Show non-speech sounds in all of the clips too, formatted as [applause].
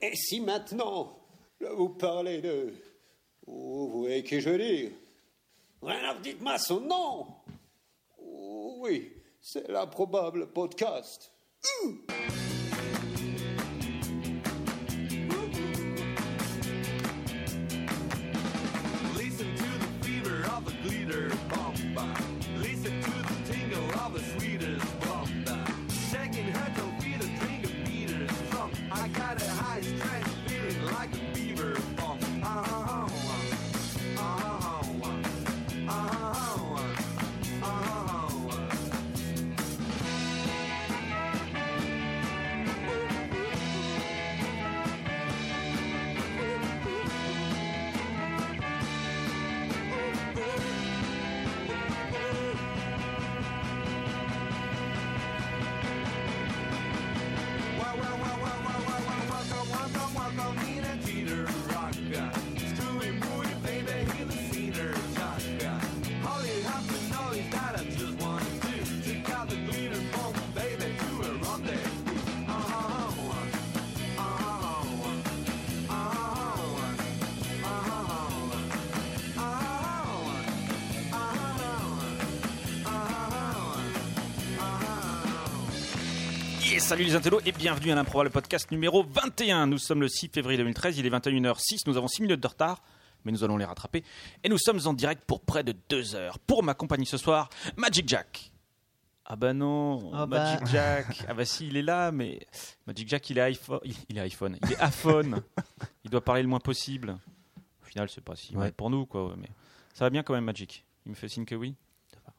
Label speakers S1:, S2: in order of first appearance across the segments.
S1: Et si maintenant vous parlez de. Oh, vous voyez qui je dis Alors dites-moi son nom Oh, Oui, c'est l'improbable podcast.
S2: Listen to the fever of the glitter bomba. Listen to the tingle of the sweetest bomba. Shaking her to feel the drink of Peter's trunk. I got a high stress feeling like a fever bomb. Ah, ah, ah, ah, ah, ah, ah, ah, ah, ah. Wow, wow, wow, wow, wow, wow, wow, welcome, welcome, welcome, Nina Jeter Rocka. Screwy booty, baby, hear the cedar shaka. Holly Hopkins knows that I just want to take out the glitter bomb, baby, to a rendezvous. Ah, ah, ah, ah, ah, ah, ah, ah, ah, ah, ah, ah, ah, ah.
S3: Et salut les intellos et bienvenue à l'improbable podcast numéro 21. Nous sommes le 6 février 2013, il est 21h06, nous avons 6 minutes de retard, mais nous allons les rattraper. Et nous sommes en direct pour près de 2 heures. Pour ma compagnie ce soir, Magic Jack. Ah bah non,
S4: Ah bah.
S3: Magic Jack. Ah bah si, il est là, mais Magic Jack, il est iPhone. Il, il est iPhone, il est iPhone. il doit parler le moins possible. Au final, c'est pas si mal
S5: Ouais.
S3: pour nous, quoi. ouais, mais ça va bien quand même, Magic. Il me fait signe que oui.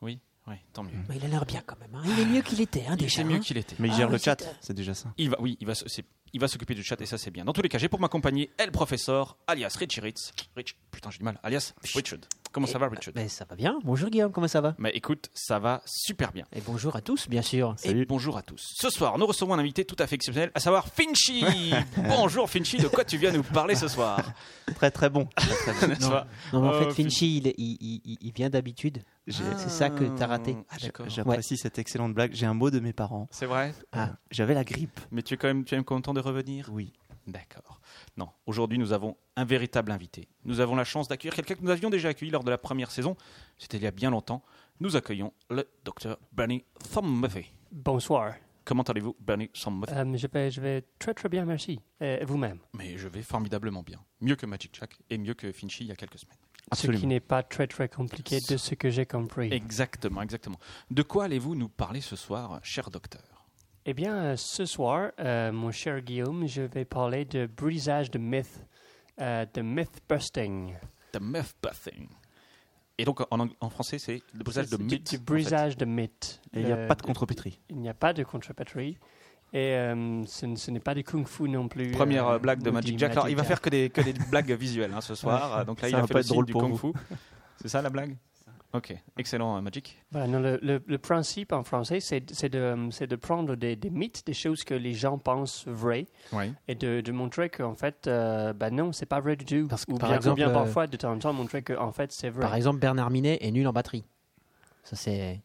S3: Oui, ouais, tant mieux.
S6: Mais il a l'air bien quand même. hein. Il est mieux qu'il était hein, déjà.
S3: C'est mieux
S6: hein.
S3: qu'il était.
S5: Mais il
S6: Ah,
S5: gère
S6: mais
S5: le
S6: c'est
S5: chat,
S6: un-
S5: c'est déjà ça.
S3: Il va, oui, il va, se- c'est- il va s'occuper du chat et ça c'est bien. Dans tous les cas, j'ai pour m'accompagner El Professeur, alias Richie Ritz. Rich, putain, j'ai du mal. Alias Richard. Comment ça va, Richard
S6: Mais ben, ça va bien. Bonjour Guillaume, comment ça va
S3: Mais écoute, ça va super bien.
S6: Et bonjour à tous, bien sûr.
S3: Et bonjour à tous. Ce soir, nous recevons un invité tout à fait exceptionnel, à savoir
S6: [laughs]
S3: Finchy. bonjour Finchy, de quoi tu viens nous parler ce soir
S5: Très très bon.
S3: Ah,
S5: Très, très bon.
S3: N'est-ce pas
S6: Non, mais en
S3: Euh,
S6: fait, Finchy, il, il- il- il- il vient d'habitude.
S5: J'ai-
S3: Ah,
S6: C'est ça que t'as raté.
S3: Ah, d'accord.
S5: J'apprécie cette excellente blague. J'ai un mot de mes parents.
S3: C'est vrai
S5: Ah, j'avais la grippe.
S3: Mais tu es quand même, tu es quand même content de revenir
S5: Oui.
S3: D'accord. Non, aujourd'hui nous avons un véritable invité. Nous avons la chance d'accueillir quelqu'un que nous avions déjà accueilli lors de la première saison. C'était il y a bien longtemps. Nous accueillons le docteur Bernie Thornmurphy.
S7: Bonsoir.
S3: Comment allez-vous, Bernie Thornmurphy
S7: Euh, je, vais, je vais très très bien, merci. Et vous-même.
S3: Mais je vais formidablement bien. Mieux que Magic Jack et mieux que Finchy il y a quelques semaines.
S7: Ce qui
S5: Absolument.
S7: n'est pas très très compliqué de ce que j'ai compris.
S3: Exactement, exactement. De quoi allez-vous nous parler ce soir, cher docteur
S7: Eh bien, euh, ce soir, euh, mon cher Guillaume, je vais parler de brisage de mythes, euh, de myth busting.
S3: The myth busting. Et donc en, ang- en français, c'est le brisage de
S7: Du-
S3: mythes.
S7: Du,
S3: en fait.
S7: brisage de mythes.
S5: Et il n'y a
S7: Euh,
S5: pas de contrepétrie.
S7: Il n'y a pas de contrepétrie. Et euh, ce, n- ce n'est pas du kung-fu non plus.
S3: Première
S7: euh,
S3: euh, blague de
S7: ou
S3: Magic
S7: du
S3: Jack. Alors, il va
S7: Jack.
S3: faire que des, que des blagues visuelles hein, ce soir. Euh, Donc là,
S5: Ça
S3: il a
S5: va
S3: fait
S5: pas
S3: le
S5: être
S3: signe
S5: drôle
S3: du
S5: pour
S3: Kung Fu. C'est ça la blague Ok, excellent euh, Magic.
S7: Voilà, non, le, le- le principe en français, c'est c'est de, euh, c'est de prendre des, des mythes, des choses que les gens pensent vraies,
S3: Oui.
S7: et de, de montrer qu'en fait, euh, bah non, c'est pas vrai du tout.
S6: Parce que,
S7: ou,
S6: par
S7: bien,
S6: exemple,
S7: ou bien
S6: euh,
S7: parfois, de temps en temps, montrer qu'en fait, c'est vrai.
S6: Par exemple, Bernard Minet est nul en batterie. Ça, c'est.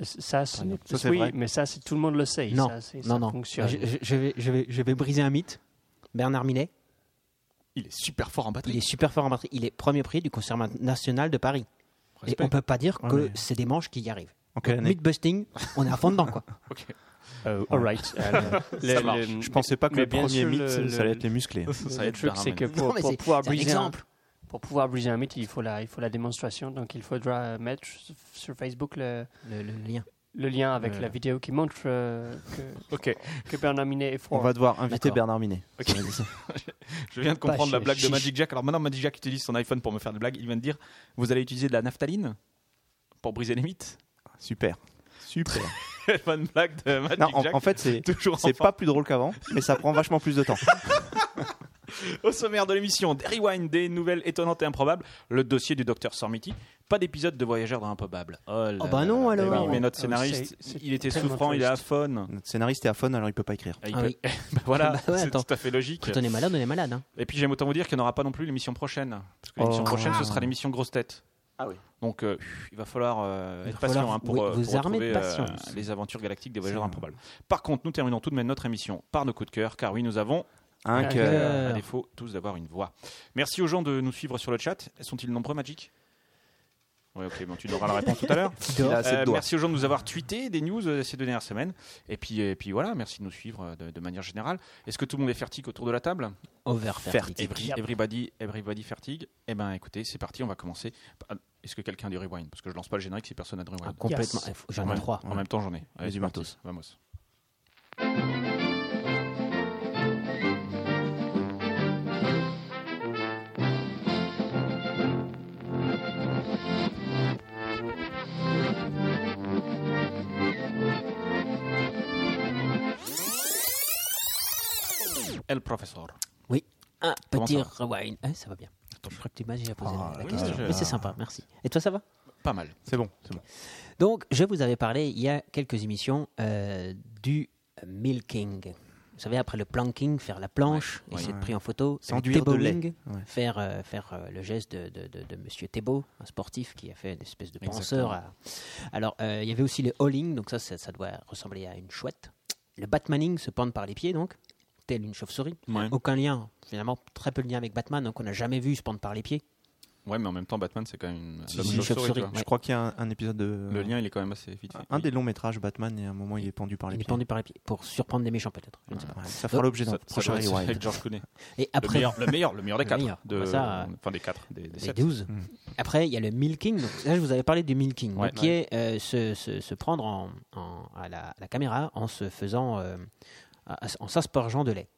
S7: Euh, ça, ce n'est-
S5: Ça, c'est
S7: oui,
S5: vrai.
S7: mais ça, c'est- tout le monde le sait.
S6: Non,
S7: ça, c'est-
S6: non,
S7: ça
S6: non.
S7: fonctionne.
S6: Je, je- je vais, je, vais, je vais briser un mythe. Bernard Minet,
S3: Il est super fort en batterie.
S6: il est super fort en batterie. Il est premier prix du concert national de Paris. Et on peut pas dire
S5: Ouais,
S6: que
S5: mais-
S6: c'est des manches qui y arrivent.
S5: En quelle année
S6: Myth busting, on est à fond dedans,
S5: [laughs]
S6: quoi.
S3: Ok.
S7: Euh,
S6: [laughs]
S7: all right. Euh, le-
S3: Ça
S7: le-
S3: marche.
S7: le-
S5: Je pensais pas que
S7: mais
S5: le
S7: bien
S5: premier
S7: sûr,
S5: mythe,
S7: le-
S5: ça allait
S7: le-
S5: être les musclés.
S3: Ça va
S7: le
S3: être hein,
S7: truc,
S3: Barman.
S7: c'est que
S6: Non,
S7: pour,
S6: mais
S7: pour
S6: c'est-
S7: pouvoir
S6: c'est un
S7: briser un,
S6: exemple.
S7: pour pouvoir briser un mythe, il faut la, il faut la démonstration. Donc, il faudra euh, mettre sur Facebook le,
S6: Le, le lien.
S7: le lien avec
S3: Euh.
S7: la vidéo qui montre euh,
S5: [laughs]
S7: que,
S3: Ok.
S7: que Bernard Minet est
S5: On
S7: fort.
S5: va devoir inviter
S6: D'accord.
S5: Bernard Minet.
S3: Ok.
S5: Ça va être ça.
S3: [laughs] Je viens de
S7: Pas
S3: comprendre la
S7: chier.
S3: blague de
S7: Chiche.
S3: Magic Jack. Alors maintenant, Magic Jack utilise son iPhone pour me faire des blagues. Il vient de dire Vous allez utiliser de la naphtaline pour briser les mythes [laughs]
S5: Super. [laughs] Super.
S3: Bonne blague de Magic
S5: Non, en,
S3: Jack.
S5: en fait,
S3: [laughs]
S5: c'est
S3: Toujours en
S5: c'est
S3: forme.
S5: pas plus drôle qu'avant, mais ça prend vachement plus de temps.
S3: Au sommaire de l'émission, des rewinds, des nouvelles étonnantes et improbables, le dossier du docteur Sormiti, pas d'épisode de Voyageurs dans l'improbable. Oh, là
S6: Oh bah
S3: là
S6: non,
S3: là là.
S6: alors.
S3: Eh oui, mais notre
S7: Ah oui,
S3: scénariste,
S7: c'est- c'est
S3: il était
S7: tellement
S3: souffrant, il est
S7: triste.
S3: aphone.
S5: Notre scénariste est à fond, alors il peut pas écrire.
S3: Et il
S6: Ah
S3: peut-
S6: oui.
S3: [laughs] Bah voilà,
S6: [laughs] Bah ouais,
S3: c'est
S6: attends.
S3: tout à fait logique.
S6: Quand on est malade, on est malade. hein.
S3: Et puis j'aime autant vous dire qu'il n'y en aura pas non plus l'émission prochaine. Parce que l'émission
S5: Oh.
S3: prochaine,
S6: Ah.
S3: ce sera l'émission Grosse Tête.
S5: Ah oui.
S3: Donc euh, il va falloir euh,
S6: Il
S3: être
S6: va falloir
S3: patient hein, pour,
S6: oui,
S3: euh,
S6: vous
S3: pour
S6: armer de
S3: retrouver, euh,
S6: patience.
S3: les aventures galactiques des
S5: C'est
S3: voyageurs
S5: un-
S3: improbables. Par contre, nous terminons tout de même notre émission par nos coups de cœur, car oui, nous avons
S5: Un
S7: Un
S5: cœur.
S3: À
S6: cœur.
S3: défaut, tous d'avoir une voix. Merci aux gens de nous suivre sur le chat. Sont-ils nombreux, Magic Oui, ok, bon, tu donneras la réponse tout à l'heure.
S5: Il a assez de
S3: Euh,
S5: doigts.
S3: merci aux gens de nous avoir tweeté des news euh, ces deux dernières semaines. Et puis, et puis voilà, merci de nous suivre euh, de, de manière générale. Est-ce que tout le monde est fertig autour de la table
S6: Over
S3: Every- Everybody, everybody fertig Eh ben écoutez, c'est parti, on va commencer. Ah, Est-ce que quelqu'un a du rewind Parce que je lance pas le générique si personne n'a de rewind.
S6: Ah, complètement.
S7: Yes.
S6: J'en ai
S3: Ouais,
S6: trois.
S3: En même temps, j'en ai. Allez,
S5: du
S3: c'est parti.
S5: matos.
S3: Vamos. El professeur.
S6: Un
S3: Comment
S6: petit
S3: ça
S6: rewind. Eh, ça va bien. Je crois que tu m'as déjà posé
S5: Ah,
S6: la-
S5: oui,
S6: la question.
S3: je-
S6: Mais c'est sympa, merci. Et toi, ça va
S3: Pas mal.
S5: C'est bon, c'est bon.
S6: Donc, je vous avais parlé il y a quelques émissions euh, du milking. Vous savez, après le planking, faire la planche,
S3: Ouais, ouais.
S6: essayer de pris en photo.
S5: Sans
S6: Le
S5: duire de lait.
S6: tebowing,
S5: Ouais.
S6: Faire, euh, faire euh, le geste de, de, de, de Monsieur Thébault, un sportif qui a fait une espèce de penseur. à- Alors, euh, il y avait aussi le hauling, donc ça, ça, ça doit ressembler à une chouette. Le batmaning, se pendre par les pieds, donc, telle une chauve-souris.
S3: Ouais.
S6: Aucun lien, finalement, très peu de lien avec Batman, donc on n'a jamais vu se pendre par les pieds.
S3: Ouais, mais en même temps, Batman, c'est quand même une
S6: Si,
S3: l'homme
S6: si,
S3: chauve-souris,
S6: chauve-souris.
S3: tu vois.
S5: Je crois qu'il y a un, un épisode de.
S3: Le lien, il est quand même assez vite. fait.
S5: Un
S3: Oui.
S5: des longs métrages Batman, et à un moment, il est pendu par
S6: Il
S5: les
S6: est
S5: pieds.
S6: pendu par les pieds, pour surprendre des méchants, peut-être. Je ne sais pas.
S5: Ouais, ça fera l'objet d'un
S3: Ça- ça
S5: prochain
S3: doit être
S5: rewind.
S3: avec George Clooney.
S6: Et
S3: le,
S6: après,
S3: meilleur, le meilleur, le meilleur des
S6: Le
S3: quatre.
S6: meilleur.
S3: De,
S6: Bah ça, euh,
S3: enfin, des quatre, des, des
S6: Les
S3: sept. Mhm.
S6: 12.
S5: Mm.
S6: Après, il y a le milking. Donc, là, je vous avais parlé du milking,
S3: Ouais.
S6: donc, qui est euh, se, se- se prendre en, en- à, la, à la caméra en se faisant, euh, à- en s'aspergeant de lait.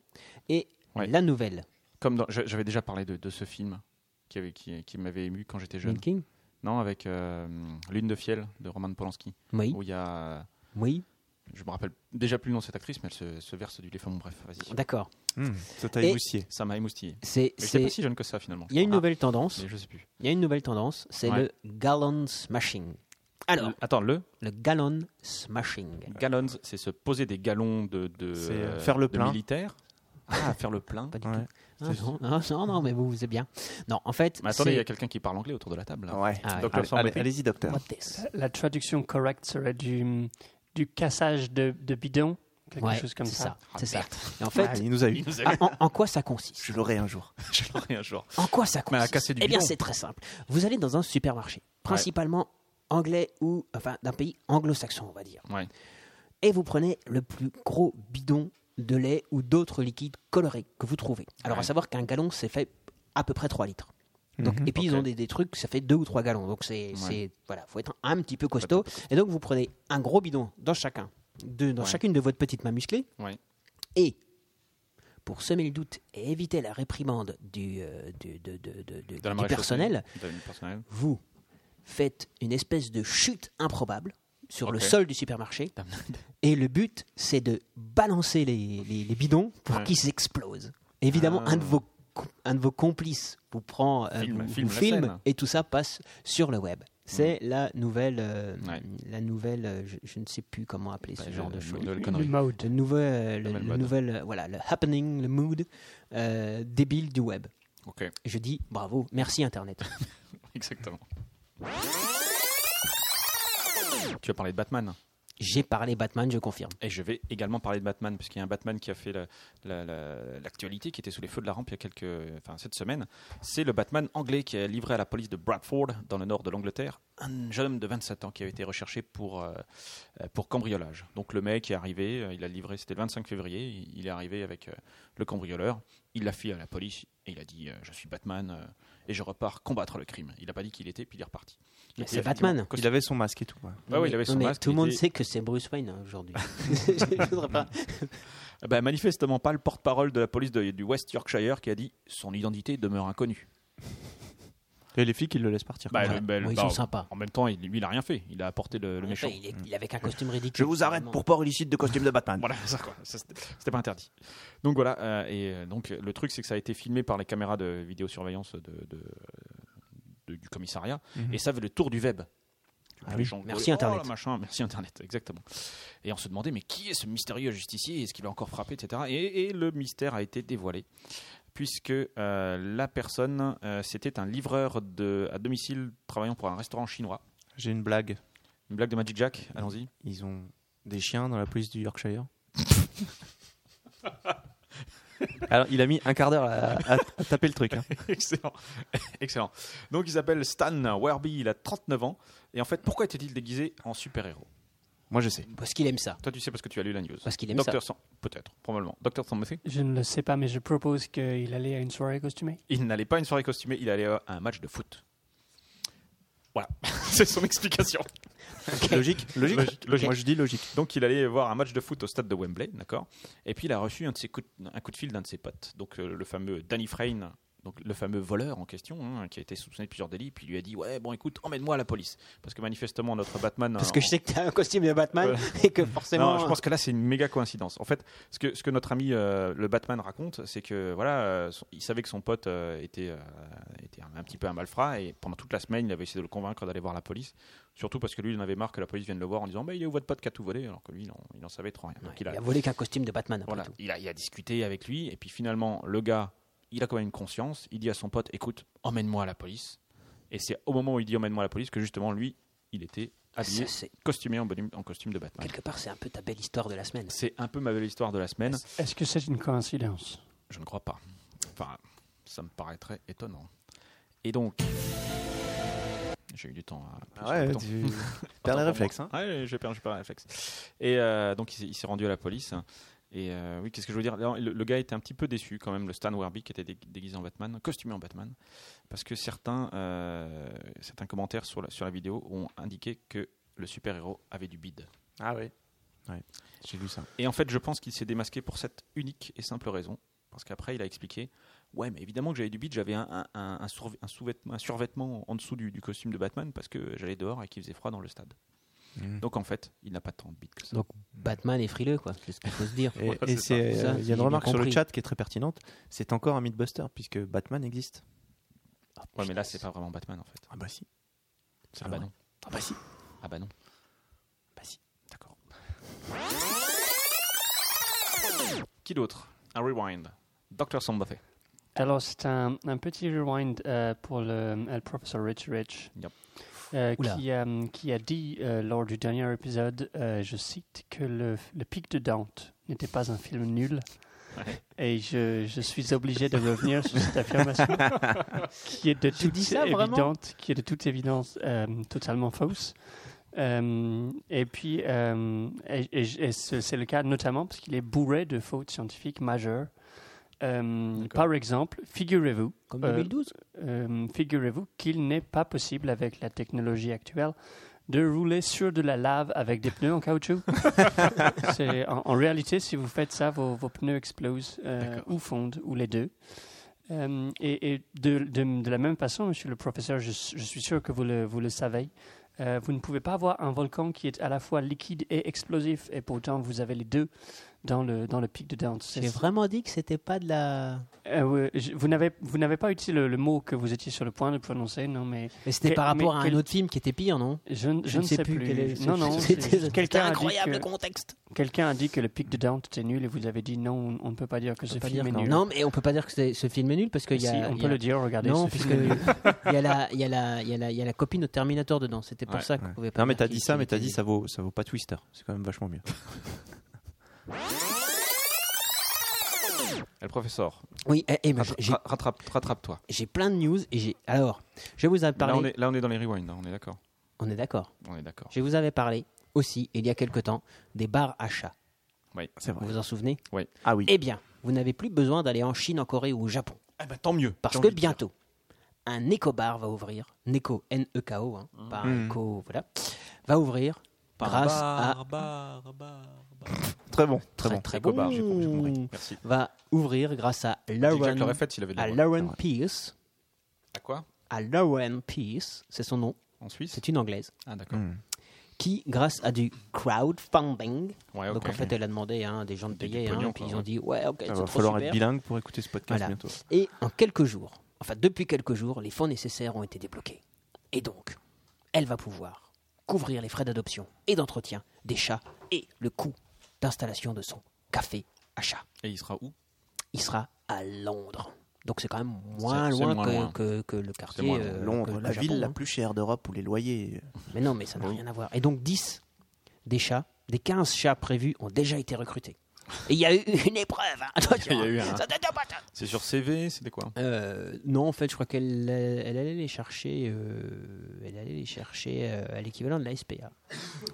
S6: Et
S3: Ouais.
S6: la nouvelle
S3: Comme dans- je- j'avais déjà parlé de, de ce film qui, avait- qui, qui m'avait ému quand j'étais jeune.
S6: milking,
S3: Non, avec euh, Lune de fiel de Roman Polanski,
S6: oui,
S3: où il y a,
S6: oui,
S3: je me rappelle déjà plus le nom de cette actrice, mais elle se, se verse du lait. Enfin, bon, bref, vas-y.
S6: d'accord.
S5: Hum, Ça t'a
S6: Et-
S5: émoustillé.
S3: Ça m'a émoustillé.
S6: C'est,
S3: Mais c'est
S6: c'est-
S3: pas si jeune que ça finalement. je
S6: il y a une
S3: crois.
S6: nouvelle
S3: Ah,
S6: tendance.
S3: mais je sais plus.
S6: Il y a une nouvelle tendance, c'est
S3: Ouais.
S6: le gallon smashing. Alors,
S3: Le- attends, le
S6: le gallon smashing.
S3: gallons, c'est se poser des galons de, de
S5: C'est, euh, faire le
S3: de
S5: plein.
S3: militaire. Ah, faire le plein.
S6: Pas du
S5: Ouais.
S6: tout. Ah,
S5: C'est-
S6: non, non, non, non, mais vous, vous êtes bien. Non, en fait,
S3: Mais attendez, il y a
S6: c'est
S3: quelqu'un qui parle anglais autour de la table. là.
S5: Ouais.
S6: Ah,
S3: Docteur
S5: Allez-
S3: Sam
S5: allez-
S3: Botting.
S5: Allez-y, docteur.
S6: What this?
S7: La traduction correcte serait du, du cassage de, de bidon, quelque
S6: Ouais,
S7: chose comme
S6: c'est
S7: ça.
S6: C'est ça.
S3: merde.
S6: Et en
S5: Ah,
S6: fait,
S5: il nous a eu.
S3: Il nous a
S6: ah, en, en quoi ça consiste
S5: Je l'aurai un jour.
S6: Ah.
S3: [laughs] je l'aurais un jour.
S6: En quoi ça
S3: Mais à
S6: consiste
S3: casser du
S6: Eh bien,
S3: bidon.
S6: c'est très simple. Vous allez dans un supermarché, principalement anglais ou enfin d'un pays anglo-saxon, on va dire,
S3: Ouais.
S6: et vous prenez le plus gros bidon de lait ou d'autres liquides colorés que vous trouvez. Alors, à
S3: Ouais.
S6: savoir qu'un gallon, c'est fait à peu près 3 litres. Donc,
S5: Mhm.
S6: et puis ils
S3: Ok.
S6: ont des, des trucs, ça fait deux ou trois gallons. Donc c'est,
S3: Ouais.
S6: c'est- voilà, faut être un, petit peu costaud. Et donc vous prenez un gros bidon dans chacun, de, dans
S3: Ouais.
S6: chacune de votre petite main musclée.
S3: Ouais.
S6: Et pour semer le doute et éviter la réprimande du, euh, du, de- de- de- de-
S3: De la
S6: du
S3: marée
S6: personnel,
S3: chaussée, de- du personnel.
S6: vous faites une espèce de chute improbable sur le
S3: Ok.
S6: sol du supermarché.
S3: [laughs]
S6: Et le but, c'est de balancer les, les- les bidons pour
S3: Ouais.
S6: qu'ils s'explosent. Évidemment,
S3: Ah.
S6: un, de vos, co- un de vos complices vous prend euh,
S3: Filme-
S6: vous-
S3: filme
S6: vous
S3: la
S6: filme,
S3: scène. Mm.
S6: et tout ça passe sur le web. C'est la nouvelle, euh,
S3: Ouais.
S6: la nouvelle euh, je, je ne sais plus comment appeler ce
S3: Bah,
S6: genre de
S3: le-
S6: choses.
S3: le- le
S7: Le
S3: connerie.
S7: mode.
S6: Le nouvel, le,
S3: nouvelle
S6: le
S3: mode.
S6: nouvel, euh, voilà, le happening, le mood euh, débile du web.
S3: Ok, [laughs]
S6: Je dis bravo, merci Internet.
S3: exactement. Tu as parlé de Batman.
S6: J'ai parlé Batman, je confirme.
S3: Et je vais également parler de Batman, puisqu'il y a un Batman qui a fait la- la- la- l'actualité, qui était sous les feux de la rampe il y a quelques. Enfin, cette semaine. C'est le Batman anglais qui est livré à la police de Bradford, dans le nord de l'Angleterre. Un jeune homme de 27 ans qui avait été recherché pour, euh, euh, pour cambriolage. Donc le mec est arrivé, euh, il a livré, c'était le 25 février, il- il est arrivé avec euh, le cambrioleur, il l'a fui à la police et il a dit euh, Je suis Batman euh, et je repars combattre le crime. Il n'a pas dit qu'il était, puis il est reparti.
S6: Mais
S3: Donc,
S6: c'est
S3: il a effectivement
S6: Batman.
S3: costumé-
S5: Il avait son masque et tout. ouais.
S3: Ouais, ouais, il
S6: Mais-
S3: avait son
S6: mais
S3: masque,
S6: Tout le
S3: il
S6: monde
S3: était-
S6: sait que c'est Bruce Wayne hein,
S3: [laughs]
S6: aujourd'hui. je voudrais pas.
S3: Eh ben, manifestement pas le porte-parole de la police de- du West Yorkshire qui a dit son identité demeure inconnue.
S5: Et les filles qui le laissent partir.
S3: Bah,
S5: quand
S3: le-
S5: même.
S3: bah, le-
S6: Bon, ils
S3: bah,
S6: sont sympas.
S3: En même temps, il- lui, il a rien fait. Il a apporté le, le
S6: En
S3: méchant. Mm.
S6: effet, Il, est- il est avec un costume ridicule. vraiment.
S5: port illicite de costume de Batman.
S3: Voilà, [laughs] ça, quoi. Ça, c'était c'était pas interdit. Donc voilà, euh, et euh, donc le truc, c'est que ça a été filmé par les caméras de vidéosurveillance de, de- de- du commissariat,
S5: Mhm.
S3: et ça fait le tour du web.
S5: Ah oui.
S6: Merci
S3: gueulaient,
S6: Internet.
S3: Oh, là, machin, merci Internet, exactement. Et on se demandait, mais qui est ce mystérieux justicier Est-ce qu'il a encore frappé, etc. Et, et le mystère a été dévoilé, puisque euh, la personne, euh, c'était un livreur de, à domicile travaillant pour un restaurant chinois.
S5: J'ai une blague.
S3: Une blague de Magic Jack, allons-y.
S5: [laughs] Ils ont des chiens dans la police du Yorkshire. Alors, il a mis un quart d'heure à, à- à taper le truc. hein.
S3: [laughs] Excellent. Excellent. Donc il s'appelle Stan Werby, il a 39 ans. Et en fait, pourquoi était-il déguisé en super-héros Moi je sais.
S6: Parce qu'il aime ça.
S3: Toi tu sais parce que tu as lu la news.
S6: Parce qu'il aime ça.
S3: Docteur Sam, peut-être, probablement. Docteur Sam
S7: Je ne le sais pas, mais je propose qu'il allait à une soirée costumée.
S3: il n'allait pas à une soirée costumée, il allait à un match de foot. Voilà, [laughs] c'est son explication.
S5: Logique Logique,
S3: Logique, logique.
S5: Moi, je dis logique.
S3: Donc il allait voir un match de foot au stade de Wembley, d'accord Et puis il a reçu un, de ses coups de- un coup de fil d'un de ses potes, donc euh, le fameux Danny Frayne, donc le fameux voleur en question, hein, qui a été soupçonné de plusieurs délits, puis il lui a dit ouais bon écoute emmène-moi à la police, parce que manifestement notre Batman.
S6: Parce
S3: euh,
S6: que je sais que t'as un costume de Batman [laughs] et que forcément.
S3: non, je pense que là c'est une méga coïncidence. En fait, ce que, ce que notre ami euh, le Batman raconte, c'est que voilà, euh, son- il savait que son pote euh, était, euh, était un, un petit peu un malfrat et pendant toute la semaine, il avait essayé de le convaincre d'aller voir la police, surtout parce que lui, il en avait marre que la police vienne le voir en disant bah, il est où votre pote qui a tout volé alors que lui, il en, il en savait trop rien. Donc,
S6: il
S3: il a-
S6: a volé qu'un costume de Batman après
S3: voilà,
S6: tout.
S3: il a, il a discuté avec lui et puis finalement, le gars, il a quand même une conscience. Il dit à son pote écoute, emmène-moi à la police. Et c'est au moment où il dit emmène-moi à la police que justement, lui, Ah, il était habillé,
S6: Ça, c'est-
S3: costumé en, bonhomme- en costume de Batman.
S6: Quelque part, c'est un peu ta belle histoire de la semaine.
S3: C'est un peu ma belle histoire de la semaine.
S7: Est-ce que c'est une coïncidence
S3: Je ne crois pas. Enfin, ça me paraîtrait étonnant. Et donc. J'ai eu du temps à.
S5: Ah
S3: appuyer sur le bouton.
S5: tu
S3: Autant
S5: perds les
S3: pour
S5: réflexes.
S3: moi. Ouais, j'ai perdu, j'ai perdu les réflexes. Et euh, donc, il s'est- il s'est rendu à la police. Et euh, oui, qu'est-ce que je veux dire Non, le, le gars était un petit peu déçu quand même, le Stan Werby qui était dé- déguisé en Batman, costumé en Batman, parce que certains, euh, certains commentaires sur la, sur la vidéo ont indiqué que le super-héros avait du bide.
S5: Ah oui. Ouais. J'ai vu ça.
S3: Et en fait, je pense qu'il s'est démasqué pour cette unique et simple raison. Parce qu'après, il a expliqué Ouais, mais évidemment que j'avais du bide, j'avais un, un- un- un surv- un sous-vêtement- un survêtement en dessous du, du costume de Batman parce que j'allais dehors et qu'il faisait froid dans le stade.
S5: Mhm.
S3: Donc en fait, il n'a pas tant de bide que ça.
S6: Donc Batman est frileux, quoi. C'est ce qu'il faut
S3: [laughs]
S6: se dire.
S5: Et,
S3: Voilà,
S5: et
S3: c'est
S5: c'est,
S6: ça.
S5: euh,
S6: Ça,
S5: il y
S6: j'ai
S5: a une
S6: bien
S5: remarque sur le
S6: compris.
S5: chat qui est très pertinente. C'est encore un Mythbuster puisque Batman existe.
S6: Ah,
S3: ouais, mais là, c'est pas vraiment Batman en fait.
S5: Ah bah si.
S3: Ah bah
S5: vrai.
S3: non.
S5: Ah bah si.
S3: Ah bah non.
S5: Bah si.
S3: D'accord. Qui d'autre Un rewind. Dr. Sombathé.
S7: Alors, c'est un, un petit rewind euh, pour le, euh, le professeur Rich Rich,
S3: Yep.
S7: euh,
S6: Oula.
S7: qui, euh, qui a dit euh, lors du dernier épisode, euh, je cite, que le, le pic de Dante n'était pas un film nul. Et je, je suis obligé de revenir sur cette affirmation qui est de toute
S6: dis ça, vraiment
S7: évidente, qui est de toute évidence euh, totalement fausse. Euh, et puis, euh, et- et- et ce- c'est le cas notamment parce qu'il est bourré de fautes scientifiques majeures. Euh,
S3: D'accord.
S7: par exemple, figurez-vous
S6: Comme
S7: Euh,
S6: 2012.
S7: euh, figurez-vous qu'il n'est pas possible avec la technologie actuelle de rouler sur de la lave avec des pneus en caoutchouc. C'est- en, en réalité, si vous faites ça, vos, vos pneus explosent euh, ou fondent, ou les deux. Euh, et et de, de- de la même façon, monsieur le professeur, je, s- je suis sûr que vous le, vous le savez, euh, vous ne pouvez pas avoir un volcan qui est à la fois liquide et explosif, et pourtant vous avez les deux dans le, dans le pic de Dante.
S6: J'ai vraiment dit que c'était pas de la.
S7: Euh, oui, je- vous n'avez vous n'avez pas utilisé le, le mot que vous étiez sur le point de prononcer, non mais
S6: Mais c'était
S7: Que-
S6: par rapport
S7: mais
S6: à un
S7: quel-
S6: autre film qui était pire, non
S7: je, ne- je ne sais plus.
S6: quel est-
S7: non non,
S6: c'était-
S7: c'est-
S6: c'était
S7: quelqu'un a dit
S6: incroyable
S7: que-
S6: le contexte.
S7: Quelqu'un a dit que le pic de Dante était nul et vous avez dit non, on ne peut pas dire que
S6: On
S7: ce
S6: peut pas
S7: film
S6: dire
S7: est
S6: que-
S7: nul.
S6: Non, mais on peut pas dire que c'est- ce film est nul parce qu'il y
S7: Si,
S6: a.
S7: on
S6: il y
S7: peut
S6: a-
S7: le dire, regardez.
S6: Non,
S7: ce
S6: puisque [laughs]
S7: film est nul.
S6: il y a la, il y a la, il y a la, il y a la copine de Terminator dedans. C'était pour
S3: Ouais,
S6: ça qu'on pouvait pas.
S5: Non mais
S6: dire
S5: t'as
S6: qu'il-
S5: dit ça,
S6: qu'il
S5: mais t'as
S6: était-
S5: dit ça vaut ça vaut pas Twister. C'est quand même
S6: [laughs]
S5: vachement mieux.
S3: Le professeur.
S6: Oui, eh, eh, mais
S3: Rattra-
S6: j'ai-
S3: ra- rattrape- Rattrape-toi.
S6: j'ai plein de news et j'ai. Alors, je vous avais
S3: là,
S6: parlé.
S3: on est, là, on est dans les rewinds, hein, on est d'accord.
S6: on est d'accord.
S3: On est d'accord.
S6: Je vous avais parlé aussi, il y a quelque temps, des bars à chats.
S5: C'est
S6: Vous
S5: vrai.
S6: vous en souvenez
S5: Ah oui.
S6: Eh bien, vous n'avez plus besoin d'aller en Chine, en Corée ou au Japon.
S3: Ah bah tant mieux.
S6: Parce que bientôt, un éco-bar va ouvrir. E Neko, N-E-K-O, hein,
S3: Mm.
S6: pas
S5: Mhm.
S6: éco, voilà. Va ouvrir grâce à.
S5: Très bon, très
S6: Très,
S5: bon.
S6: très
S3: Éco-bar,
S6: bon.
S3: j'ai compris, j'ai compris. Merci.
S6: Va ouvrir grâce à
S3: Jack l'aurait
S6: Lauren,
S3: fait s'il avait de la
S6: à
S3: voix.
S6: Lauren Pierce.
S3: À quoi
S6: À Lauren Pierce, c'est son nom,
S3: En Suisse
S6: c'est une anglaise,
S3: Ah d'accord.
S5: Mm.
S6: qui, grâce à du crowdfunding,
S3: Ouais,
S6: donc
S3: ok.
S6: en fait, elle a demandé à des gens de
S3: Des- du
S6: payer, hein,
S3: pognon,
S6: et puis
S3: quoi,
S6: ils ont
S3: ouais. Ah,
S6: dit ouais, ok,
S5: Il
S6: c'est
S5: Ah, va
S6: trop
S5: falloir être
S6: super.
S5: bilingue pour écouter ce podcast
S6: Voilà.
S5: bientôt.
S6: Et en quelques jours, enfin depuis quelques jours, les fonds nécessaires ont été débloqués. Et donc, elle va pouvoir couvrir les frais d'adoption et d'entretien des chats et le coût d'installation de son café à chat.
S3: Et il sera où
S6: Il sera à Londres. Donc c'est quand même moins
S3: C'est- c'est
S6: loin,
S3: moins
S6: que,
S3: loin.
S6: que- que le quartier.
S3: moins
S6: euh, que
S5: Londres,
S6: le
S5: la
S6: Japon,
S5: ville la
S6: hein.
S5: plus chère d'Europe où les loyers.
S6: Mais non, mais ça n'a rien à voir. Et donc 10 des chats, des 15 chats prévus ont déjà été recrutés. Et il y a eu une épreuve. hein. Attention.
S3: Il y a eu un-
S6: Ça t'attend pas, ça.
S3: C'est sur CV, c'était quoi
S6: Euh, non, en fait, je crois qu'elle elle allait les chercher. euh, elle allait les chercher euh, à l'équivalent de la SPA.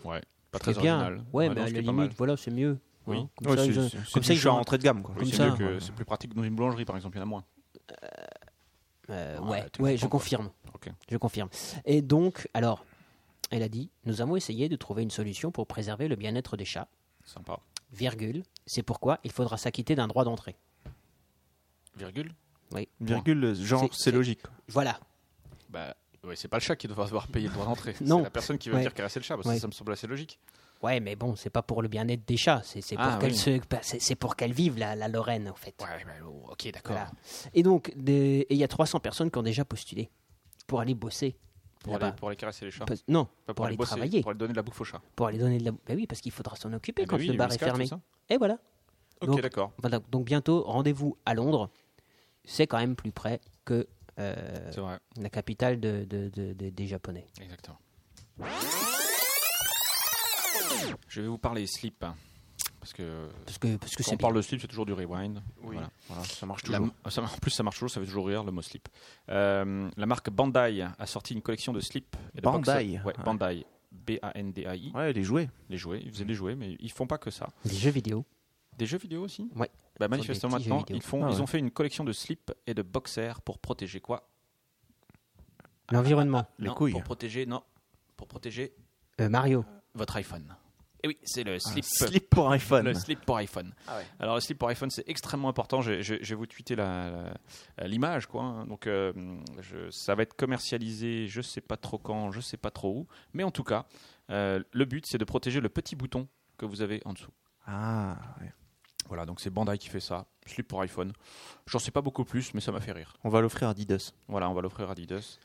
S3: Ouais, pas
S6: C'est
S3: très
S6: bien.
S3: original.
S6: Ouais, mais
S3: non,
S6: à
S3: ce qui
S6: la
S3: est pas mal.
S6: limite, voilà, c'est mieux.
S3: Oui.
S6: Hein, Comme
S5: Ouais,
S6: ça,
S5: c'est-
S6: ils ont-
S5: c'est- c'est
S6: comme ça,
S5: du
S6: ils
S5: char
S6: ont-
S5: à entrée de gamme. Quoi.
S3: Oui,
S6: Comme
S3: c'est
S6: ça.
S3: mieux que- c'est plus pratique que dans une boulangerie, par exemple, il y en a moins.
S6: Euh,
S3: Ouais,
S6: ouais,
S3: tu
S6: ouais, je
S3: comprends, quoi.
S6: confirme.
S3: Ok.
S6: Je confirme. Et donc, alors, elle a dit Nous avons essayé de trouver une solution pour préserver le bien-être des chats,
S3: Sympa.
S6: virgule. C'est pourquoi il faudra s'acquitter d'un droit d'entrée.
S3: Virgule
S5: Virgule, euh, genre,
S6: C'est-
S5: c'est
S6: c'est-
S5: logique. quoi.
S6: Voilà.
S3: Bah, ouais, c'est pas le chat qui doit devoir payer le droit d'entrée. c'est
S6: Non.
S3: la personne qui va
S6: Ouais.
S3: dire qu'elle a c'est le chat, parce que
S6: Ouais.
S3: ça me semble assez logique.
S6: Ouais, mais bon, c'est pas pour le bien-être des chats, c'est c'est pour
S3: Ah,
S6: qu'elle
S3: oui.
S6: se- bah, c'est- c'est pour qu'elle vive la, la Lorraine, en fait.
S3: Ouais, mais oh, ok, d'accord.
S6: Voilà. Et donc, des- et il y a 300 personnes qui ont déjà postulé pour aller bosser.
S3: Pour,
S6: là-bas.
S3: aller, pour aller caresser les chats.
S6: Parce- Non,
S3: Pas
S6: Ah bah, pour,
S3: pour,
S6: aller
S3: bosser,
S6: travailler,
S3: pour aller donner de la bouffe aux chats.
S6: pour aller donner de la. Bah oui, parce qu'il faudra s'en occuper
S3: Eh ben
S6: quand
S3: oui,
S6: le
S3: les
S6: bar est
S3: whiskas, tout
S6: fermé.
S3: ça.
S6: Et voilà.
S3: Ok,
S6: Donc-
S3: d'accord.
S6: Voilà, donc bientôt, rendez-vous à Londres. C'est quand même plus près que euh,
S3: C'est vrai,
S6: la capitale de- de- de- de- des Japonais.
S3: exactement. Je vais vous parler slip. hein, Parce que
S6: Parce que parce que
S3: quand on
S6: c'est
S3: parle de slip, c'est toujours du rewind. Voilà.
S5: Ça marche
S3: La- ça- en plus, ça marche toujours, ça fait toujours rire le mot slip. Euh, la marque Bandai a sorti une collection de slips. et de
S5: Bandai.
S3: boxers. Ouais,
S5: Ouais.
S3: Bandai. B-A-N-D-A-I.
S5: Ouais, les jouets.
S3: Les jouets, ils faisaient des jouets, mais ils font pas que ça.
S6: des jeux vidéo.
S3: Des jeux vidéo aussi
S6: Ouais.
S3: Bah, manifestement,
S6: Sur des petits
S3: maintenant,
S6: jeux vidéo.
S3: ils, font,
S5: Ah
S3: ils
S5: ouais.
S3: ont fait une collection de slips et de boxers pour protéger quoi Ah.
S6: L'environnement.
S5: Les
S3: Non,
S5: couilles.
S3: Pour protéger, non. Pour protéger
S6: Euh, Mario.
S3: votre iPhone. Et oui, c'est le slip.
S5: Ah, Slip pour
S3: Le
S5: iPhone.
S3: slip pour iPhone. Alors le slip pour iPhone c'est extrêmement important. Je, je- je vais vous tweeter la- la- l'image quoi. hein. Donc euh, je- ça va être commercialisé. Je sais pas trop quand, je sais pas trop où. Mais en tout cas, euh, le but c'est de protéger le petit bouton que vous avez en dessous.
S5: Ah, ouais.
S3: Voilà, donc c'est Bandai qui fait ça. Slip pour iPhone. J'en sais pas beaucoup plus, mais ça m'a fait rire.
S5: on va l'offrir à Didas.
S3: Voilà, on va l'offrir à Adidas.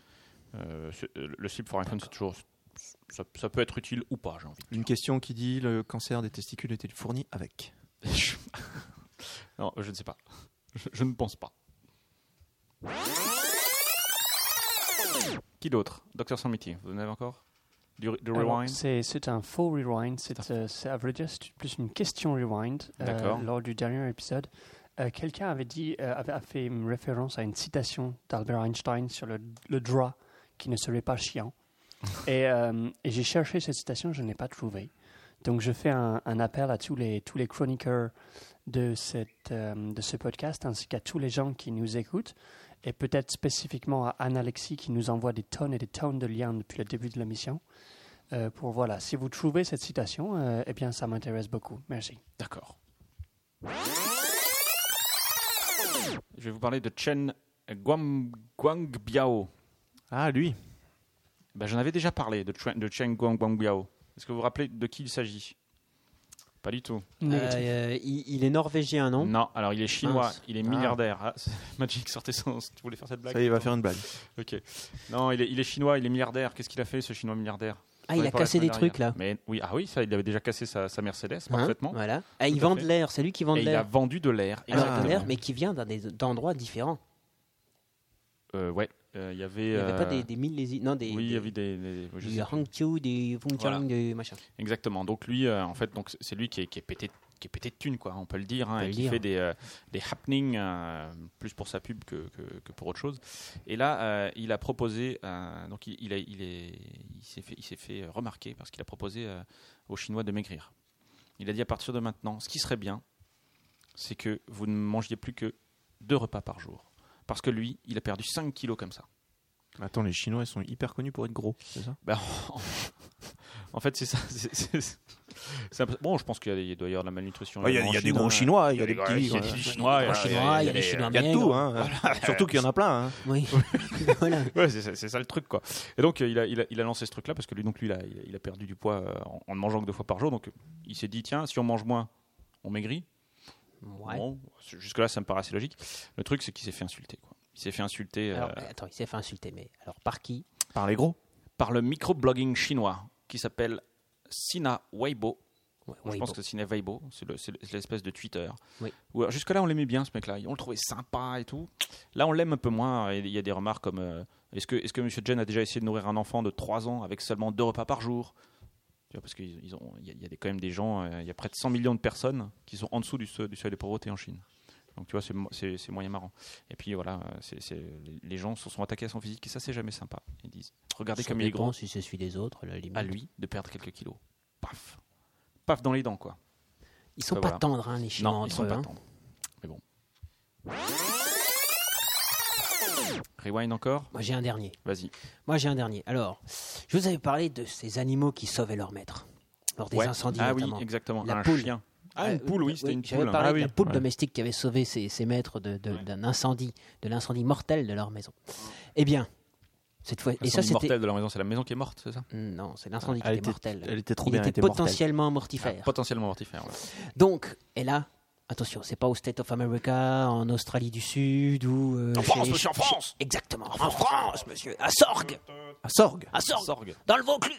S3: Euh, c'est- euh, le slip pour iPhone c'est toujours ça, ça peut être utile ou pas, j'ai envie.
S5: Une question qui dit le cancer des testicules était fourni avec.
S3: Je- [laughs] non, je ne sais pas. Je, je ne pense pas. Qui d'autre Docteur sans métier, vous en avez encore du, re- du
S7: Alors,
S3: rewind
S7: C'est c'est un faux rewind. C'est, euh, c'est, à vrai dire, c'est plus une question rewind. euh,
S3: D'accord.
S7: lors du dernier épisode, Euh, quelqu'un avait dit, euh, avait a fait une référence à une citation d'Albert Einstein sur le, le droit qui ne serait pas chiant. et, euh, et j'ai cherché cette citation, je ne l'ai pas trouvée. Donc je fais un, un appel à tous les, tous les chroniqueurs de, cette, euh, de ce podcast, ainsi qu'à tous les gens qui nous écoutent, et peut-être spécifiquement à Anne-Alexis qui nous envoie des tonnes et des tonnes de liens depuis le début de l'émission. Euh, pour voilà, si vous trouvez cette citation, euh, eh bien ça m'intéresse beaucoup. Merci.
S3: D'accord. Je vais vous parler de Chen Guam- Guangbiao.
S5: Ah, lui.
S3: Ben, J'en avais déjà parlé de, Chen- de Chen Guang- Guangbiao. Est-ce que vous vous rappelez de qui il s'agit Pas du tout.
S7: Négatif.
S6: Euh, il, il est norvégien, non
S3: alors il est chinois,
S6: Mince.
S3: il est milliardaire. Ah, [laughs] c'est- Magic, sortez son. Tu voulais faire cette blague
S5: Ça y est, il va faire une blague.
S3: Ok. Non, il est, il est chinois, il est milliardaire. Qu'est-ce qu'il a fait, ce chinois milliardaire
S6: Ah, il
S3: Ouais,
S6: a
S3: pour la
S6: cassé des
S3: semaine
S6: trucs là.
S3: dernière. Mais oui, ah oui, ça, il avait déjà cassé sa, sa Mercedes
S6: Hein,
S3: parfaitement.
S6: voilà. Ah,
S3: Tout
S6: il
S3: à
S6: vend de
S3: fait.
S6: l'air, c'est lui qui vend de
S3: Et il a
S6: l'air.
S3: vendu de l'air.
S6: Alors, Ah, de
S3: exactement.
S6: l'air, mais qui vient d'un des- d'endroits différents.
S3: Euh, ouais, euh, il y avait.
S6: Il n'y avait pas
S3: euh,
S6: des, des mille lési- non, des,
S3: Oui, il y
S6: des-
S3: avait des. des- je
S6: du
S3: sais plus.
S6: Hangzhou, du Fengchang,
S3: Voilà.
S6: du machin.
S3: Exactement. Donc lui, euh, en fait, donc c'est- c'est lui qui est, qui est pété qui est pété de thunes, quoi, on peut le dire, hein,
S6: On peut
S3: et
S6: le
S3: qui
S6: dire.
S3: fait des, euh, des happenings euh, plus pour sa pub que, que- que pour autre chose. Et là, euh, il a proposé, euh, donc il, il a- il est- il s'est fait, il s'est fait euh, remarquer parce qu'il a proposé euh, aux Chinois de maigrir. Il a dit à partir de maintenant, ce qui serait bien, c'est que vous ne mangiez plus que deux repas par jour. Parce que lui, il a perdu 5 kilos comme ça.
S5: Attends, les Chinois, ils sont hyper connus pour être gros, c'est ça
S3: Ben, en- [laughs] en fait, c'est ça. c'est- c'est- c'est un peu- Bon, je pense qu'il y a des- il doit y avoir de la malnutrition.
S5: Il y, a
S3: également en
S5: des
S3: Chine,
S5: gros
S3: hein.
S5: Chinois, euh, il y a
S3: Il
S5: des petits. hein.
S3: il y a
S5: voilà.
S3: des Chinois,
S6: Il y a des Chinois, il y a des Chinois
S5: Il y a de
S6: maigres.
S5: tout, hein. [laughs] Surtout qu'il y en a plein. hein.
S3: [laughs]
S6: Oui, [laughs] voilà.
S3: Ouais, c'est ça- c'est ça le truc quoi. Et donc euh, il a, il a- il a lancé ce truc là parce que lui donc lui il a, il a- il a perdu du poids euh, en, en ne mangeant que deux fois par jour. Donc euh, il s'est dit tiens si on mange moins on maigrit.
S6: Ouais.
S3: Bon, jusque là ça me paraît assez logique. Le truc c'est qu'il s'est fait insulter quoi. Il s'est fait insulter euh,
S6: Alors, euh, attends, il s'est fait insulter, mais alors par qui
S5: Ah, Par les gros.
S3: par le microblogging chinois qui s'appelle Sina Weibo.
S6: Ouais,
S3: Moi, je
S6: Weibo.
S3: pense que c'est Sina Weibo, c'est le- c'est le- c'est l'espèce de Twitter.
S6: Oui.
S3: Ou alors, Jusque-là, on l'aimait bien, ce mec-là. On le trouvait sympa et tout. Là, on l'aime un peu moins. Il y a des remarques comme euh, Est-ce que, est que M. Jen a déjà essayé de nourrir un enfant de 3 ans avec seulement deux repas par jour Tu vois, parce qu'il ils ont- il y a, il y a des- quand même des gens, euh, il y a près de 100 millions de personnes qui sont en dessous du, seuil- du seuil de pauvreté en Chine. Donc tu vois, c'est mo- c'est c'est moyen marrant. Et puis voilà, euh, c'est c'est- les- les gens se sont attaqués à son physique et ça, c'est jamais sympa. Ils disent, regardez
S6: Ça
S3: comme il est
S6: dépend
S3: grand,
S6: si c'est celui des autres, à la limite.
S3: à lui de perdre quelques kilos. Paf Paf dans les dents, quoi.
S6: Ils sont
S3: Bah,
S6: pas
S3: voilà.
S6: tendres, hein, les Chinois,
S3: non, ils
S6: entre
S3: sont
S6: eux.
S3: pas
S6: hein.
S3: tendres. Mais bon. Rewind encore
S6: Moi, j'ai un dernier.
S3: Vas-y.
S6: Moi, j'ai un dernier. Alors, je vous avais parlé de ces animaux qui sauvaient leur maître lors des
S3: Ouais.
S6: incendies,
S3: Ah
S6: notamment.
S3: oui, exactement.
S6: La
S3: un
S6: poule.
S3: chien. Ah,
S6: Euh,
S3: une poule, oui, c'était une
S6: J'avais
S3: poule.
S6: parlé
S3: Ah
S6: de
S3: oui.
S6: la poule
S3: Ouais.
S6: domestique qui avait sauvé ses, ses maîtres de- de-
S3: Ouais.
S6: d'un incendie, de l'incendie mortel de leur maison. Eh bien, cette fois, et ça
S3: L'incendie
S6: c'était
S3: mortel de la maison, c'est la maison qui est morte, c'est ça
S6: non, c'est l'incendie qui
S5: Elle
S6: était,
S5: était-
S6: mortel.
S5: elle était trop
S6: Il
S5: bien, elle
S6: était,
S5: était mortelle.
S6: potentiellement mortifère.
S3: Ah, Potentiellement mortifère. ouais.
S6: Donc, et là, attention, c'est pas au State of America, en Australie du Sud ou euh,
S8: En
S6: chez-
S8: France, monsieur, en France
S6: Exactement, en France, monsieur, à Sorgue,
S5: À Sorgue
S6: à Sorgue,
S3: Sorgue.
S6: dans le Vaucluse.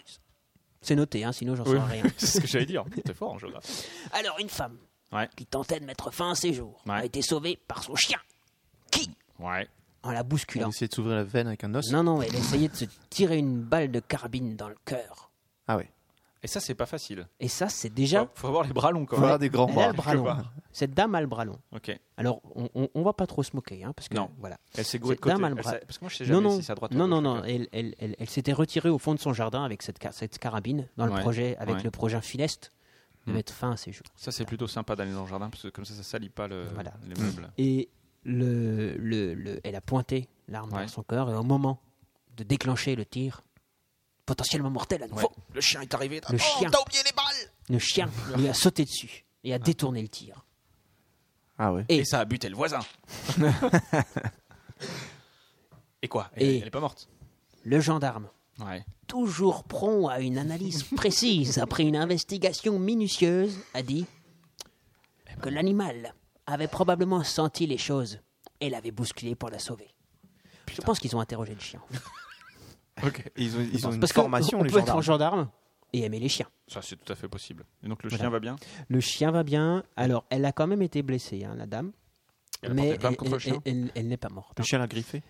S6: C'est noté, hein, sinon j'en sais
S3: [laughs]
S6: rien.
S3: c'est ce que j'allais dire. T'es fort en géographie.
S6: Alors, une femme
S3: Ouais.
S6: qui tentait de mettre fin à ses jours a
S3: Ouais.
S6: été sauvée par son chien, qui,
S3: Ouais.
S6: en Oh, la
S5: Elle
S6: bousculant,
S5: essayait de s'ouvrir la veine avec un os.
S6: non, non, elle essayait de se tirer une balle de carabine dans le cœur.
S5: Ah ouais.
S3: Et ça, c'est pas facile.
S6: Et ça, c'est
S3: Faut,
S6: déjà.
S3: faut avoir les bras longs, quand
S5: Faut avoir
S3: même.
S5: des grands
S6: Elle a
S5: bras.
S6: le bras long.
S3: quelque
S6: Cette dame a le bras long.
S3: Ok. Et
S6: Alors, on, on, on va pas trop se moquer, hein, parce que
S3: Non.
S6: voilà.
S3: c'est gourée de
S6: Cette
S3: côté.
S6: dame a le
S3: Elle
S6: bras-
S3: s'a- Parce que moi, je sais
S6: Non,
S3: jamais
S6: non,
S3: si c'est à droite ou à
S6: non, non,
S3: gauche,
S6: non.
S3: le
S6: Elle, elle, elle, elle s'était retirée au fond de son jardin avec cette, car- cette carabine dans le
S3: Ouais.
S6: projet, avec
S3: Ouais.
S6: le projet funeste de
S3: Hmm.
S6: mettre fin à ses jours.
S3: Ça, c'est plutôt sympa d'aller dans le jardin, parce que comme ça, ça salit pas le,
S6: Voilà.
S3: les meubles.
S6: Et le, le, le- elle a pointé l'arme
S3: Ouais.
S6: dans son corps et au moment de déclencher le tir, potentiellement mortel à nouveau,
S8: Le chien est arrivé.
S6: Le chien. Le chien lui a sauté dessus et a détourné le tir.
S5: Ah ouais.
S8: Et ça a buté le voisin.
S3: [laughs] Et quoi elle,
S6: Et-
S3: elle est pas morte.
S6: Le gendarme,
S3: [laughs] Ouais.
S6: toujours prompt à une analyse [laughs] précise après une investigation minutieuse, a dit que l'animal avait probablement senti les choses et l'avait bousculé pour la sauver. Je pense qu'ils ont interrogé le chien.
S5: Ok. Ils ont, ils ont une
S6: Parce qu'on peut
S5: formation, les
S6: être en
S5: gendarmes.
S6: gendarme et aimer les chiens.
S3: Ça, c'est tout à fait possible. Et donc, le
S6: Voilà.
S3: chien va bien
S6: Le chien va bien. Alors, elle a quand même été blessée, hein, la dame.
S3: Elle a
S6: mais
S3: porté plainte contre le chien
S6: elle- elle n'est pas morte.
S5: Le chien l'a griffé.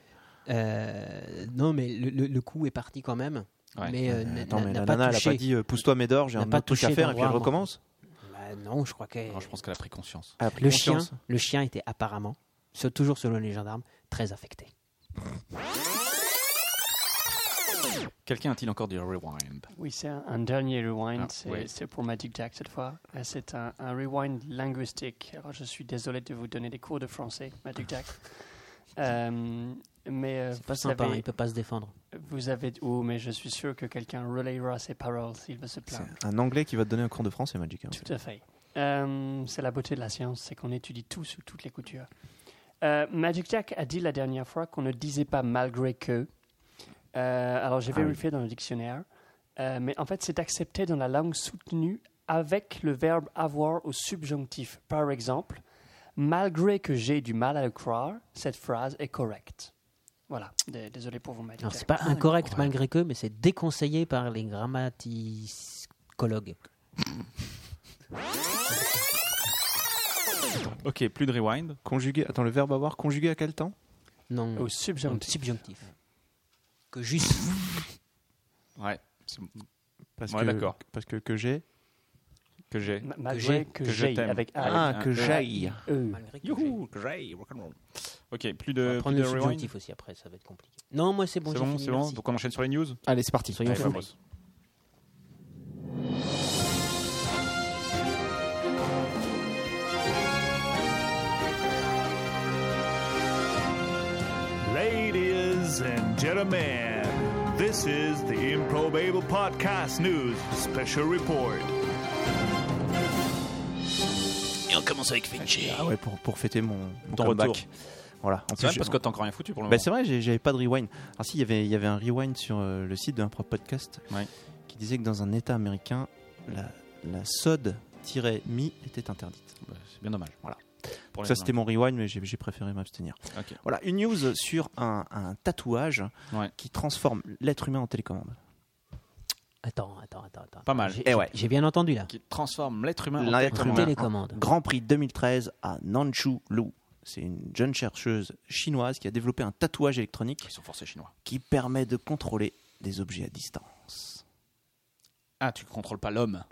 S6: Euh, non, mais le, le- le coup est parti quand même.
S3: Ouais.
S6: Mais euh, n'a-
S5: Attends, mais
S6: n'a
S5: la
S6: pas
S5: nana, elle a
S6: touché.
S5: pas dit euh, pousse-toi, Médor, j'ai
S6: N'a
S5: un
S6: pas
S5: autre truc à
S6: touché
S5: faire et puis elle
S6: d'endroit,
S5: recommence. Ah,
S6: Bah, non, je crois que
S3: Non, je pense qu'elle a pris conscience.
S5: Elle a pris
S6: hein. le chien,
S5: conscience.
S6: le chien était apparemment, ce- toujours selon les gendarmes, très affecté.
S3: Quelqu'un a-t-il encore du rewind
S7: Oui, c'est un, un dernier rewind,
S3: Ah,
S7: c'est
S3: oui.
S7: c'est pour Magic Jack cette fois. Euh, C'est un, un rewind linguistique. Alors, je suis désolé de vous donner des cours de français, Magic Jack. Euh, mais euh,
S6: C'est pas
S7: vous
S6: sympa,
S7: avez-
S6: il peut pas se défendre.
S7: Vous avez. Oh, mais je suis sûr que quelqu'un relayera ses paroles s'il veut se plaindre.
S5: C'est un anglais qui va te donner un cours de français, Magic. hein.
S7: Tout à fait. Euh, c'est la beauté de la science, c'est qu'on étudie tout sous toutes les coutures. Euh, Magic Jack a dit la dernière fois qu'on ne disait pas malgré que. Euh, alors j'ai
S5: Ah oui.
S7: vérifié dans le dictionnaire, Euh, mais en fait c'est accepté dans la langue soutenue avec le verbe avoir au subjonctif. Par exemple, malgré que j'ai du mal à le croire, cette phrase est correcte. Voilà, D- désolé pour vous, Magic
S6: Alors,
S7: Jack.
S6: c'est pas incorrect malgré que, mais c'est déconseillé par les grammaticologues.
S3: Ok, plus de rewind.
S5: Conjugué. Attends, le verbe avoir conjugué à quel temps Ah,
S6: Non,
S7: Au
S5: hein.
S6: non,
S7: subjonctif.
S6: subjonctif. Que juste.
S3: Ouais. c'est-
S5: Parce
S3: Ouais,
S5: que-
S3: d'accord.
S5: Parce que que j'ai.
S3: Que j'ai.
S7: Ma- Malgré
S6: j'ai-
S7: que
S3: que je
S7: j'ai
S3: t'aime.
S7: avec A.
S3: Ah,
S5: Ah, que j'aille.
S7: E.
S6: Malgré que j'ai.
S5: Euh,
S3: Youhou, que j'aille, rock'n'roll. Ok, plus
S6: On
S3: de,
S6: va
S3: plus
S6: prendre
S3: de
S6: le
S3: rewind.
S6: subjonctif aussi après, ça va être compliqué. Non, moi c'est bon,
S3: C'est
S6: j'ai
S3: bon,
S6: fini,
S3: c'est bon.
S6: merci.
S3: Donc on enchaîne sur les news.
S5: Allez, c'est parti.
S6: Soyons
S3: Allez,
S6: fous.
S3: vamos.
S9: Ladies and gentlemen, this is the Improbable Podcast News Special Report.
S8: Et on commence avec Finchi.
S5: Ah ouais, pour, pour fêter mon, mon
S3: Ton
S5: comeback.
S3: retour.
S5: Voilà. En
S3: C'est vrai
S5: j'ai-
S3: parce que t'as encore rien foutu pour le
S5: Bah,
S3: moment.
S5: c'est vrai, j'ai- j'avais pas de rewind. Alors si, il y avait- il y avait un rewind sur euh, le site d'un propre podcast
S3: Ouais.
S5: qui disait que dans un État américain, la, la sod-mi était interdite.
S3: Bah, c'est bien dommage. Voilà. Pour les
S5: Ça, c'était mon rewind, mais j'ai j'ai préféré m'abstenir.
S3: Ok.
S5: Voilà, une news sur un, un tatouage
S3: Ouais.
S5: qui transforme l'être humain en télécommande.
S6: Attends, attends, attends, attends.
S3: Pas mal.
S6: J'ai-
S5: Eh ouais.
S6: J'ai bien entendu là.
S3: Qui transforme l'être humain en
S5: L'être
S6: télécommande.
S5: humain.
S6: Télécommande.
S5: Grand Prix 2013 à Nanchu Lu. C'est une jeune chercheuse chinoise qui a développé un tatouage électronique
S3: Ils sont forcés chinois.
S5: qui permet de contrôler des objets à distance.
S3: Ah, tu contrôles pas l'homme.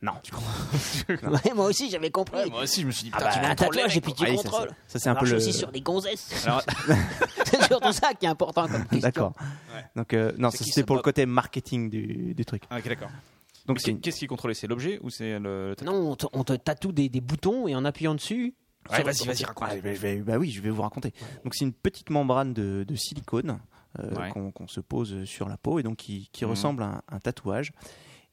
S5: Non.
S3: Tu contrôles-
S6: [laughs] Ouais, moi aussi, j'avais compris.
S3: Ouais, moi aussi, je me suis dit,
S6: Ah
S3: putain,
S6: bah,
S3: tu
S6: un
S3: contrôles les
S6: tatouage, et
S3: mecs,
S6: puis
S3: quoi.
S6: tu
S5: Ah oui, ça, ça-
S6: contrôles.
S5: Ça, c'est un
S6: marche
S5: peu le.
S6: aussi
S5: [laughs]
S6: sur des gonzesses. [laughs]
S3: Alors,
S6: c'est surtout ça qui est
S3: [laughs]
S6: important comme question.
S5: D'accord. Donc, euh, non,
S3: C'est
S5: ça,
S3: qui,
S5: c'était
S3: ça,
S5: pour le
S3: Bob
S5: côté marketing du, du truc.
S3: ah, ok, d'accord.
S5: Donc,
S3: Mais
S5: c'est
S3: qu'est- Qu'est-ce qui est contrôlé C'est l'objet ou c'est le. le tatouage
S6: Non, on te, on te tatoue des, des boutons et en appuyant dessus.
S3: Ouais,
S6: ça-
S3: vas-y, vas-y, raconte.
S5: Ah, bah, je vais- bah oui, je vais vous raconter. Donc c'est une petite membrane de, de silicone euh,
S3: Ouais.
S5: qu'on qu'on se pose sur la peau et donc qui, qui
S3: Mhm.
S5: ressemble à un, un tatouage.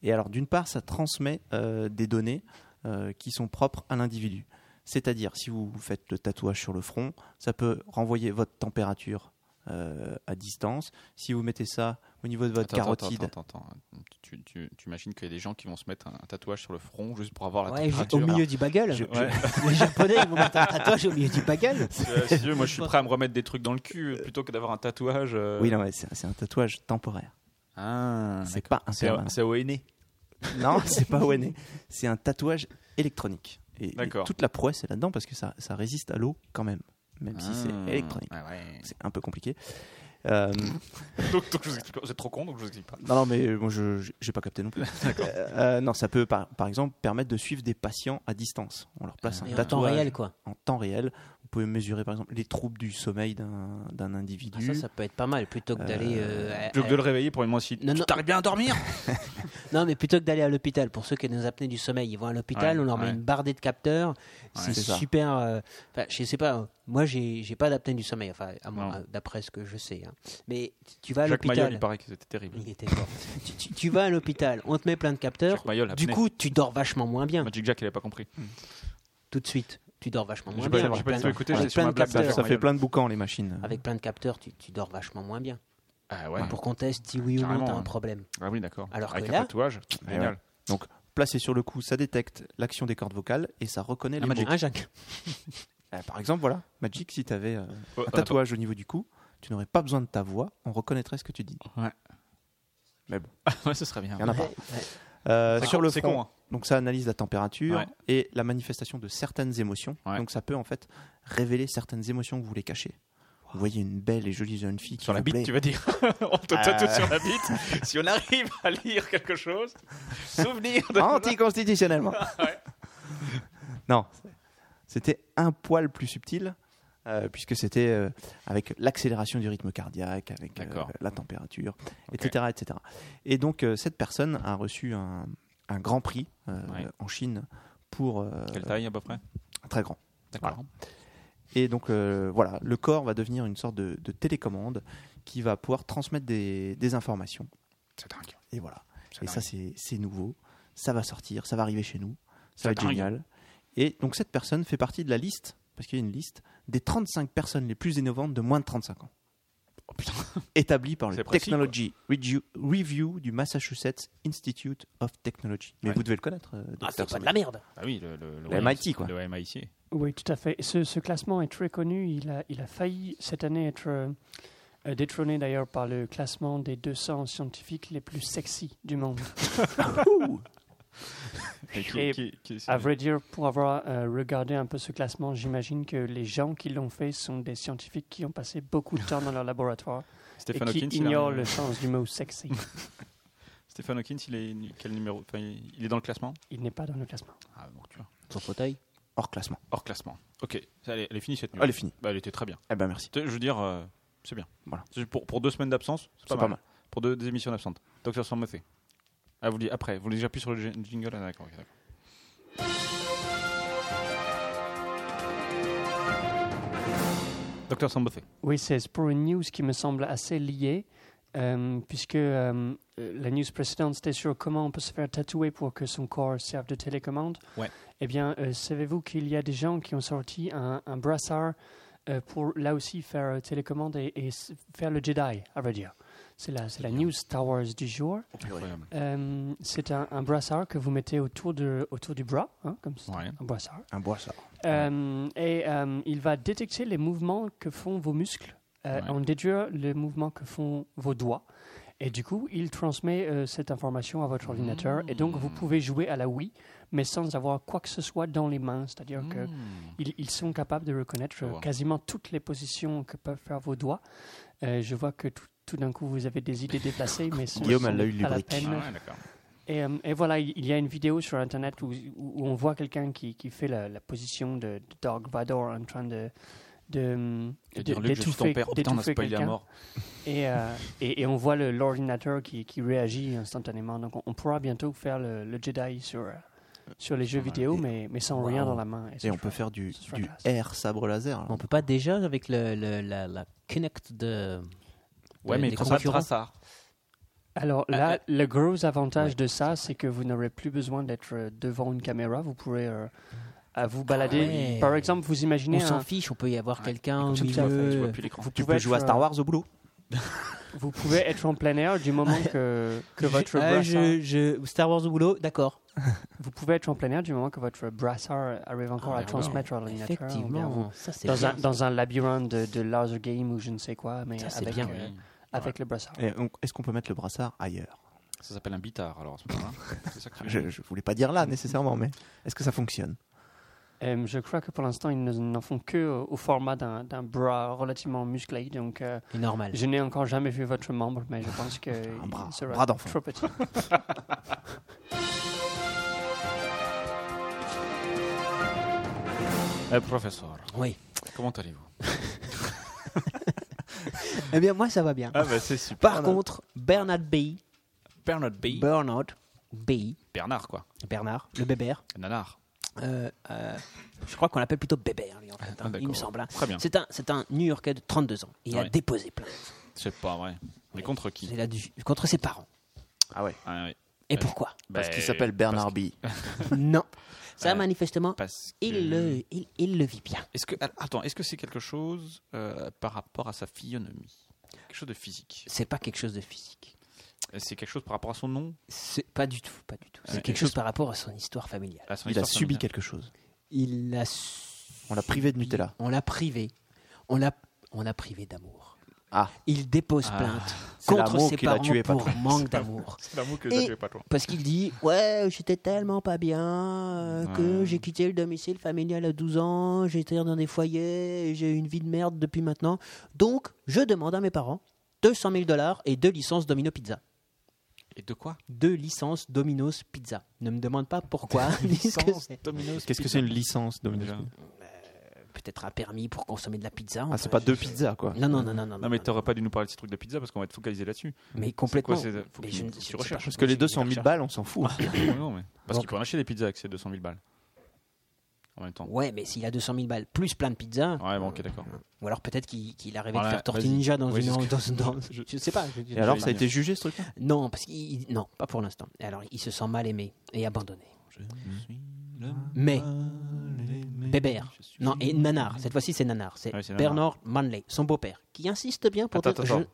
S5: Et alors d'une part, ça transmet euh, des données euh, qui sont propres à l'individu. C'est-à-dire, si vous faites le tatouage sur le front, ça peut renvoyer votre température euh, à distance. Si vous mettez ça au niveau de votre
S3: Attends, attends,
S5: carotide,
S3: Attends, attends, attends. Tu, tu, tu imagines qu'il y a des gens qui vont se mettre un, un tatouage sur le front juste pour avoir la
S6: Ouais, juste
S3: température. Ah,
S6: au milieu du bagel.
S3: Ouais.
S6: [laughs] Les Japonais, ils vont mettre un tatouage au milieu
S3: [laughs]
S6: du bagel.
S3: Euh, si tu veux,
S6: [laughs]
S3: moi, je suis prêt à me remettre des trucs dans le cul euh, plutôt que d'avoir un tatouage. euh.
S5: oui, non, mais c'est c'est un tatouage temporaire.
S3: Ah,
S5: C'est pas un permanent.
S3: c'est ONE.
S5: Non, c'est pas ONE. C'est un tatouage électronique. Et, et
S3: D'accord.
S5: toute la prouesse est là-dedans parce que ça, ça résiste à l'eau quand même, même si
S6: Ah,
S5: c'est électronique. C'est un peu compliqué. Euh,
S3: Donc, donc je vous explique pas. Vous êtes trop con, donc je vous explique pas.
S5: non, non, mais euh, moi, je n'ai pas capté
S6: [laughs]
S5: non plus. Euh, euh, non, ça peut, par, par exemple, permettre de suivre des patients à distance. On leur place un
S6: Ah, Et en
S5: tatouage
S6: temps réel, quoi.
S5: en temps réel. Vous pouvez mesurer, par exemple, les troubles du sommeil d'un d'un
S6: Ah,
S5: individu.
S6: ça, ça peut être pas mal plutôt que d'aller. euh, à-
S3: Plutôt que de le réveiller pour une moitié.
S6: Non,
S3: Tu
S6: non.
S3: t'arrives bien à dormir
S6: Non, mais plutôt que d'aller à l'hôpital, pour ceux qui ont des apnées du sommeil, ils vont à l'hôpital,
S3: Ouais,
S6: on leur met
S3: ouais.
S6: une bardée de capteurs. c'est
S5: c'est ça.
S6: super. euh, Enfin, je sais pas. euh, Moi, j'ai j'ai pas d'apnée du sommeil, enfin, à moi,
S3: Non.
S6: euh, d'après ce que je sais. hein. Mais tu- tu vas à
S3: Jacques Mayol, il
S6: l'hôpital.
S3: paraît que c'était terrible.
S6: Il était fort. [laughs] tu, tu- tu vas à l'hôpital, on te met plein de capteurs.
S3: Jacques Mayol,
S6: Du
S3: apnée.
S6: coup, tu dors vachement moins bien
S3: Magic Jack, il avait pas compris.
S6: tout de suite. Tu dors vachement moins
S3: J'ai pas-
S6: bien.
S3: j'ai
S6: avec
S3: pas
S6: plein
S3: du tout
S6: de-
S3: écouté,
S6: avec
S3: j'étais sur
S6: plein
S3: ma
S6: de
S3: blague
S5: Ça-
S6: capteurs.
S5: ça fait plein de boucans, les machines.
S6: Avec plein de capteurs, tu, tu dors vachement moins bien.
S3: Ah ouais.
S6: Pour qu'on teste si oui ou non
S3: Carrément,
S6: t'as un
S3: hein.
S6: problème.
S3: Ah oui, d'accord.
S6: Alors
S3: Avec
S6: que
S3: un
S6: là-
S3: tatouage,
S5: Ah
S3: génial.
S5: Donc, placé sur le cou, ça détecte l'action des cordes vocales et ça reconnaît les mots.
S6: Hein, Jacques
S5: Euh, par exemple, voilà, Magic, si euh, tu avais
S3: Oh,
S5: un
S3: attends.
S5: tatouage au niveau du cou, tu n'aurais pas besoin de ta voix, on reconnaîtrait ce que tu dis.
S3: Ah, [laughs] ouais, Ah, ce serait bien.
S5: Il y en a pas.
S6: Ah,
S5: Euh,
S3: C'est
S5: sur
S3: con-
S5: le
S3: c'est
S5: front,
S3: con, hein.
S5: donc ça analyse la température
S3: Ouais.
S5: et la manifestation de certaines émotions.
S3: Ouais.
S5: Donc ça peut en fait révéler certaines émotions que vous voulez cacher. Vous voyez une belle et jolie jeune fille qui
S3: Sur la
S5: vous
S3: bite,
S5: plaît. Euh.
S3: tu vas dire. [laughs] on te tatoue sur la bite. [laughs] si on arrive à lire quelque chose, souvenir de. [laughs]
S5: [laughs] Anticonstitutionnellement. Non, c'était un poil plus subtil, euh, puisque c'était euh, avec l'accélération du rythme cardiaque, avec euh,
S3: D'accord.
S5: la température, etc., etc. Et donc, euh, cette personne a reçu un, un grand prix euh,
S3: Ouais.
S5: en Chine pour. euh,
S3: Quelle taille à peu près
S5: Très grand.
S3: D'accord.
S5: Et donc euh, voilà, le corps va devenir une sorte de, de télécommande qui va pouvoir transmettre des, des informations.
S3: C'est dingue.
S5: Et voilà.
S3: C'est
S5: Et
S3: dingue.
S5: ça, c'est c'est nouveau. Ça va sortir, ça va arriver chez nous. Ça va être
S3: dingue.
S5: génial. Et donc, cette personne fait partie de la liste, parce qu'il y a une liste, des 35 personnes les plus innovantes de moins de 35 ans.
S3: Oh,
S5: [laughs]
S3: putain.
S5: Établie par le
S3: C'est précis,
S5: Technology Review, Review du Massachusetts Institute of Technology. Mais vous devez le connaître, euh,
S6: Ah,
S5: Dr.
S6: c'est pas de
S5: Sommer.
S6: la merde.
S3: Ah oui, le, le,
S5: Le MIT, quoi.
S3: Le MIT.
S7: Oui, tout à fait. Ce, ce classement est très connu. Il a, il a failli cette année être euh, euh, détrôné d'ailleurs par le classement des 200 scientifiques les plus sexy du
S3: [laughs]
S7: monde.
S3: Et qui-
S7: Et
S3: qui- qui- c'est-
S7: À vrai dire, pour avoir euh, regardé un peu ce classement, j'imagine que les gens qui l'ont fait sont des scientifiques qui ont passé beaucoup de temps dans leur laboratoire
S3: [laughs] Stephen
S7: et qui
S3: Hawking, il a-
S7: ignorent le sens du
S3: [laughs]
S7: mot sexy.
S3: Stephen Hawking, il est quel numéro Enfin, Il il est dans le classement
S7: Il n'est pas dans le classement.
S3: Ah donc tu vois.
S6: Son fauteuil.
S5: Hors classement.
S3: Hors classement. Ok, Ça, elle est, elle est finie cette nuit.
S5: Elle est finie.
S3: Bah, elle était très bien.
S5: Eh ben, merci.
S3: Tu sais, Je veux dire, euh, c'est bien.
S5: Voilà.
S3: C'est Pour, pour deux semaines d'absence, c'est pas, mal. Pour deux, des émissions d'absente. Docteur Samothe. Ah, vous, le- après, vous voulez déjà appuyer sur le jin- jingle Ah, D'accord, ok, d'accord. Docteur Samothe.
S7: Oui, c'est pour une news qui me semble assez liée, euh, puisque euh, la news précédente, c'était sur comment on peut se faire tatouer pour que son corps serve de télécommande.
S3: Ouais.
S7: Eh bien, euh, savez-vous qu'il y a des gens qui ont sorti un, un brassard euh, pour, là aussi, faire euh, télécommande et, et s- faire le Jedi, à vrai dire. C'est la, c'est la news Star Wars du jour.
S3: Incroyable.
S7: Euh, c'est un, un brassard que vous mettez autour, de, autour du bras, hein, comme ça,
S3: Ouais.
S7: un brassard.
S5: Un bois, ça.
S7: Euh, et euh, il va détecter les mouvements que font vos muscles, euh,
S3: Ouais.
S7: en déduire les mouvements que font vos doigts. Et du coup, il transmet euh, cette information à votre ordinateur. Et donc,
S5: Mmh.
S7: vous pouvez jouer à la Wii, mais sans avoir quoi que ce soit dans les mains. C'est-à-dire que
S5: Mmh.
S3: Hmm.
S7: qu'ils ils sont capables de reconnaître euh,
S3: vois.
S7: quasiment toutes les positions que peuvent faire vos doigts. Euh, je vois que tout, tout d'un coup, vous avez des idées déplacées, mais ce ne
S5: Guillaume,
S7: sont
S5: elle a eu le
S7: pas la
S5: lubrique.
S7: peine.
S3: Ah ouais, d'accord.
S7: Et, euh, et voilà, il il y a une vidéo sur Internet où, où on voit quelqu'un qui, qui fait la, la position de, de Dark Vador en train de... De,
S3: De dire, Luc, je suis ton
S7: d'étouffer-
S3: père. Oh putain, on a
S7: d'étouffer
S3: spoilé à
S7: quelqu'un.
S3: mort.
S7: Et, euh, et, et on voit le- l'ordinateur qui, qui réagit instantanément. Donc on, on pourra bientôt faire le, le Jedi sur, euh, sur les jeux vidéo,
S5: et-
S7: mais, mais sans
S5: Wow.
S7: rien dans la main.
S5: Et
S7: ça,
S5: on
S7: je
S5: peut
S7: trouve-
S5: faire du,
S7: ce sera
S5: du
S7: classe.
S5: air sabre laser. là.
S6: On peut pas déjà avec le, le- la, la Kinect de.
S3: Ouais,
S6: de-
S3: mais
S6: des
S3: pour ça, tu
S6: concurrents.
S3: ça.
S7: Alors là,
S3: Ah,
S7: le gros avantage de ça, c'est que vous n'aurez plus besoin d'être euh, devant une caméra. Vous pourrez euh, à vous
S3: Ah
S7: balader.
S6: ouais.
S7: Par exemple, vous imaginez
S6: On
S7: un,
S6: s'en fiche, on peut y avoir quelqu'un au
S3: Comme ça, tu vois
S6: milieu.
S3: plus l'écran.
S7: vous
S5: Tu
S7: pouvez
S5: peux jouer à
S7: être,
S5: Star
S7: euh,
S5: Wars au boulot.
S7: Vous pouvez être en plein air du moment que, que votre
S6: Ah,
S7: brassard,
S6: je, je- Star Wars au boulot, d'accord.
S7: vous pouvez être en plein air du moment que votre brassard arrive encore
S6: Ah,
S7: à
S6: ouais,
S7: transmettre à l'ordinateur. ou bien vous-
S6: Effectivement, ça c'est
S7: Dans
S6: bien.
S7: un, dans un labyrinthe de, de laser game ou je ne sais quoi, mais
S6: Ça, c'est
S7: avec,
S6: bien,
S7: euh,
S3: oui.
S7: avec le brassard.
S5: Et donc, Est-ce qu'on peut mettre le brassard ailleurs
S3: Ça s'appelle un bitard, alors, à ce moment-là. [laughs] C'est ça que tu-
S5: Ah, je, ne voulais pas dire là nécessairement, mais est-ce que ça fonctionne
S7: Euh, je crois que pour l'instant, ils ne- n'en font que au, au format d'un d'un bras relativement musclé. Donc, euh,
S6: C'est normal.
S7: je n'ai encore jamais vu votre membre, mais je
S6: [laughs]
S7: pense que
S5: Un bras,
S7: il sera
S5: bras d'enfant.
S7: trop petit.
S3: Eh, professeur,
S6: Oui.
S3: comment allez-vous
S6: Eh bien, moi ça va bien.
S3: Ah, bah, c'est super.
S6: Par contre, Bernard B.
S3: Bernard B.
S6: Bernard B.
S3: Bernard, quoi.
S6: Bernard, le bébert.
S3: Nanar.
S6: Euh, euh, je crois qu'on l'appelle plutôt bébert, lui, en fait, hein,
S3: d'accord.
S6: il me semble. hein.
S3: Très bien.
S6: C'est un, c'est un New Yorkais de 32 ans. Il a
S3: Ouais.
S6: déposé plainte.
S3: C'est pas vrai. Mais contre qui
S6: Il a dû- contre ses parents.
S5: Ah ouais.
S3: Ah, oui.
S6: Et
S3: Euh,
S6: pourquoi
S5: Parce
S3: Bah,
S5: qu'il s'appelle Bernard B.
S6: Non. Ça,
S3: Ouais.
S6: manifestement,
S3: Parce que-
S6: il, le, il, il le vit bien.
S3: Est-ce que... ah, Attends, est-ce que c'est quelque chose euh, par rapport à sa physionomie Quelque chose de physique
S6: C'est pas quelque chose de physique.
S3: C'est quelque chose par rapport à son nom
S6: C'est pas du tout, pas du tout. C'est
S3: Ouais.
S6: quelque chose par rapport à son histoire familiale.
S3: à son
S5: Il a
S3: histoire
S5: subi
S3: familiale
S5: quelque chose.
S6: Il a su-
S5: On l'a privé de Nutella.
S6: On l'a privé. On l'a, on l'a privé d'amour.
S5: Ah.
S6: Il dépose
S3: Ah.
S6: plainte
S5: C'est
S6: contre
S5: l'amour
S6: ses
S5: qui l'a
S6: parents
S5: tué, pas
S6: pour
S5: toi.
S6: manque d'amour.
S3: C'est l'amour que
S6: Et-
S3: j'ai pas toi.
S6: Parce qu'il dit Ouais, j'étais tellement pas bien euh, que
S3: Ouais.
S6: j'ai quitté le domicile familial à 12 ans, j'étais dans des foyers, et j'ai eu une vie de merde depuis maintenant. Donc, je demande à mes parents 200 000 dollars et deux licences Domino Pizza.
S3: Et de quoi
S6: Deux licences Domino's Pizza. Ne me demande pas pourquoi. [laughs] ni ce que c'est.
S3: Domino's
S5: Qu'est-ce que c'est une licence Domino's
S3: Déjà.
S6: Peut-être un permis pour consommer de la pizza.
S5: Ah, c'est pas deux pizzas quoi.
S6: Non, non, non, non. non,
S3: Non mais t'aurais pas dû nous parler de ces trucs de pizza parce qu'on va être focalisé
S5: [coughs]
S3: là-dessus.
S6: Mais
S3: C'est quoi,
S6: complètement.
S3: c'est- faut
S6: Mais
S3: que
S6: je
S3: tu-
S6: ne-
S3: tu
S6: je ne sais
S3: recherches.
S6: pas.
S5: Parce que les 200 000 balles, on s'en fout.
S3: Non, non, mais- Parce
S6: Donc-
S3: qu'il peut en acheter des pizzas avec ces 200 000 balles. En même temps.
S6: Ouais, mais s'il a 200 000 balles plus plein de pizzas,
S3: Ouais, bon, ok, d'accord.
S6: ou alors peut-être qu'il qu'il a rêvé
S3: Voilà,
S6: de faire
S3: vas-y.
S6: Tortinja dans
S3: Oui,
S6: une.
S3: c'est ce
S6: dans, dans- je sais pas. je-
S5: Et alors, ça a été jugé ce truc
S6: [laughs] Non, parce qu'il non, pas pour l'instant. Et Alors, il se sent mal aimé et abandonné. Mais
S3: Ah,
S6: Bébert, non et Nanar. Cette fois-ci, c'est Nanar. C'est
S3: Ouais, c'est Nanar.
S6: Bernard Manley, son beau-père, qui insiste bien pour
S3: Attends,
S6: dire.
S3: attends.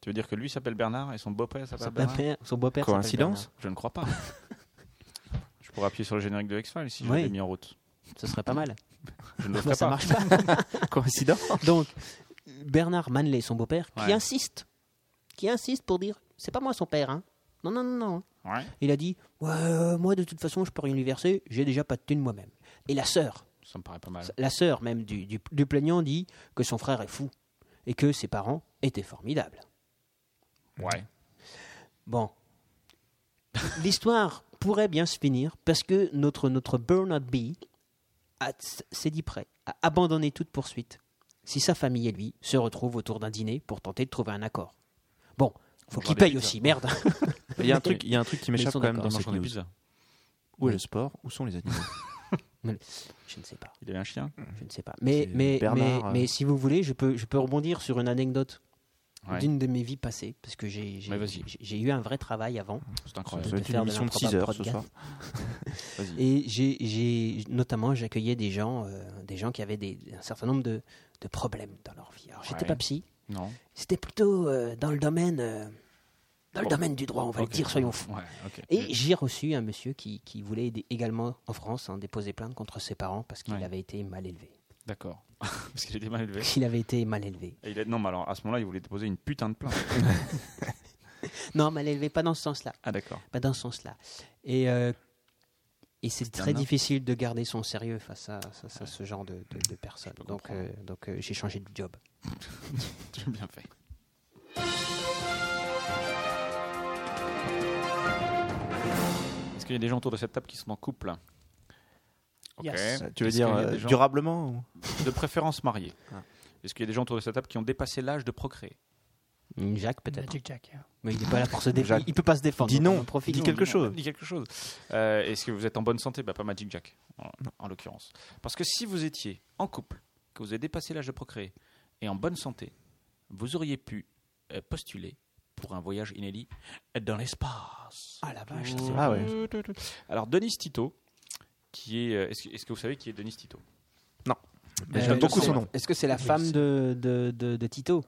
S3: Tu veux dire que lui s'appelle Bernard et son beau-père
S6: je- son
S3: s'appelle Bernard
S6: beau-père, son beau-père. s'appelle
S5: Coïncidence
S3: Je ne crois pas. [laughs] Je pourrais appuyer sur le générique de X-Files si je
S6: Oui.
S3: l'avais mis en route.
S6: Bernard. Ce serait pas mal.
S3: Je ne le
S6: [laughs]
S3: ferai
S6: Bah, ça
S3: pas.
S6: marche pas.
S5: Coïncidence
S6: Donc, Bernard Manley, son beau-père,
S3: Ouais.
S6: qui insiste, qui insiste pour dire, c'est pas moi son père, hein. Non, non, non, non.
S3: Ouais.
S6: Il a dit, ouais, euh, moi de toute façon, je peux rien lui verser, j'ai déjà pas de thune moi-même. Et la sœur,
S3: Ça me paraît pas mal.
S6: la sœur même du, du- du plaignant dit que son frère est fou et que ses parents étaient formidables.
S3: Ouais.
S6: Bon, l'histoire [laughs] pourrait bien se finir parce que notre, notre Bernard B. a- s'est dit prêt à abandonner toute poursuite si sa famille et lui se retrouvent autour d'un dîner pour tenter de trouver un accord. Bon, faut
S3: Manger
S6: qu'il
S3: des
S6: paye
S3: pizzas.
S6: aussi, merde. hein.
S5: Il y a un truc, il y a un truc qui
S6: Mais ils
S5: m'échappe
S6: sont
S5: quand même
S6: d'accord,
S5: dans
S3: En
S5: cette
S3: mangeant des
S5: news.
S3: pizzas.
S5: Où est le sport Où sont les animaux
S6: Je ne sais pas,
S3: Il avait un chien.
S6: je ne sais pas. Mais,
S5: C'est
S6: mais,
S5: Bernard,
S6: mais,
S5: euh.
S6: mais si vous voulez, je peux, je peux rebondir sur une anecdote
S3: Ouais.
S6: d'une de mes vies passées parce que j'ai
S3: Ouais,
S6: j'ai-
S3: vas-y. Mhm.
S6: j'ai- j'ai eu un vrai travail avant.
S3: C'est
S5: Ça
S3: incroyable.
S5: va
S6: de
S5: être une
S6: faire de
S5: émission de 6
S6: l'improbable
S5: heures ce soir.
S6: podcast.
S3: Vas-y.
S6: Et j'ai, j'ai- notamment, j'accueillais des gens, euh, des gens qui avaient des, un certain nombre de, de problèmes dans leur vie. Alors, j'étais
S3: Ouais.
S6: pas psy,
S3: Non.
S6: c'était plutôt euh, dans le domaine, euh, dans le
S3: Bon.
S6: domaine du droit, on va
S3: Ok.
S6: le dire, soyons fous.
S3: Ouais, ok. Euh,
S6: Et j'ai reçu un monsieur qui, qui voulait aider également en France hein, déposer plainte contre ses parents parce qu'il
S3: Ouais.
S6: avait été mal élevé.
S3: D'accord. [laughs] Parce qu'il était mal élevé.
S6: Il avait été mal élevé.
S3: Et il a- Non, mais alors à ce moment-là, il voulait déposer une putain de plainte.
S6: Non, mal élevé, pas dans ce sens-là.
S3: Ah, [laughs] d'accord.
S6: Pas dans ce sens-là. Et, euh, et c'est très
S3: un
S6: difficile de garder son sérieux face à, face à ce genre de, de- de personnes. Donc,
S3: comprendre.
S6: euh, donc euh, j'ai changé de job.
S3: Tu as bien fait. qu'il y a des gens autour de cette table qui sont en couple Ok.
S7: Yes.
S5: Tu veux
S3: Est-ce
S5: dire
S3: qu'il y a
S5: euh,
S3: des gens-
S5: durablement ou-
S3: De préférence mariés.
S6: Ah.
S3: Est-ce qu'il y a des gens autour de cette table qui ont dépassé l'âge de procréer
S6: Mm, Jacques, peut-être.
S7: Magic Jack. hein.
S6: Mais il n'est pas là pour se défendre.
S5: Jacques,
S6: Il peut pas se défendre.
S5: dis
S6: donc
S5: non,
S6: on en profite.
S5: dis quelque chose.
S3: Dis quelque chose. Euh, Est-ce que vous êtes en bonne santé bah, Pas Magic Jack, en, en l'occurrence. Parce que si vous étiez en couple, que vous avez dépassé l'âge de procréer, et en bonne santé, vous auriez pu euh, postuler pour un voyage inédit dans l'espace.
S6: Ah la vache, ça, c'est-
S5: Ah ouais.
S3: Alors, Denis Tito, qui est. euh, Est-ce que, est-ce que vous savez qui est Denis Tito
S5: Mais
S6: Euh,
S5: J'aime beaucoup son nom.
S6: Est-ce que c'est la
S7: Oui,
S6: femme
S7: c'est-
S6: de, de, de, de Tito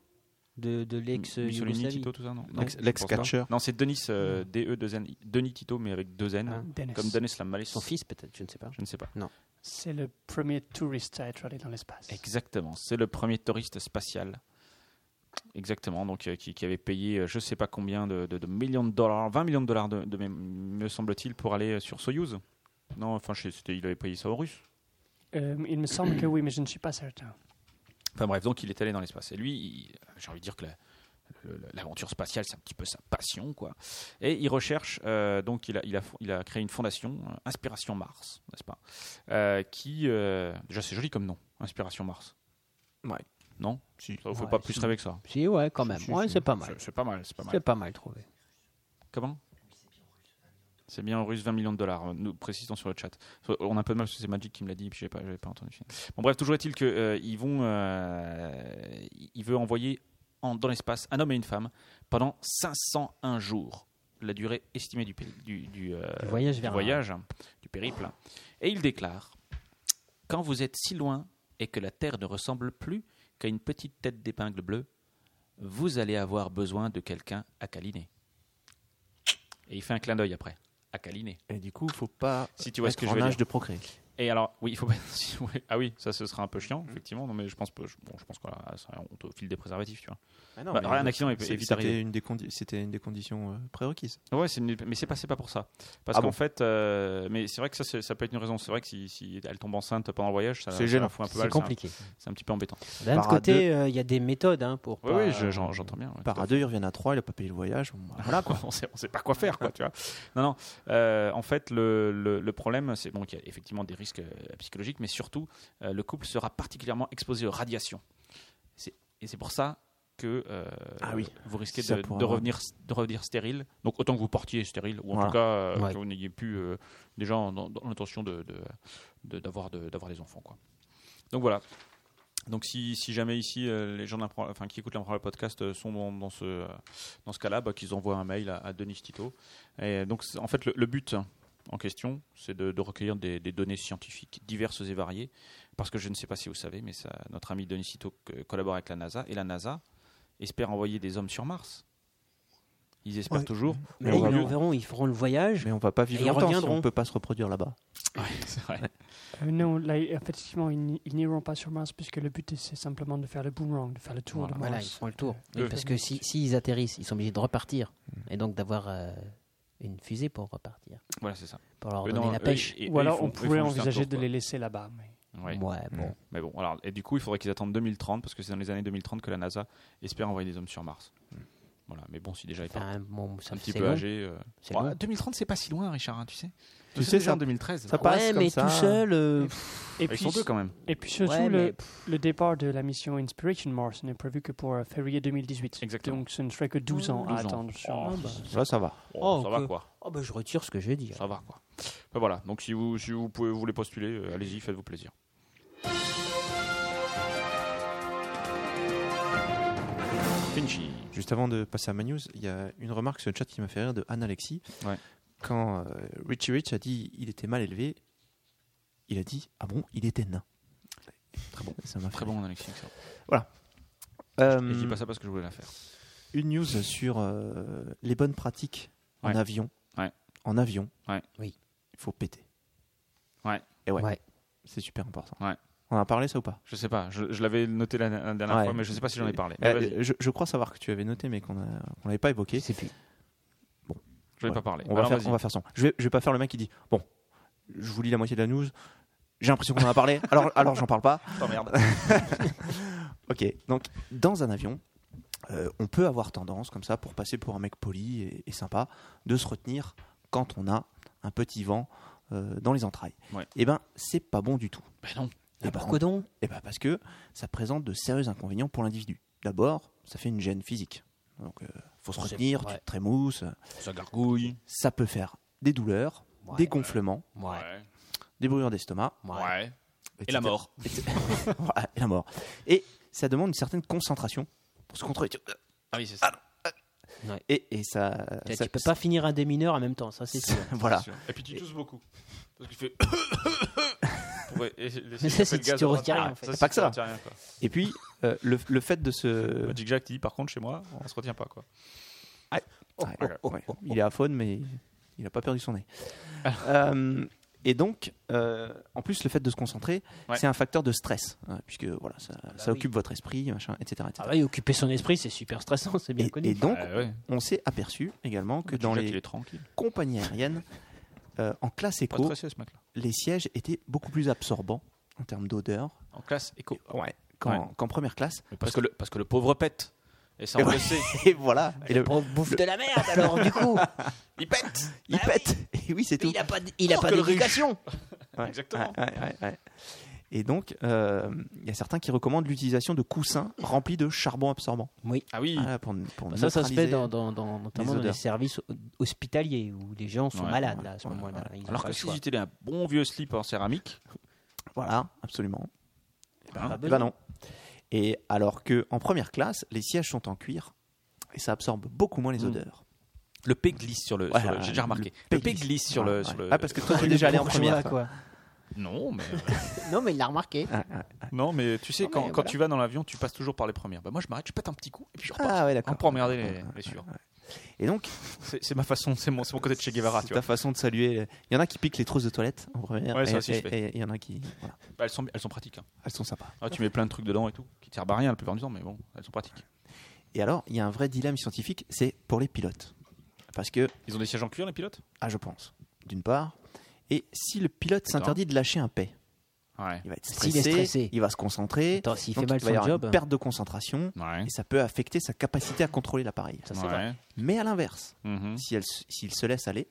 S6: De, de
S3: Mussolini,
S6: l'ex euh, Yougoslavie Mm.
S3: Tito, tout ça Non, Non,
S5: L'ex-
S3: je
S5: l'ex
S3: pense pas.
S5: catcheur.
S3: Non, c'est Denis, euh, D-E, 2 N, Denis Tito, mais avec deux N.
S6: Ah.
S7: Dennis.
S3: Comme Denis la malice.
S6: Son fils, peut-être, je ne sais pas.
S3: Je ne sais pas.
S7: C'est le premier touriste à être allé dans l'espace.
S3: Exactement, c'est le premier touriste spatial. Exactement, donc euh, qui, qui avait payé euh, je sais pas combien de, de- de millions de dollars, 20 millions de dollars de, de mé- me semble-t-il pour aller euh, sur Soyouz. Non, enfin je sais, c'était- il avait payé ça aux Russes.
S7: Euh, il me semble que oui, mais je ne suis pas certain.
S3: Enfin bref, donc il est allé dans l'espace. Et lui, il- euh, j'ai envie de dire que la- le- le- l'aventure spatiale, c'est un petit peu sa passion, quoi. Et il recherche, euh, donc il a, il, a, fo- il a créé une fondation, euh, Inspiration Mars, n'est-ce pas Euh, Qui, euh, déjà c'est joli comme nom, Inspiration Mars.
S5: Ouais.
S3: Non Ça vous fait
S6: Ouais,
S3: pas plus
S6: si.
S3: rêver que ça
S6: Si, ouais, quand même.
S5: Si,
S6: ouais,
S5: si.
S6: c'est pas mal.
S3: C'est- C'est pas mal, c'est pas mal.
S6: C'est pas mal trouvé.
S3: Comment C'est bien en russe 20 millions de dollars, euh, nous précisons sur le chat. So- On a un peu de mal parce que c'est Magic qui me l'a dit, puis j'ai pas, j'avais pas entendu. Bon bref, toujours est-il que euh, ils vont, euh, il veut envoyer en- dans l'espace un homme et une femme pendant 501 jours, la durée estimée du, pé- du, du, euh,
S6: Du voyage
S3: du
S6: vers
S3: voyage, hein, du périple. Et il déclare Quand vous êtes si loin et que la Terre ne ressemble plus qu'à une petite tête d'épingle bleue, vous allez avoir besoin de quelqu'un à câliner. Et il fait un clin d'œil après, à câliner.
S5: Et du coup, faut pas
S3: Si tu vois ce
S5: être
S3: que je
S5: en
S3: veux
S5: âge
S3: dire.
S5: de procréer.
S3: Et alors, oui, il faut pas. [laughs] si- oui. Ah oui, ça ce sera un peu chiant, effectivement. Non, mais je pense pas. je- Bon, je pense qu'on on te file des préservatifs, tu vois. Bah, alors, un accident est, est
S5: C'est-
S3: vite arrivé.
S5: C'était une, des condi- c'était une des conditions euh, prérequises.
S3: Ouais, c'est une- mais c'est pas, c'est pas pour ça. Parce
S5: Ah
S3: qu'en
S5: bon
S3: fait, euh, mais c'est vrai que ça, c'est- ça peut être une raison. C'est vrai que si, si elle tombe enceinte pendant le voyage, ça,
S5: C'est
S3: ça
S5: gênant.
S3: fout un peu
S6: C'est
S3: mal,
S6: compliqué.
S3: un- C'est un petit peu embêtant. euh,
S6: D'un autre
S5: Par à
S6: côté, euh, il y a des méthodes hein, pour.
S3: Oui,
S6: pas-
S3: oui, je- j'en- j'entends bien. ouais,
S5: Par
S3: tout à
S5: à deux, il revient à trois, il a pas payé le voyage. Bon, bah, voilà quoi.
S3: on sait, on sait pas quoi [laughs] faire, quoi, tu vois. Non, non. euh, en fait, le, le- le problème, c'est bon, qu'il y a effectivement des risques euh, psychologiques, mais surtout, euh, le couple sera particulièrement exposé aux radiations. C'est- Et c'est pour ça que euh,
S5: Ah oui.
S3: vous risquez
S5: Ça
S3: de,
S5: pourra-
S3: de revenir, de revenir stérile. Donc, autant que vous portiez stérile, ou en
S5: Voilà.
S3: tout cas, euh,
S6: Ouais.
S3: que vous n'ayez plus euh, déjà en- dans, dans l'intention de- de- de- d'avoir de, d'avoir des enfants, quoi. Donc voilà. Donc si, si jamais ici euh, les gens d'Impro- enfin, qui écoutent le podcast euh, sont dans, dans ce, euh, dans ce cas-là, bah, qu'ils envoient un mail à, à Denis Tito. Et donc c'est- en fait le, le but en question, c'est de, de recueillir des, des données scientifiques diverses et variées, parce que je ne sais pas si vous savez, mais ça, notre ami Denis Tito co- collabore avec la NASA, et la NASA espère envoyer des hommes sur Mars. Ils espèrent [laughs]
S5: Ouais.
S3: toujours.
S5: Mais
S6: Mais
S5: on va
S6: ils
S5: mieux.
S6: en verront, ils feront le voyage.
S5: Mais on va pas vivre
S6: Et ils
S5: longtemps si
S6: reviendront.
S5: on peut pas se reproduire là-bas.
S3: c'est vrai.
S7: Euh, non, là, effectivement, ils n'y- ils n'iront pas sur Mars puisque le but, c'est simplement de faire le boomerang, de faire le tour
S5: Ah,
S7: de
S6: Voilà, ils
S7: Mars.
S6: feront le tour.
S3: Euh,
S6: Oui, parce que s'ils si, s'ils atterrissent, ils sont obligés de repartir.
S5: Hmm.
S6: Et donc d'avoir euh, une fusée pour repartir.
S3: [laughs] Voilà, c'est ça.
S6: Pour leur
S3: Eux,
S6: donner
S3: Euh, non,
S6: la
S3: eux,
S6: pêche.
S3: ils- ils-
S7: Ou
S3: eux,
S7: alors,
S3: ils font-
S7: on
S3: eux, ils
S7: pourrait
S3: font juste un
S7: envisager
S3: tour,
S7: de
S3: quoi.
S7: les laisser là-bas. mais-
S3: Ouais. Hmm.
S6: Ouais, bon.
S3: Mais bon, alors, et du coup, il faudrait qu'ils attendent 2030 parce que c'est dans les années 2030 que la NASA espère envoyer des hommes sur Mars. Voilà, mais bon, si déjà ils partent
S6: Enfin, bon, ça
S3: un petit
S6: c'est
S3: peu
S6: long.
S3: âgés. euh,
S6: C'est
S3: bon,
S6: long.
S3: 2030, c'est pas si loin, Richard, hein, tu sais.
S5: Tu sais,
S3: déjà
S5: ça-
S3: en 2013.
S5: ça passe
S6: ouais,
S5: comme
S6: mais
S5: ça.
S6: tout seul. euh,
S7: Et,
S3: Ah, Ils
S7: puis,
S3: sont deux quand même.
S7: et puis surtout,
S6: ouais,
S7: le,
S3: euh,
S6: mais-
S7: le départ de la mission Inspiration Mars n'est prévu que pour euh, février 2018.
S3: Exactement.
S7: Donc, ce ne serait que 12 ans
S3: 12
S7: à
S3: ans.
S7: attendre sur
S3: Oh,
S7: Mars.
S3: bah,
S5: Ça, ça va.
S3: Oh,
S6: Oh,
S3: ça
S6: que-
S3: va quoi.
S6: Oh, bah, je retire ce que j'ai dit.
S3: Ça va quoi. Enfin, voilà, donc si vous, si vous pouvez vous les postuler, euh, allez-y, faites-vous plaisir. Finchy.
S5: Juste avant de passer à ma news, il y a une remarque sur le chat qui m'a fait rire de Anne Alexis.
S3: Ouais.
S5: Quand euh, Richie Rich a dit il était mal élevé, il a dit ah bon, il était nain. Très bon. Ça m'a fait
S3: Très
S5: rire.
S3: bon, Alexis. excellent.
S5: Euh,
S3: Et je dis pas ça parce que je voulais la faire.
S5: une news sur euh, les bonnes pratiques en
S3: Ouais.
S5: avion.
S3: Ouais.
S5: En avion.
S3: Ouais.
S6: Oui.
S5: Il faut péter.
S3: Ouais.
S5: Et ouais.
S6: Ouais.
S5: C'est super important.
S3: Ouais.
S5: On en a parlé ça ou pas
S3: Je sais pas, je, je l'avais noté la, la dernière
S5: Ouais.
S3: fois, mais je sais pas si j'en ai parlé.
S5: Euh,
S3: Mais vas-y,
S5: je, je crois savoir que tu avais noté, mais qu'on a- on l'avait pas évoqué.
S6: Je sais plus.
S3: je vais
S5: voilà.
S3: pas parler.
S5: On va,
S3: Alors,
S5: faire,
S3: vas-y.
S5: on va faire sans. Je vais, je vais pas faire le mec qui dit Bon, je vous lis la moitié de la news, j'ai l'impression qu'on en
S3: [laughs]
S5: a parlé, alors, alors j'en parle pas.
S3: Oh, merde.
S5: Ok, donc dans un avion, euh, on peut avoir tendance, comme ça, pour passer pour un mec poli et, et sympa, de se retenir quand on a un petit vent euh, dans les entrailles.
S3: Ouais.
S5: Et ben, c'est pas bon du tout.
S3: Bah non.
S5: Et ben,
S6: Pourquoi donc
S5: eh ben, parce que ça présente de sérieux inconvénients pour l'individu. D'abord, ça fait une gêne physique. Donc, euh, faut se
S6: C'est-
S5: retenir, tu
S6: ouais.
S5: te trémousses.
S3: Ça gargouille.
S5: Ça peut faire des douleurs,
S6: Ouais.
S5: des gonflements,
S6: Ouais.
S5: des brûlures d'estomac.
S6: ouais.
S3: Et la
S5: etc. [laughs]
S3: mort.
S5: Voilà, et la mort. Et ça demande une certaine concentration pour se contrôler.
S3: Ah oui, c'est ça.
S5: Et, et ça,
S6: Tu-
S5: ça-
S6: tu peux
S5: [laughs]
S6: pas finir à des mineurs en même temps, ça c'est sûr.
S5: Voilà.
S3: Et puis tu tousses beaucoup. Parce que tu fais. [coughs] ouais, et
S5: [laughs]
S3: les-
S6: ça,
S3: ça
S6: c'est
S3: fait le
S6: si
S3: gaz
S6: tu
S3: au
S6: retires rien,
S3: retard.
S6: en fait.
S5: C'est pas que
S3: si tu
S5: ça.
S3: retires rien, quoi.
S5: Et puis, euh, le, le fait de se.
S3: Magic Jack, dit par contre, chez moi, on se retient pas. quoi.
S5: Ouais, ouais. Il est à faune, mais il n'a pas perdu son nez. Euh, et donc, euh, en plus, le fait de se concentrer,
S3: Ouais.
S5: c'est un facteur de stress, hein, puisque voilà, ça, ça
S6: oui.
S5: occupe votre esprit, machin, etc. etc.
S6: Ah ouais, occuper son esprit, c'est super stressant, c'est bien
S5: et,
S6: connu.
S5: et donc,
S3: Ah ouais.
S5: on s'est aperçu également que
S3: Magic
S5: dans
S3: Jack,
S5: les
S3: il est tranquille.
S5: compagnies aériennes, euh, en classe
S3: Pas
S5: éco,
S3: stressé, ce mec-là.
S5: les sièges étaient beaucoup plus absorbants en termes d'odeur
S3: En classe éco.
S5: qu'en
S3: Ouais.
S5: qu'en première classe.
S3: Parce que, le, parce que le pauvre pète. Et ça, on
S5: Eh Ouais.
S3: le
S5: [laughs]
S3: sait.
S5: Et voilà, et le-
S6: On bouffe de la merde alors du coup.
S3: Il pète
S5: il pète. Et oui, c'est [laughs] tout.
S6: Il a pas, d- il a
S3: Encore
S6: pas
S3: que le riche.
S6: d'éducation.
S5: Ouais,
S3: Exactement.
S5: ouais, ouais, ouais, ouais. Et donc, euh, il y a certains qui recommandent l'utilisation de coussins remplis de charbon absorbant.
S3: Ah oui.
S5: Voilà, pour, pour
S6: Bah, Ça, ça se fait
S5: neutraliser.
S6: dans, dans, dans- notamment dans les
S5: odeurs.
S6: services ho- hospitaliers où les gens sont
S3: Ouais,
S6: malades
S5: ouais,
S6: là, à ce
S5: ouais,
S6: moment-là.
S5: ouais.
S6: Ils ont
S3: Alors
S6: pas
S3: que
S6: le
S3: si
S6: choix.
S3: j'étais un bon vieux slip en céramique,
S5: Voilà, absolument.
S3: Hein
S6: Pas
S5: Eh
S6: besoin.
S5: ben non. Et alors que en première classe, les sièges sont en cuir et ça absorbe beaucoup moins les odeurs.
S3: le P glisse sur le.
S5: Ouais,
S3: sur le-
S5: ouais,
S3: J'ai déjà remarqué. Hmm.
S5: P
S3: Le P glisse sur
S5: Ouais,
S3: le.
S5: ouais.
S3: sur le-
S5: Ah, parce que toi, tu es déjà allé en
S6: Bourgeois,
S5: première.
S6: quoi.
S3: [laughs] Non, mais.
S6: [laughs]
S3: euh,
S5: [laughs]
S6: Non, mais il l'a remarqué.
S5: Ah, ah,
S3: Non, mais tu sais,
S6: Non,
S3: quand,
S6: mais
S3: quand
S6: voilà.
S3: tu vas dans l'avion, tu passes toujours par les premières. Bah, moi, je m'arrête, je pète un petit coup, et puis je repars.
S5: ah ouais, d'accord.
S3: On peut emmerder les,
S5: Ouais,
S3: les sueurs.
S5: Et donc,
S3: C'est c'est ma façon, c'est mon, c'est mon côté de Che Guevara.
S5: c'est
S3: Tu
S5: ta
S3: vois.
S5: façon de saluer. Il y en a qui piquent les trousses de toilette en première.
S3: Ouais, ça
S5: et-
S3: aussi,
S5: et-
S3: je fais.
S5: et il y en a qui. voilà.
S3: Bah, elles, sont, elles sont pratiques. hein.
S5: Elles sont sympas.
S3: Ah, tu mets plein de trucs dedans et tout, qui ne servent à rien la plupart du temps, mais bon, elles sont pratiques.
S5: Et alors, il y a un vrai dilemme scientifique, c'est pour les pilotes. Parce que
S3: Ils ont des sièges en cuir, les pilotes
S5: Ah, je pense. D'une part. Et si le pilote s'interdit de lâcher un paix,
S3: Ouais.
S5: il va être
S6: S'il
S5: stressé,
S6: est stressé.
S5: il va se concentrer.
S6: Attends, s'il
S5: donc
S6: fait mal
S5: il va y
S6: son
S5: avoir
S6: job,
S5: une perte de concentration
S3: Ouais.
S5: et ça peut affecter sa capacité à contrôler l'appareil.
S6: ça c'est
S3: Ouais.
S6: vrai. Mmh.
S5: Mais à l'inverse,
S3: Mhm.
S5: si elle s- s'il se laisse aller,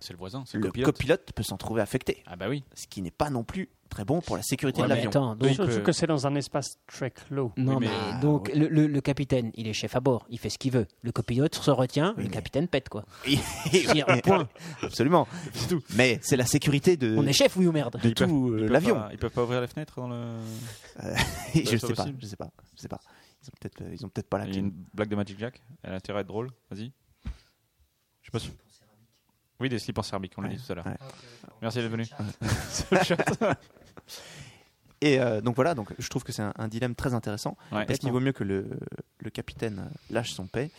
S3: C'est le voisin, c'est
S5: le
S3: le
S5: copilote,
S3: copilote.
S5: peut s'en trouver affecté,
S3: Ah bah oui.
S5: ce qui n'est pas non plus très bon pour la sécurité
S6: Ouais,
S5: de
S6: mais
S5: l'avion. [laughs]
S6: attends, donc,
S3: Oui,
S7: Surtout
S3: que-
S7: que c'est dans un espace très clos.
S6: non,
S3: mais-
S6: mais,
S5: ah,
S6: donc le, le- le capitaine, il est chef à bord, il fait ce qu'il veut. Le copilote se retient,
S5: Oui,
S6: le
S5: mais- euh,
S6: capitaine pète
S5: [laughs]
S6: quoi.
S5: Et-
S6: Dire, point.
S5: Absolument. Mais c'est la sécurité de,
S6: On est chef, oui ou merde
S5: de tout euh,
S3: Ils peuvent
S5: l'avion.
S3: pas- Ils peuvent pas ouvrir les fenêtres dans le.
S5: Et je
S3: Ouais,
S5: ne
S3: ça
S5: sais pas,
S3: aussi.
S5: je sais pas, je sais pas. Ils ont peut-être, euh, ils ont peut-être pas la
S3: Il y a
S5: clé.
S3: une blague de Magic Jack. Elle a intérêt à être drôle. Vas-y. Je sais pas si. Oui, des slips en céramique, on l'a
S5: Ouais.
S3: dit tout à l'heure.
S5: Ouais.
S3: Merci d'être venu. [laughs]
S5: Et euh, donc voilà, donc je trouve que c'est un, un dilemme très intéressant.
S3: Ouais.
S5: Est-ce qu'il vaut mieux que le, le capitaine euh, lâche son paix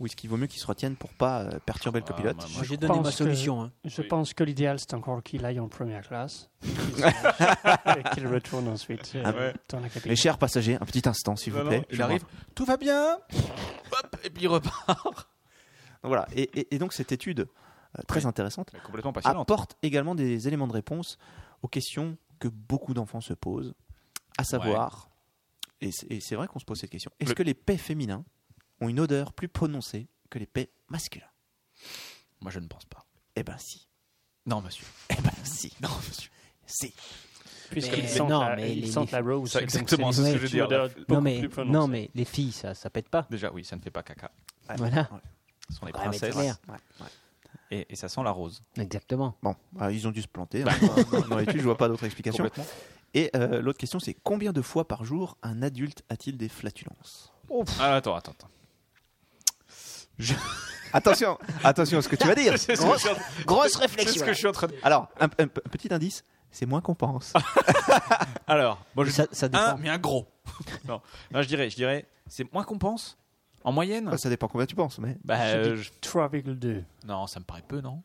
S5: ou est-ce qu'il vaut mieux qu'il se retienne pour pas euh, perturber le
S3: Ah,
S5: copilote
S3: bah, moi,
S6: Moi j'ai
S7: je
S6: donné ma
S7: pense que-
S6: solution. hein.
S7: Je
S3: Oui.
S7: pense que l'idéal, c'est encore qu'il aille en première
S3: [laughs]
S7: classe et qu'il retourne ensuite euh,
S5: Ah ouais.
S7: dans la cabine.
S5: Les chers passagers, un petit instant s'il vous
S3: Non,
S5: plaît.
S3: non,
S5: Je
S3: il arrive, tout va bien, hop, et puis il repart.
S5: vois. [laughs] Donc Voilà. Et, et- et donc cette étude euh, très
S3: Oui.
S5: intéressante
S3: Elle est complètement passionnante.
S5: apporte également des éléments de réponse aux questions que beaucoup d'enfants se posent, à savoir, et c'est- et c'est vrai qu'on se pose cette question, est-ce
S3: Le-
S5: que les paix féminins ont une odeur plus prononcée que les paix masculins
S3: Moi, je ne pense pas.
S5: Eh ben si.
S3: Non, monsieur.
S5: Eh [laughs] ben si. Non, monsieur. Si.
S7: Puisqu'ils
S6: Mais-
S7: sentent,
S6: non,
S7: la,
S6: mais
S7: ils
S6: les-
S7: sentent la rose.
S3: Ça,
S7: donc
S3: exactement,
S7: une
S3: c'est ce que
S7: petite
S3: je veux dire,
S7: odeur
S3: là.
S7: beaucoup
S6: Non mais,
S7: plus prononcée.
S6: non mais les filles, ça, ça pète pas.
S3: Déjà, oui, ça ne fait pas caca.
S5: Ouais.
S6: Voilà.
S5: Ouais.
S3: Ce sont les
S6: Ouais, mais c'est
S3: princesses.
S6: clair.
S5: Ouais, ouais.
S3: Et, et ça sent la rose.
S6: Exactement.
S5: Bon, bah, ils ont dû se planter. hein. [laughs] Dans- dans l'étude, je vois pas d'autre explication.
S3: Complètement.
S5: Et euh, l'autre question, c'est combien de fois par jour un adulte a-t-il des flatulences
S3: Ah, attends, attends. attends.
S5: Attention, attention à ce que tu vas [laughs] dire.
S3: C'est ce que
S5: Grosse-
S3: je suis en-
S6: Grosse
S3: c'est ce
S6: réflexion.
S3: que je suis en train de.
S5: Alors, un, un p- petit indice, c'est moins qu'on pense.
S3: Alors, moi, je
S6: Ça, ça dépend.
S3: un, mais un gros. [laughs] non. Non, je dirais, je dirais, c'est moins qu'on pense. En moyenne
S5: Ça dépend combien tu penses, mais
S3: Bah,
S7: Je dis
S3: euh, je-
S7: 3,2.
S3: non, ça me paraît peu, non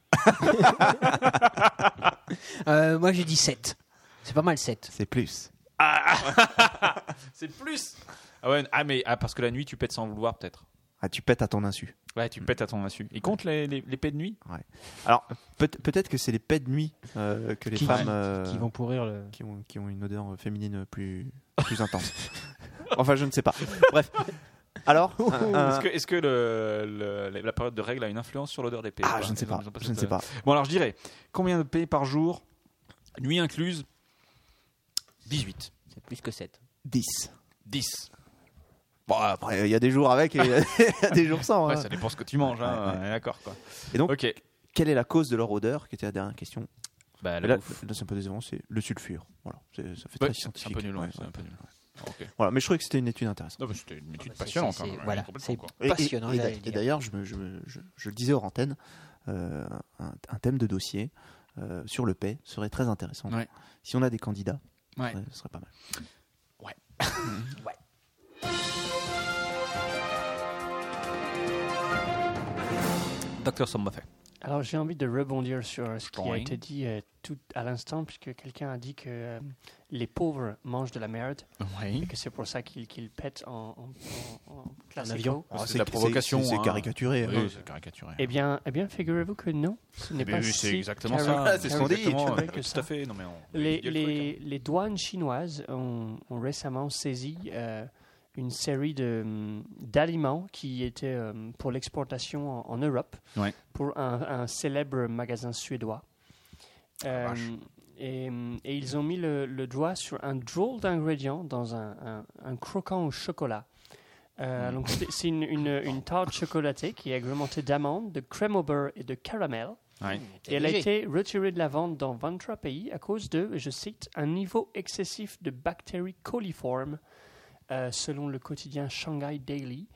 S6: Euh, moi j'ai dit 7. C'est pas mal 7.
S5: c'est plus.
S3: C'est plus Ah ouais, ah, mais ah, parce que la nuit, tu pètes sans vouloir, peut-être.
S5: Ah, tu pètes à ton insu.
S3: Ouais, tu pètes à ton insu. Ils comptent les, les, les pets de nuit
S5: Alors, peut- peut-être que c'est les paix de nuit euh, que les
S6: Qui-
S5: femmes euh,
S6: Qui vont pourrir le.
S5: qui ont, euh, [laughs] qui ont une odeur féminine plus, plus intense. enfin, je ne sais pas. Bref. Alors, un-
S3: Est-ce que, est-ce que le- le- la période de règle a une influence sur l'odeur des pays
S5: ah, je ne sais
S3: Ils ont-
S5: pas,
S3: ils ont
S5: je ne
S3: cette,
S5: sais
S3: euh,
S5: pas.
S3: Bon, alors je dirais, combien de pays par jour Nuit incluse 18.
S6: C'est plus que 7.
S5: 10.
S3: 10.
S5: Bon, après, il y a des jours avec
S3: [laughs]
S5: et il y a- il y a des jours sans.
S3: Ouais,
S5: hein.
S3: ça dépend ce que tu manges, hein,
S5: Ouais, ouais.
S3: on est d'accord. Quoi.
S5: Et donc,
S3: Ok.
S5: quelle est la cause de leur odeur Qui était la dernière question.
S3: Bah,
S5: Mais
S3: la
S5: Là,
S3: bouffe.
S5: là, c'est un peu décevant, c'est le sulfure. Voilà, C'est- ça fait
S3: Ouais,
S5: très
S3: c'est un
S5: scientifique.
S3: peu nul. ouais,
S5: Ouais,
S3: c'est un peu nul. Ok.
S5: Voilà, mais je trouvais que c'était une étude intéressante.
S3: Non, mais c'était une étude
S6: bah, c'est-
S3: passionnante.
S6: c'est-
S3: hein,
S6: c'est- voilà,
S3: complètement,
S6: c'est-
S3: quoi.
S5: Et- et-
S6: Passionnant,
S5: Et,
S6: j'allais
S5: d'a-
S6: le
S5: et
S6: dire.
S5: d'ailleurs, je, me- je me- je- je le disais hors antenne, euh, un, un thème de dossier euh, sur le paix serait très intéressant.
S3: Ouais.
S5: Si on a des candidats,
S3: Ouais.
S5: euh, ce serait pas mal.
S3: Docteur Sombaffet.
S7: Alors j'ai envie de rebondir sur ce qui a
S3: Oui.
S7: été dit euh, tout à l'instant, puisque quelqu'un a dit que euh, les pauvres mangent de la merde
S3: Oui.
S7: et que c'est pour ça qu'ils qu'ils pètent en, en- en- en classe
S6: avion.
S7: éco.
S3: c'est de la provocation,
S5: Ah, C'est
S3: hein.
S5: caricaturé. hein.
S3: c'est caricaturé.
S7: Eh bien, eh bien figurez-vous que non, ce n'est
S3: Eh bien,
S7: pas
S3: oui,
S7: si
S3: c'est exactement
S7: carré-
S3: ça.
S5: c'est ce qu'on dit.
S3: Exactement,
S7: carré
S3: euh,
S7: que
S3: Tout
S7: ça.
S3: à fait. Non, mais on-
S7: Les,
S3: il y a le
S7: les-
S3: truc,
S7: les douanes chinoises ont, ont récemment saisi euh, une série de, hum, d'aliments qui étaient hum, pour l'exportation en, en Europe
S3: Ouais.
S7: pour un, un célèbre magasin suédois. Euh,
S3: Ah, vache.
S7: et, hum, et ils ont mis le, le doigt sur un drôle d'ingrédient dans un, un- un croquant au chocolat.
S3: Hmm.
S7: Euh, donc c'est, c'est une, une- une tarte chocolatée qui est agrémentée d'amandes, de crème au beurre et de caramel.
S3: hein. Ouais.
S7: Et elle a été retirée de la vente dans 23 pays à cause de, je cite, un niveau excessif de bactéries coliformes, euh, selon le quotidien Shanghai Daily.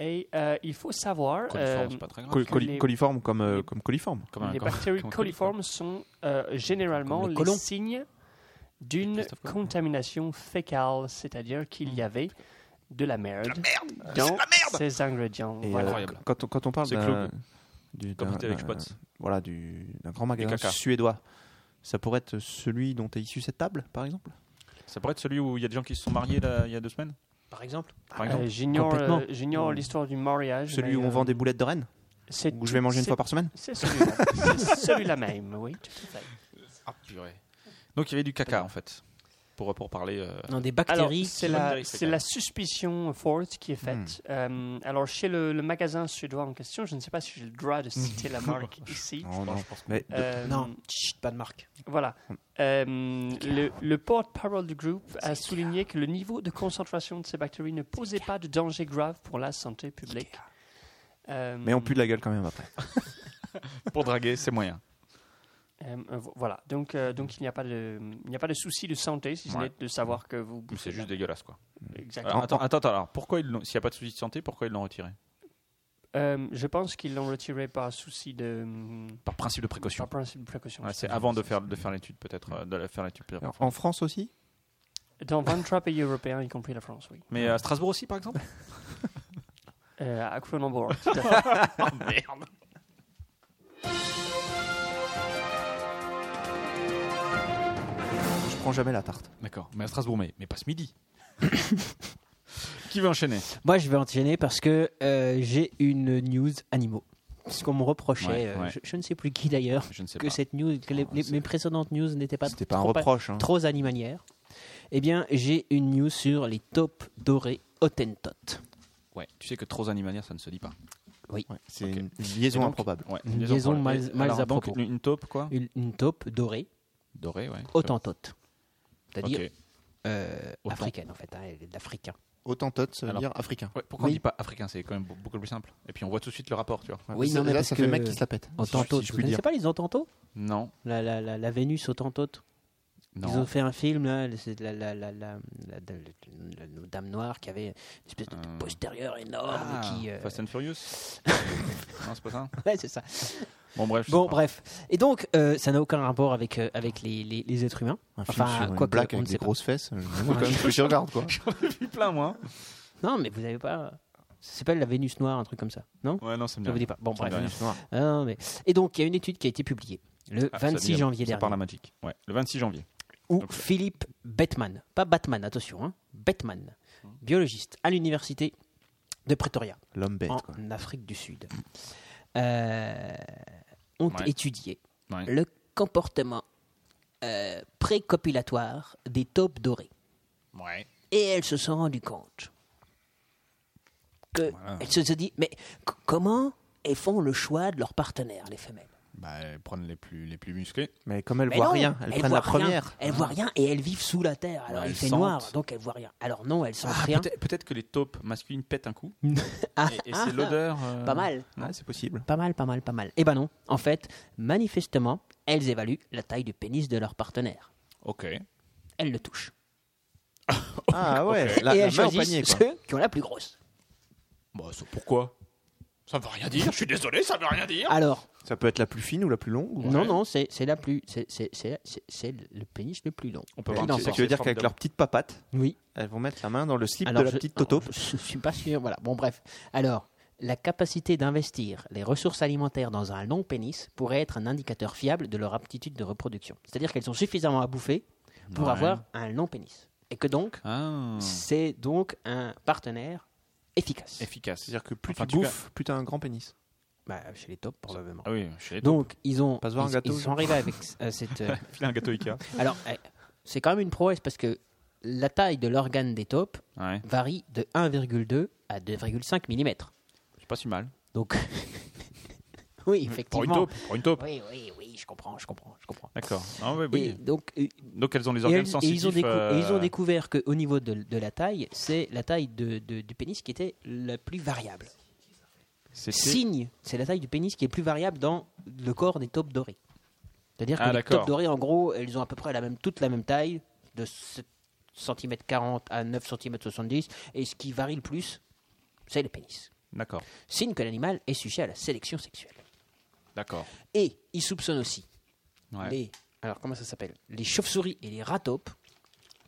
S7: Et euh, il faut savoir
S3: Coliforme,
S7: euh,
S3: c'est pas très grave.
S5: Col-
S7: Comme
S5: coli-
S7: les-
S5: Coliforme comme, euh, comme coliforme.
S3: Comme un-
S7: les
S3: comme-
S7: bactéries
S3: comme un
S7: coliformes sont euh, généralement
S6: Comme le
S7: les
S6: colon.
S7: signes d'une
S3: Christophe Colomb.
S7: contamination fécale, c'est-à-dire qu'il y avait de la merde, dans ces ingrédients.
S5: Et,
S7: Voilà.
S5: euh,
S3: Incroyable.
S5: quand, on, quand on parle
S3: C'est
S5: d'un
S3: Claude.
S5: du-
S3: Comme
S5: d'un-
S3: était avec
S5: d'un-
S3: Spatz.
S5: voilà, du- d'un grand magasin
S3: caca.
S5: suédois, ça pourrait être celui dont est issue cette table, par exemple
S3: Ça pourrait être celui où il y a des gens qui se sont mariés là, il y a deux semaines,
S6: Par exemple,
S3: par exemple.
S7: Euh, J'ignore
S5: complètement.
S7: euh, j'ignore l'histoire du mariage.
S5: Celui
S7: mais,
S5: où on
S7: euh,
S5: vend des boulettes de rennes
S7: c'est
S5: Où je vais manger une
S7: c'est-
S5: fois par semaine
S7: C'est celui-là. [laughs] C'est celui-là même, oui, tout à fait.
S3: Ah purée. Donc il y avait du caca en fait. Pour, pour parler. euh,
S6: non, des
S7: Alors,
S6: bactéries.
S7: c'est
S3: bonne
S7: la,
S3: vérité,
S7: c'est
S3: quand même.
S7: la suspicion forte qui est faite. Euh, alors, chez le, le magasin suédois en question, je ne sais pas si j'ai le droit de citer la marque ici.
S5: Non, non. Mais
S7: Euh,
S6: Non, chut, pas de marque.
S7: Voilà. Euh, le le porte-parole du groupe a souligné que le niveau de concentration de ces bactéries ne posait pas de danger grave pour la santé publique. Euh,
S5: mais on pue de la gueule quand même après.
S3: Ah Pour draguer, c'est moyen.
S7: Euh, euh, vo- voilà, donc, euh, donc il n'y a, pas de- il n'y a pas de souci de santé, si ce
S3: Ouais.
S7: n'est de savoir que vous...
S3: Mais C'est juste Ah, dégueulasse quoi.
S7: Exactement.
S3: Alors, attends, attends, alors pourquoi ils l'ont- s'il n'y a pas de souci de santé, pourquoi ils l'ont retiré
S7: Euh, je pense qu'ils l'ont retiré par souci de...
S3: Par principe de précaution.
S7: Par principe de précaution.
S3: Ouais, c'est avant de faire de faire l'étude peut-être euh, de la- faire l'étude. peut-être.
S5: Alors, en France aussi
S7: Dans 23 pays européens, y compris la France, oui.
S3: Mais à Strasbourg aussi par exemple.
S7: Euh, à Cronenbourg, [laughs] tout à fait.
S5: Je prends jamais la tarte.
S3: D'accord. Mais à Strasbourg mais mais pas ce midi. [laughs] Qui veut enchaîner
S6: Moi, je vais enchaîner parce que euh, j'ai une news animaux. Ce qu'on me reprochait,
S3: Ouais,
S6: euh,
S3: ouais.
S6: Je, je ne sais plus qui d'ailleurs,
S3: Je ne sais
S6: que
S3: pas.
S6: cette news, que les- les- mes précédentes news n'étaient pas,
S5: Ah, C'était pas un
S6: trop-
S5: reproche. hein.
S6: trop animalières. Eh bien, j'ai une news sur les taupes dorées Hottentotes.
S3: Ouais. Tu sais que trop animalière ça ne se dit pas.
S5: Ouais, c'est
S3: Ok.
S5: une une liaison
S3: Et donc-
S5: improbable.
S3: Ouais.
S6: Une liaison
S3: pour-
S6: mal-
S3: et-
S6: mal
S3: alors,
S6: à
S3: donc
S6: propos.
S3: une, une taupe quoi
S6: Une, une taupe dorée
S3: Dorée ouais.
S6: Hottentote.
S3: Ok.
S6: C'est-à-dire euh,
S3: Autant.
S6: africaine en fait, hein, elle est d'Africain.
S5: Autant tot, ça veut
S3: Alors-
S5: dire africain.
S3: Ouais, pourquoi
S6: Oui.
S3: on dit pas africain C'est quand même be- beaucoup plus simple. Et puis on voit tout de suite le rapport, tu vois.
S5: Ouais,
S6: Oui,
S5: ça-
S6: non, mais
S5: là,
S6: parce
S5: ça fait le
S6: que-
S5: mec qui se la pète.
S6: Hottentote,
S5: si je
S6: vous
S5: puis
S6: connaissez
S5: dire.
S6: pas les Hottentotes
S3: Non,
S6: la, la, la, la Vénus Hottentote
S3: non.
S6: Ils ont fait un film, là, c'est la, la, la, la, la- la- la- la dame noire qui avait une espèce de, de
S3: Euh.
S6: postérieur énorme.
S3: Ah,
S6: qui, euh, [laughs]
S3: Fast and Furious Non, c'est pas ça.
S6: ouais, c'est ça.
S3: Bon, bref. je
S6: Bon,
S3: sais pas.
S6: bref. Et donc, euh, ça n'a aucun rapport avec, euh, avec les, les, les êtres humains.
S5: Un film
S6: Enfin,
S5: sur
S6: quoi
S5: une
S6: que,
S5: blague
S6: on ne
S5: avec des
S6: sait pas.
S5: grosses fesses. Je me demande quand même ce que tu regardes, quoi.
S3: J'ai plein, moi. hein.
S6: Non, mais vous n'avez pas. Ça s'appelle la Vénus noire, un truc comme ça. Non
S3: Ouais, non, ça me
S6: Je
S3: dit
S6: vous dis
S3: rien.
S6: pas. Bon,
S3: Ça me
S6: bref.
S3: dit rien.
S6: Ah, non, mais... Et donc, il y a une étude qui a été publiée le
S3: Ah, ça me dit
S6: 26
S3: rien.
S6: janvier
S3: Ça
S6: dernier.
S3: parle à Magic. Ouais, le 26 janvier.
S6: Ou
S3: Donc, euh,
S6: Philippe Bettman, pas Batman, attention, hein, Bettman,
S3: Hum.
S6: biologiste à l'université de Pretoria,
S5: L'homme bête,
S6: en
S5: quoi.
S6: Afrique du Sud, euh, ont
S3: Ouais.
S6: étudié
S3: Ouais.
S6: le comportement euh, précopilatoire des taupes dorées.
S3: Ouais.
S6: Et elles se sont rendues compte que elles se, se disent, mais c- comment elles font le choix de leur partenaire, les femelles
S3: Bah, prendre les plus, les plus musclés.
S5: Mais comme elles
S6: Mais
S5: voient
S6: non,
S5: rien, elles,
S6: elles
S5: prennent la
S6: voient rien.
S5: première.
S6: Elles voient rien et elles vivent sous la terre. Alors
S3: Ouais,
S6: il
S3: elles
S6: fait
S3: sentent.
S6: noir, donc elles voient rien. Alors non, elles sentent
S3: Ah,
S6: rien.
S3: peut-être, peut-être que les taupes masculines pètent un coup.
S6: [laughs] Ah,
S3: Et, et
S6: ah,
S3: c'est l'odeur. euh,
S6: Pas mal.
S5: Ouais, c'est possible.
S6: Pas mal, pas mal, pas mal. Eh ben non, en fait, manifestement, elles évaluent la taille du pénis de leur partenaire.
S3: Ok.
S6: Elles le touchent.
S5: Ah ouais, la,
S6: et
S5: la
S6: elles
S5: main au
S6: choisissent
S5: panier. quoi.
S6: ceux qui ont la plus grosse.
S3: Bah, ça- pourquoi Ça veut rien dire. Je suis désolé, ça veut rien dire.
S6: Alors,
S5: Ça peut être la plus fine ou la plus longue.
S6: non, non, c'est c'est la plus. c'est- C'est c'est- c'est- c'est le pénis le plus long.
S3: On peut
S6: Oui,
S3: voir
S6: non,
S3: un petit-
S5: Ça veut dire qu'avec leur petite papate,
S6: Oui.
S5: elles vont mettre la main dans le slip de la
S6: je-
S5: petite toto.
S6: alors, [laughs] Je, je suis pas sûr. Voilà. Bon, bref. Alors, la capacité d'investir les ressources alimentaires dans un long pénis pourrait être un indicateur fiable de leur aptitude de reproduction. C'est-à-dire qu'elles ont suffisamment à bouffer pour
S3: Ouais.
S6: avoir un long pénis. Et que donc,
S3: Ah.
S6: c'est donc un partenaire efficace.
S3: Efficace.
S5: C'est-à-dire que plus
S3: Enfin,
S5: tu
S3: tu
S5: bouffes, plus tu as un grand pénis.
S6: Bah, chez les tops, probablement.
S3: Ah oui, je sais.
S6: Donc, ils ont.
S5: Pas se voir un
S6: ils,
S5: gâteau,
S6: ils sont
S5: genre.
S6: arrivés avec
S3: [laughs]
S6: euh, cette. euh,
S3: Filer un gâteau Ikea.
S6: alors, euh, c'est quand même une prouesse parce que la taille de l'organe des taupes
S3: [laughs] Ouais,
S6: varie de 1,2 à 2,5 mm.
S3: c'est pas si mal.
S6: Donc, [laughs] oui,
S3: Hmm, Pour une
S6: effectivement.
S3: taupe. Pour une taupe.
S6: Oui, oui, oui, je comprends, je comprends, je comprends.
S3: D'accord. Ah, ouais,
S6: Et
S3: oui.
S6: donc, euh,
S3: Donc elles ont les
S6: et
S3: organes
S6: elles- et ils, ont
S3: sensitifs.
S6: décou-
S3: euh,
S6: et ils ont découvert qu'au niveau de, de la taille, c'est la taille de- de- du pénis qui était la plus variable.
S3: c'était-
S6: Signe, c'est la taille du pénis qui est plus variable dans le corps des taupes dorées. C'est-à-dire que
S3: Ah,
S6: les
S3: d'accord.
S6: taupes dorées, en gros, elles ont à peu près la même, toute la même taille, de 7 cm 40 à 9 cm 70, et ce qui varie le plus, c'est le pénis.
S3: D'accord.
S6: Signe que l'animal est sujet à la sélection sexuelle.
S3: D'accord.
S6: Et ils soupçonnent aussi
S3: Ouais.
S6: les. Alors, comment ça s'appelle Les chauves-souris et les rats taupes,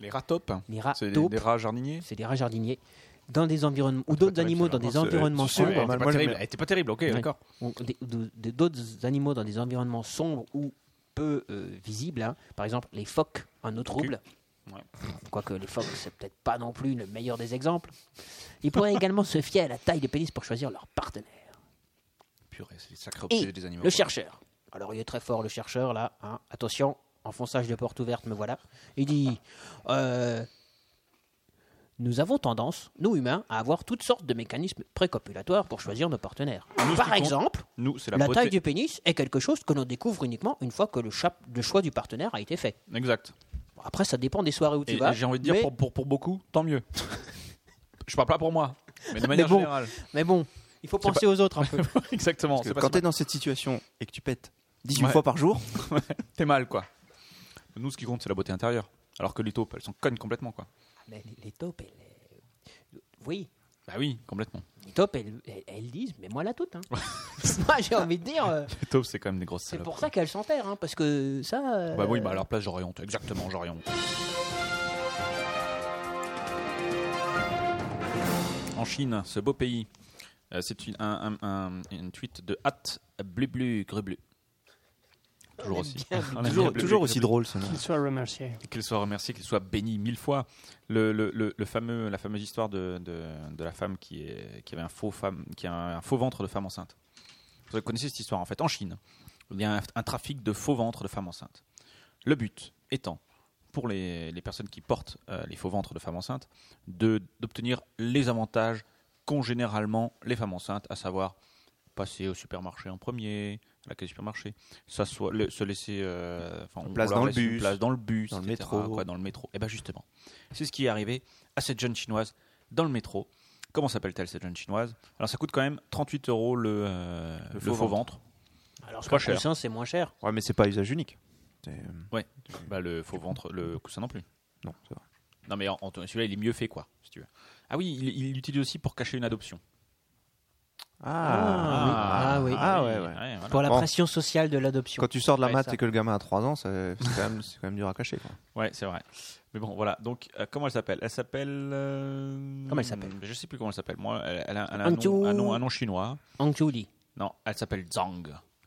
S3: Les rats taupes.
S6: les rats
S3: C'est des,
S6: taupes,
S3: des rats jardiniers.
S6: c'est des rats jardiniers, dans des environnements, ou d'autres
S3: terrible,
S6: animaux dans des
S3: celle-là.
S6: environnements
S5: c'est-
S6: sombres,
S5: pas mal.
S3: pas
S5: Moi,
S3: terrible.
S5: j'aime-
S3: Elle était pas terrible. Ok,
S6: Ouais.
S3: d'accord.
S6: ou des- de- de- d'autres animaux dans des environnements sombres ou peu euh, visibles, hein. par exemple les phoques en eau trouble.
S3: Ouais.
S6: Quoique les phoques, c'est peut-être pas non plus le meilleur des exemples.
S3: [laughs]
S6: Ils pourraient également se fier à la taille du pénis pour choisir leur partenaire.
S3: Purée, c'est des sacrés
S6: Et
S3: obsèdes, des animaux.
S6: Le
S3: quoi.
S6: chercheur. Alors il est très fort, le chercheur, là. hein. Attention, enfonçage de porte ouverte, me voilà. Il dit euh, Nous avons tendance, nous humains, à avoir toutes sortes de mécanismes précopulatoires pour choisir nos partenaires.
S3: Nous, ce qui
S6: Par
S3: compte,
S6: exemple,
S3: Nous, c'est la,
S6: la,
S3: beauté.
S6: taille du pénis est quelque chose que l'on découvre uniquement une fois que le, chap- le choix du partenaire a été fait.
S3: Exact.
S6: Bon, après, ça dépend des soirées où tu
S3: Et,
S6: vas.
S3: et j'ai envie de dire
S6: mais,
S3: pour, pour, pour beaucoup, tant mieux. [laughs] je parle pas pour moi,
S6: [laughs]
S3: mais de manière
S6: bon.
S3: générale.
S6: mais bon, il faut penser aux autres un
S3: [laughs]
S6: peu.
S3: Exactement.
S5: Parce
S3: c'est
S5: que
S3: pas-
S5: quand
S3: c'est
S5: t'es dans cette situation et que tu pètes 18
S3: Ouais.
S5: fois par jour,
S3: pas- t'es mal, quoi. Nous, ce qui compte, c'est la beauté intérieure. Alors que les taupes, elles sont connes complètement, quoi.
S6: Mais les, les taupes, elles, euh, oui,
S3: Bah oui, complètement. [laughs]
S6: les taupes, elles, elles- elles disent Mais moi la toute. hein. moi, j'ai envie de
S3: [laughs]
S6: dire. euh,
S3: Les taupes, c'est quand même des grosses
S6: C'est
S3: salopes.
S6: pour ça qu'elles s'enterrent, hein, parce que ça. euh,
S3: Bah oui, bah à leur place, j'aurais honte. Exactement, j'aurais honte. En Chine, ce beau pays, euh, c'est une, un, un- un- une tweet de Hat Blublu Grublu. Toujours aussi. [laughs] On aime bien
S5: toujours,
S3: Blublu
S5: toujours aussi
S3: Grublu.
S5: drôle ce nom.
S7: Qu'il soit remercié.
S3: Et Qu'il soit remercié, qu'il soit béni mille fois. Le, le- le- le fameux, la fameuse histoire de, de, de la femme qui, est, qui avait un faux, femme, qui a un, un faux ventre de femme enceinte. Vous connaissez cette histoire en fait. En Chine, il y a un, un trafic de faux ventres de femmes enceintes. Le but étant, pour les, les personnes qui portent euh, les faux ventres de femmes enceintes, de- d'obtenir les avantages qu'ont généralement les femmes enceintes, à savoir passer au supermarché en premier, à la caisse du supermarché, s'asseoir- le- se laisser euh, enfin, on
S5: Place
S3: leur
S5: dans le
S3: laisse une
S5: bus,
S3: place dans le bus,
S5: dans le
S3: etc.,
S5: métro.
S3: quoi, dans le métro. Et bien justement, c'est ce qui est arrivé à cette jeune chinoise dans le métro. Comment s'appelle-t-elle cette jeune chinoise Alors ça coûte quand même 38 euros le, euh, le faux,
S5: faux
S3: ventre.
S6: euh, Alors,
S3: pas
S6: pas
S3: cher.
S6: cher. c'est moins cher.
S5: Ouais, mais c'est pas usage unique. C'est- euh,
S3: Bah, le faux ventre, le coussin non plus.
S5: Non, c'est vrai.
S3: Non mais en- en- celui-là il est mieux fait quoi, si tu veux. Ah oui, il- il l'utilise aussi pour cacher une adoption.
S6: Ah, oui.
S5: Ah ouais, ouais.
S3: voilà.
S6: Pour la
S5: Bon.
S6: pression sociale de l'adoption.
S5: Quand tu sors de la
S3: Ouais,
S5: mat
S3: ça.
S5: et que le gamin a 3 ans, ça- c'est quand, même- c'est quand même dur à cacher. Quoi.
S3: Ouais, c'est vrai. Mais bon, voilà. Donc, euh, comment elle s'appelle Elle s'appelle. euh,
S6: Comment elle s'appelle
S3: Je sais plus comment elle s'appelle. Moi, elle, elle a, elle a un,
S6: Anju.
S3: nom, un, nom, un nom chinois.
S6: Ang Juli.
S3: Non, elle s'appelle Zhang.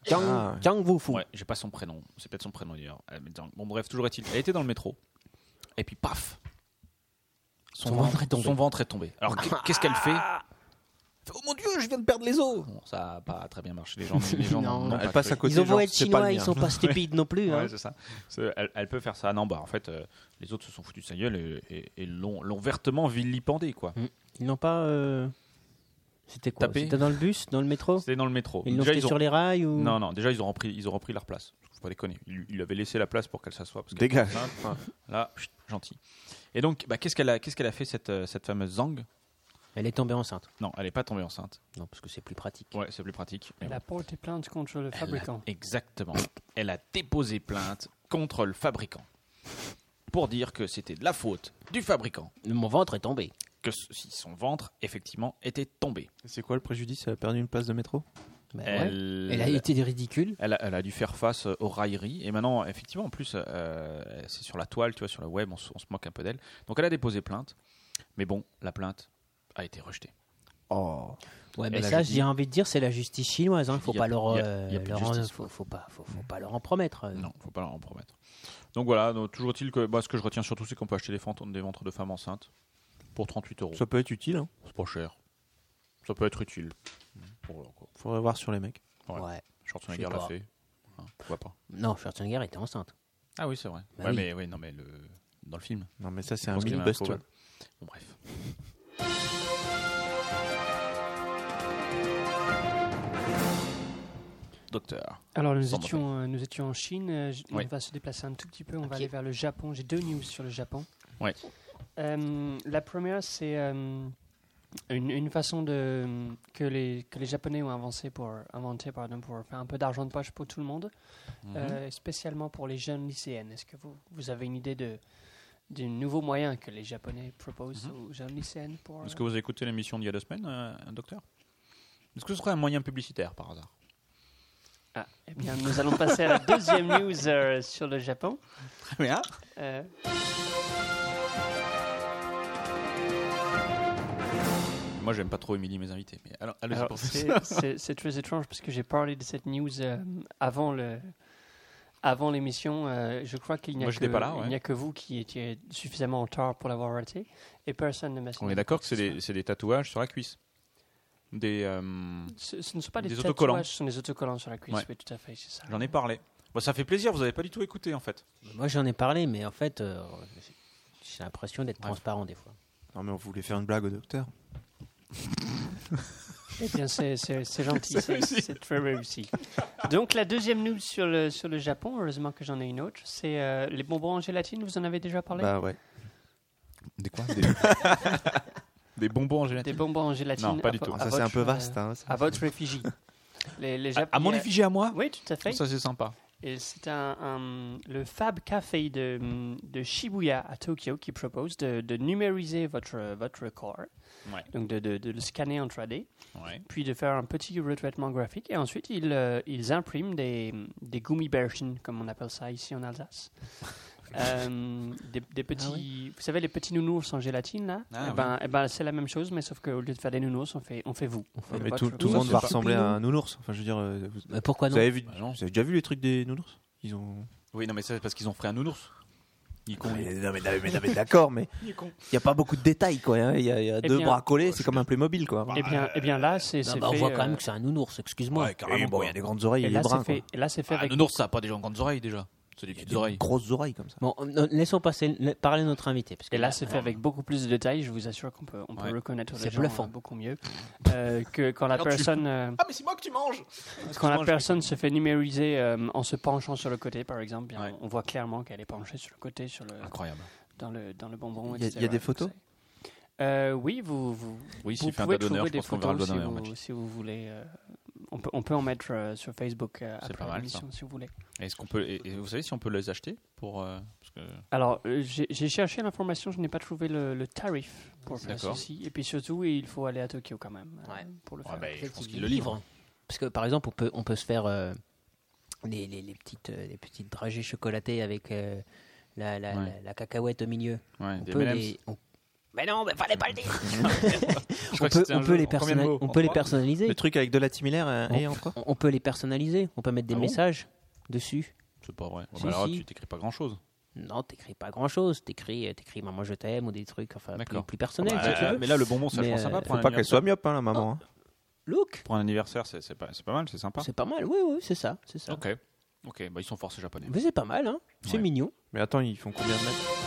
S6: Zhang,
S5: Ah, ouais.
S6: Zhang Wufu.
S3: Ouais, j'ai pas son prénom. C'est peut-être son prénom d'ailleurs. Elle s'appelle Zhang. Bon, bref, toujours est-il. Elle était dans le métro. Et puis, paf Son, ventre est tombé. Son ventre est tombé. Alors, qu'est- qu'est-ce qu'elle fait Elle fait, Oh mon dieu, je viens de perdre les os Bon, ça a pas très bien marché. Les gens, les
S5: [laughs]
S3: gens
S6: Non.
S3: n'ont
S6: Non,
S3: pas
S5: Elle passe
S3: cru.
S5: à côté.
S6: Ils ont beau
S5: genre,
S6: être
S5: c'est pas
S6: chinois,
S5: le
S6: ils
S5: mien.
S6: sont pas stupides non
S3: [laughs]
S6: plus. hein.
S3: Ouais, c'est ça. C'est- Elle, elle peut faire ça. Non, bah en fait, euh, les autres se sont foutus de sa gueule et, et- et l'ont l'ont vertement vilipendé, quoi.
S6: Ils n'ont pas euh, C'était quoi
S3: Taper.
S6: C'était dans le bus, dans le métro
S3: C'était dans le métro.
S6: Ils l'ont
S3: Déjà,
S6: jeté
S3: ils ont-
S6: sur les rails ou
S3: Non, non, déjà, ils ont repris, ils ont repris leur place. Faut pas déconner. Il, il avait laissé la place pour qu'elle s'assoie. parce qu'elle
S5: [laughs] Dégage.
S3: était enceinte. Là, chut, gentil. Et donc, bah, qu'est-ce qu'elle a, qu'est-ce qu'elle a fait, cette, euh, cette fameuse Zang
S6: Elle est tombée enceinte.
S3: Non, elle n'est pas tombée enceinte.
S6: Non, parce que c'est plus pratique.
S3: Ouais, c'est plus pratique. Mais
S7: Elle a porté plainte contre le
S3: Elle a-
S7: fabricant.
S3: exactement. Elle a déposé plainte contre le fabricant pour dire que c'était de la faute du fabricant
S6: Mon ventre est tombé.
S3: que ce- si son ventre effectivement était tombé.
S5: C'est quoi le préjudice Elle a perdu une place de métro
S6: Bah ouais.
S3: Elle,
S6: Elle a été ridicule.
S3: elle a- elle a dû faire face euh, aux railleries et maintenant effectivement en plus euh, c'est sur la toile, tu vois, sur le web, on, se- on se moque un peu d'elle. Donc elle a déposé plainte, mais bon, la plainte a été rejetée.
S5: Oh
S6: Ouais, mais
S3: Elle a
S6: ça,
S3: ju-
S6: j'ai envie de dire, c'est la justice chinoise. Hein. Faut
S3: Il y a-
S6: pas leur,
S3: il y a-
S6: euh,
S3: il y a plus de
S6: leur en-
S3: justice,
S6: faut, faut pas, faut, faut pas leur en promettre. euh.
S3: Non, faut pas en promettre. Donc voilà, donc, toujours est-il que bah, ce que je retiens surtout c'est qu'on peut acheter des, fant- des ventres de femmes enceintes pour 38 euros.
S5: Ça peut être utile, hein
S3: C'est pas cher. Ça peut être utile. Pour, euh, quoi.
S5: Faudrait voir sur les mecs.
S3: Ouais.
S6: Ouais.
S3: Schwarzenegger
S6: Je sais
S3: l'a
S6: pas.
S3: fait. Hein, pourquoi pas
S6: Non, Schwarzenegger était enceinte.
S3: Ah oui, c'est vrai.
S6: Bah
S3: ouais,
S6: oui.
S3: mais, ouais, non, mais le... dans le film.
S5: Non, mais ça, c'est
S3: je
S5: un
S3: pense qu'il y
S5: mini
S3: en a
S5: bust.
S3: faux, ouais.
S5: ouais.
S3: Bon, bref. Docteur.
S7: Alors nous
S3: Sans me
S7: étions, euh, nous étions en Chine, euh, j-
S3: Oui.
S7: on va se déplacer un tout petit peu, on va
S6: Ok.
S7: aller vers le Japon. J'ai deux news sur le Japon.
S3: Ouais.
S7: Euh, la première, c'est euh, une, une façon de, que, les, que les Japonais ont avancé pour, inventé pardon, pour faire un peu d'argent de poche pour tout le monde,
S3: Mhm.
S7: euh, spécialement pour les jeunes lycéennes. Est-ce que vous, vous avez une idée de du nouveau moyen que les Japonais proposent
S3: Mhm.
S7: aux jeunes lycéennes pour...
S3: Est-ce que vous avez écouté l'émission d'il y a deux semaines, euh, docteur Est-ce que ce serait un moyen publicitaire par hasard
S7: Ah, eh bien, nous allons passer à la deuxième news euh, sur le Japon.
S3: [laughs] Mais hein
S7: Euh,
S3: Moi, j'aime pas trop humilier mes invités. Mais alors, allez-y
S7: Alors,
S3: pour
S7: c'est-
S3: ça.
S7: [laughs] c'est c'est très étrange parce que j'ai parlé de cette news euh, avant le avant l'émission. euh, je crois qu'il n'y a,
S3: Moi,
S7: que-
S3: j'étais pas là,
S7: il n'y a que vous qui étiez suffisamment en retard pour l'avoir raté et personne ne
S3: [laughs]
S7: m'a
S3: On
S7: signalé.
S3: est d'accord que c'est des, c'est des tatouages sur la cuisse. Des. euh,
S7: Ce, ce ne sont pas des,
S3: des
S7: tatouages,
S3: autocollants.
S7: ce sont des autocollants sur la cuisse.
S3: Ouais.
S7: Oui, tout à fait, c'est ça.
S3: J'en ai parlé. Bon, ça fait plaisir, vous n'avez pas du tout écouté en fait.
S6: Moi, j'en ai parlé, mais en fait, euh, j'ai- j'ai l'impression d'être
S3: Bref.
S6: transparent des fois.
S5: Non, mais on voulait faire une blague au docteur.
S7: Eh bien, c'est- c'est
S3: [laughs]
S7: c'est gentil, c'est- c'est très réussi. Donc, la deuxième news sur le, sur le Japon, heureusement que j'en ai une autre, c'est euh, les bonbons en gélatine, vous en avez déjà parlé
S5: Bah ouais.
S3: Des quoi Des, [laughs] bonbons en
S7: Des
S3: gélatine.
S7: bonbons en gélatine
S3: Non, pas du
S7: à vo-
S3: tout.
S7: à
S5: ça, c'est un
S7: votre,
S5: peu
S7: euh,
S5: vaste, hein. ça.
S7: À votre effigie. Les, les
S3: À,
S7: Japonais-
S3: à mon effigie à moi
S7: Oui, tout à fait.
S3: Ça c'est sympa.
S7: Et c'est un, un- le Fab Café de, de Shibuya à Tokyo qui propose de, de numériser votre, votre corps,
S3: Ouais.
S7: donc de, de- de le scanner en 3D, puis de faire un petit retraitement graphique. Et ensuite, ils, euh, ils impriment des, des gummibärchen, comme on appelle ça ici
S3: [laughs]
S7: en Alsace. Euh, des, des petits, vous savez, les petits nounours en gélatine là.
S3: Ah
S7: Eh
S3: oui.
S7: ben, eh ben, c'est la même chose, mais sauf qu'au lieu de faire des nounours, on fait, on fait vous. On fait
S5: Mais
S7: votre
S5: tout, tout le
S7: corps.
S5: monde va
S6: c'est
S5: ressembler à
S6: Poupidou.
S5: un nounours. Enfin, je veux dire, euh, vous,
S6: Mais pourquoi
S5: vous
S6: non
S5: avez vu,
S3: Bah non.
S5: vous avez déjà vu les trucs des nounours Ils ont.
S3: Oui, non mais ça c'est parce qu'ils ont fait un nounours. Ils con-
S5: Mais non, mais, non, mais, non, mais d'accord, mais il n'y a pas beaucoup de détails, quoi. hein. Il y a, il y a deux
S7: bien-
S5: bras collés, c'est comme un Playmobil, quoi.
S7: Eh bien, eh bien là, c'est
S6: Non,
S7: c'est
S6: bah, On
S7: fait,
S6: voit quand
S7: euh,
S6: même que c'est un nounours, excuse-moi.
S3: Ouais, carrément.
S5: Bon,
S3: quoi.
S5: il y a des grandes oreilles, il y
S7: Et
S5: a
S7: là,
S5: des
S7: c'est
S5: brins,
S7: fait,
S5: quoi.
S7: et là, c'est fait
S3: Ah, un
S7: avec.
S3: nounours ça a pas des gens grandes oreilles déjà. C'est des petites oreilles.
S5: Grosses oreilles, comme ça.
S6: Bon, on- on- laissons passer, la- parler notre invité. Parce que
S7: Et là, c'est fait avec beaucoup plus de détails. Je vous assure qu'on peut, on peut
S3: Ouais.
S7: reconnaître les
S6: C'est
S7: gens
S6: bluffant.
S7: euh, beaucoup mieux euh, que quand la
S3: Merde, tu-
S7: personne, euh,
S3: Ah mais c'est moi que tu manges.
S7: quand la
S3: je-
S7: personne se fait numériser euh, en se penchant sur le côté, par exemple. bien,
S3: Ouais.
S7: On voit clairement qu'elle est penchée sur le côté, sur le,
S3: Incroyable.
S7: dans le dans le bonbon.
S5: Il y a-
S7: etc.
S5: il y a des photos
S7: Donc, c'est- Euh, oui, vous, vous,
S3: Oui,
S7: vous
S3: s'il fait un
S7: pouvez
S3: doigt d'honneur,
S7: trouver
S3: je
S7: des
S3: pense qu'on verra le doigt
S7: photos si
S3: d'honneur. au
S7: vous,
S3: match.
S7: si vous voulez. euh, on, peut, on peut en mettre euh, sur Facebook euh,
S3: C'est
S7: après
S3: pas mal,
S7: l'émission si vous voulez.
S3: Est-ce qu'on peut et, et vous savez si on peut les acheter pour euh, parce que
S7: Alors, euh, j'ai j'ai cherché l'information, je n'ai pas trouvé le, le tarif pour faire
S3: D'accord.
S7: ceci. Et puis surtout, il faut aller à Tokyo quand même euh,
S6: Ouais.
S7: pour le
S3: Ouais,
S7: faire.
S3: bah, je
S6: Quel
S3: pense
S6: type
S3: qu'ils
S6: de
S3: le livrent.
S6: Parce que par exemple, on peut, on peut se faire euh, les, les- les petites, euh, les petites dragées chocolatées avec euh, la,
S3: Ouais.
S6: la- la- la cacahuète au milieu.
S3: Ouais,
S6: On
S3: des
S6: peut
S3: M&M's.
S6: les- on- Mais non, mais fallait pas le dire.
S3: Je
S6: on
S3: crois que
S6: peut,
S3: c'était un
S6: on
S3: jeu.
S6: peut les,
S3: En combien de
S6: personnali-
S3: mots
S6: on
S3: En
S6: peut les
S3: trois
S6: personnaliser.
S5: Le truc avec de la timilaire euh,
S6: Bon.
S5: et en quoi
S6: On on peut les personnaliser. On peut mettre des
S3: Ah bon
S6: messages dessus.
S3: C'est pas vrai. Ouais,
S6: Si,
S3: bah alors là,
S6: si.
S3: tu t'écris pas grand chose.
S6: Non, t'écris pas grand chose. T'écris, euh, t'écris maman je t'aime ou des trucs enfin plus,
S3: D'accord. Ah bah,
S6: plus personnels. si tu veux.
S3: mais là le bonbon, ça je
S6: Mais,
S3: pense sympa.
S6: euh,
S3: pour
S5: Faut
S3: un
S5: pas qu'elle
S3: anniversaire.
S5: soit myope, hein, la maman. hein.
S6: Look,
S3: Pour un anniversaire, c'est c'est pas, c'est pas mal, c'est sympa.
S6: c'est pas mal. Oui, oui, c'est ça, c'est ça.
S3: Ok. Ok, bah ils sont forts ces japonais.
S6: Mais c'est pas mal, hein. C'est
S3: Ouais.
S6: mignon.
S5: Mais attends, ils font combien de mètres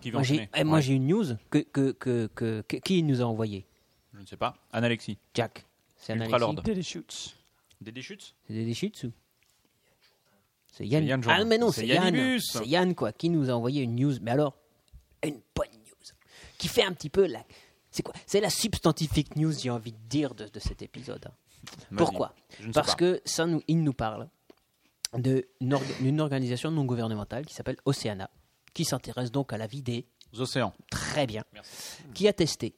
S3: Qui va
S6: Moi, j'ai
S3: enchaîner
S6: eh, moi,
S3: Ouais,
S6: j'ai une news que, que, que, que- que- qui nous a envoyé
S3: Je ne sais pas. Anne Alexis.
S6: Jack. C'est un
S3: Ultra
S6: Alexis.
S3: Lord.
S7: Daily Shoots.
S3: Des déchutes
S6: C'est des déchutes ou C'est Yann.
S3: C'est Yann Jourdain.
S6: ah mais non,
S3: C'est
S6: c'est Yann.
S3: Yannibus.
S6: C'est Yann quoi qui nous a envoyé une news. Mais alors, une bonne news qui fait un petit peu la. C'est quoi C'est la substantifique news, j'ai envie de dire, de, de cet épisode. hein.
S3: Vas-y.
S6: Pourquoi
S3: Je ne sais
S6: Parce
S3: pas.
S6: que ça nous, il nous parle de- d'une orga- d'une organisation non gouvernementale qui s'appelle Oceana, qui s'intéresse donc à la vie des
S3: Aux océans.
S6: très bien, qui a testé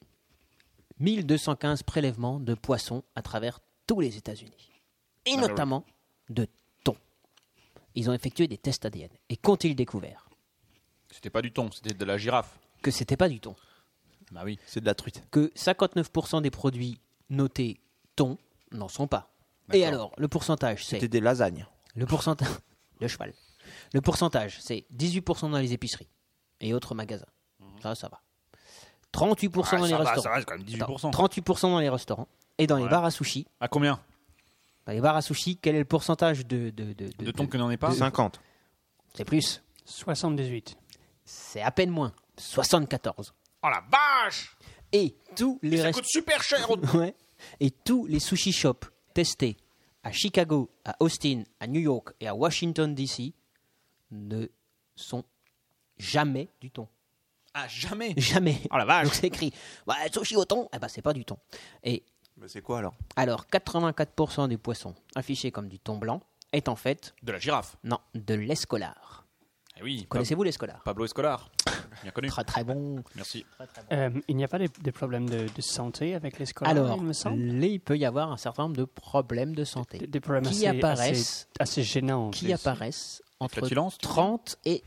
S6: 1215 prélèvements de poissons à travers tous les États-Unis, et notamment de thon. Ils ont effectué des tests ADN. Et qu'ont-ils découvert
S3: C'était pas du thon, c'était de la girafe.
S6: Que c'était pas du thon.
S3: Bah oui.
S5: C'est de la truite.
S6: Que 59% des produits notés thon n'en sont pas. Et alors, le pourcentage, c'est
S5: C'était des lasagnes.
S6: [laughs] Le pourcentage de cheval. Le pourcentage, c'est 18% dans les épiceries et autres magasins. Ça, ça va.
S3: Mhm. Ah,
S6: 38% dans les
S3: ça va,
S6: restaurants.
S3: ça reste quand même 18%.
S6: Attends, 38% dans les restaurants et dans les bars à sushi.
S3: À combien
S6: Dans les bars à sushi, quel est le pourcentage de de, de, de-
S3: De thon
S6: de-
S3: que n'en est pas
S5: 50.
S6: C'est plus.
S7: 78.
S6: C'est à peine moins. 74.
S3: Oh la vache
S6: Et tous les
S3: Ça
S6: restaurants.
S3: coûte super cher au-
S6: [laughs] Ouais. Et tous les sushi shops testés à Chicago, à Austin, à New York et à Washington DC ne sont jamais du thon.
S3: Ah, jamais
S6: [laughs] Jamais.
S3: Oh la vache
S6: Donc c'est écrit bah, sushi au thon, eh ben, c'est pas du thon. Et
S5: Mais c'est quoi alors
S6: alors 84% des poissons affichés comme du thon blanc est en fait
S3: De la girafe.
S6: non de l'escolar.
S3: Eh oui.
S6: Connaissez-vous l'escolar
S3: Pablo Escolar. Bien connu.
S6: Très très Ah bon.
S3: Merci.
S7: Euh, il n'y a pas des, des problèmes de, de santé avec les scolaires,
S6: Alors,
S7: il me semble
S6: là, il peut y avoir un certain nombre de problèmes de
S7: Des,
S6: santé
S7: des problèmes
S6: qui
S7: assez,
S6: apparaissent-
S7: assez, assez gênants.
S6: qui
S7: Des-
S6: apparaissent entre
S3: flatulences, tu
S6: 30 et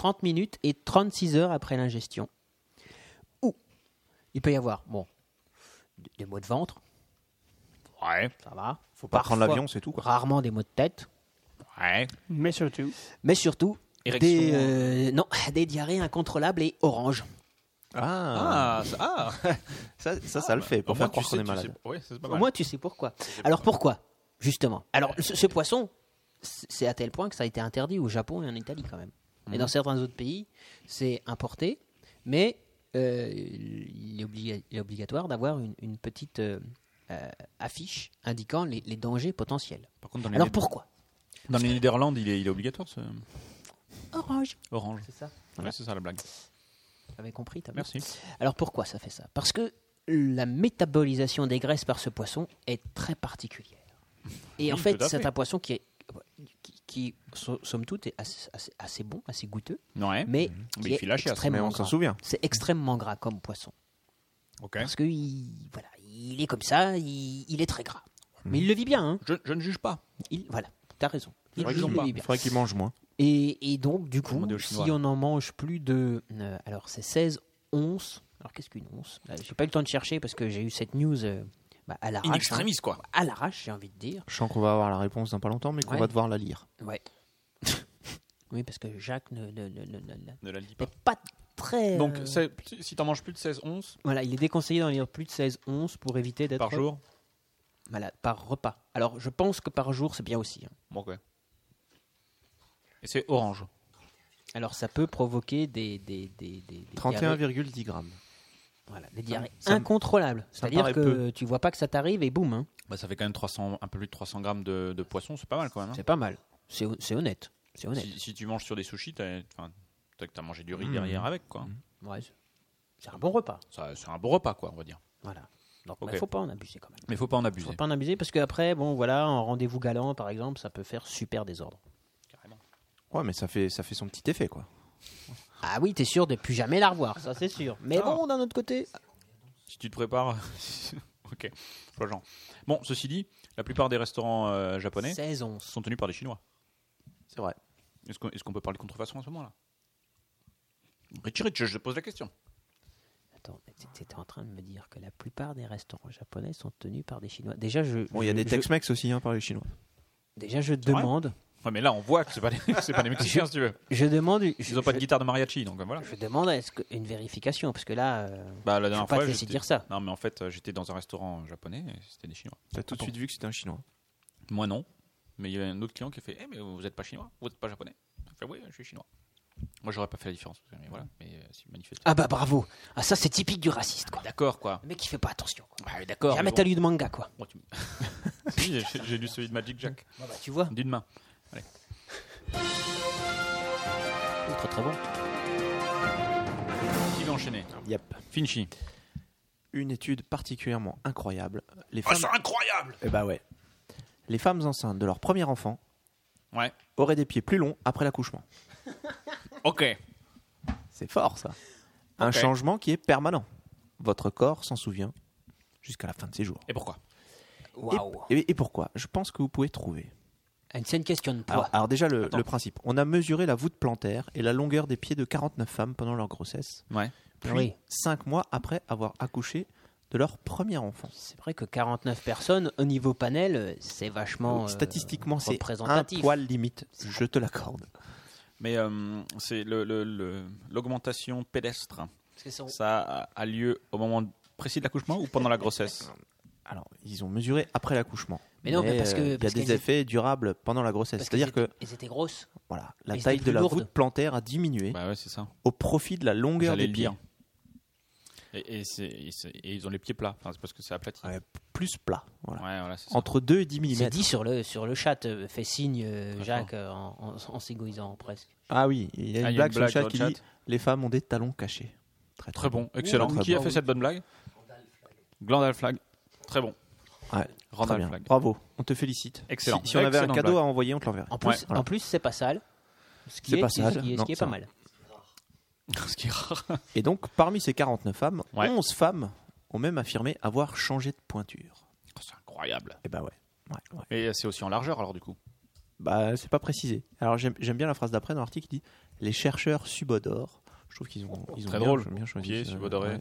S6: 30 minutes et 36 heures après l'ingestion. Ou il peut y avoir bon des- des maux de ventre,
S3: Ouais.
S6: ça va.
S5: Faut pas prendre
S6: Parfois,
S5: l'avion, c'est tout. Quoi.
S6: Rarement des maux de tête.
S3: Ouais.
S7: Mais surtout,
S6: mais surtout
S3: Érection.
S6: des, euh, non, [laughs] des diarrhées incontrôlables et oranges.
S5: Ah,
S3: Ah, ça, ah. bah,
S5: ça, ça, ça le fait pour
S3: Au moins, tu
S5: faire croire
S3: sais,
S5: qu'on est
S3: tu
S5: malade.
S3: sais- Ouais, ça, c'est pas
S6: Au
S3: mal.
S6: moins, tu sais pourquoi. Alors pourquoi, justement Alors,
S3: Euh,
S6: ce, ce poisson, c'est à tel point que ça a été interdit au Japon et en Italie quand même.
S3: Mhm.
S6: Et dans certains autres pays, c'est importé, mais euh, il, est obligé- il est obligatoire d'avoir une, une petite euh, euh, affiche indiquant les, les dangers potentiels.
S3: Par contre, dans les,
S6: Alors pourquoi
S3: dans les Néderlandes, il est, il est obligatoire ce
S6: Orange.
S3: orange.
S6: C'est ça.
S3: Ouais, c'est ça la blague.
S6: T'avais compris, t'as vu
S3: Merci.
S6: Alors pourquoi ça fait ça Parce que la métabolisation des graisses par ce poisson est très particulière. Et en
S3: Oui,
S6: fait,
S3: tout à
S6: c'est
S3: fait.
S6: un poisson qui est qui, qui, so- somme toute est assez, assez- assez bon, assez goûteux,
S3: Ouais.
S6: mais
S3: Mais
S6: qui
S3: il
S6: est
S3: file la chiasse,
S5: Ah, Mais
S6: extrêmement
S5: on s'en
S6: gras.
S5: souvient.
S6: C'est extrêmement gras comme poisson
S3: Ok.
S6: parce que il, voilà, il est comme ça, il, il est très gras.
S3: Mmh.
S6: Mais il le vit bien, hein.
S3: Je, je ne juge pas.
S6: Il voilà, t'as raison. Il,
S3: vrai
S6: il
S3: qu'ils ont
S6: le
S3: pas.
S6: vit
S5: Il
S6: bien.
S5: faudrait qu'ils mangent moins.
S6: Et, et donc, du coup,
S3: Demandez aux
S6: si
S3: Chinois.
S6: on en mange plus de. euh, alors, c'est 16 onces. Alors, qu'est-ce qu'une once Euh, J'ai pas eu le temps de chercher parce que j'ai eu cette news euh, bah, à l'arrache.
S3: In
S6: hein.
S3: extremis, quoi.
S6: À l'arrache, j'ai envie de dire.
S5: Je sens qu'on va avoir la réponse dans pas longtemps, mais qu'on
S6: Ouais.
S5: va devoir la lire.
S6: Ouais. [laughs] oui, parce que Jacques ne. ne, ne, ne- ne- ne-
S3: Ne la lis
S6: n'est pas très.
S3: Donc,
S6: euh,
S3: c'est- si t'en manges plus de 16, 11
S6: Voilà, il est déconseillé d'en lire plus de 16 onces pour éviter d'être.
S3: par jour,
S6: Malade, par repas. Alors, je pense que par jour, c'est bien aussi. hein.
S3: bon, ok. Et c'est orange.
S6: Alors, ça peut provoquer des. des, des, des, des diarrhées.
S5: 31,10 grammes.
S6: Voilà, des diarrhées
S5: Ça me-
S6: incontrôlables.
S5: ça me
S6: C'est-à-dire
S5: paraît
S6: que
S5: peu.
S6: tu vois pas que ça t'arrive et boum. hein.
S3: Bah, ça fait quand même 300, un peu plus de 300 grammes de, de poisson, c'est pas mal quand même. hein.
S6: C'est pas mal. C'est hon- c'est honnête. C'est honnête.
S3: Si, si tu manges sur des sushis, t'as enfin, t'as- t'as mangé du riz derrière avec, quoi.
S6: Ouais, c'est- c'est un bon repas.
S3: Ça- C'est un bon repas, quoi, on va dire.
S6: Voilà. Donc,
S3: Ok.
S6: il faut pas en abuser quand même.
S3: Mais faut pas en abuser.
S6: Faut pas en abuser parce qu'après, bon, voilà, en rendez-vous galant, par exemple, ça peut faire super désordre.
S5: Ouais, mais ça fait, ça fait son petit effet, quoi.
S6: Ah oui, t'es sûr de plus jamais la revoir, ça c'est sûr. Mais bon, d'un autre côté,
S3: Si tu te prépares. [laughs] ok, pas genre. Bon, ceci dit, la plupart des restaurants euh, japonais
S6: 16 onces.
S3: sont tenus par des Chinois.
S5: C'est vrai.
S3: Est-ce qu'on est-ce qu'on peut parler de contrefaçon à ce moment-là Richie Rich, je te pose la question.
S6: Attends, mais t- t'étais en train de me dire que la plupart des restaurants japonais sont tenus par des Chinois. Déjà, je,
S5: Bon, il y a
S6: je-
S5: des
S6: je-
S5: Tex-Mex aussi hein, par les Chinois.
S6: Déjà, je
S3: vrai
S6: demande,
S3: Ouais, mais là, on voit que c'est pas, des- [laughs] c'est pas des Mexicains, si tu veux.
S6: je demande, je,
S3: Ils ont pas de
S6: je-
S3: guitare de mariachi, donc euh, voilà.
S6: je demande à ce que- une vérification parce que là, euh,
S3: Bah, la
S6: je
S3: dernière
S6: peux pas
S3: fois,
S6: te laisser
S3: j'étais-
S6: dire ça.
S3: Non, mais en fait, euh, j'étais dans un restaurant japonais et c'était des Chinois.
S5: T'as tout de
S3: Attends.
S5: suite vu que c'était un Chinois.
S3: Moi, non. Mais il y a un autre client qui a fait Eh, mais vous n'êtes pas Chinois Vous n'êtes pas japonais Je fais Oui, je suis Chinois. Moi, j'aurais pas fait la différence. Mais voilà, mais euh, c'est manifeste.
S6: Ah bah bravo. Ah ça c'est typique du raciste quoi.
S3: D'accord, quoi.
S6: Le mec qui fait pas attention. Quoi.
S3: Ah, d'accord. mais
S6: Jamais t'as lu de manga quoi.
S3: bon. Moi, tu me- [laughs] Si, j'ai- J'ai lu celui de Magic Jack.
S6: Ah bah, tu vois.
S3: D'une main.
S6: Très très bon.
S3: Qui veut enchaîner
S5: Yep.
S3: Finchy.
S5: Une étude particulièrement incroyable. Les
S3: Oh,
S5: femmes,
S3: incroyable
S5: Eh bah ouais. Les femmes enceintes de leur premier enfant
S3: Ouais.
S5: auraient des pieds plus longs après l'accouchement.
S3: Ok.
S5: C'est fort ça. Un
S3: Ok.
S5: changement qui est permanent. Votre corps s'en souvient jusqu'à la fin de ses jours.
S3: Et pourquoi
S5: Et-
S6: Waouh.
S5: Et, et pourquoi Je pense que vous pouvez trouver.
S6: C'est une question de
S5: Alors,
S6: poids.
S5: alors déjà le, le principe. On a mesuré la voûte plantaire et la longueur des pieds de 49 femmes pendant leur grossesse,
S3: Ouais.
S5: puis
S6: Oui.
S5: 5 mois après avoir accouché de leur premier enfant.
S6: C'est vrai que 49 personnes au niveau panel, euh, c'est vachement euh,
S5: Statistiquement, c'est un
S6: représentatif.
S5: poil limite, je te l'accorde.
S3: Mais euh, c'est le- le- le- l'augmentation pédestre.
S6: Parce que c'est-
S3: Ça a, a lieu au moment précis de l'accouchement ou pendant la grossesse
S5: Alors, ils ont mesuré après l'accouchement.
S6: Mais non, mais parce que-
S5: euh, Il y a
S6: parce
S5: des
S6: qu'elles
S5: effets durables pendant la grossesse.
S6: parce qu'elles
S5: C'est-à-dire que
S6: étaient- elles étaient grosses.
S5: voilà, la
S6: elles
S5: taille
S6: étaient
S5: de
S6: plus
S5: la
S6: lourdes.
S5: voûte plantaire a diminué
S3: Bah ouais, c'est ça.
S5: au profit de la longueur
S3: J'allais
S5: des
S3: le
S5: pieds.
S3: dire. Et, et c'est- et c'est- et ils ont les pieds plats. Enfin, c'est parce que c'est aplati. Ouais,
S5: Ouais, plus plat. Voilà.
S3: voilà, c'est ça.
S5: Entre 2 et 10
S6: C'est
S5: mm.
S6: dit sur le sur le chat, euh, fait signe euh,
S3: D'accord.
S6: Jacques euh, en, en, en s'égoïsant presque.
S5: Ah oui, il y a une
S3: Ah, il y a
S5: blague sur le chat
S3: dans
S5: qui
S3: le
S5: dit Les femmes ont des talons cachés. Très,
S3: Très bon, excellent.
S5: Très
S3: Qui a
S5: bon.
S3: fait cette bonne blague Glandal Flag. Très bon.
S5: Ouais, Très
S3: Randall
S5: bien.
S3: Flag.
S5: Bravo, on te félicite.
S3: Excellent.
S5: Si, si on avait un
S3: Excellent
S5: cadeau
S3: blague.
S5: à envoyer, on te l'enverrait.
S6: En plus,
S5: voilà.
S6: en plus c'est pas sale. Ce qui
S5: C'est
S6: est,
S5: pas
S6: ce
S5: sale,
S6: qui est- ce
S5: non,
S6: qui est
S5: ça
S6: pas
S5: va.
S6: mal.
S3: [laughs] Ce qui est rare.
S5: Et donc, parmi ces 49 femmes,
S3: Ouais.
S5: 11 femmes ont même affirmé avoir changé de pointure.
S3: Oh, C'est incroyable.
S5: Et bah ouais. ouais, ouais.
S3: Et c'est aussi en largeur alors du coup.
S5: Bah, c'est pas précisé. Alors, j'aime j'aime bien la phrase d'après dans l'article qui dit Les chercheurs subodorent. Je trouve qu'ils ont, ils ont
S3: Très
S5: bien,
S3: drôle.
S5: bien choisi.
S3: Pieds
S5: ça,
S3: subodorés.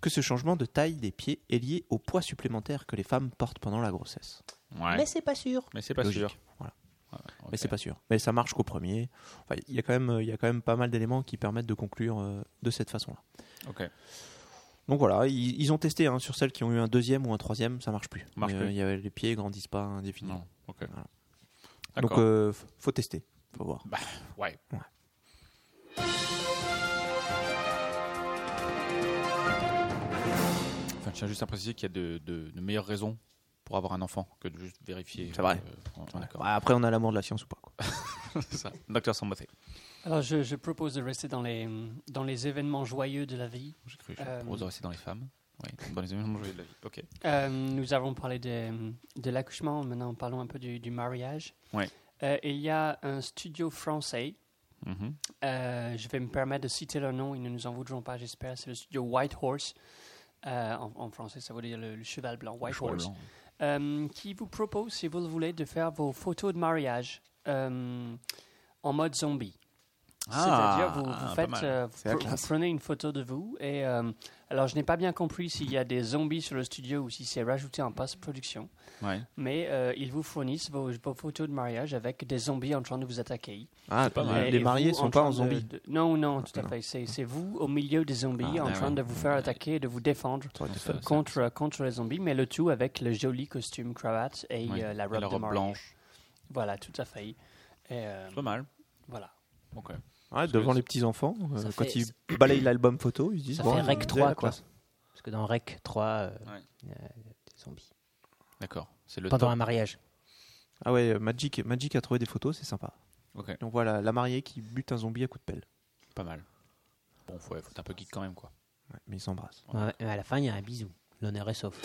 S5: Que ce changement de taille des pieds est lié au poids supplémentaire que les femmes portent pendant la grossesse.
S3: Ouais.
S6: Mais c'est pas sûr.
S3: Mais c'est pas
S5: Logique.
S3: sûr.
S5: Voilà.
S3: Ouais, ok.
S5: Mais c'est pas sûr. Mais ça marche qu'au premier. Enfin, il y a quand même, il y a quand même pas mal d'éléments qui permettent de conclure euh, de cette façon-là.
S3: Ok.
S5: Donc voilà, ils, ils ont testé hein, sur celles qui ont eu un deuxième ou un troisième, ça marche plus.
S3: Marche
S5: Mais,
S3: plus.
S5: euh, il y a- les pieds grandissent pas indéfiniment.
S3: Non. Ok.
S5: Voilà.
S3: D'accord.
S5: Donc euh, f- faut tester, faut voir.
S3: Ouais.
S5: Ouais.
S3: Enfin, je tiens juste à préciser qu'il y a de, de- de meilleures raisons pour avoir un enfant que de juste vérifier.
S5: C'est vrai. Ah,
S3: euh, on- on est d'accord.
S5: Ouais, après, on a l'amour de la science ou pas quoi.
S3: [laughs] C'est ça. Docteur Sambathé.
S7: Alors, je, je propose de rester dans les, dans les événements joyeux de la vie.
S3: J'ai cru que
S7: Euh,
S3: je rester dans les femmes. Oui, dans les événements joyeux de la vie. Ok.
S7: Euh, nous avons parlé de, de l'accouchement, maintenant parlons un peu du, du mariage.
S3: Ouais.
S7: Euh, il y a un studio français,
S5: Mm-hmm.
S3: Mhm.
S7: euh, je vais me permettre de citer leur nom, ils ne nous en voudront pas, j'espère, c'est le studio White Horse. Euh, en, en français, ça veut dire le, le cheval blanc, White
S3: Cheval
S7: Horse.
S3: blanc.
S7: Euh, qui vous propose, si vous le voulez, de faire vos photos de mariage euh, en mode zombie. C'est-à-dire, vous, vous
S3: Ah, pas
S7: faites,
S3: mal.
S7: euh, vous,
S5: C'est la
S7: pre- vous
S5: classe.
S7: prenez une photo de vous et euh, alors je n'ai pas bien compris s'il y a des zombies sur le studio ou si c'est rajouté en post-production,
S3: Ouais.
S7: mais euh, ils vous fournissent vos, vos photos de mariage avec des zombies en train de vous attaquer.
S5: Ah,
S3: pas mal.
S5: les,
S7: Et-
S5: les
S7: et
S5: mariés
S7: vous
S5: sont pas
S7: train
S5: en
S7: de-
S5: zombie.
S7: de- non, non, tout à
S5: non.
S7: fait. C'est c'est vous au milieu des zombies
S5: Ah,
S7: en
S3: ah
S7: train
S3: ouais.
S7: de vous faire attaquer et de vous défendre
S5: Ça aurait été
S3: Ça-
S5: fun.
S3: ça-
S7: contre, contre les zombies, mais le tout avec le joli costume, cravate et
S3: Ouais.
S7: euh, la
S3: Et
S7: robe,
S3: la
S7: de
S3: robe
S7: mariée.
S3: blanche.
S7: Voilà, tout à fait. Et, euh,
S3: Pas mal.
S7: voilà.
S3: Ok.
S5: Ouais, devant
S3: que-
S5: les petits enfants,
S6: Ça
S5: quand
S6: fait-
S5: ils balayent l'album photo, ils se disent
S6: Ça
S5: bon,
S6: fait
S5: vous avez
S6: Rec 3
S5: la
S6: quoi.
S5: classe.
S6: Parce que dans Rec 3 euh,
S3: Ouais.
S6: euh, des zombies.
S3: D'accord. C'est le
S6: Pendant
S3: temps.
S6: un mariage.
S5: Ah ouais, euh, Magic, Magic a trouvé des photos, c'est sympa.
S3: Ok.
S5: Donc voilà, la mariée qui bute un zombie à coups de pelle.
S3: Pas mal. Bon, faut, faut être un peu geek quand même, quoi.
S5: Ouais, mais ils s'embrassent.
S6: Ouais, mais à la fin, il y a un bisou. L'honneur est sauf.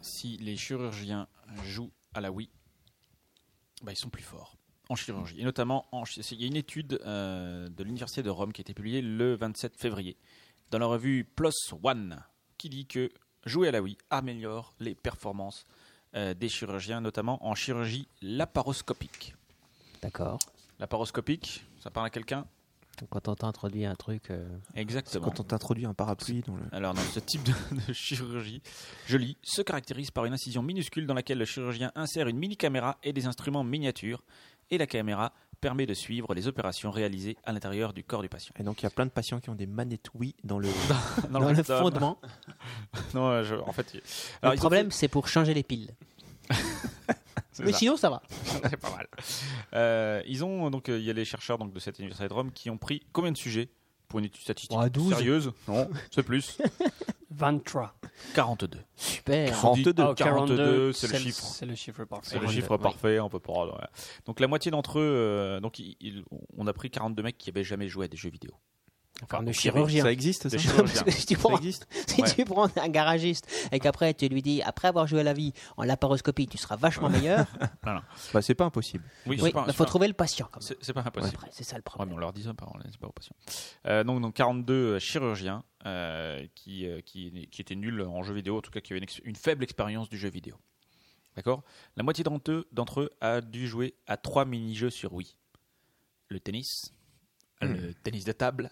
S3: Si les chirurgiens jouent à la Wii, bah, ils sont plus forts en chirurgie. Et notamment, en chi- il y a une étude euh, de l'Université de Rome qui a été publiée le 27 février dans la revue Plus One qui dit que jouer à la Wii améliore les performances euh, des chirurgiens, notamment en chirurgie laparoscopique.
S6: D'accord.
S3: Laparoscopique, ça parle à quelqu'un
S6: Donc, Quand on t'introduit un truc. euh,
S3: Exactement.
S5: Quand on t'introduit un parapluie dans le.
S3: Alors, dans ce type de, [laughs] de chirurgie, je lis, se caractérise par une incision minuscule dans laquelle le chirurgien insère une mini-caméra et des instruments miniatures, et la caméra permet de suivre les opérations réalisées à l'intérieur du corps du patient.
S5: Et donc il y a plein de patients qui ont des manettes oui dans [laughs] le.
S3: [laughs] Dans,
S6: dans le
S3: reste, euh,
S6: fondement.
S3: Non, euh, je- en fait. il- Alors, ils
S6: Le
S3: ont
S6: problème, c'est pour changer les piles.
S3: [laughs] C'est
S6: Mais
S3: ça.
S6: sinon, ça va.
S3: C'est pas mal. Euh, ils ont donc euh, il y a les chercheurs donc de cette université de Rome qui ont pris combien de sujets pour une étude statistique
S6: Ouais, 12.
S3: sérieuse Non, c'est plus.
S7: 23.
S3: 42.
S6: Super.
S3: 42,
S7: Ah,
S3: 42 c'est le
S7: c'est
S3: chiffre.
S7: C'est le chiffre parfait.
S3: C'est le chiffre
S6: oui.
S3: parfait, on peut pas. voilà. Donc la moitié d'entre eux, euh, donc ils- ils- on a pris 42 mecs qui avaient jamais joué à des jeux vidéo.
S6: Enfin, de
S3: donc,
S6: chirurgien.
S5: Ça existe, ça
S3: Des chirurgiens.
S6: [laughs] Si tu prends-
S5: Ça existe
S6: si
S3: Ouais.
S6: tu prends un garagiste et qu'après tu lui dis, après avoir joué à la vie en laparoscopie, tu seras vachement meilleur,
S5: Bah, c'est pas impossible.
S3: Oui,
S6: oui,
S3: c'est pas-
S6: il
S3: c'est
S6: faut
S3: pas-
S6: trouver le patient quand même.
S3: C'est c'est pas impossible.
S6: Après, c'est ça le
S3: Ouais,
S6: problème.
S3: Ah, mais on leur dit ça, par- on leur dit pas aux patients. Euh, donc, donc 42 chirurgiens euh, qui, euh, qui, qui étaient nuls en jeu vidéo, en tout cas qui avaient une, ex- une faible expérience du jeu vidéo. D'accord La moitié d'entre eux, d'entre eux a dû jouer à trois mini-jeux sur Wii. Le tennis,
S6: Hmm.
S3: le tennis de table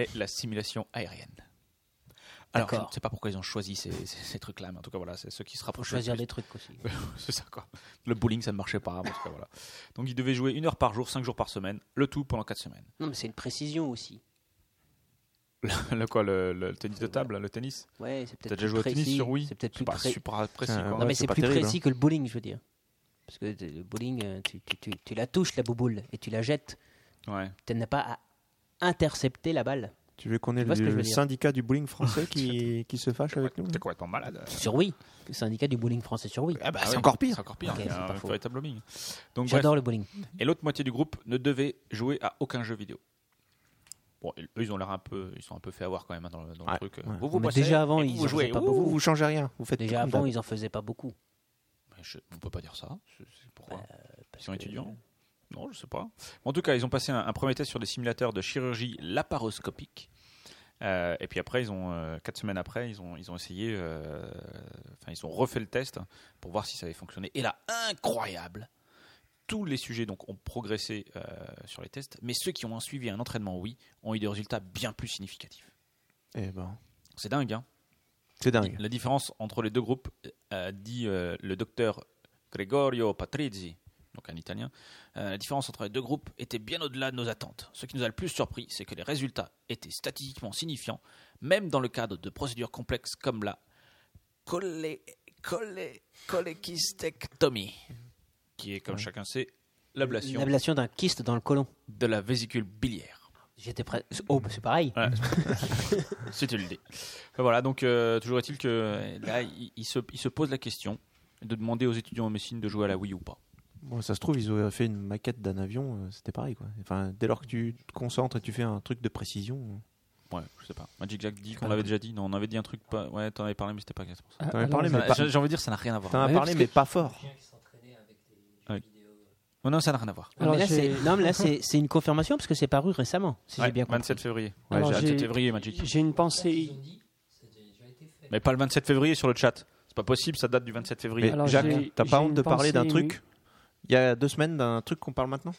S3: et la simulation aérienne. Alors, je ne
S6: D'accord.
S3: sais pas pourquoi ils ont choisi ces, ces- ces trucs-là, mais en tout cas, voilà, c'est ceux qui se
S6: Faut
S3: rapprochent le
S6: choisir
S3: plus.
S6: des trucs aussi.
S3: [laughs] C'est ça quoi. Le bowling, ça ne marchait pas. en tout cas, voilà. Donc, ils devaient jouer une heure par jour, cinq jours par semaine, le tout pendant quatre semaines.
S6: Non, mais c'est une précision aussi.
S3: [laughs] Le quoi, le, le tennis de table, le tennis
S6: Ouais, c'est peut-être
S3: T'as déjà joué
S6: plus
S3: au tennis
S6: précis,
S3: sur Wii
S6: C'est peut-être
S3: C'est
S6: plus
S3: pas
S6: pré-
S3: super précis.
S5: Tiens,
S3: quoi.
S6: Non,
S5: Ouais,
S6: mais
S5: c'est
S6: c'est hein.
S5: pas
S6: plus
S5: terrible,
S6: précis que le bowling, je veux dire. Parce que euh, le bowling, euh, tu, tu- tu- tu la touches, la bouboule, et tu la jettes.
S3: Ouais.
S6: Tu n'as pas à intercepter la balle.
S5: Tu veux qu'on ait
S6: vois ce que je veux
S5: le
S6: dire
S5: syndicat du bowling français
S6: [laughs]
S5: qui, qui se fâche avec nous
S3: T'es complètement malade.
S6: Sur Wii. Le syndicat du bowling français sur Wii.
S5: bah,
S3: Ah oui, C'est encore pire. Euh,
S6: Ok,
S3: il y a
S6: c'est pas
S3: un
S6: faux.
S3: véritable lobbying. Donc, bref.
S6: J'adore le bowling.
S3: Et l'autre moitié du groupe ne devait jouer à aucun jeu vidéo. Bon, eux, ils ont l'air un peu, ils sont un peu fait avoir quand même hein, dans le, dans le
S5: Ouais,
S3: truc. euh,
S5: ouais.
S3: Vous vous
S6: Mais
S3: passez,
S6: déjà avant,
S3: et
S6: ils
S3: vous
S6: en
S3: jouez.
S6: faisaient pas
S3: Ouh.
S6: beaucoup.
S5: Vous changez rien, vous faites
S6: Déjà
S5: tout comme
S6: avant,
S5: d'hab.
S6: ils en faisaient pas beaucoup.
S3: Mais Ben, je- on peut pas dire ça. C'est- c'est Pourquoi Ils
S6: Ben, parce
S3: sont
S6: que-
S3: étudiants Non, je sais pas. En tout cas, ils ont passé un, un premier test sur des simulateurs de chirurgie laparoscopique. Euh, et puis après, ils ont euh, quatre semaines après, ils ont ils ont essayé, euh, enfin ils ont refait le test pour voir si ça avait fonctionné. Et là, incroyable, tous les sujets donc ont progressé euh, sur les tests, mais ceux qui ont suivi un entraînement oui ont eu des résultats bien plus significatifs.
S5: Eh ben,
S3: C'est dingue, hein
S5: c'est dingue.
S3: la différence entre les deux groupes, euh, dit euh, le docteur Gregorio Patrizzi, donc un Italien, euh, la différence entre les deux groupes était bien au-delà de nos attentes. Ce qui nous a le plus surpris, c'est que les résultats étaient statistiquement signifiants, même dans le cadre de procédures complexes comme la colé- colé- cholécystectomie, qui est, comme chacun sait, l'ablation
S6: L'ablation d'un kyste dans le côlon.
S3: de la vésicule biliaire.
S6: J'étais prêt. Oh, bah, c'est pareil.
S3: Voilà. si tu le dis. Enfin, voilà, donc euh, toujours est-il que euh, là, il, il se, il se pose la question de demander aux étudiants en médecine de jouer à la Wii ou pas.
S5: Bon, ça se trouve, ils auraient fait une maquette d'un avion, euh, c'était pareil. Quoi. Enfin, dès lors que tu te concentres et tu fais un truc de précision, euh.
S3: Ouais, je sais pas. Magic Jack dit qu'on l'avait déjà dit. Non, on avait dit un truc. Pas... Ouais, t'en avais parlé, mais c'était pas exactement
S7: Ah,
S3: ça.
S5: t'en as parlé, mais
S3: Ça-
S5: pas-
S3: J'ai j'ai envie de dire, ça n'a rien à voir.
S5: t'en as
S7: oui,
S5: parlé,
S7: parce
S5: mais pas fort.
S3: Non, non, ça n'a rien à voir.
S6: Non,
S7: Alors,
S6: mais là,
S7: j'ai-
S6: c'est- non, mais là, c'est c'est une confirmation parce que c'est paru récemment, si
S3: Ouais,
S6: j'ai bien compris.
S3: 27 février.
S5: Ouais,
S7: Alors,
S5: j'ai-
S7: j'ai-
S3: 27 février, Magic.
S7: J'ai une pensée.
S3: Mais pas le 27 février sur le chat. C'est pas possible, ça date du 27 février.
S5: Mais
S7: Alors, j'ai-
S5: Jacques, t'as pas
S7: j'ai
S5: honte de
S7: une
S5: parler d'un
S7: pensée
S5: truc il y a deux semaines d'un truc qu'on parle maintenant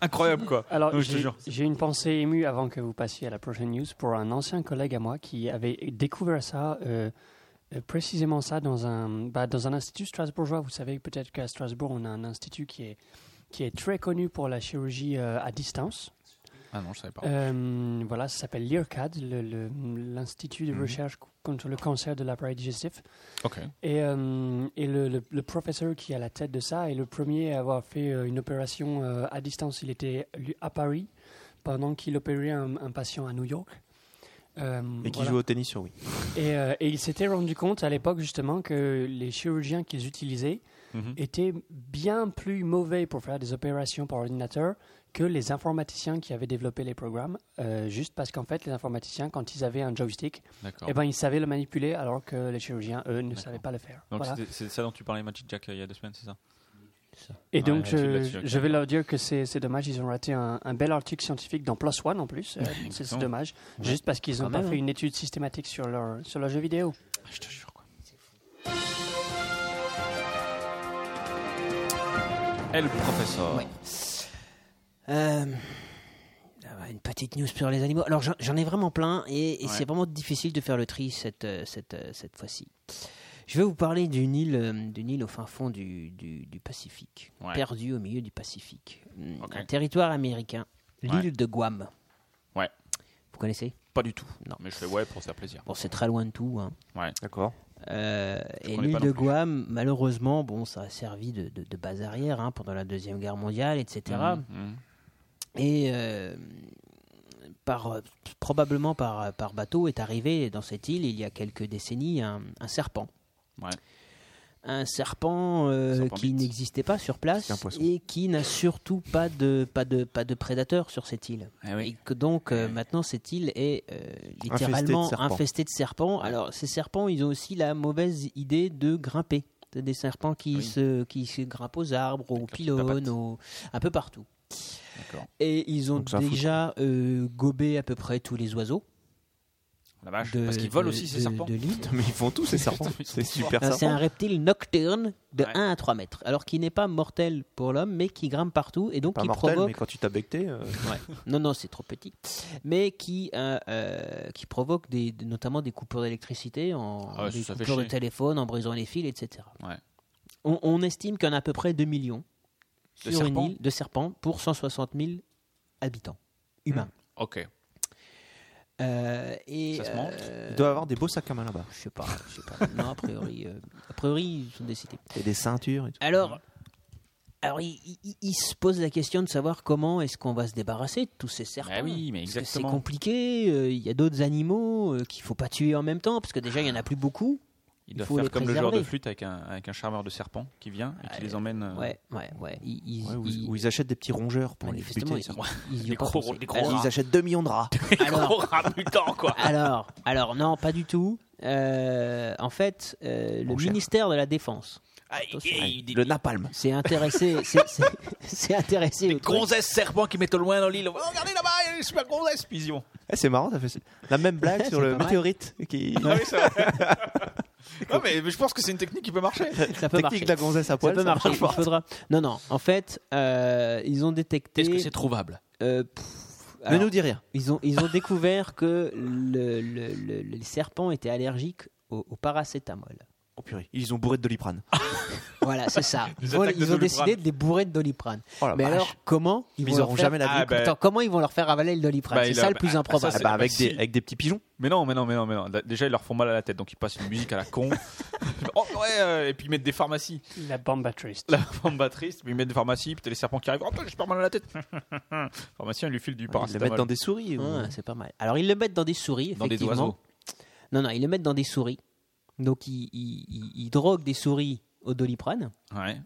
S3: Incroyable, quoi.
S7: Alors,
S3: Non, je te
S7: j'ai
S3: jure.
S7: j'ai une pensée émue avant que vous passiez à la prochaine news pour un ancien collègue à moi qui avait découvert ça, euh, euh, précisément ça, dans un, bah, dans un institut strasbourgeois. Vous savez peut-être qu'à Strasbourg, on a un institut qui est, qui est très connu pour la chirurgie euh, à distance.
S3: Ah non, je savais pas.
S7: Euh, voilà, ça s'appelle l'IRCAD, le- le- l'Institut
S3: Mm-hmm.
S7: de recherche contre le cancer de l'appareil digestif.
S3: Ok.
S7: Et, euh, et le, le- le professeur qui est à la tête de ça est le premier à avoir fait euh, une opération euh, à distance. Il était lui, à Paris pendant qu'il opérait un, un patient à New York. Euh,
S5: Et qui
S7: voilà.
S5: joue au tennis sur Wii.
S7: Et, euh, et il s'était rendu compte à l'époque justement que les chirurgiens qu'ils utilisaient
S3: Mhm.
S7: étaient bien plus mauvais pour faire des opérations par ordinateur que les informaticiens qui avaient développé les programmes, euh, juste parce qu'en fait les informaticiens quand ils avaient un joystick,
S3: D'accord.
S7: eh ben, ils savaient le manipuler alors que les chirurgiens eux ne
S3: D'accord.
S7: savaient pas le faire.
S3: Donc,
S7: Voilà.
S3: c'était- c'est ça dont tu parlais, Magic Jack, euh, il y a deux semaines, c'est ça
S7: Et
S3: Ouais,
S7: donc,
S3: là-dessus, là-dessus,
S7: je,
S3: d'accord.
S7: je vais leur dire que c'est c'est dommage, ils ont raté un, un bel article scientifique dans Plus One en plus. Euh, c'est c'est dommage, juste parce qu'ils n'ont
S6: Quand
S7: pas
S6: même,
S7: fait
S6: hein.
S7: une étude systématique sur leur, sur leur jeu vidéo.
S3: Je te jure, quoi. Et le professeur.
S6: Ouais. Euh, euh, une petite news sur les animaux. Alors j'en- j'en ai vraiment plein et, et
S3: Ouais.
S6: c'est vraiment difficile de faire le tri cette, euh, cette, euh, cette fois-ci. Je vais vous parler d'une île, euh, d'une île au fin fond du, du- du Pacifique,
S3: Ouais.
S6: perdue au milieu du Pacifique. Mm,
S3: Ok.
S6: Un territoire américain, l'île
S3: Ouais.
S6: de Guam.
S3: Ouais.
S6: Vous connaissez
S3: Pas du tout.
S6: Non.
S3: Mais je fais ouais pour se faire plaisir.
S6: Bon, c'est très loin de tout. hein.
S5: D'accord.
S6: Euh, et
S3: connais
S6: l'île
S3: pas
S6: de
S3: non plus.
S6: Guam, malheureusement, bon, ça a servi de, de- de base arrière hein, pendant la Deuxième Guerre mondiale, etc.
S3: Hum. Mhm.
S6: Et euh, par, euh, probablement par, euh, par bateau est arrivé dans cette île, il y a quelques décennies, un, un serpent.
S3: Ouais.
S6: Un serpent, euh,
S3: Serpent
S6: qui
S3: bite.
S6: n'existait pas sur
S5: C'est un
S6: place
S5: poisson.
S6: et qui n'a surtout pas de, pas, de, pas de prédateurs sur cette île.
S3: Eh
S6: Et que donc euh, maintenant cette île est euh, littéralement
S5: Infestée de serpents.
S6: infestée de serpents. Alors ces serpents, ils ont aussi la mauvaise idée de grimper. C'est Des serpents qui,
S3: Oui.
S6: se, qui se grimpent aux arbres, aux
S3: leurs petites
S6: pylônes,
S3: papates.
S6: aux- un peu partout.
S3: D'accord.
S6: Et ils ont
S5: Donc, ça fout,
S6: déjà euh, gobé à peu près tous les oiseaux.
S3: La vache.
S6: de-
S3: Parce qu'ils volent
S6: de-
S3: aussi ces
S6: de-
S3: serpents.
S6: de
S5: [laughs]
S6: l'île.
S5: [laughs] Mais ils font tous ces [laughs] serpents. C'est super
S6: Alors, Ah, C'est un
S5: serpent.
S6: reptile nocturne de
S3: Ouais.
S6: 1 à 3 mètres. Alors qu'il n'est pas mortel pour l'homme, mais qui grimpe partout et donc
S5: Pas
S6: qui
S5: mortel,
S6: provoque.
S5: mais quand tu t'as becté, euh,
S6: Non, non, c'est trop petit. Mais qui, euh, euh, qui provoque des, de- notamment des coupures d'électricité, en,
S3: Ah ouais,
S6: des
S3: ça fait
S6: coupures de
S3: chier.
S6: téléphone, en brisant les fils, etc.
S3: Ouais.
S6: On, on estime qu'il y en a à peu près 2 millions
S3: De
S6: sur une
S3: serpents
S6: île de serpents pour 160 000 habitants humains.
S3: Ok.
S6: Euh, et,
S3: Hmm. Ça se mange
S6: euh,
S5: il doit avoir des beaux sacs à main là-bas.
S6: Je sais pas, je sais pas. Non, a priori, euh, a priori, ils sont décédés.
S5: Et des ceintures et tout.
S6: Alors, alors il, il- il se pose la question de savoir comment est-ce qu'on va se débarrasser de tous ces serpents.
S3: Bah oui, mais
S6: Parce que
S3: exactement.
S6: C'est compliqué. euh, Il y a d'autres animaux euh, qu'il faut pas tuer en même temps, parce que déjà il y en a plus beaucoup.
S3: Ils
S6: Il
S3: doivent
S6: faut les
S3: faire comme le joueur de
S6: préserver.
S3: flûte avec un, avec un charmeur de serpent qui vient et qui
S6: Ouais.
S3: les emmène. euh, [laughs]
S6: Ouais, ouais, ouais. Ils, ils-
S5: Ah. Ouais, ou,
S6: ils-
S5: ou ils achètent des petits rongeurs pour les
S6: manifestement,
S5: buter.
S6: ils,
S5: ça. Ah.
S6: ils- ils y ont
S3: Des
S6: pas
S3: gros-
S6: pensé.
S3: des gros
S6: Alors-
S3: rats.
S5: Ils achètent 2 millions de rats. [laughs]
S6: alors-
S3: Gros rat mutant, quoi.
S6: Alors, alors non, pas du tout. Euh, en fait, euh, le
S5: Mon cher.
S6: ministère de la Défense
S3: [laughs] Aïe,
S6: Attention.
S3: aïe, des
S5: Le napalm.
S6: s'est intéressé, s'est- s'est- s'est intéressé au truc.
S3: grossesses serpents qui mettent au loin dans l'île. Oh, regardez là-bas, il y a une super grossesse, pision.
S5: Eh, c'est marrant, t'as fait ça. la même blague
S6: C'est
S5: sur le
S6: pas mal.
S5: météorite qui
S3: Non, mais, mais je pense que c'est une technique qui peut [laughs] marcher.
S6: Ça peut
S5: technique
S6: marcher.
S5: de la gonzesse à poil.
S6: ça peut
S5: ça
S6: marcher.
S5: marche pas.
S6: il faudra- Non, non. En fait, euh, ils ont détecté.
S3: trouvable
S6: euh, pff,
S5: Ne
S6: alors,
S5: nous dis rien.
S6: ils ont ils ont découvert que le, le, le- le serpent était allergique au, au paracétamol.
S5: Oh purée, ils ont bourré de doliprane.
S6: Voilà, c'est ça.
S3: Les
S6: Ils, vont-
S3: attaques de
S6: ils ont
S3: Doliprane.
S6: décidé de les bourrer de doliprane.
S5: Oh la
S6: Mais
S5: vache.
S6: alors, comment
S5: Ils
S6: vont leur
S5: auront
S6: faire-
S5: jamais la vie.
S3: Ah, bah,
S6: Attends, comment ils vont leur faire avaler le doliprane
S3: Bah,
S6: C'est
S3: il
S6: ça
S3: a-
S6: le plus
S3: bah,
S6: improbable.
S3: ça,
S5: Ah
S3: c'est-
S5: bah, avec,
S3: bah,
S5: des,
S3: si.
S5: avec des petits pigeons.
S3: Mais non, mais non, mais non, mais non. Là, Déjà, ils leur font mal à la tête, donc ils passent une musique à la con. [laughs] oh, ouais, euh, et puis ils mettent des pharmacies.
S7: La bombe à triste.
S3: La femme battriste, puis ils mettent des pharmacies, puis t'as les serpents qui arrivent. Oh, putain, j'ai super mal à [laughs] la tête. Pharmacien, il lui file du
S5: Ils les mettent
S3: paracétamol.
S5: dans des souris. ou-
S6: Ah, c'est pas mal. Alors, ils le mettent dans des souris.
S3: Dans des
S6: effectivement.
S3: oiseaux.
S6: Non, non, ils le mettent dans des souris. Donc, ils, ils- ils- ils droguent des souris au doliprane.
S3: Ouais.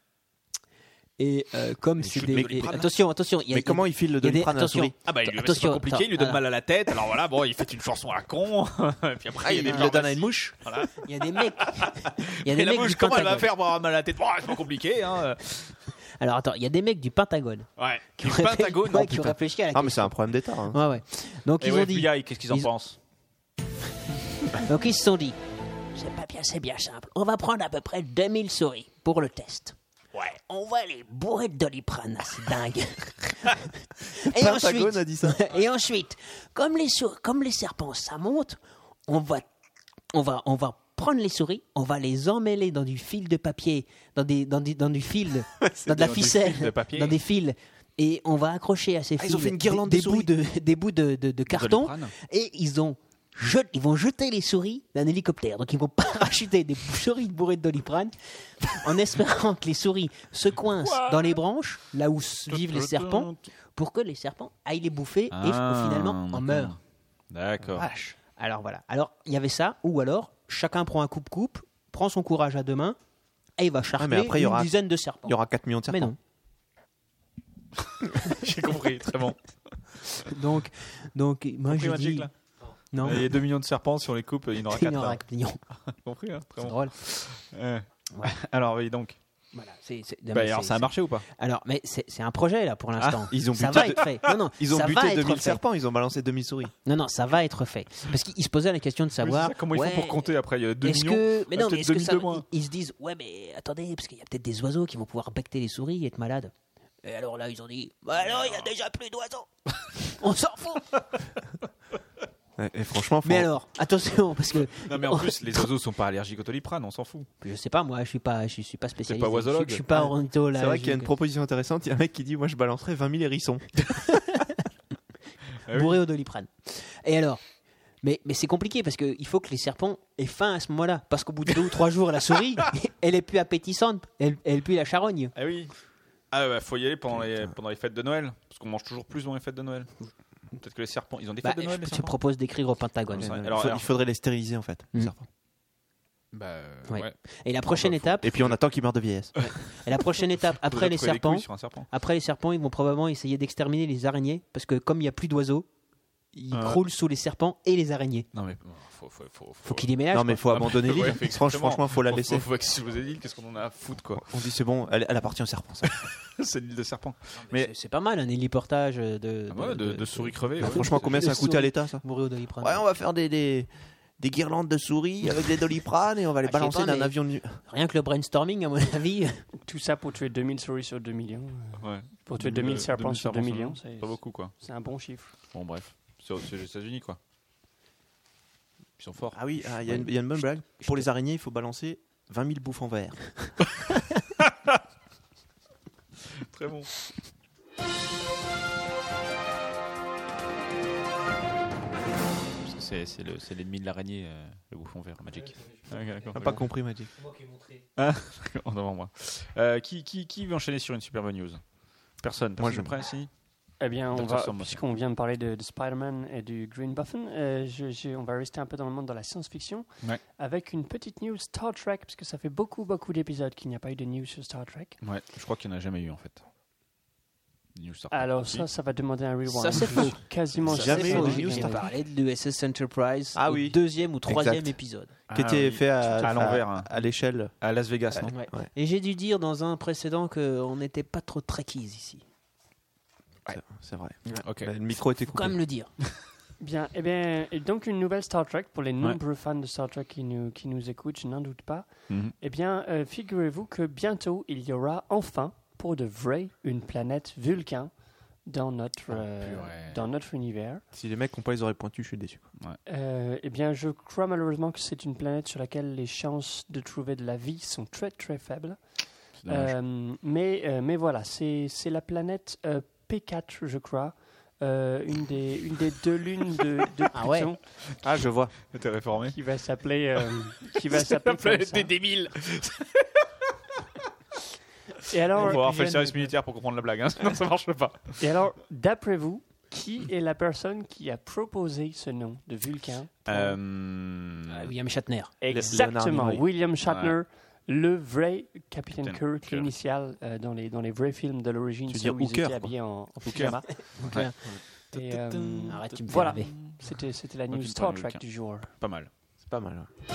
S6: Et euh, comme c'est
S3: chutes
S6: des.
S3: de
S6: et-
S3: Doliprane.
S6: attention, attention. il y a-
S5: Mais comment ils filent le
S6: il y a des-
S5: doliprane à la
S6: attention.
S5: souris
S3: Ah bah, il lui c'est
S6: Attention,
S3: pas compliqué, il lui
S6: attends, ah.
S3: donne mal à la tête. Alors voilà, bon, il fait une chanson à la con. [laughs] et puis
S6: Ah,
S3: après, il y a des
S5: Ils le donnent à
S3: pharmacies.
S5: une mouche
S6: Il y a
S3: [laughs]
S6: des mecs. Il y a
S3: Et
S6: des
S3: la
S6: mecs
S3: mouche,
S6: du
S3: comment elle va
S6: Pentagone.
S3: faire pour avoir mal à la tête Bon, C'est pas compliqué, hein.
S6: Alors attends, il y a des mecs du Pentagone. [laughs]
S3: Ouais.
S6: qui
S3: Le
S6: auraient réfléchi-
S3: Pentagone,
S6: ouais,
S3: non,
S6: qui
S3: putain.
S6: auraient réfléchi à la
S5: Ah, mais c'est un problème d'État. hein.
S6: Ouais, ouais. Donc
S3: Et
S6: ils
S3: ouais,
S6: ont dit.
S3: FBI, qu'est-ce qu'ils en
S6: ils-
S3: pensent
S6: Donc ils se sont dit, c'est pas bien, c'est bien simple. On va prendre à peu près 2000 souris pour le test. Ouais. On va les bourrer de doliprane, c'est
S5: [laughs]
S6: dingue. et,
S5: Pentagone
S6: ensuite,
S5: a dit ça.
S6: [laughs] et ensuite, comme les, sour- comme les serpents, ça monte, on va, on va, on va prendre les souris, on va les emmêler dans du fil de papier, dans, des, dans, du- dans du
S5: [laughs]
S6: fil, dans de la
S3: dans du
S6: ficelle,
S3: fil de papier.
S6: dans des fils. Et on va accrocher à ces
S5: Ah,
S6: fils
S5: ils ont fait une guirlande
S6: des,
S5: de
S6: des bouts
S5: souris.
S6: de, des bouts de, de- de carton
S3: Doliprane.
S6: et ils ont jet- ils vont jeter les souris d'un hélicoptère. Donc ils vont [laughs] parachuter des souris bourrées de
S5: [laughs]
S6: doliprane en espérant que les souris se coincent dans les branches, là où s- vivent les serpents, pour que les serpents aillent les bouffer et f-
S3: Ah,
S6: finalement en
S3: d'accord.
S6: meurent.
S3: D'accord.
S6: Alors voilà. Alors il y avait ça, ou alors chacun prend un coupe-coupe, prend son courage à deux mains et il va charmer
S5: Ah, après, il y
S6: une
S5: aura-
S6: dizaine de serpents.
S5: Il y aura 4 millions de
S6: Mais
S5: serpents.
S6: non.
S3: J'ai compris, très bon.
S6: Donc, donc moi j'ai
S3: Magic,
S6: dit
S3: là
S6: non.
S3: [laughs] Il y a 2 millions de serpents sur les coupes, il y en aura
S6: [laughs] Il
S3: 4.
S6: n'y aura que millions.
S3: compris, hein très
S6: C'est
S3: bon.
S6: drôle.
S3: Ouais.
S6: Ouais.
S3: [laughs] Alors, oui, donc.
S6: Voilà, c'est- c'est- non,
S3: Bah,
S6: mais
S3: alors,
S6: c'est-
S3: ça a
S6: c'est-
S3: marché ou pas
S6: Alors, mais c'est c'est un projet là pour l'instant.
S5: ils ont
S6: ça
S5: buté
S6: va être fait. Non, non,
S5: Ils ont
S6: ça va
S5: buté
S6: être
S5: 2000
S6: fait.
S5: serpents, ils ont balancé 2000 souris.
S6: Non, non, ça va être fait. Parce qu'ils se posaient la question de savoir.
S3: Comment ils
S6: ouais,
S3: font pour compter après Il y a 2
S6: Est-ce
S3: millions.
S6: que, mais
S3: Ah,
S6: non,
S3: peut-être
S6: mais est-ce que
S3: 2000
S6: ça,
S3: de moins.
S6: ils, ils se disent, ouais, mais attendez, parce qu'il y a peut-être des oiseaux qui vont pouvoir becter les souris et être malades. Et alors là, ils ont dit, bah alors il y a déjà plus d'oiseaux. On s'en fout.
S5: Et, et franchement, faut-
S6: Mais alors, attention, parce que.
S3: Non,
S6: [laughs]
S3: mais en plus, les oiseaux sont pas allergiques au doliprane, on s'en fout.
S6: je sais pas, moi, je suis pas, je suis pas spécialiste.
S3: pas
S6: Je-
S3: oisologue.
S6: Je, suis pas ornitho là.
S5: c'est vrai
S6: je-
S5: qu'il y a une proposition intéressante. Il y a un mec qui dit Moi, je balancerai 20 000 hérissons.
S3: Ah oui.
S6: bourré au doliprane. Et alors Mais, mais c'est compliqué parce qu'il faut que les serpents aient faim à ce moment-là. Parce qu'au bout de deux ou trois jours,
S3: [laughs]
S6: la souris, elle est plus appétissante. Elle, elle pue la charogne.
S3: Ah oui. Ah bah faut y aller pendant les, pendant les fêtes de Noël, parce qu'on mange toujours plus dans les fêtes de Noël. Peut-être que les serpents, ils ont des
S6: Bah,
S3: fêtes de Noël.
S6: je
S3: les
S6: te
S3: serpents
S6: propose d'écrire au Pentagone.
S3: Ouais,
S5: Il
S3: alors-
S5: faut-
S3: alors-
S5: Il faudrait les stériliser en fait. les
S6: Mm.
S5: serpents.
S3: Bah, euh,
S6: Ouais.
S3: ouais.
S6: Et la prochaine
S3: Faut-
S6: étape,
S5: Et puis on attend qu'ils meurent de vieillesse.
S6: Ah, et
S3: [laughs]
S6: la prochaine étape après
S3: Faudrait
S6: les
S3: trouver des
S6: serpents,
S3: couilles sur un serpent.
S6: après les serpents, ils vont probablement essayer d'exterminer les araignées parce que comme il n'y a plus d'oiseaux, ils
S3: Euh.
S6: croulent sous les serpents et les araignées.
S3: Non mais faut faut faut
S6: Faut qu'ils les ménagent.
S5: non mais faut
S3: Ah, bah,
S5: abandonner
S3: ouais,
S5: l'île.
S3: effectivement.
S5: Franch- franchement, faut la laisser.
S3: Faut, faut exploser l'île, qu'est-ce qu'on en a à foutre quoi
S5: On dit c'est bon, elle, elle appartient au
S6: [laughs]
S5: serpent. ça.
S3: C'est l'île de serpent.
S6: mais c'est- c'est pas mal un héliportage de, de,
S3: Ah ouais, de, de souris crevées. ouais.
S5: Bah, Franchement, combien ça a coûté à l'État ça
S6: mourir au doliprane.
S5: Ouais, on va faire des, des, des guirlandes de souris avec des doliprane et on va les
S6: Ah, je sais
S5: balancer
S6: pas,
S5: d'un
S6: mais-
S5: avion nu.
S6: Rien que le brainstorming, à mon [laughs] avis.
S7: Tout ça pour tuer 2000 souris sur 2 millions.
S3: Ouais.
S7: Pour tuer 2000 serpents sur 2 millions, c'est
S3: Pas beaucoup quoi.
S7: c'est un bon chiffre.
S3: Bon bref, c'est aux c'est aux États-Unis quoi. Ils sont forts.
S5: Ah oui, ah, il y, a une- il y a une bonne blague. Pour les araignées, il faut balancer 20 000 bouffes en verre.
S3: Très bon. C'est c'est le- c'est l'ennemi de l'araignée, euh, le bouffon vert, Magic. Ah, d'accord.
S5: Pas compris, Magic.
S3: En avant moi. Euh, qui, qui, qui veut enchaîner sur une superbe news Personne.
S5: Moi,
S3: Personne
S5: je-
S3: n'est prêt, si
S7: Eh bien, on
S3: Doctor
S7: va,
S3: Stone, moi.
S7: puisqu'on vient de parler de, de Spider-Man et du Green Buffin, euh, je- je- on va rester un peu dans le monde de la science-fiction
S3: Ouais.
S7: avec une petite news Star Trek, parce que ça fait beaucoup, beaucoup d'épisodes qu'il n'y a pas eu de news sur Star Trek.
S3: Ouais, je crois qu'il n'y en a jamais eu en fait. News Star Trek.
S7: Alors
S3: Si.
S7: ça, ça va demander un rewind.
S6: Ça, c'est faux.
S7: J'ai Quasiment
S5: Ça, c'est
S7: jamais
S5: faux.
S7: eu
S5: J'ai
S7: de
S5: juste
S6: On
S7: news.
S6: parlait de l'USS Enterprise
S5: Ah
S6: au
S5: oui.
S6: deuxième ou troisième
S5: Exact.
S6: épisode.
S5: Qui
S7: Ah,
S5: était
S3: Ah oui.
S5: fait à,
S3: à l'envers,
S5: à-
S3: hein.
S5: à l'échelle.
S3: à Las Vegas,
S7: Euh,
S3: non
S6: Ouais.
S5: Ouais.
S6: Et j'ai dû dire dans un précédent qu'on n'était pas trop trekkies ici.
S5: C'est- C'est vrai.
S3: Ok.
S5: Bah, le micro était
S6: Faut quand
S5: coupé.
S6: même le dire.
S7: Bien, eh bien, et donc une nouvelle Star Trek pour les nombreux fans de Star Trek qui nous, qui nous écoutent, je n'en doute pas.
S3: Mhm.
S7: Eh bien, euh, figurez-vous que bientôt, il y aura enfin, pour de vrai, une planète Vulcain dans notre,
S5: Ah,
S7: euh,
S3: purée.
S7: dans notre univers.
S5: Si les mecs n'ont pas les oreilles pointues, je suis déçu.
S7: Euh, eh bien, je crois malheureusement que c'est une planète sur laquelle les chances de trouver de la vie sont très très faibles.
S3: C'est dommage.
S7: Euh, mais, euh, mais voilà, c'est c'est la planète euh, P4, je crois. Euh, une, des, une des deux lunes de, de
S6: Ah ouais.
S7: Pluton
S5: Ah, je vois.
S3: [laughs] T'es réformé
S7: qui va s'appeler euh, qui va s'appeler comme ça.
S3: débiles.
S7: Et
S3: On
S7: alors,
S3: va avoir fait le
S7: Eugène,
S3: service militaire pour comprendre la blague. Hein. [laughs] Sinon, ça marche pas.
S7: et alors, d'après vous, qui est la personne qui a proposé ce nom de Vulcain
S6: Ah,
S3: Euh,
S6: William Shatner.
S7: Exactement,
S5: Leonard Nimoy.
S7: William Shatner, le vrai Capitaine
S3: Capitaine
S7: Kirk,
S3: Kirk.
S7: l'initial euh, dans les dans les vrais films de l'origine,
S5: Tu veux
S7: ceux
S5: dire
S7: où ils
S5: Hooker,
S7: étaient
S5: quoi.
S7: habillés en, en
S3: Hooker.
S7: pyjama.
S3: Ouais.
S7: Et, euh,
S6: Arrête, tu me fais
S7: voilà,
S6: rêver.
S7: c'était c'était la
S3: Moi
S7: news
S3: qui me
S7: Star
S3: parle
S7: Trek
S3: Vulcain.
S7: du jour.
S3: Pas mal.
S5: C'est pas mal. hein. ouais.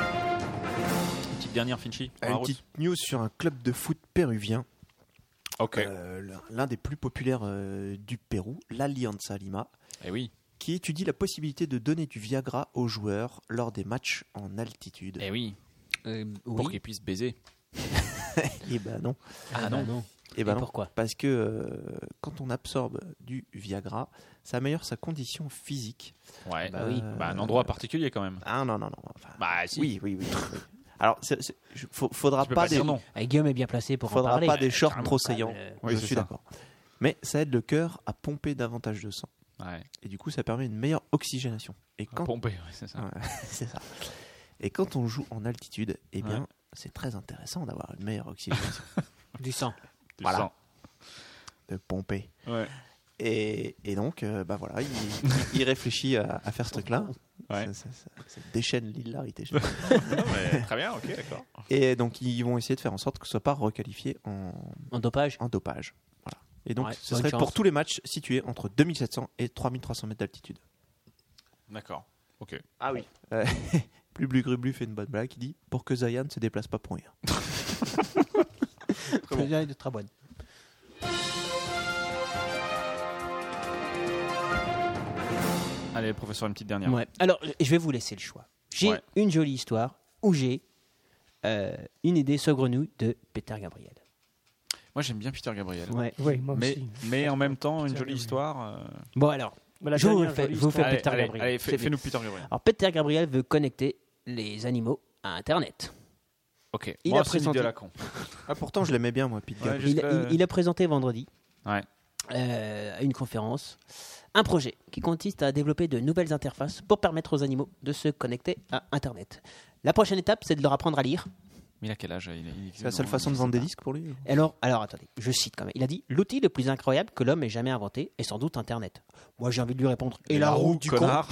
S3: Une petite dernière, Finchy.
S5: Une petite news sur un club de foot péruvien.
S3: Ok.
S5: euh, l'un- l'un des plus populaires euh, du Pérou, l'Alianza Lima,
S3: Eh oui.
S5: qui étudie la possibilité de donner du Viagra aux joueurs lors des matchs en altitude.
S3: Eh oui. Pour
S6: Euh, Oui.
S3: qu'ils puissent baiser.
S5: Eh ben non.
S6: Ah non. non.
S5: Eh
S6: Et
S5: ben non.
S6: pourquoi
S5: Parce que euh, quand on absorbe du Viagra, ça améliore sa condition physique.
S3: Ouais. Bah,
S5: Bah oui.
S3: un endroit particulier quand même.
S5: Ah non, non, non. enfin,
S3: Bah si.
S5: oui, oui, oui. oui. Alors, c'est- c'est- je- faut- faudra
S3: Tu peux
S5: pas,
S3: pas
S5: des,
S3: dire non.
S6: Ah, Guillaume est bien placé pour en
S5: faudra
S6: parler.
S5: pas des shorts
S6: Carrément,
S5: trop
S6: quand même,
S5: saillants.
S6: euh,
S3: Oui,
S5: je
S3: c'est
S5: suis
S3: ça.
S5: d'accord. Mais ça aide le cœur à pomper davantage de sang.
S3: Ouais.
S5: Et du coup, ça permet une meilleure oxygénation. Et quand
S3: Pompé, ouais, c'est ça.
S5: Ouais, [laughs] c'est ça. Et quand on joue en altitude, eh bien,
S3: Ouais.
S5: c'est très intéressant d'avoir une meilleure oxygénation,
S6: Du sang.
S3: Du
S5: Voilà.
S3: sang.
S5: de pomper.
S3: Ouais.
S5: Et, et donc, euh, bah voilà, il, il réfléchit à, à faire ce truc-là.
S3: Ouais.
S5: Ça, ça- ça- ça déchaîne l'hilarité. [laughs] je sais
S3: Non, mais très bien, ok, d'accord.
S5: pas. et donc, ils vont essayer de faire en sorte que ce soit pas requalifié en,
S6: En dopage.
S5: en dopage. Voilà. Et donc,
S6: Ouais,
S5: ce
S6: bonne
S5: serait
S6: chance.
S5: pour tous les matchs situés entre 2700 et 3300 mètres d'altitude.
S3: D'accord. Ok.
S5: Ah oui. Plus Blu Grublu fait une bonne blague, il dit pour que Zayan se déplace pas pour rien. [laughs]
S6: Très bien, de très bonne.
S3: Allez, professeur, une petite dernière.
S6: Ouais. Alors, je vais vous laisser le choix. J'ai
S3: Ouais.
S6: une jolie histoire où j'ai euh, une idée saugrenue de Peter Gabriel.
S3: Moi, j'aime bien Peter Gabriel.
S6: Ouais.
S7: Oui, moi
S3: Mais,
S7: aussi.
S3: mais en même temps, une jolie
S7: Peter Gabriel.
S3: histoire. euh,
S6: Bon, alors,
S7: Mais la
S6: je vous le
S7: dernière
S6: fais,
S7: jolie
S6: je vous fais
S3: Allez,
S6: Peter
S3: allez,
S6: Gabriel.
S3: allez,
S6: C'est
S3: fais-
S6: mieux.
S3: fais-nous Peter Gabriel.
S6: Alors, Peter Gabriel veut connecter les animaux à Internet.
S3: Ok.
S6: Il
S3: Moi,
S6: a
S3: c'est une idée
S6: présenté-
S3: à la con.
S5: Ah pourtant je l'aimais bien moi Pete
S3: Ouais,
S5: Gabriel.
S6: Il,
S3: Jusque-là,
S6: il- il a présenté vendredi
S3: Ouais.
S6: euh, à une conférence un projet qui consiste à développer de nouvelles interfaces pour permettre aux animaux de se connecter à Internet. La prochaine étape, c'est de leur apprendre à lire.
S3: Mais il a quel âge il, il- il-
S5: C'est la seule
S3: non,
S5: façon de
S3: je
S5: vendre
S3: sais
S5: des disques pour lui
S6: Et Alors, alors attendez, je cite quand même. Il a dit l'outil le plus incroyable que l'homme ait jamais inventé est sans doute Internet. Moi, j'ai envie de lui répondre. Et la, roue du connard.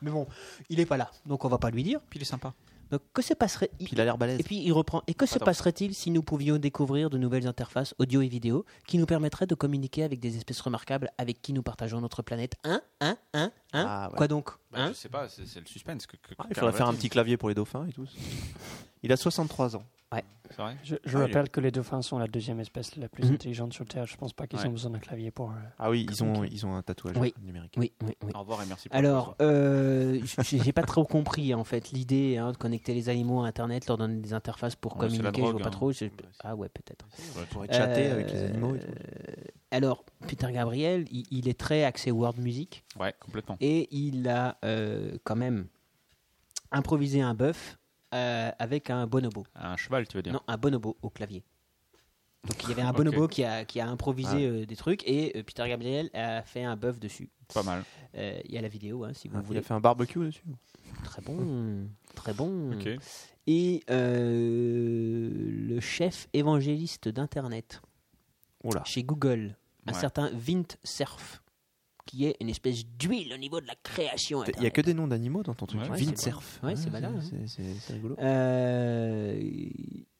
S6: Mais bon, il est pas là, donc on va pas lui dire.
S3: pas. Puis il est sympa.
S6: Donc, que se passerait il-
S5: Puis il a l'air balèze.
S6: Et puis il reprend. Et que se
S3: Attends.
S6: passerait-il si nous pouvions découvrir de nouvelles interfaces audio et vidéo qui nous permettraient de communiquer avec des espèces remarquables avec qui nous partageons notre planète Hein Hein Hein Hein
S5: Ah, ouais.
S6: Quoi donc
S3: Bah,
S6: Hein
S3: je sais pas, c'est c'est le suspense. Que, que-
S5: Ah,
S3: que
S5: il faudrait faire un
S3: Caravaggio,
S5: petit clavier pour les dauphins et tout. Il a 63 ans.
S3: C'est vrai
S7: Je, je
S3: Ah, il est-
S7: rappelle que les dauphins sont la deuxième espèce la plus
S6: Mhm.
S7: intelligente sur Terre. Je pense pas qu'ils
S3: Ouais.
S7: ont besoin d'un clavier pour. euh,
S5: Ah oui, ils ont,
S7: Ok.
S5: ils ont un tatouage
S6: Oui.
S5: numérique.
S6: Oui, oui, oui.
S3: Au revoir et merci pour
S6: Alors, euh, j'ai j'ai pas trop compris en fait l'idée hein, de connecter les animaux à Internet, leur donner des interfaces pour
S3: Ouais, c'est la
S6: communiquer. je
S3: drogue,
S6: vois pas
S3: hein.
S6: trop. je-
S3: Ouais, c'est-
S6: Ah ouais, peut-être.
S5: Pour être chaté
S6: Euh,
S5: avec les animaux et tout.
S6: Alors, Peter Gabriel, il, il est très axé world music
S3: le Ouais, complètement.
S6: et il a euh, quand même improvisé un bœuf euh, avec un bonobo.
S3: Un cheval, tu veux dire
S6: Non, un bonobo au clavier. Donc il y
S5: [laughs]
S6: avait un bonobo qui, a, qui a improvisé
S5: Ah.
S6: euh, des trucs et euh, Peter Gabriel a fait un bœuf dessus.
S3: Pas mal.
S6: Euh, Il y a la vidéo hein, si vous
S5: Ah, il
S6: voulez.
S5: a fait un barbecue dessus.
S6: Très bon, très bon.
S3: Ok.
S6: Et euh, le chef évangéliste d'Internet
S5: Oula.
S6: chez Google, un
S3: Ouais.
S6: certain Vint Cerf, qui est une espèce d'huile au niveau de la création.
S5: Il n'y a
S6: Internet.
S5: que des noms d'animaux dans ton truc.
S3: Ouais,
S6: ouais,
S5: Vint
S6: c'est
S5: Cerf.
S6: bon. Ouais, c'est malin, hein.
S5: c'est- C'est c'est rigolo.
S6: Euh,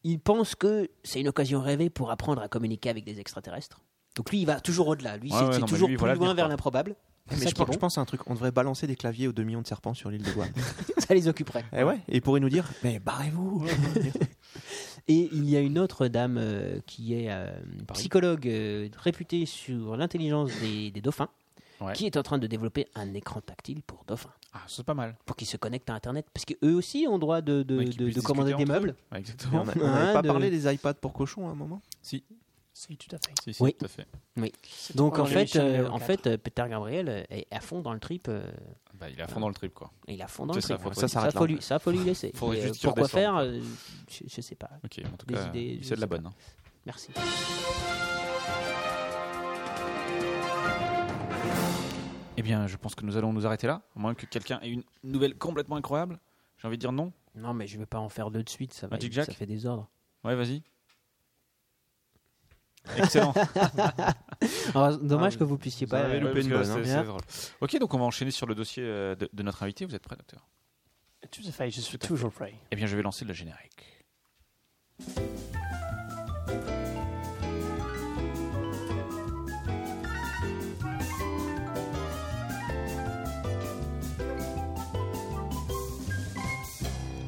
S6: il pense que c'est une occasion rêvée pour apprendre à communiquer avec des extraterrestres. Donc lui, il va toujours au-delà. Lui,
S3: Ouais,
S6: c'est
S3: ouais,
S6: c'est
S3: non, mais
S6: toujours
S3: lui, il voit
S6: plus
S3: l'avenir,
S6: loin vers
S3: quoi.
S6: l'improbable. C'est
S5: Mais
S6: ça
S5: je,
S6: qui est
S5: pense,
S6: bon.
S5: je pense à un truc. On devrait balancer des claviers aux 2 millions de serpents sur l'île de [laughs] Guam.
S6: [laughs] Ça les occuperait.
S5: Eh ouais, et ils pourraient nous dire Mais barrez-vous
S6: [laughs] Et il y a une autre dame euh, qui est euh, psychologue euh, réputée sur l'intelligence des, des dauphins,
S3: Ouais.
S6: qui est en train de développer un écran tactile pour dauphins,
S3: Ah, c'est pas mal.
S6: pour qu'ils se connectent à Internet, parce qu'eux aussi ont droit de, de-
S3: Ouais, qu'ils
S6: de- de
S3: puissent
S6: commander des
S3: discuter entre eux.
S6: meubles.
S3: Ouais,
S5: Mais
S3: exactement.
S5: On n'avait
S6: Hein,
S5: pas
S6: de-
S5: parlé des iPads pour cochons à un moment
S7: Si, tout à fait.
S3: Si, si,
S6: Oui.
S3: tout à fait.
S6: Donc en
S7: Angélique
S6: fait,
S7: Chanel
S6: euh,
S7: au
S6: en
S7: quatre.
S6: fait, euh, Peter Gabriel euh, est à fond dans le trip. euh,
S3: Bah, il est à fond dans le trip, quoi.
S6: et il est à fond dans
S3: C'est
S6: le
S3: ça,
S6: trip.
S3: faut-
S5: ça s'arrête
S6: faut
S5: là.
S6: lui, ça faut lui laisser.
S3: Faudrait
S6: Mais,
S3: juste
S6: euh,
S3: qu'il
S6: pourquoi
S3: redescende.
S6: faire euh, je, je sais pas.
S3: Ok, en tout
S6: Des
S3: cas,
S6: idées, je
S3: c'est de la
S6: sais
S3: bonne. hein.
S6: Merci.
S3: Eh bien, je pense que nous allons nous arrêter là, à moins que quelqu'un ait une nouvelle complètement incroyable. J'ai envie de dire non.
S6: Non, mais je vais pas en faire deux de suite. Ça va.
S3: Magic
S6: ça
S3: Jack
S6: fait des ordres.
S3: Ouais, vas-y. [laughs] Excellent.
S6: Alors, Ah, dommage que vous puissiez pas.
S3: Ouais,
S5: loupé
S3: parce
S5: une
S3: que
S5: bonne,
S3: c'est-
S5: hein.
S3: c'est drôle. Ok, donc on va enchaîner sur le dossier euh, de, de notre invité. Vous êtes prêt, docteur
S7: Tout à fait. Je suis toujours prêt.
S3: Eh bien, je vais lancer le générique.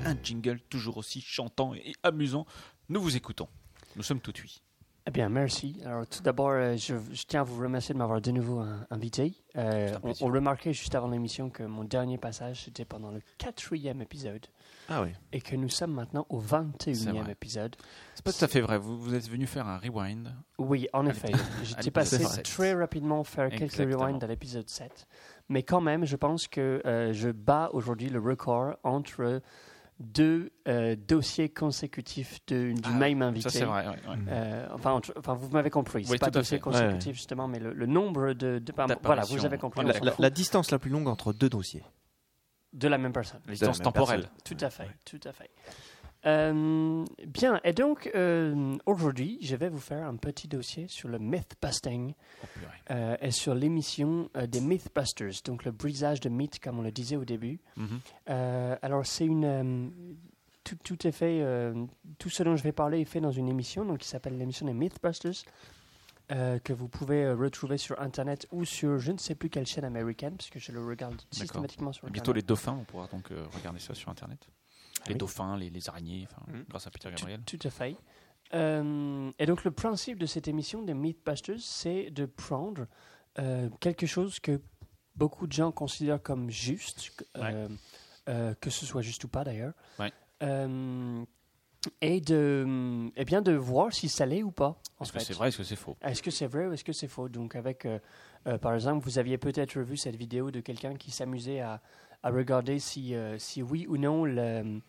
S3: Un jingle toujours aussi chantant et amusant. Nous vous écoutons. Nous sommes tout oui.
S7: Eh bien, merci. Alors, tout d'abord, euh, je, je tiens à vous remercier de m'avoir de nouveau euh, invité. Euh,
S3: C'est un
S7: on,
S3: plaisir.
S7: on remarquait juste avant l'émission que mon dernier passage, c'était pendant le quatrième épisode
S5: Ah oui.
S7: et que nous sommes maintenant au
S3: C'est vrai.
S7: 21e épisode.
S3: C'est pas tout à fait vrai. Vous, vous êtes venu faire un rewind.
S7: Oui, en effet. J'étais
S3: l'épisode
S7: passé
S3: sept.
S7: très rapidement faire quelques
S3: Exactement.
S7: rewinds à l'épisode 7. Mais quand même, je pense que euh, je bats aujourd'hui le record entre deux euh, dossiers consécutifs de- du
S3: Ah,
S7: même invité.
S3: Ça, c'est vrai. ouais, ouais.
S7: Euh, enfin, entre- enfin, vous m'avez compris. C'est
S3: Oui,
S7: pas
S3: tout à
S7: dossier
S3: fait.
S7: consécutif, justement, mais le, le nombre de. de- pardon, voilà,
S3: D'apparitions.
S7: vous avez compris.
S3: Voilà,
S7: on
S5: La,
S7: s'en
S5: la-
S7: fout.
S5: la distance la plus longue entre deux dossiers.
S7: De la même personne.
S3: La distance temporelle.
S7: Tout à fait, tout à fait. Euh, bien, et donc euh, aujourd'hui, je vais vous faire un petit dossier sur le myth busting
S3: Oh, purée.
S7: euh, et sur l'émission euh, des Mythbusters, donc le brisage de mythes, comme on le disait au début.
S3: Mhm.
S7: Euh, alors, c'est une. euh, tout, tout est fait. euh, tout ce dont je vais parler est fait dans une émission donc, qui s'appelle l'émission des Mythbusters, euh, que vous pouvez euh, retrouver sur Internet ou sur je ne sais plus quelle chaîne américaine, parce que je le regarde systématiquement sur Internet.
S3: Bientôt, les dauphins, on pourra donc euh, regarder ça sur Internet. Les
S7: oui.
S3: dauphins, les, les araignées, enfin,
S5: Mhm.
S3: grâce à Peter
S7: Tout,
S3: Gabriel.
S7: tout à fait. Euh, et donc, le principe de cette émission des Mythbusters, c'est de prendre euh, quelque chose que beaucoup de gens considèrent comme juste, que- euh, euh, que ce soit juste ou pas d'ailleurs,
S3: Ouais.
S7: Euh, et de, eh bien, de voir si ça l'est ou pas. en
S3: Est-ce que
S7: fait.
S3: c'est vrai, est-ce que c'est faux
S7: Ah, Est-ce que c'est vrai ou est-ce que c'est faux Donc, avec, euh, euh, par exemple, vous aviez peut-être vu cette vidéo de quelqu'un qui s'amusait à, à regarder si, euh, si oui ou non le,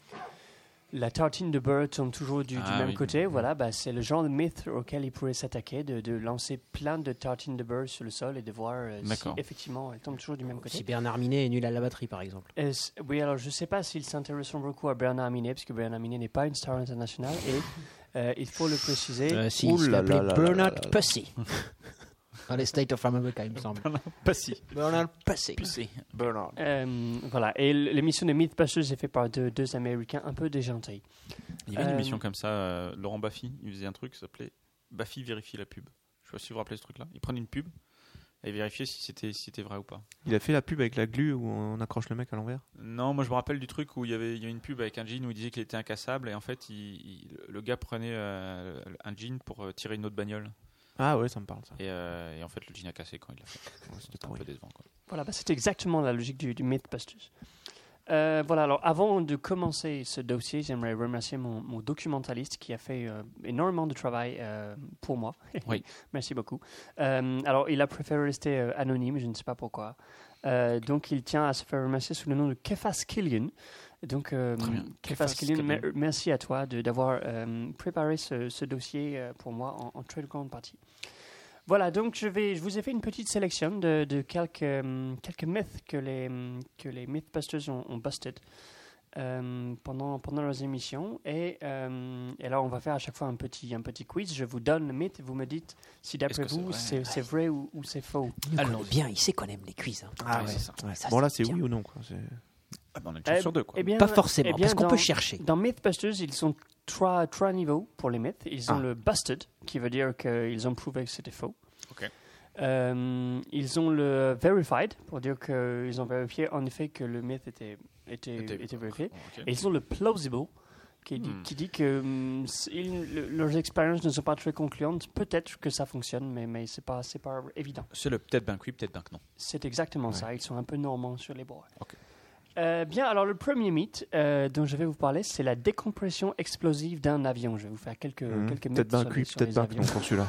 S7: la tartine de beurre tombe toujours du, du
S3: Ah
S7: même
S3: oui.
S7: côté. Voilà, bah, c'est le genre de mythe auquel il pourrait s'attaquer, de, de lancer plein de tartines de beurre sur le sol et de voir euh, si
S3: D'accord.
S7: effectivement elle tombe toujours du même côté.
S6: Si Bernard Minet est nul à la batterie, par exemple.
S7: Euh, c- oui, alors je ne sais pas s'ils s'intéressent beaucoup à Bernard Minet, parce que Bernard Minet n'est pas une star internationale, et euh, il faut le
S3: [laughs]
S7: préciser.
S6: Euh, si,
S5: Ouh
S6: il
S5: là
S6: s'appelait
S5: là là là
S6: Bernard
S5: là là.
S6: Pussy. Dans les State of America, il me semble.
S3: Pas si.
S6: Bernard Pussy.
S5: Bernard.
S7: Euh, voilà, et l- l'émission de Mythbusters est faite par deux, deux Américains un peu déjantés.
S3: Il y avait
S7: Euh,
S3: une émission comme ça, euh, Laurent Baffy, il faisait un truc qui s'appelait Baffy vérifie la pub. Je sais pas si vous vous rappelez ce truc-là. Il prenait une pub et vérifiait si c'était si c'était vrai ou pas.
S5: Il a fait la pub avec la glu où on accroche le mec à l'envers.
S3: Non, moi je me rappelle du truc où il y avait, il y a une pub avec un jean où il disait qu'il était incassable et en fait il- il- le gars prenait euh, un jean pour euh, tirer une autre bagnole
S5: Ah ouais, ça me parle ça.
S3: et, euh, et en fait le jean a cassé quand il l'a fait.
S5: Ouais, c'était
S3: C'était un
S5: pourri.
S3: peu décevant. quoi.
S7: Voilà, bah, c'est exactement la logique du, du Mythbusters. Euh, voilà, alors avant de commencer ce dossier, j'aimerais remercier mon, mon documentaliste qui a fait euh, énormément de travail euh,
S3: [laughs]
S7: pour moi.
S3: Oui.
S7: Merci beaucoup. Euh, alors, il a préféré rester euh, anonyme, je ne sais pas pourquoi. Euh, donc, il tient à se faire remercier sous le nom de Kefas Killian. Donc, euh,
S3: Très bien.
S7: Kefas
S3: Kefas
S7: Killian,
S3: Killian.
S7: mer- merci à toi de- d'avoir euh, préparé ce, ce dossier euh, pour moi en, en très grande partie. Voilà, donc je, vais, je vous ai fait une petite sélection de, de quelques, euh, quelques mythes que les, euh, que les Mythbusters ont, ont busted euh, pendant, pendant leurs émissions. Et, euh, et là, on va faire à chaque fois un petit, un petit quiz. Je vous donne le mythe, vous me dites si d'après
S3: Est-ce que
S7: vous
S3: c'est
S7: c'est c'est vrai ou, ou c'est faux.
S6: Il nous connaît bien, il sait qu'on aime les quiz. hein.
S5: Ah
S3: Ouais, c'est ça.
S5: ouais.
S6: Ça,
S5: bon là
S6: c'est
S5: c'est
S6: bien.
S5: oui ou non quoi. c'est-
S3: Ah, bah, on a une chance
S7: Eh,
S3: sur deux quoi.
S7: eh bien,
S6: Pas forcément,
S7: eh bien,
S6: parce qu'on
S7: dans-
S6: peut chercher.
S7: Dans Mythbusters, ils sont trois, trois niveaux pour les mythes. Ils ont
S5: Ah.
S7: le busted, qui veut dire qu'ils ont prouvé que c'était faux.
S3: Ok.
S7: Euh, ils ont le verified, pour dire qu'ils ont vérifié en effet que le mythe était, était,
S3: Était-
S7: était vérifié.
S3: Ok.
S7: Et ils ont le plausible, qui dit,
S3: Hmm.
S7: qui dit que hum, s- ils- le- leurs expériences ne sont pas très concluantes. Peut-être que ça fonctionne, mais, mais c'est pas, c'est pas évident.
S3: C'est le peut-être ben que oui, peut-être ben que non.
S7: C'est exactement ça. Ils sont un peu normands sur les bords.
S3: Ok.
S7: Euh, bien, alors le premier mythe euh, dont je vais vous parler, c'est la décompression explosive d'un avion. Je vais vous faire quelques,
S3: Hmm.
S5: Mhm.
S7: quelques mythes
S5: Peut-être
S7: sur
S5: vaincu,
S7: les- sur
S5: peut-être
S7: les
S5: vaincu
S7: avions.
S5: non pour celui-là.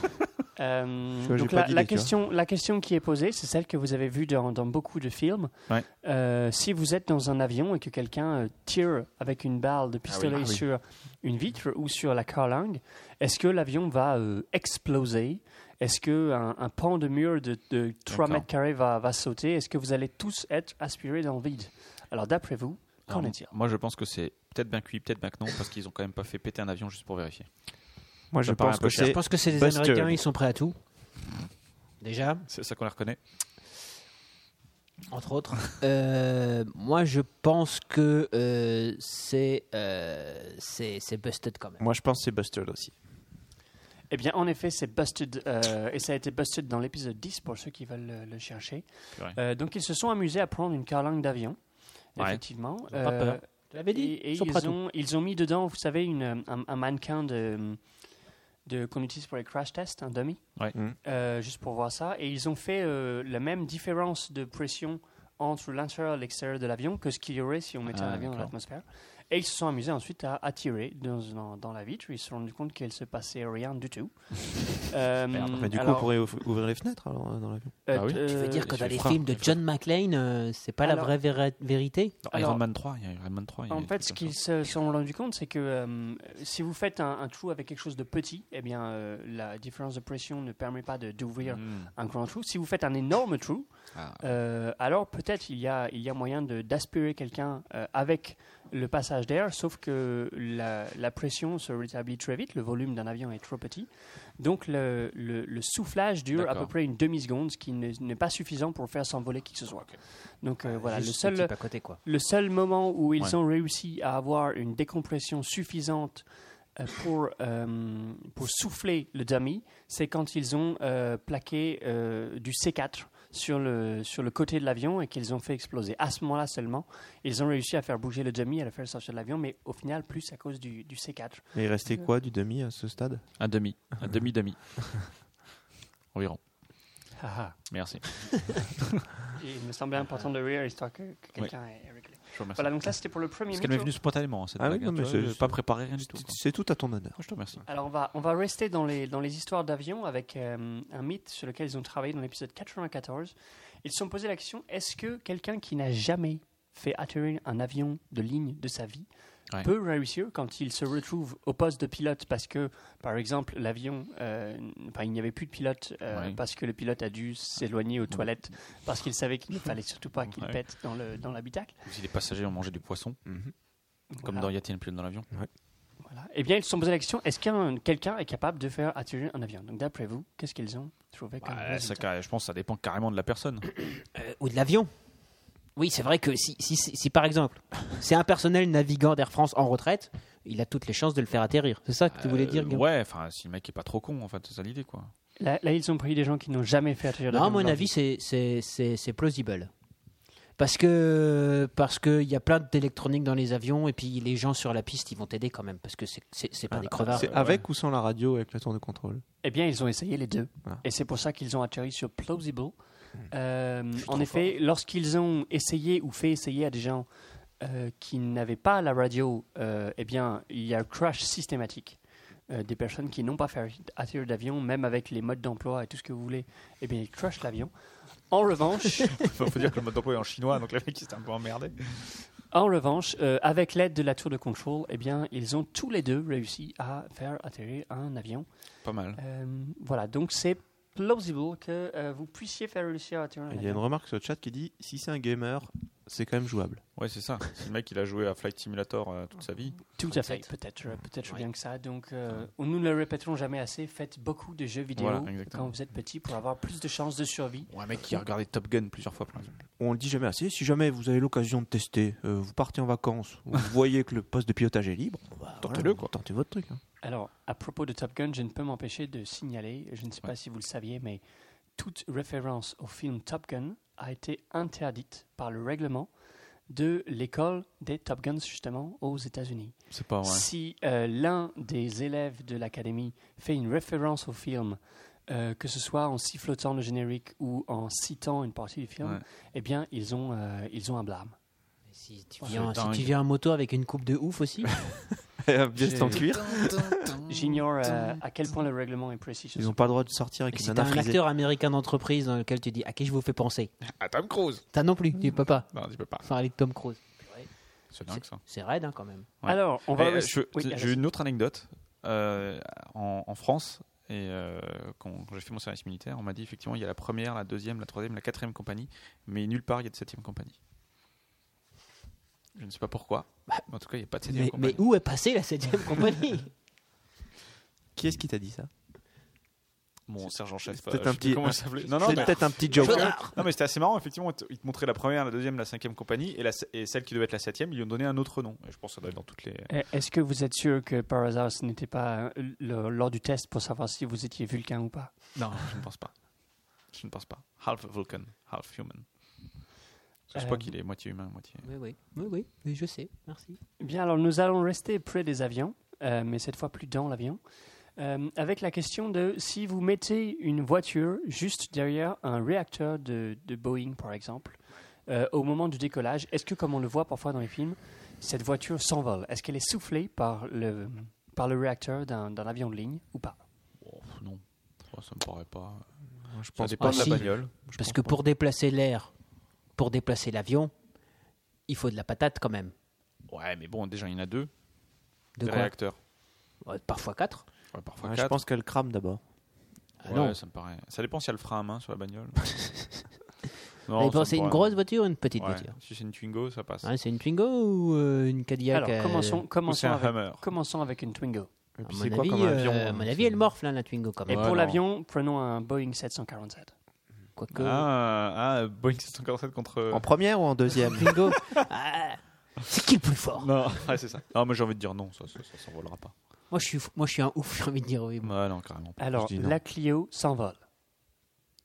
S7: Euh,
S5: Tu vois, j'ai
S7: donc
S5: pas
S7: la,
S5: d'idée,
S7: la
S5: tu vois.
S7: question, la question qui est posée, c'est celle que vous avez vue dans, dans beaucoup de films.
S3: Ouais.
S7: Euh, si vous êtes dans un avion et que quelqu'un euh, tire avec une balle de pistolet
S3: Ah oui.
S7: sur une vitre ou sur la carlingue, est-ce que l'avion va euh, exploser Est-ce que un, un pan de mur de, de 3
S3: D'accord.
S7: mètres carrés va, va sauter Est-ce que vous allez tous être aspirés dans le vide Alors d'après vous, qu'en
S3: Alors,
S7: est-il
S3: Moi je pense que c'est peut-être ben que oui, peut-être ben que non parce qu'ils ont quand même pas fait péter un avion juste pour vérifier.
S5: Moi je
S3: me paraît
S5: pense
S3: un peu
S5: que
S3: cher.
S6: Je
S5: c'est
S6: pense que c'est des
S5: Busted.
S6: Américains, ils sont prêts à tout. Déjà,
S3: C'est ça qu'on les reconnaît.
S6: entre autres. [laughs] Euh, moi, je pense que euh, c'est euh, c'est c'est busted quand même.
S5: moi je pense que c'est Busted aussi.
S7: Eh bien, en effet, c'est busted, euh, et ça a été busted dans l'épisode 10 pour ceux qui veulent le, le chercher.
S3: Purée.
S7: Euh, donc, ils se sont amusés à prendre une carlingue d'avion,
S3: Ouais.
S7: effectivement. Euh,
S6: Ils ont pas peur. Tu l'avais
S7: et
S6: dit
S7: et
S6: ils
S7: ils,
S6: sont prêts à tout.
S7: ont, ils ont mis dedans, vous savez, une, euh, un, un mannequin de, de, qu'on utilise pour les crash tests, un dummy,
S3: Ouais.
S6: Mm.
S5: Mhm.
S7: Euh, juste pour voir ça. Et ils ont fait euh, la même différence de pression entre l'intérieur et l'extérieur de l'avion que ce qu'il y aurait si on mettait
S3: Ah,
S7: un avion dans
S3: d'accord.
S7: l'atmosphère. Et ils se sont amusés ensuite à, à tirer dans, dans, dans la vitre. Ils se sont rendus compte qu'il se passait rien
S3: [laughs]
S7: du tout. Euh,
S5: Bah, du coup
S7: alors,
S5: on pourrait ouf- ouvrir les fenêtres alors euh, dans l'avion.
S7: euh,
S3: Ah oui.
S6: Tu veux
S7: euh,
S6: dire que
S3: il
S6: dans
S3: fait
S6: les
S3: froid.
S6: films de John McClane, euh, c'est pas
S7: Alors-
S6: la vraie véra- vérité
S3: Dans
S7: Alors-
S3: Iron Man 3, il y a Iron Man 3. il y a
S7: En
S3: des
S7: fait,
S3: trucs
S7: ce
S3: comme
S7: qu'ils
S3: ça.
S7: se sont rendus compte, c'est que euh, si vous faites un, un trou avec quelque chose de petit, eh bien, euh, la différence de pression ne permet pas de- d'ouvrir
S3: Hmm.
S7: un grand trou. Si vous faites un énorme trou,
S3: Ah.
S7: euh, alors peut-être il y a, il y a moyen de- d'aspirer quelqu'un euh, avec le passage d'air, sauf que la, la pression se rétablit très vite, le volume d'un avion est trop petit. Donc le, le- le soufflage dure à
S3: D'accord.
S7: peu près une demi-seconde, ce qui ne- n'est pas suffisant pour faire s'envoler qui que ce soit. Donc euh, voilà, le
S6: Juste
S7: seul...
S6: type à côté, quoi.
S7: Le seul moment où ils
S3: Ouais.
S7: ont réussi à avoir une décompression suffisante euh, pour, euh, pour souffler le dummy, c'est quand ils ont euh, plaqué euh, du C4 sur le, sur le côté de l'avion et qu'ils ont fait exploser. À ce moment-là seulement, ils ont réussi à faire bouger le dummy, à le faire sortir de l'avion, mais au final, plus à cause du, du C4.
S5: Mais il restait
S6: Euh.
S5: quoi du demi à ce stade
S3: Un demi. [laughs] Un demi-demi. Environ. Ah, Merci. ah.
S7: Et il me semblait important de rire, histoire que, que quelqu'un ait réglé.
S3: Je vous remercie.
S7: Voilà, donc ça, c'était pour le premier
S3: Parce qu'elle m'est
S7: mytho.
S3: venue spontanément, hein, cette
S5: Ah oui,
S3: blague.
S5: non,
S3: hein,
S5: mais
S3: tu vois,
S5: c'est-
S3: j'ai pas préparé rien du tout. quoi.
S5: C'est tout à ton honneur.
S3: Ah, je te remercie.
S7: Alors on va, on va rester dans, les, dans les histoires d'avions avec euh, un mythe sur lequel ils ont travaillé dans l'épisode 94. Ils se sont posé la question, est-ce que quelqu'un qui n'a jamais fait atterrir un avion de ligne de sa vie
S3: Ouais.
S7: peut réussir quand il se retrouve au poste de pilote parce que, par exemple, l'avion, euh, enfin, il n'y avait plus de pilote euh,
S3: Ouais.
S7: parce que le pilote a dû s'éloigner aux toilettes parce qu'il savait qu'il ne fallait surtout pas qu'il
S3: Ouais.
S7: pète dans le dans l'habitacle.
S3: Ou Si les passagers ont mangé du poisson, comme
S7: Voilà.
S3: dans Y a-t-il un pilote dans l'avion
S7: Voilà. Eh bien, ils se sont posé la question est-ce qu'un quelqu'un est capable de faire atterrir un avion Donc, d'après vous, qu'est-ce qu'ils ont trouvé comme
S3: Ouais, Bah, ça,
S7: résultat
S3: ca- Je pense que ça dépend carrément de la personne.
S6: Euh, ou de l'avion. Oui, c'est vrai que si, si, si- si, par exemple, [laughs] c'est un personnel navigant d'Air France en retraite, il a toutes les chances de le faire atterrir. C'est ça que tu voulais dire,
S3: Euh,
S6: Guillaume
S3: Ouais, enfin, si le mec est pas trop con, en fait, c'est ça l'idée, quoi.
S7: là, là, ils ont pris des gens qui n'ont jamais fait atterrir
S6: Non,
S7: d'avion
S6: à
S7: de
S6: mon
S7: leur
S6: avis,
S7: vie.
S6: c'est- c'est c'est- c'est plausible. Parce que parce qu'il y a plein d'électronique dans les avions et puis les gens sur la piste, ils vont t'aider quand même parce que c'est- c'est c'est
S3: Ah,
S6: pas des crevards.
S5: Ah,
S6: euh,
S5: C'est avec ou sans la radio avec la tour de contrôle
S7: Eh bien, ils ont essayé les deux.
S5: Voilà.
S7: Et c'est pour ça qu'ils ont atterri sur Plausible.
S3: Hmm.
S7: Euh, en effet, lorsqu'ils ont essayé ou fait essayer à des gens euh, qui n'avaient pas la radio, euh, eh bien, il y a un crash systématique. Euh, des personnes qui n'ont pas fait atterrir d'avion, même avec les modes d'emploi et tout ce que vous voulez, eh bien, ils crashent l'avion. En revanche,
S3: [laughs] Faut dire que le mode d'emploi est en chinois, donc le mec, il s'est un peu emmerdé.
S7: En revanche, euh, avec l'aide de la tour de contrôle, eh bien, ils ont tous les deux réussi à faire atterrir un avion.
S3: Pas mal.
S7: Euh, voilà, donc c'est plausible que euh, vous puissiez faire réussir à atterrir un
S5: Il y a une
S7: avion.
S5: remarque sur le chat qui dit si c'est un gamer, c'est quand même jouable.
S3: Ouais, c'est ça. Si le mec, il a joué à Flight Simulator euh, toute sa vie.
S7: Tout à fait, peut-être, euh, peut-être
S6: Ouais.
S7: bien que ça. Donc, euh, nous ne le répéterons jamais assez. Faites beaucoup de jeux vidéo
S3: Voilà, exactement.
S7: quand vous êtes petit pour avoir plus de chances de survie.
S3: Ou un mec qui a regardé Top Gun plusieurs fois, par exemple.
S5: On le dit jamais assez. Si jamais vous avez l'occasion de tester, euh, vous partez en vacances,
S6: [laughs]
S5: vous voyez que le poste de pilotage est libre, bah,
S3: Tentez-le,
S5: voilà,
S3: quoi.
S5: Tentez
S6: [laughs]
S5: votre truc. hein.
S7: Alors, à propos de Top Gun, je ne peux m'empêcher de signaler, je ne sais pas si vous le saviez, mais toute référence au film Top Gun a été interdite par le règlement de l'école des Top Guns, justement, aux États-Unis.
S3: C'est pas vrai.
S7: Si euh, l'un des élèves de l'académie fait une référence au film, euh, que ce soit en sifflotant le générique ou en citant une partie du film,
S3: Ouais.
S7: eh bien, ils ont, euh, ils ont un blâme.
S6: Si tu
S3: Oh,
S6: viens,
S3: c'est
S6: si tu
S3: dingue.
S6: viens en moto avec une coupe de
S3: [laughs]
S6: ouf aussi,
S5: Bien en cuir.
S7: J'ignore euh, à quel point le règlement est précis. sur
S5: Ils
S7: ce
S5: n'ont pas le droit de sortir avec
S6: et
S5: une
S6: si t'as
S5: nana
S6: un
S5: frisée.
S6: acteur américain d'entreprise dans lequel tu dis à qui je vous fais penser
S3: À Tom Cruise
S6: T'as non plus, tu peux pas.
S3: Non, tu peux pas.
S6: Parler de Tom Cruise.
S3: C'est dingue, ça.
S6: C'est raide hein, quand même.
S3: Ouais.
S7: Alors, on
S3: Eh,
S7: va.
S3: euh, je-
S7: Oui,
S3: J'ai
S7: allez-y.
S3: une autre anecdote. Euh, en, en France, et euh, quand j'ai fait mon service militaire, on m'a dit effectivement il y a la première, la deuxième, la troisième, la quatrième compagnie, mais nulle part il y a de septième compagnie. Je ne sais pas pourquoi. Bah, mais En tout cas, il n'y a pas de septième
S6: Mais, mais
S3: compagnie.
S6: où est passée la 7ème compagnie
S5: Qui est-ce qui t'a dit ça
S3: Mon sergent chef. euh,
S5: c'est peut-être un petit-
S3: Comment
S5: un-
S3: il s'appelait Non, non,
S5: C'est
S3: mais-
S6: bah,
S5: peut-être un petit joke.
S3: non, mais c'était assez marrant. Effectivement, ils te montraient la première, la deuxième, la cinquième compagnie, et, la, et celle qui devait être la septième, ils lui ont donné un autre nom. Et je pense que ça doit être dans toutes les.
S7: Eh, Est-ce que vous êtes sûr que par hasard ce n'était pas euh, le- lors du test pour savoir si vous étiez vulcain ou pas
S3: Non, je ne pense pas. Je ne pense pas. Half Vulcan, half human. Parce que je
S7: Euh,
S3: crois qu'il est moitié humain, moitié.
S6: Oui, oui, oui, oui, oui, je sais, merci.
S7: Eh Bien, alors nous allons rester près des avions, euh, mais cette fois plus dans l'avion, euh, avec la question de si vous mettez une voiture juste derrière un réacteur de, de Boeing, par exemple, euh, au moment du décollage, est-ce que, comme on le voit parfois dans les films, cette voiture s'envole Est-ce qu'elle est soufflée par le, par le réacteur d'un d'un avion de ligne ou pas
S3: Oh, pff, non, Oh, ça me paraît pas.
S5: Je
S3: Ça
S5: pense
S3: dépend
S6: pas.
S3: de la
S6: Ah, si.
S3: bagnole.
S6: Parce que pour déplacer l'air, pour déplacer l'avion, il faut de la patate quand même.
S3: Ouais, mais bon, déjà il y en a deux.
S6: De
S3: des
S6: quoi
S3: réacteurs.
S6: Ouais, Parfois quatre.
S3: Ouais, parfois
S5: Ouais, je
S3: quatre.
S5: pense qu'elle crame d'abord.
S6: Ah
S3: Ouais,
S6: non.
S3: ça me paraît. Ça dépend si elle fera à main sur la
S6: [laughs]
S3: bagnole. Non, ça
S6: Mais
S3: me
S6: bon, c'est une
S3: paraît-
S6: grosse voiture ou une petite
S3: Ouais,
S6: voiture
S3: Si c'est une Twingo, ça passe.
S6: Hein, C'est une Twingo ou euh, une Cadillac
S7: Alors,
S6: euh,
S7: commençons,
S3: Ou c'est
S7: commençons,
S3: un
S7: avec,
S3: Hummer.
S7: commençons avec une Twingo.
S5: Et
S6: à
S5: puis
S6: mon
S5: c'est quoi
S6: avis,
S5: comme avion
S6: euh, à mon avis, elle morfle, hein, la Twingo quand
S7: Et
S6: même.
S3: Ouais, non.
S7: pour l'avion, prenons un Boeing 747.
S6: Quoique,
S3: Ah, ah, Boeing 747 contre.
S5: En première ou en
S3: [laughs]
S6: [laughs]
S5: deuxième
S6: Twingo, ah, c'est qui le plus fort
S3: Non, ouais, c'est ça. Non, moi j'ai envie de dire non, ça, ça, ça s'envolera pas.
S6: moi je, suis, fou- moi, je suis un ouf, j'ai envie de dire oui. moi.
S3: Ouais, non, carrément. pas.
S7: Alors,
S5: Je dis non.
S7: la Clio s'envole,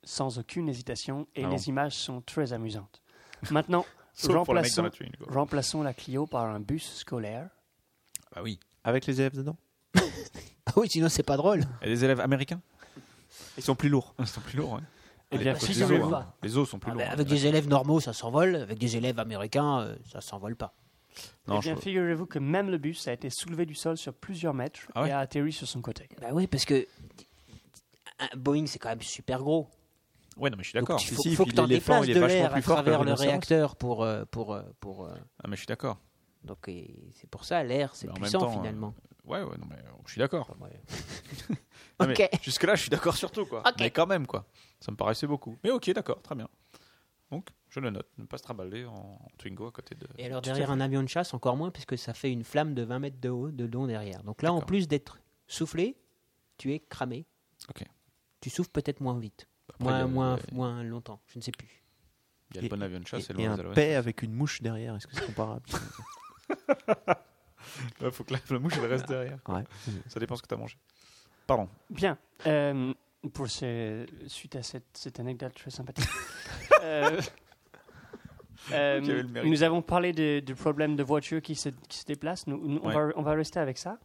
S7: sans aucune hésitation, et
S3: Ah
S7: les
S3: bon
S7: images sont très
S3: [laughs]
S7: amusantes. Maintenant,
S3: Sauf pour le mec dans
S7: remplaçons,
S3: la Twingo.
S7: remplaçons la Clio par un bus scolaire.
S3: Bah oui.
S5: Avec les élèves dedans
S6: Ah oui, sinon c'est pas drôle.
S3: Et les élèves américains
S5: Ils sont plus lourds.
S3: Ils sont plus lourds, ouais.
S7: Eh
S3: Ouais,
S7: bien,
S3: à cause
S7: si,
S3: des
S7: ça
S3: os,
S7: me
S3: hein.
S7: va.
S3: Les os sont plus
S6: Ah,
S3: lourds.
S6: bah,
S3: hein.
S6: avec des élèves normaux, ça s'envole. Avec des élèves américains, euh, ça s'envole pas.
S3: Non,
S7: eh bien,
S3: je-
S7: figurez-vous que même le bus a été soulevé du sol sur plusieurs mètres
S3: Ah ouais
S7: et a atterri sur son côté.
S6: Bah oui, parce que un Boeing c'est quand même super gros.
S3: Ouais, non, mais je suis
S6: Donc
S3: d'accord.
S6: il
S5: Si,
S6: faut,
S5: si,
S6: faut
S5: puis
S6: que tu
S5: l'éléphant,
S6: déplaces
S5: il est
S6: de
S5: vachement
S6: l'air à
S5: plus fort que le
S6: travers le
S5: rhinocéros.
S6: réacteur pour, euh, pour, euh, pour, euh,
S3: Ah, mais je suis d'accord.
S6: Donc et c'est pour ça l'air, c'est
S3: Mais en même
S6: puissant
S3: temps, euh,
S6: finalement.
S3: Ouais, ouais, non, mais euh, je suis d'accord.
S6: Enfin, ouais.
S3: [laughs] Non, mais
S6: Ok.
S3: Jusque-là, je suis d'accord sur tout, quoi.
S6: Ok.
S3: Mais quand même, quoi. Ça me paraissait beaucoup. Mais ok, d'accord, très bien. Donc, je le note. Ne pas se trimballer en, en Twingo à côté de.
S6: Et alors
S3: Tout à
S6: derrière
S3: fait.
S6: un avion de chasse, encore moins, puisque ça fait une flamme de 20 mètres de haut, de long derrière. Donc là, en
S3: D'accord.
S6: plus d'être soufflé, tu es cramé.
S3: Ok.
S6: Tu souffles peut-être moins vite,
S3: Après,
S6: moins,
S3: il y a-
S6: moins,
S3: il y a-
S6: moins longtemps, je ne sais plus.
S3: Il y a le bon avion de chasse et,
S5: et
S3: le
S5: un
S3: bon
S5: paix avec une mouche derrière, est-ce que
S3: [laughs]
S5: c'est comparable
S3: Il faut que la, la mouche elle reste derrière.
S5: Ouais.
S3: Ça dépend ce que tu as mangé. Pardon.
S7: Bien. Euh, pour ce, suite à cette, cette anecdote
S3: [laughs]
S7: très sympathique. Euh, euh,
S3: Vous avez le mérite.
S7: nous avons parlé de- du problème de voitures qui se, qui se déplacent. Nous, nous- on,
S3: Ouais.
S7: va, on va rester avec ça.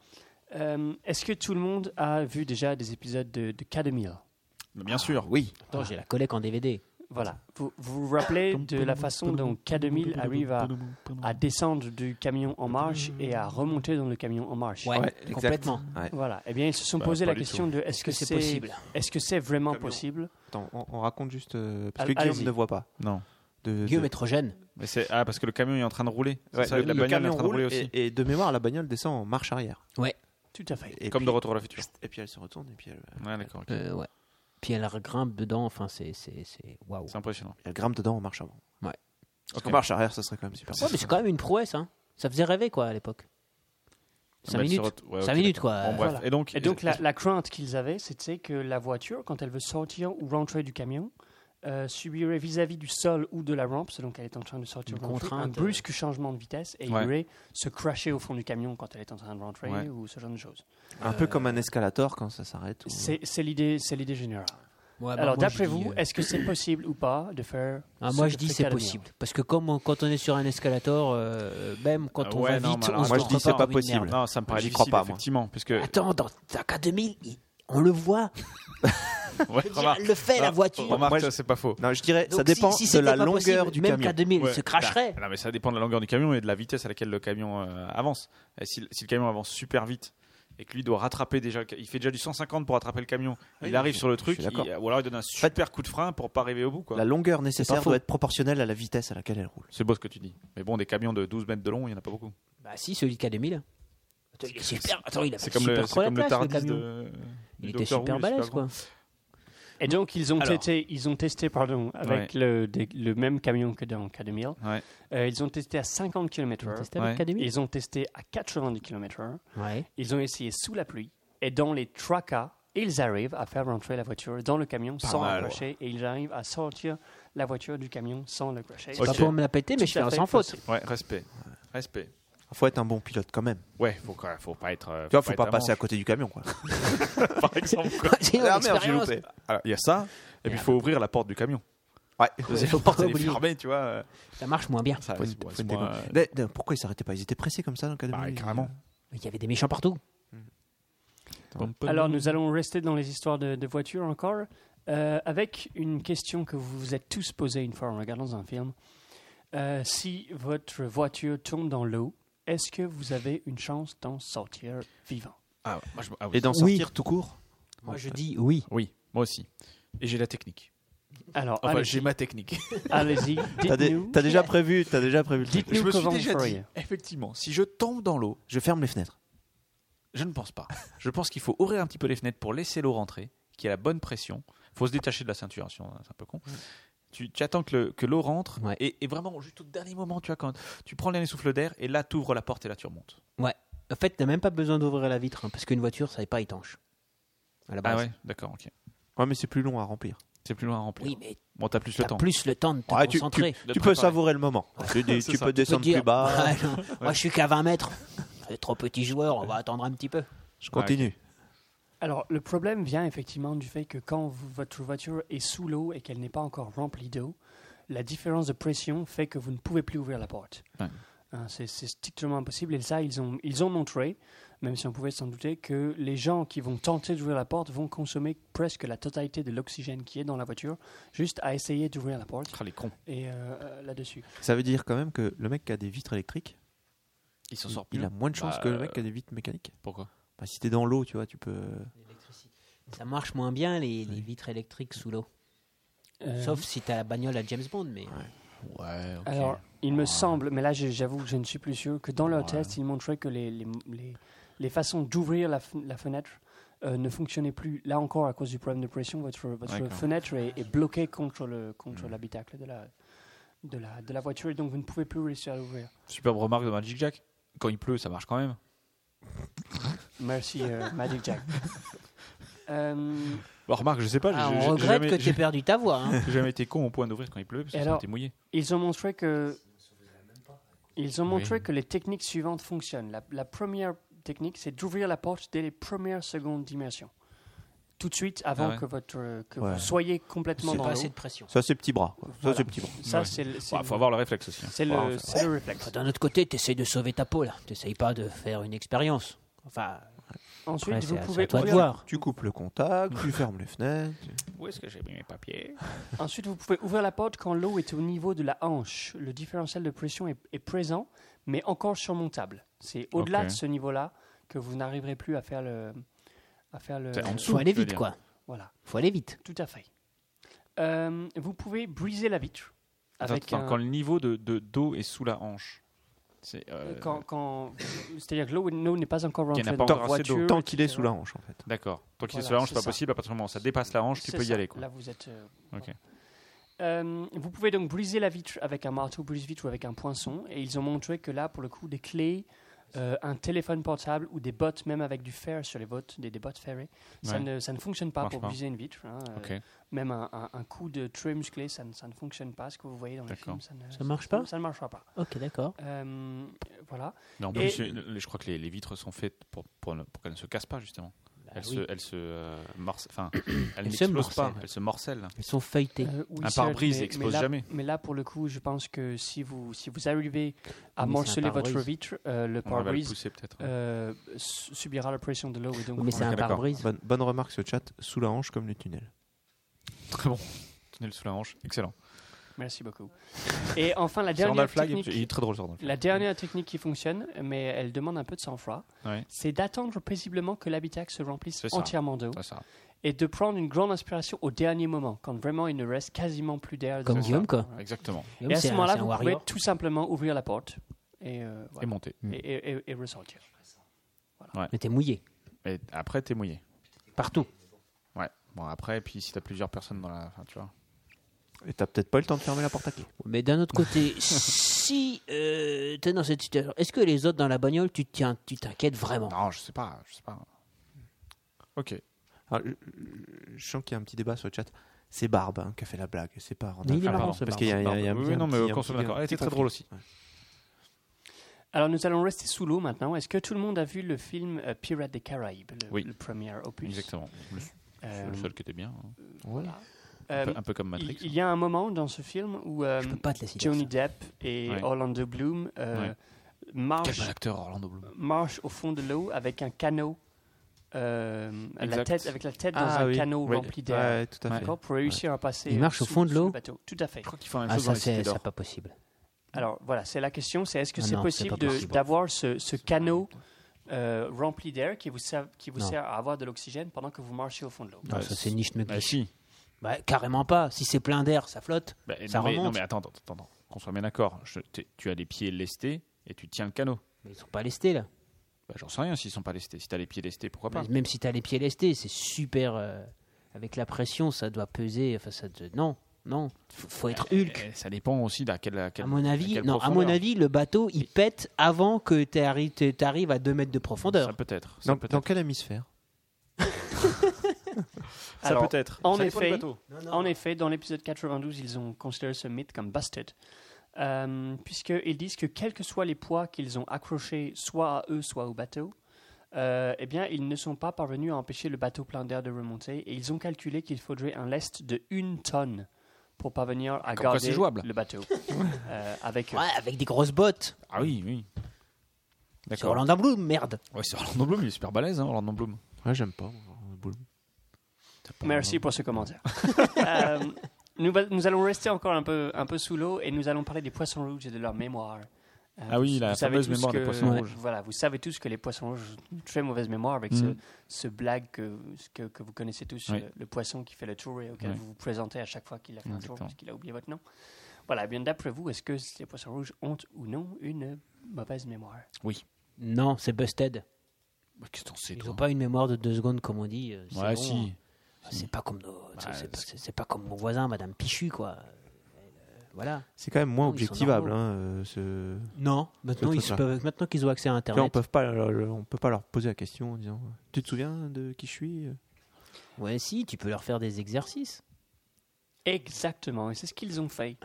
S7: Euh, Est-ce que tout le monde a vu déjà des épisodes de, de K2000
S3: Mais bien sûr.
S5: Oui.
S6: Attends, j'ai la collecte en DVD.
S7: Voilà. Vous vous, vous rappelez de la façon dont K2000 arrive à, à descendre du camion en marche et à remonter dans le camion en marche
S6: Ouais,
S5: Ouais, exact.
S6: complètement.
S7: Voilà. Eh bien, ils se sont
S3: Bah,
S7: posé
S3: pas
S7: la
S3: du
S7: question de est-ce que
S6: c'est
S7: c'est
S6: possible
S7: Est-ce que c'est vraiment
S3: Camion.
S7: possible
S5: Attends, on, on raconte juste. euh, parce
S7: Al-
S5: que Guillaume
S7: allez-y.
S5: ne voit pas.
S3: Non.
S5: De,
S6: Guillaume
S5: de-
S6: est trop jeune.
S3: Mais c'est ah parce que le camion est en train de rouler. C'est
S5: Ouais,
S3: ça,
S5: le-
S3: la
S5: le
S3: bagnole est
S5: camion
S3: en train de rouler
S5: roule et-
S3: aussi.
S5: Et, de mémoire, la bagnole descend en marche arrière.
S7: Tout à fait.
S5: Et
S3: Comme
S5: puis-
S3: de retour à la future.
S5: Et puis elle se retourne et puis elle,
S3: Ouais, d'accord. ok.
S6: Euh, ouais. Puis elle grimpe dedans, enfin c'est c'est- c'est- waouh.
S3: C'est impressionnant.
S5: elle grimpe dedans en marche avant.
S3: Ok.
S5: En marche arrière, ça serait quand même super.
S6: Ouais, mais c'est quand même une prouesse, hein. Ça faisait rêver quoi à l'époque.
S3: Mais
S6: 5
S3: elle se
S6: minutes.
S3: retourne- ouais,
S6: 5
S3: ok,
S6: minutes
S3: d'accord.
S6: quoi.
S3: Bon, bref.
S7: Voilà.
S3: Et donc,
S7: Et
S3: [laughs]
S7: donc, la, la crainte qu'ils avaient, c'était que la voiture, quand elle veut sortir ou rentrer du camion, euh, subirait vis-à-vis du sol ou de la rampe, selon qu'elle est en train de sortir
S6: Une
S7: ou rentrer, un
S6: contrainte, euh.
S7: brusque changement de vitesse et il
S3: Ouais.
S7: irait se crasher au fond du camion quand elle est en train de rentrer
S3: Ouais.
S7: ou ce genre de choses.
S5: Un peu comme un escalator quand ça s'arrête. ou-
S7: C'est c'est l'idée c'est l'idée générale.
S6: Ouais, bah,
S7: Alors,
S6: moi, je
S7: d'après
S6: dis,
S7: vous,
S6: euh,
S7: est-ce que c'est possible ou pas de faire.
S6: Ah,
S7: ce
S6: moi
S7: que
S6: je dis
S7: fait
S6: c'est
S7: Calamir
S6: possible parce que comme on- quand on est sur un escalator, euh, même quand
S3: Ah
S6: on
S3: ouais,
S6: va
S3: non, mais
S6: vite,
S3: alors,
S6: on se
S3: moi, je
S6: rend
S3: dis,
S6: pas
S5: c'est pas
S6: par une merde.
S5: possible.
S3: Non, ça me paraît
S5: J'y
S3: difficile,
S5: crois pas, moi.
S3: effectivement, parce que
S7: [laughs]
S6: Attends, dans Taka 2000, il- on le voit.
S3: Ouais,
S6: Je veux dire,
S3: remarque,
S6: elle le fait la
S3: Alors,
S6: voiture.
S3: remarque,
S5: Moi,
S3: ça,
S5: je-
S3: c'est pas faux.
S5: Non, je dirais,
S6: Donc,
S5: ça dépend
S6: si- si
S5: de
S6: c'était
S5: la
S6: pas
S5: longueur
S6: possible,
S5: du
S6: même
S5: camion.
S6: Même 2000
S3: Ouais. bah.
S6: il se cracherait.
S3: Ah Non, mais ça dépend de la longueur du camion et de la vitesse à laquelle le camion euh, avance. Et si, si le camion avance super vite et que lui doit rattraper déjà, le ca- il fait déjà du 150 pour rattraper le camion.
S5: Oui,
S3: il arrive
S5: je-
S3: sur le
S5: je
S3: truc,
S5: suis d'accord.
S3: il- ou alors il donne un super coup de frein pour pas arriver au bout. quoi.
S5: La longueur nécessaire
S6: faux.
S5: doit être proportionnelle à la vitesse à laquelle elle roule.
S3: C'est beau ce que tu dis. Mais bon, des camions de 12 mètres de long, il y en a pas beaucoup.
S6: Bah si, celui de K2000. Attends, il est super. Attends, il a
S3: C'est
S6: fait
S3: comme
S6: super
S3: le,
S6: trop
S3: c'est
S6: la
S3: comme le
S6: place, le
S3: Tardis
S6: camion.
S3: de.
S6: Il
S3: du
S6: était
S3: Docteur Who,
S6: super
S3: il est
S6: balèze
S3: grand.
S6: quoi.
S7: Et donc, ils ont,
S3: Alors.
S7: testé, ils ont testé pardon, avec le, des- le même camion que dans K2000.
S3: Ouais.
S7: Euh, ils ont testé à 50 km/h.
S6: Testé avec
S3: Ouais.
S6: K2000.
S7: Ils ont testé à 90 km/h.
S6: Ouais.
S7: Ils ont essayé sous la pluie. Et dans les trois cas, ils arrivent à faire rentrer la voiture dans le camion sans
S3: mal.
S7: la cracher. Et ils arrivent à sortir la voiture du camion sans le cracher.
S6: C'est
S3: Ok.
S6: pas pour me la péter, mais
S7: Tout
S6: je fais
S7: à
S6: un
S7: fait
S6: sans faute.
S7: possible.
S3: Ouais, respect. Respect.
S5: Faut être un bon pilote quand même.
S3: Ouais, faut, quand- faut pas être. euh,
S5: Tu vois, faut
S3: être
S5: pas
S3: un
S5: passer à
S3: manche,
S5: côté du camion, quoi.
S3: Par exemple. quoi.
S6: C'est une
S5: Ah, merde, j'ai
S6: expérience.
S5: loupé.
S3: Alors, Il y a ça, et puis il faut ouvrir la porte du camion.
S5: Ouais.
S3: Deuxième
S5: [laughs]
S6: faut pas
S3: porte, elle est
S6: oublier.
S3: fermée, tu vois. euh,
S6: Ça marche moins bien.
S3: Ça,
S5: Faut une-
S3: c'est-
S5: faut
S3: c'est
S5: une
S3: moins-
S5: déco- D'ailleurs, d'ailleurs, Pourquoi ils s'arrêtaient pas Ils étaient pressés comme ça dans euh, le cas de
S3: Bah,
S5: Mille
S3: carrément.
S6: Il y avait des méchants partout.
S7: Alors, nous allons rester dans les histoires de, de voitures encore. euh, avec une question que vous vous êtes tous posée une fois en regardant un film. Euh, si votre voiture tombe dans l'eau, est-ce que vous avez une chance d'en sortir vivant
S3: Ah, ouais, moi, je- ah oui.
S5: Et d'en
S6: Oui.
S5: sortir tout court
S6: Moi je dis oui.
S3: Oui, moi aussi. Et j'ai la technique.
S7: Alors,
S3: Enfin,
S7: allez-y,
S3: j'ai ma technique.
S7: allez-y,
S5: T'as dé-
S7: dites-nous.
S5: t'as déjà prévu, t'as déjà prévu le truc.
S7: Dites-nous
S3: [laughs] je me suis
S7: comment
S3: déjà
S7: vous
S3: dit,
S7: feriez.
S3: effectivement, si je tombe dans l'eau,
S5: Je ferme les fenêtres.
S3: je ne pense pas. Je pense qu'il faut ouvrir un petit peu les fenêtres pour laisser l'eau rentrer, qu'il y a la bonne pression. Il faut se détacher de la ceinture, sinon c'est un peu con. Tu, tu attends que le- que l'eau rentre
S6: Ouais.
S3: et, et vraiment juste au dernier moment, tu vois, quand tu prends le dernier souffle d'air et là tu ouvres la porte et là tu remontes.
S6: En fait, t'as même pas besoin d'ouvrir la vitre hein, parce qu'une voiture, ça n'est pas étanche. À la base.
S3: Ah ouais, d'accord, ok.
S5: Ouais, mais c'est plus long à remplir.
S3: C'est plus loin à remplir.
S6: Oui, mais
S3: Bon, t'as plus le
S6: t'as
S3: temps.
S6: plus le temps de te
S5: Ouais, tu-
S6: concentrer.
S3: De
S5: Tu
S3: préparer.
S5: peux savourer le moment. Tu, tu-
S3: [laughs] C'est ça.
S6: Tu
S5: tu peux
S6: peux
S5: descendre
S6: dire,
S5: plus bas.
S6: [laughs] ouais, non, Moi, je suis qu'à 20 mètres. C'est trop petit joueur, on va attendre un petit peu.
S5: Je continue.
S7: Alors, le problème vient effectivement du fait que quand vous- votre voiture est sous l'eau et qu'elle n'est pas encore remplie d'eau, la différence de pression fait que vous ne pouvez plus ouvrir la porte.
S3: Ouais.
S7: Hein, c'est, c'est strictement impossible. Et ça, ils ont, ils ont montré, même si on pouvait s'en douter, que les gens qui vont tenter d'ouvrir la porte vont consommer presque la totalité de l'oxygène qui est dans la voiture, juste à essayer d'ouvrir la porte.
S3: Ah, les cons.
S7: Et euh, euh, là-dessus.
S5: Ça veut dire quand même que le mec qui a des vitres électriques,
S3: Ils s'en
S5: il,
S3: sortent plus.
S5: il a moins de chances
S3: Bah,
S5: que le mec qui a des vitres mécaniques.
S3: Pourquoi
S5: Bah, si t'es dans l'eau, tu vois, tu peux.
S6: Ça marche moins bien les, les vitres électriques sous l'eau.
S7: Euh,
S6: Sauf si t'as la bagnole à James Bond, mais
S3: Ouais, ok.
S7: Alors, il me semble, mais là je- j'avoue que je ne suis plus sûr, que dans leur test, ils montraient que les, les, les- les façons d'ouvrir la, fen- la fenêtre euh, ne fonctionnaient plus. Là encore, à cause du problème de pression, votre, votre
S3: D'accord. Hmm.
S7: fenêtre est, est bloquée contre le contre l'habitacle de la, de, la, de la voiture et donc vous ne pouvez plus réussir à l'ouvrir.
S3: Superbe remarque de Magic Jack. Quand il pleut, ça marche quand même.
S7: Merci euh,
S3: [laughs]
S7: Magic Jack. Euh,
S3: Bah, remarque, je sais pas.
S6: Ah,
S3: j'ai- j'ai-
S6: on
S3: j'ai
S6: regrette
S3: jamais-
S6: que tu aies perdu ta voix.
S3: [laughs]
S6: hein.
S3: J'ai jamais été con au point d'ouvrir quand il pleut parce
S7: Et
S3: que ça
S7: alors-
S3: était mouillé.
S7: Ils ont montré que ils ont montré que les techniques suivantes fonctionnent. La, la première technique, c'est d'ouvrir la porte dès les premières secondes d'immersion, tout de suite
S3: Ah
S7: avant
S3: ouais.
S7: que votre euh, que
S5: Ouais.
S7: vous soyez complètement
S6: C'est
S7: dans
S6: pas
S7: l'eau.
S6: assez de pression.
S5: Ça, c'est petit bras. quoi. Ça,
S7: Voilà.
S5: c'est petit bras.
S7: Ça,
S3: Ouais.
S7: c'est le- c'est
S3: Bah, faut avoir le réflexe aussi. hein.
S7: c'est
S5: Voilà,
S7: le
S5: enfin,
S7: c'est le réflexe.
S6: Enfin, D'un autre côté, tu de sauver ta peau là. Tu pas de faire une expérience. Enfin,
S7: Ensuite,
S6: après,
S7: vous
S6: c'est à- c'est
S7: pouvez
S6: à toi de
S7: ouvrir-
S6: voir.
S5: Tu coupes le contact, tu fermes
S3: [laughs]
S5: les fenêtres.
S3: Où est-ce que j'ai mis mes papiers
S7: ensuite vous pouvez ouvrir la porte quand l'eau est au niveau de la hanche. Le différentiel de pression est, est présent, mais encore surmontable. C'est au-delà
S3: Ok.
S7: de ce niveau-là que vous n'arriverez plus à faire le à faire le
S3: C'est en dessous.
S6: Faut aller
S3: tu veux
S6: vite,
S3: dire.
S6: quoi.
S7: voilà.
S6: Faut aller vite.
S7: Tout à fait. Euh, vous pouvez briser la vitre.
S3: Attends,
S7: Avec
S3: attends,
S7: un-
S3: Quand le niveau de de- d'eau est sous la hanche. C'est. euh,
S7: euh, quand, quand- C'est-à-dire que l'eau l'eau n'est pas encore
S3: Qu'il n'y en a
S7: rentrée
S3: pas
S7: dans
S3: encore
S7: la
S3: assez d'eau.
S7: voiture.
S5: Tant qu'il est
S7: etc.
S5: sous la hanche, en fait.
S3: D'accord. Tant qu'il est
S7: Voilà,
S3: sous la hanche,
S7: c'est
S3: c'est pas
S7: ça.
S3: possible. À partir du moment où ça dépasse la hanche, tu
S7: C'est
S3: peux y
S7: ça.
S3: aller. Quoi.
S7: Là, vous êtes. euh,
S3: Ok.
S7: voilà. Euh, vous pouvez donc briser la vitre avec un marteau brise-vitre ou avec un poinçon. Et ils ont montré que là, pour le coup, des clés, euh, un téléphone portable ou des bottes, même avec du fer sur les bottes, des, des bottes ferrées, ça,
S3: Ouais.
S7: ne, ça ne fonctionne pas
S3: Marche
S7: pour
S3: pas.
S7: briser une vitre. hein. Euh,
S3: Ok.
S7: Même un, un- un coup de trims clé, ça ne, ça ne fonctionne pas. Ce que vous voyez dans les
S3: D'accord.
S7: films, ça ne,
S6: Ça marche pas
S7: Ça ne marchera pas.
S6: Ok, d'accord.
S7: Euh, voilà.
S3: Mais en
S7: Et-
S3: plus, euh, je crois que les, les vitres sont faites pour, pour, ne- pour qu'elles ne se cassent pas, justement. Elles
S6: Bah oui.
S3: se, elles se euh, morce- enfin, elles
S6: Elles se
S3: n'explosent pas,
S6: morcellent.
S3: elles se Ah, morcellent.
S6: Ils sont feuilletés.
S7: Euh, oui,
S3: Un
S7: certes,
S3: pare-brise
S7: mais-
S3: n'explose
S7: mais là-
S3: jamais.
S7: Mais là, pour le coup, je pense que si vous, si vous arrivez à
S6: Oui, mais c'est un
S7: morceler votre
S6: pare-brise.
S7: vitre, euh,
S3: On va Ah, bah,
S7: le
S3: le
S7: pare-brise
S3: pousser peut-être.
S7: euh, su- subira la pression de l'eau. et donc
S6: Oui, mais
S7: vous-
S6: c'est un
S3: d'accord. Ah,
S6: pare-brise.
S5: Bonne, bonne remarque, ce chat. Sous la hanche comme le tunnel.
S3: Très bon. Tunnel sous la hanche, excellent.
S7: Merci beaucoup. Et enfin, la
S3: C'est Randall
S7: dernière,
S3: Flagg,
S7: technique,
S3: il est très drôle ce Randall Flagg.
S7: la dernière technique qui fonctionne, mais elle demande un peu de sang-froid,
S3: Ouais.
S7: c'est d'attendre paisiblement que l'habitacle se remplisse
S3: C'est ça.
S7: entièrement d'eau
S3: Ça, ça.
S7: et de prendre une grande inspiration au dernier moment, quand vraiment il ne reste quasiment plus d'air.
S6: Comme
S7: dedans.
S6: Guillaume, quoi.
S3: Exactement.
S7: Et à
S6: C'est
S7: ce
S6: un-
S7: moment-là,
S6: c'est un
S7: vous pouvez
S6: warrior.
S7: tout simplement ouvrir la porte et, euh, voilà.
S3: Et monter.
S7: et, et- et- et ressortir.
S6: Mais t'es mouillé.
S3: Et après, t'es mouillé.
S6: Partout.
S3: Ouais. Bon, après, puis si t'as plusieurs personnes dans la. Enfin, tu vois.
S5: Et t'as peut-être pas eu le temps de fermer la porte à clé.
S6: Mais d'un autre côté,
S3: [laughs]
S6: si euh, t'es dans cette situation, est-ce que les autres dans la bagnole, tu tiens- tu t'inquiètes vraiment
S3: Non, je sais pas, je sais pas. Ok.
S5: Alors, je, je sens qu'il y a un petit débat sur le chat. C'est Barbe hein, qui a fait la blague. C'est pas
S6: Mais
S5: Randall.
S6: il est
S3: Ah,
S6: marrant,
S3: pardon,
S6: ce
S5: Parce
S6: Barbe.
S5: qu'il y a, il y a- il y a un
S3: Oui,
S5: petit-
S3: oui,
S5: un
S3: non, mais
S5: petit-
S3: qu'on
S5: un
S3: soit
S5: petit-
S3: d'accord.
S5: un
S3: Elle
S5: petit
S3: était très
S5: conflit.
S3: drôle aussi.
S5: Ouais.
S7: Alors nous allons rester sous l'eau maintenant. Est-ce que tout le monde a vu le film euh, Pirates des Caraïbes, le,
S3: Oui.
S7: le premier opus
S3: Exactement. Le,
S7: Euh,
S3: le seul qui était bien. hein.
S5: Voilà.
S7: euh,
S3: Un peu- un peu comme Matrix.
S7: il, il y a un moment dans ce film où euh,
S6: Je peux pas te laisser dire
S7: Johnny
S6: ça.
S7: Depp et
S3: Ouais.
S7: Orlando Bloom euh,
S3: Ouais. Quel bon
S7: marchent,
S3: acteur, Orlando Bloom.
S7: marchent au fond de l'eau avec un canot, euh, la
S3: Exact.
S7: tête, avec la tête dans
S5: Ah
S7: un
S5: oui.
S7: canot
S5: Oui.
S7: rempli d'air.
S5: Ouais, tout à fait.
S7: D'accord, pour réussir à passer.
S6: Ils marchent au
S7: sous-
S6: fond de
S7: sous
S6: l'eau
S7: le bateau. Tout à fait.
S3: Je crois qu'il faut la même
S6: Ah,
S3: chose dans
S6: ça,
S3: les cités
S6: c'est
S3: d'or.
S6: c'est pas possible.
S7: Alors voilà, c'est la question, c'est est-ce que
S6: Ah
S7: c'est
S6: non, c'est
S7: possible
S6: pas
S7: de-
S6: possible.
S7: d'avoir ce, ce canot euh, rempli d'air qui vous, sert, qui vous
S6: Non.
S7: sert à avoir de l'oxygène pendant que vous marchez au fond de l'eau
S6: Non,
S3: Ouais,
S6: ça,
S3: c'est-
S6: c'est niche
S3: Bah, si.
S6: bah, Carrément pas. Si c'est plein d'air, ça flotte.
S3: Bah, et
S6: Ça
S3: non, mais, non,
S6: remonte.
S3: mais attends, attends, attends, attends. qu'on soit bien d'accord. Je- t'es- Tu as les pieds lestés et tu tiens le canot.
S6: Mais ils sont pas lestés, là.
S3: Bah, J'en sais rien s'ils sont pas lestés. Si t'as les pieds lestés, pourquoi pas
S6: Mais Même si t'as les pieds lestés, c'est super. euh, avec la pression, ça doit peser. Enfin, ça te- Non, non. Faut, faut être Hulk.
S3: Eh, Ça dépend aussi d'à quelle, à quelle-
S6: À mon avis,
S3: quelle
S6: non, à mon
S3: profondeur
S6: avis, le bateau il pète avant que tu arrives à 2 mètres de
S3: Ça
S6: profondeur.
S3: peut être. Ça
S5: Dans,
S3: peut
S5: dans
S3: être.
S5: quel hémisphère
S3: Ça
S7: Alors,
S3: peut être.
S7: en
S3: Ça dépend du
S7: effet-
S3: bateau.
S7: En effet, dans l'épisode 92, ils ont considéré ce mythe comme busted, euh, puisqu'ils disent que quels que soient les poids qu'ils ont accrochés, soit à eux, soit au bateau, euh, eh bien, ils ne sont pas parvenus à empêcher le bateau plein d'air de remonter, et ils ont calculé qu'il faudrait un lest de une tonne pour parvenir à
S3: Comme quoi,
S7: garder
S3: c'est jouable. [laughs]
S7: le bateau euh, avec eux.
S6: Ouais, avec des grosses bottes.
S3: Ah oui, oui.
S6: Sur
S3: D'accord.
S6: Orlando Bloom, merde.
S3: Ouais, c'est Orlando Bloom, il est super balèze, hein, Orlando Bloom.
S5: Ouais, j'aime pas. moi, le boulot.
S7: Merci pour ce commentaire. [laughs] Euh, nous, va- nous allons rester encore un peu, un peu sous l'eau et nous allons parler des poissons rouges et de leur mémoire. Euh,
S3: Ah oui, la
S7: savez
S3: fameuse
S7: tous
S3: mémoire des
S7: que-
S3: poissons rouges.
S7: Voilà, vous savez tous que les poissons rouges ont une très mauvaise mémoire avec
S3: Mhm.
S7: ce, ce blague que, que, que vous connaissez tous,
S3: Oui.
S7: le, le poisson qui fait le tour et auquel
S3: Oui.
S7: vous vous présentez à chaque fois qu'il a fait un tour
S3: Exactement.
S7: parce qu'il a oublié votre nom. Voilà, eh bien d'après vous, est-ce que les poissons rouges ont ou non une mauvaise mémoire
S6: Non, c'est Busted. Bah,
S3: Qu'est-ce que t'en sais,
S6: Ils
S3: toi
S6: n'ont pas une mémoire de deux secondes, comme on dit. euh, c'est
S3: Ouais,
S6: bon.
S3: si.
S6: Ah, C'est pas comme nos- tu sais, c'est pas- c'est- c'est pas comme mon voisin, Madame Pichu, quoi. Elle, euh, Voilà.
S5: C'est quand même moins
S6: Non, ils sont
S5: objectivable.
S6: normaux.
S5: hein, euh, ce-
S6: Non,
S5: Le
S6: maintenant
S5: truc
S6: ils
S5: là.
S6: peuvent, maintenant qu'ils ont accès à
S5: Là, on
S6: Internet.
S5: peut pas, leur- leur- on peut pas leur poser la question en disant Tu te souviens de qui je suis
S6: Ouais, si, tu peux leur faire des exercices.
S7: Exactement, et c'est ce qu'ils ont fait.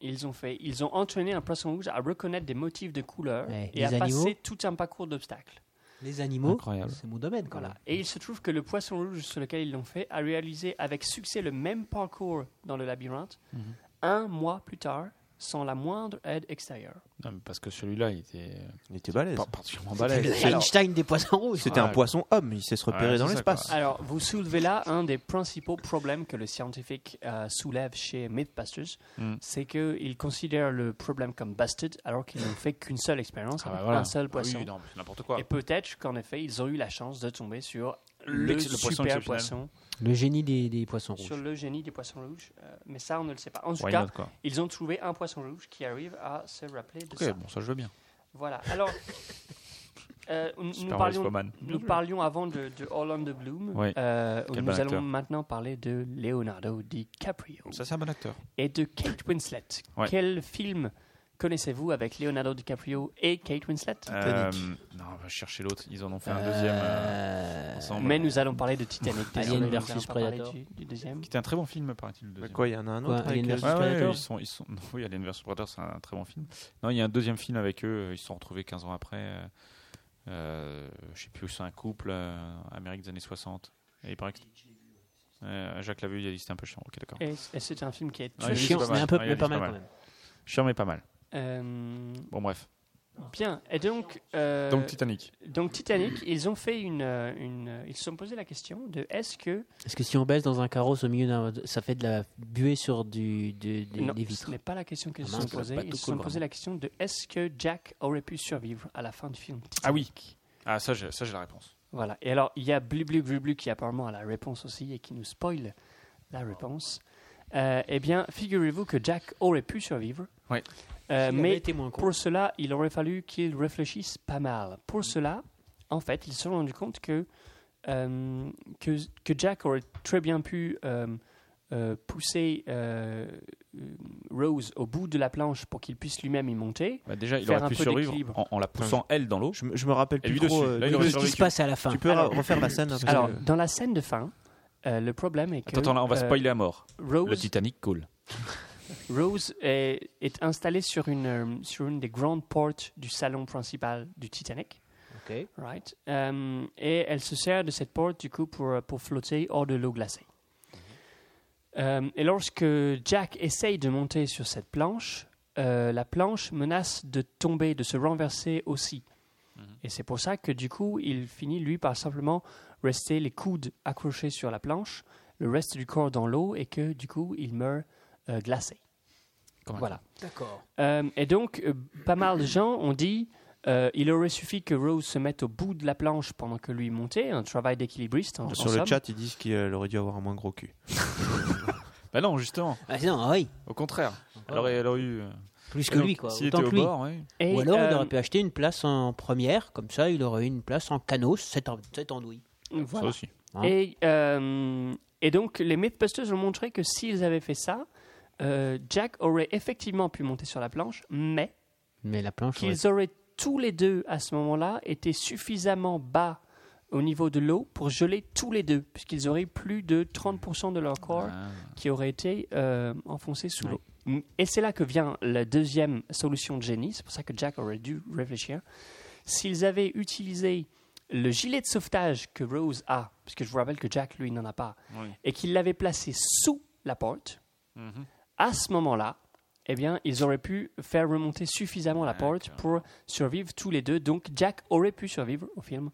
S7: Ils ont fait, ils ont entraîné un poisson rouge à reconnaître des motifs de couleur
S6: Ouais,
S7: et à
S6: les animaux.
S7: passer tout un parcours d'obstacles.
S6: Les animaux,
S3: Incroyable.
S6: c'est mon domaine, quoi.
S7: Voilà. Et il se trouve que le poisson rouge sur lequel ils l'ont fait a réalisé avec succès le même parcours dans le labyrinthe
S3: Mhm.
S7: un mois plus tard sans la moindre aide extérieure.
S3: Non, mais parce que celui-là, il était
S5: Il était balèze.
S3: pas particulièrement
S6: C'est
S3: balèze.
S6: le
S7: Alors-
S6: Einstein des poissons rouges.
S5: C'était un
S3: Ouais.
S5: poisson homme, il sait se repérer
S3: Ouais,
S5: dans
S3: Ah, c'est ça,
S5: l'espace.
S3: quoi.
S7: Alors, vous soulevez là un des principaux problèmes que le scientifique euh, soulève chez Mythbusters,
S3: Mm.
S7: c'est qu'ils considèrent le problème comme busted alors qu'ils n'ont fait qu'une seule expérience,
S3: Ah, bah,
S7: avec
S3: voilà.
S7: un seul
S3: Ah oui,
S7: poisson.
S3: non, mais c'est n'importe quoi.
S7: Et peut-être qu'en effet, ils ont eu la chance de tomber sur le,
S3: L'ex- le poisson
S7: super
S3: exceptionnel.
S7: poisson,
S6: Le génie des, des poissons
S7: sur
S6: rouges.
S7: le génie des poissons rouges. euh, mais ça, on ne le sait pas. En tout
S3: Why
S7: cas,
S3: not, quoi.
S7: ils ont trouvé un poisson rouge qui arrive à se rappeler de
S3: Ok,
S7: ça.
S3: bon, ça je veux bien.
S7: Voilà.
S3: [laughs]
S7: Alors, euh, nous,
S3: Super Mario
S7: parlions,
S3: Spoman.
S7: nous parlions avant de, de All on the Bloom.
S3: Oui.
S7: euh,
S3: Quel bon
S7: nous allons
S3: acteur.
S7: maintenant parler de Leonardo DiCaprio
S3: Ça, c'est un bon acteur.
S7: et de Kate Winslet.
S3: Ouais.
S7: Quel film connaissez-vous avec Leonardo DiCaprio et Kate Winslet
S3: Euh, non, on va chercher l'autre. Ils en ont fait un deuxième euh,
S6: Euh,
S3: ensemble.
S7: Mais nous allons parler de Titanic. désolé,
S6: Alien
S7: nous
S6: versus
S7: allons pas parler
S6: Predator.
S7: Du, du deuxième.
S3: C'était un très bon film, paraît-il. le deuxième.
S5: Quoi, il y en a un
S6: Quoi,
S5: autre avec
S6: Alien
S5: euh,
S6: versus-
S3: Ouais, ouais,
S6: Predator
S3: ils sont, ils sont... [laughs] non, Oui, Alien vs Predator, c'est un très bon film. Non, il y a un deuxième film avec eux. euh, Ils se sont retrouvés 15 ans après. euh, euh, je sais plus où c'est un couple, euh, Amérique des années 60. Et il paraît que... Euh, Jacques l'a vu, il a dit que c'était un peu chiant. Ok, d'accord.
S7: Et, et Ah, c'est un film qui est
S3: Ouais, il
S6: le
S3: est
S6: chien,
S3: pas mal.
S6: mais un peu
S3: Ouais, il
S6: mais
S3: est pas
S6: pas mal quand
S3: mal.
S6: même.
S3: Chiant, mais pas mal.
S7: euh,
S3: Bon, bref.
S7: bien. Et donc, euh,
S3: Donc, Titanic.
S7: donc Titanic, ils ont fait une, euh, une euh, ils se sont posé la question de est-ce que
S6: Est-ce que si on baisse dans un carrosse au milieu d'un. ça fait de la buée sur du, du- des,
S7: non, Euh,
S6: des
S7: ce
S6: vitres
S7: n'est pas la question qu'ils
S6: Ah
S7: se
S6: mince,
S7: sont posée.
S6: pas tout
S7: Ils se
S6: cool,
S7: sont posé
S6: vraiment.
S7: la question de est-ce que Jack aurait pu survivre à la fin du film.
S3: Ah oui. Ah, ça, j'ai ça, j'ai la réponse.
S7: Voilà. Et alors, il y a Blu Blu Blu Blu qui apparemment a la réponse aussi et qui nous spoil la réponse. Euh, eh bien, figurez-vous que Jack aurait pu survivre.
S3: Ouais.
S7: Euh,
S6: mais
S7: mais
S6: était moins con.
S7: pour cela, il aurait fallu qu'il réfléchisse pas mal. Pour cela, en fait, ils se sont rendus compte que, euh, que, que Jack aurait très bien pu euh, euh, pousser euh, euh, Rose au bout de la planche pour qu'il puisse lui-même y monter.
S3: Bah, déjà, il
S7: Faire un
S3: aurait pu
S7: peu
S3: survivre
S7: d'équilibre.
S3: en, en la poussant, elle, dans l'eau.
S5: Je, me- je me rappelle
S3: Et
S5: plus
S3: lui
S5: trop.
S3: dessus.
S5: euh,
S3: Là, il
S5: du-
S3: aurait
S6: Ce qui se passe à la fin.
S5: tu peux
S7: Alors-
S5: ra- refaire la scène hein, parce
S7: Alors,
S5: que-
S7: dans la scène de fin, euh, le problème est que
S3: Attends, attends, on va
S7: euh,
S3: spoiler à mort. Le
S7: Rose
S3: Titanic coule.
S7: Rose est, est installée sur une, euh, sur une des grandes portes du salon principal du Titanic.
S6: Ah, Ok.
S7: Right? Euh, et elle se sert de cette porte du coup pour, euh, pour flotter hors de l'eau glacée. Euh, et lorsque Jack essaye de monter sur cette planche, euh, la planche menace de tomber, de se renverser aussi.
S5: Mhm.
S7: Et c'est pour ça que du coup, il finit lui par simplement rester les coudes accrochés sur la planche, le reste du corps dans l'eau et que du coup, il meurt euh, glacé.
S3: Comment
S7: voilà.
S6: D'accord.
S7: Euh, et donc, euh, pas mal de gens ont dit euh, il aurait suffi que Rose se mette au bout de la planche pendant que lui montait, un travail d'équilibriste. hein, en- en
S5: sur le
S7: somme.
S5: chat, ils disent qu'il euh, aurait dû avoir un moins gros cul.
S3: Bah non, justement.
S6: Ah non, ah oui,
S3: Au contraire. Elle aurait, elle aurait eu. euh,
S6: plus
S3: et
S6: que
S3: donc,
S6: lui quoi.
S3: S'il
S6: autant
S3: était au
S6: que lui.
S3: bord, oui.
S7: Et,
S6: Ou alors il
S7: euh,
S6: aurait pu acheter une place en première, comme ça il aurait eu une place en canos, cette, en- cette andouille.
S7: voilà.
S3: Ça aussi.
S6: hein.
S7: Et, euh, et donc, les Mythbusters ont montré que s'ils avaient fait ça, euh, Jack aurait effectivement pu monter sur la planche, mais
S6: Mais la planche. aurait-
S7: qu'ils auraient tous les deux, à ce moment-là, été suffisamment bas au niveau de l'eau pour geler tous les deux, puisqu'ils auraient plus de 30% de leur corps
S3: Ah.
S7: qui aurait été euh, enfoncé sous
S6: Ouais.
S7: l'eau. Mm. Et c'est là que vient la deuxième solution de génie, c'est pour ça que Jack aurait dû réfléchir. S'ils avaient utilisé le gilet de sauvetage que Rose a, parce que je vous rappelle que Jack, lui, n'en a pas,
S3: Oui.
S7: et qu'ils l'avaient placé sous la porte, à ce moment-là, eh bien, ils auraient pu faire remonter suffisamment la porte pour survivre tous les deux. Donc, Jack aurait pu survivre au film.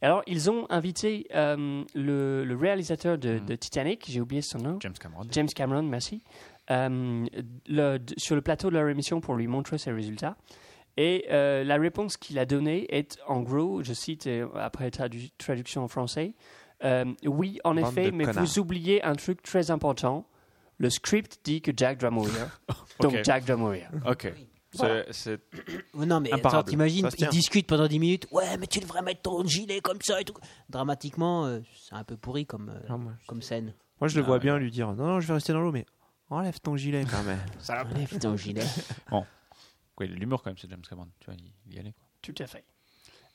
S7: Alors, ils ont invité euh, le, le réalisateur de, de Titanic, j'ai oublié son nom.
S3: James Cameron.
S7: James Cameron, merci, euh, le- d- sur le plateau de leur émission pour lui montrer ses résultats. Et euh, la réponse qu'il a donnée est, en gros, je cite euh, après tradu- traduction en français, euh, oui, en
S5: Bande
S7: effet,
S5: de
S7: mais
S5: connards.
S7: vous oubliez un truc très important. Le script dit que
S5: [laughs]
S7: Jack Dramoria. Donc
S3: Ok.
S7: Jack Dramoria.
S3: Ok. C'est- c'est-
S6: Oh Non, mais
S3: Imparable.
S6: attends, t'imagines,
S5: Ça se
S6: ils
S5: tient.
S6: discutent pendant 10 minutes. Ouais, mais tu devrais mettre ton gilet comme ça et tout. Dramatiquement, euh, c'est un peu pourri comme, euh,
S7: Ah,
S5: Non, moi,
S6: comme scène.
S5: Moi, je le
S3: Ah
S5: vois
S3: ouais.
S5: bien lui dire Non, non, je vais rester dans l'eau, mais enlève ton gilet quand même.
S6: Enlève ton gilet.
S3: ouais, l'humour quand même, c'est James Cameron. Tu vois, il, il y allait. quoi.
S7: Tout à fait.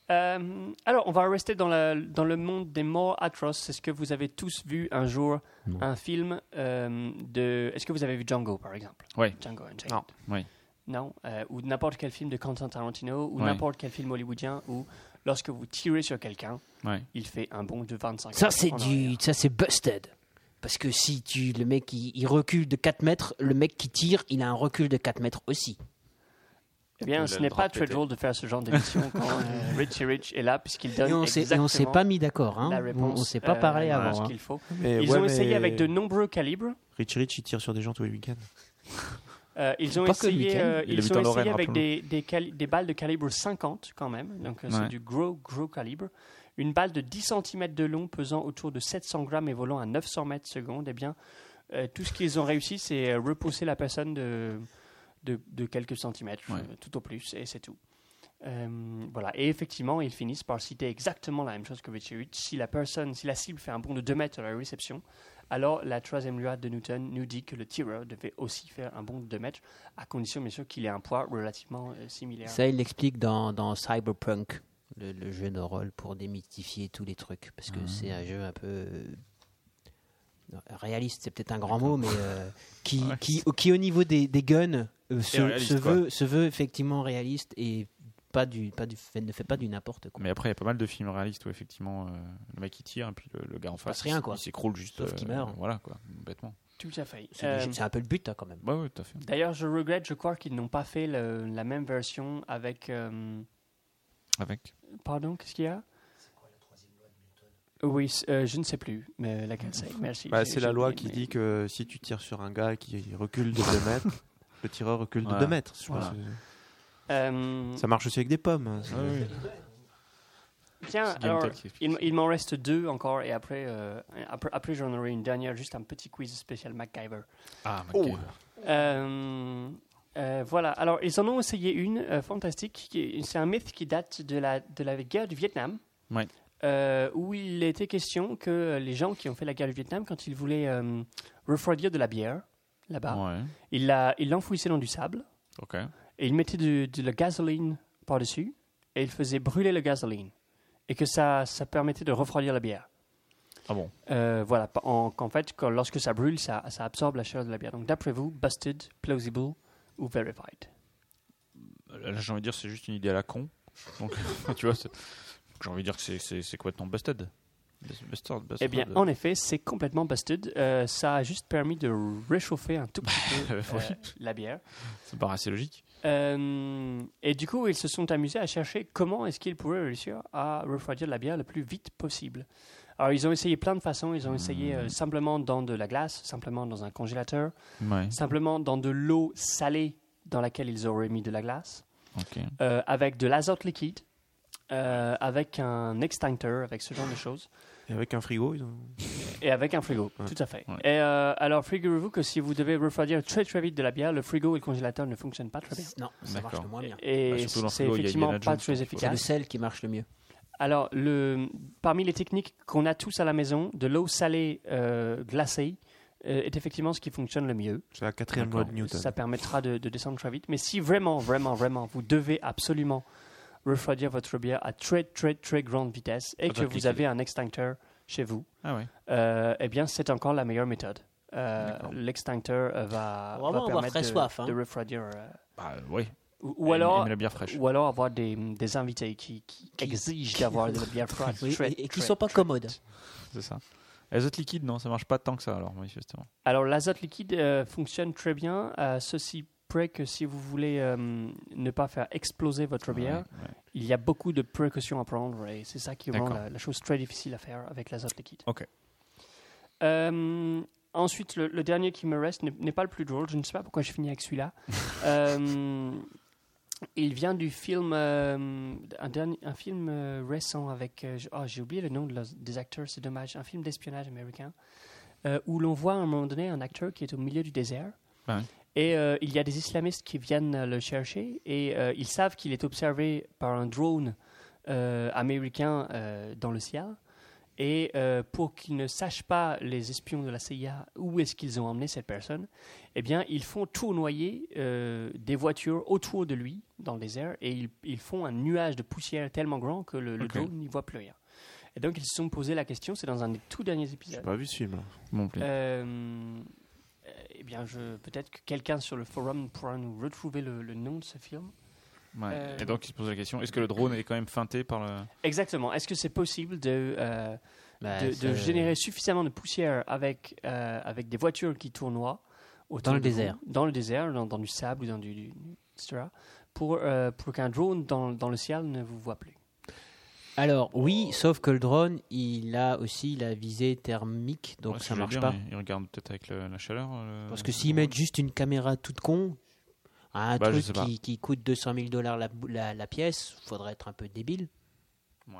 S7: Euh, alors, on va rester dans, la- dans le monde des morts atroces. Est-ce que vous avez tous vu un jour
S3: Non.
S7: un film euh, de. Est-ce que vous avez vu Django, par exemple
S3: Ouais.
S7: Django Unchained
S5: Non.
S3: Oui.
S7: Non euh, Ou n'importe quel film de Quentin Tarantino, ou
S3: Ouais.
S7: n'importe quel film hollywoodien, où lorsque vous tirez sur quelqu'un,
S3: Ouais.
S7: il fait un bond de 25
S6: Ça,
S7: mètres
S6: c'est
S7: en
S6: du,
S7: arrière.
S6: ça c'est busted. Parce que si tu, le mec il, il recule de 4 mètres, le mec qui tire, il a un recul de 4 mètres aussi.
S7: Eh
S3: Il
S7: bien,
S3: a
S7: ce
S3: le
S7: n'est
S3: droit
S7: pas
S3: de
S7: très
S3: péter.
S7: drôle de faire ce genre d'émission quand euh,
S6: [laughs]
S7: Richie Rich est là, puisqu'il donne
S6: Et on s'est- et on s'est
S7: exactement
S6: pas mis d'accord. Hein.
S7: la
S6: On-
S7: réponse.
S6: on s'est pas
S7: euh,
S6: parlé
S7: la
S6: avant.
S7: réponse
S6: hein.
S7: qu'il faut.
S5: Mais
S7: Ils
S5: ouais,
S7: ont
S5: mais-
S7: essayé avec de nombreux calibres.
S5: Rich Rich, il tire sur des gens tous les week-ends.
S7: Euh, ils ont
S6: Pas que le
S7: essayé,
S6: week-end.
S7: euh,
S3: Il
S7: ils
S3: habite
S7: ont
S3: en Lorraine,
S7: essayé avec
S3: rappelons-le.
S7: des, des, cali- des balles de calibre 50 quand même, donc euh, c'est
S3: Ouais.
S7: du gros, gros calibre. Une balle de 10 cm de long, pesant autour de 700 grammes et volant à 900 mètres secondes, eh bien, euh, tout ce qu'ils ont réussi, c'est euh, repousser la personne de, de, de quelques centimètres,
S3: Ouais.
S7: euh, tout au plus, et c'est tout. Euh, voilà, et effectivement, ils finissent par citer exactement la même chose que Richie Rich. Si la personne, si la cible fait un bond de 2 mètres à la réception, alors la troisième loi de Newton nous dit que le tireur devait aussi faire un bond de 2 mètres, à condition bien sûr qu'il ait un poids relativement euh, similaire.
S6: Ça, il l'explique dans, dans Cyberpunk, le, le jeu de rôle pour démystifier tous les trucs. Parce
S7: Mhm.
S6: que c'est un jeu un peu. euh, non, Réaliste, c'est peut-être un grand mot, mais
S7: [laughs]
S6: euh, qui, qui, qui, au niveau des, des guns, euh, se,
S3: réaliste,
S6: se
S3: quoi.
S6: veut, se veut effectivement réaliste et pas du, pas du, fait, ne fait pas du n'importe quoi.
S3: Mais après, il y a pas mal de films réalistes où effectivement euh, le mec il tire et puis le, le gars en face
S6: passe rien,
S3: il-
S6: quoi.
S3: il s'écroule juste. euh,
S6: Sauf qu'il meurt.
S3: Voilà quoi, bêtement.
S7: Tout à fait.
S6: C'est
S7: Euh,
S6: le- c'est un peu le but hein, quand même.
S3: Ouais, ouais, tout à fait.
S7: D'ailleurs, je regrette, je crois qu'ils n'ont pas fait le- la même version avec. euh,
S3: Avec.
S7: Pardon, qu'est-ce qu'il y a Oui, c- euh, je ne sais plus, mais laquelle c'est Merci.
S5: Bah,
S7: j'ai-
S5: c'est la
S7: j'ai
S5: loi
S7: oublié,
S5: qui
S7: mais-
S5: dit que si tu tires sur un gars qui recule de 2 mètres, le tireur recule de
S3: Voilà.
S5: 2 mètres. Je
S3: Voilà.
S5: pense que-
S7: Euh,
S5: Ça marche aussi avec des pommes. hein, ça-
S7: Tiens,
S3: C'est Game
S7: alors,
S3: Talk qui explique
S7: il, m- il m'en reste deux encore, et après, euh, après, après j'en aurai une dernière, juste un petit quiz spécial MacGyver.
S3: Ah, ok.
S5: Oh.
S7: Euh, euh, voilà, alors ils en ont essayé une euh, fantastique. qui- C'est un mythe qui date de la, de la guerre du Vietnam.
S3: Ouais.
S7: Euh, où il était question que les gens qui ont fait la guerre du Vietnam, quand ils voulaient euh, refroidir de la bière là-bas,
S3: Ouais.
S7: ils la- ils l'enfouissaient dans du sable
S3: Ok.
S7: et ils mettaient du- de la gasoline par-dessus et ils faisaient brûler la gasoline. Et que ça, ça permettait de refroidir la bière.
S3: Ah bon.
S7: Euh, voilà, pa- en, qu'en fait, quand- lorsque ça brûle, ça, ça absorbe la chaleur de la bière. Donc, d'après vous, busted, plausible ou verified
S3: Là, j'ai envie de dire, c'est juste une idée à la con. Donc, [laughs] tu vois, c'est- j'ai envie de dire que c'est- c'est c'est complètement busted. Bus- Busted, busted.
S7: Eh bien, en effet, c'est complètement busted. Euh, ça a juste permis de réchauffer un tout petit peu
S3: Euh,
S7: euh,
S3: oui,
S7: la bière.
S3: ça paraît assez logique.
S7: Euh, et du coup, ils se sont amusés à chercher comment est-ce qu'ils pourraient réussir à refroidir la bière le plus vite possible. Alors, ils ont essayé plein de façons. Ils ont essayé euh, simplement dans de la glace, simplement dans un congélateur,
S3: Ouais.
S7: simplement dans de l'eau salée dans laquelle ils auraient mis de la glace.
S3: Ok.
S7: euh, avec de l'azote liquide, euh, avec un extincteur, avec ce genre de choses,
S5: Et avec un frigo, ils ont-
S7: et avec un frigo,
S5: Ouais.
S7: tout à fait.
S3: Ouais.
S7: Et euh, alors, figurez-vous que si vous devez refroidir très très vite de la bière, le frigo et le congélateur ne fonctionnent pas très bien.
S6: Non, ça marche
S3: D'accord.
S6: le moins bien.
S7: Et
S3: Bah, surtout dans le
S7: c'est
S3: frigo, il y a
S7: effectivement
S3: Indiana
S7: pas
S3: Jones,
S7: très
S3: donc,
S6: Il y a le
S7: efficace.
S6: sel qui marche le mieux.
S7: Alors, le, parmi les techniques qu'on a tous à la maison, de l'eau salée euh, glacée euh, est effectivement ce qui fonctionne le mieux.
S5: c'est la quatrième loi de
S3: D'accord.
S5: Newton.
S7: Ça permettra de, de descendre très vite. Mais si vraiment, vraiment, vraiment, vous devez absolument refroidir votre bière à très, très, très grande vitesse et
S3: Ça
S7: que
S3: doit
S7: vous
S3: cliquer.
S7: avez un extincteur chez vous,
S3: Ah ouais.
S7: euh, eh bien, c'est encore la meilleure méthode. Euh,
S3: D'accord.
S7: L'extincteur euh, va,
S6: Vraiment
S7: va
S6: avoir
S7: permettre
S6: très
S7: de,
S6: soif, hein.
S7: de refroidir. euh,
S3: Bah ouais.
S7: ou,
S3: Elle-
S7: ou alors,
S3: elle met la bière fraîche.
S7: ou alors avoir des, des invités qui, qui
S6: [laughs]
S7: exigent d'avoir de la bière froide.
S6: Oui,
S7: très,
S6: et, et qui
S7: très,
S6: sont pas
S7: très
S6: commodes.
S7: vite.
S3: C'est ça. Les autres liquides, non, ça marche pas tant que ça alors, manifestement.
S7: Alors, l'azote liquide euh, fonctionne très bien, à ceci près que si vous voulez euh, ne pas faire exploser votre bière,
S3: Ouais, ouais.
S7: il y a beaucoup de précautions à prendre et c'est ça qui rend
S3: D'accord.
S7: la, la chose très difficile à faire avec l'azote liquide.
S3: Ok.
S7: Euh, ensuite, le, le dernier qui me reste n'est- n'est pas le plus drôle. Je ne sais pas pourquoi je finis
S3: [laughs]
S7: avec celui-là. Euh, il vient du film, euh, un, dernier, un film euh, récent avec. euh, j- oh, j'ai oublié le nom de leurs- des acteurs, c'est dommage. Un film d'espionnage américain euh, où l'on voit à un moment donné un acteur qui est au milieu du désert.
S3: Ah ouais.
S7: Et euh, il y a des islamistes qui viennent euh, le chercher et euh, ils savent qu'il est observé par un drone euh, américain euh, dans le ciel. Et euh, pour qu'ils ne sachent pas, les espions de la CIA, où est-ce qu'ils ont emmené cette personne, eh bien, ils font tournoyer euh, des voitures autour de lui dans le désert et ils, ils font un nuage de poussière tellement grand que le, le
S3: Ok.
S7: drone n'y voit plus rien. Et donc, ils se sont posé la question, c'est dans un des tout derniers épisodes.
S5: J'ai pas vu ce film.
S3: Mon plaisir.
S7: Euh, euh, eh bien, je, peut-être que quelqu'un sur le forum pourra nous retrouver le, le nom de ce film.
S3: Ouais.
S7: euh,
S3: Et donc, il se pose la question est-ce que le drone est quand même feinté par le.
S7: Exactement. Est-ce que c'est possible de, euh,
S6: Bah,
S7: de, de
S6: c'est-
S7: générer suffisamment de poussière avec, euh, avec des voitures qui tournoient autour
S6: Dans le
S7: de vous,
S6: désert.
S7: Dans le désert, dans, dans du sable ou dans du, du- etc. Pour, euh, pour qu'un drone dans, dans le ciel ne vous voit plus.
S6: Alors, oui, sauf que le drone, il a aussi la visée thermique, donc
S3: Ouais, c'est ce
S6: ça
S3: que je veux
S6: marche
S3: dire,
S6: pas.
S3: mais Il regarde peut-être avec le- la chaleur. euh,
S6: Parce que
S3: le
S6: s'ils
S3: drone.
S6: mettent juste une caméra toute con, un
S3: Bah, je
S6: truc
S3: sais pas.
S6: qui, qui coûte 200 000 dollars la, bou- la, la pièce, faudrait être un peu débile.
S3: Ouais.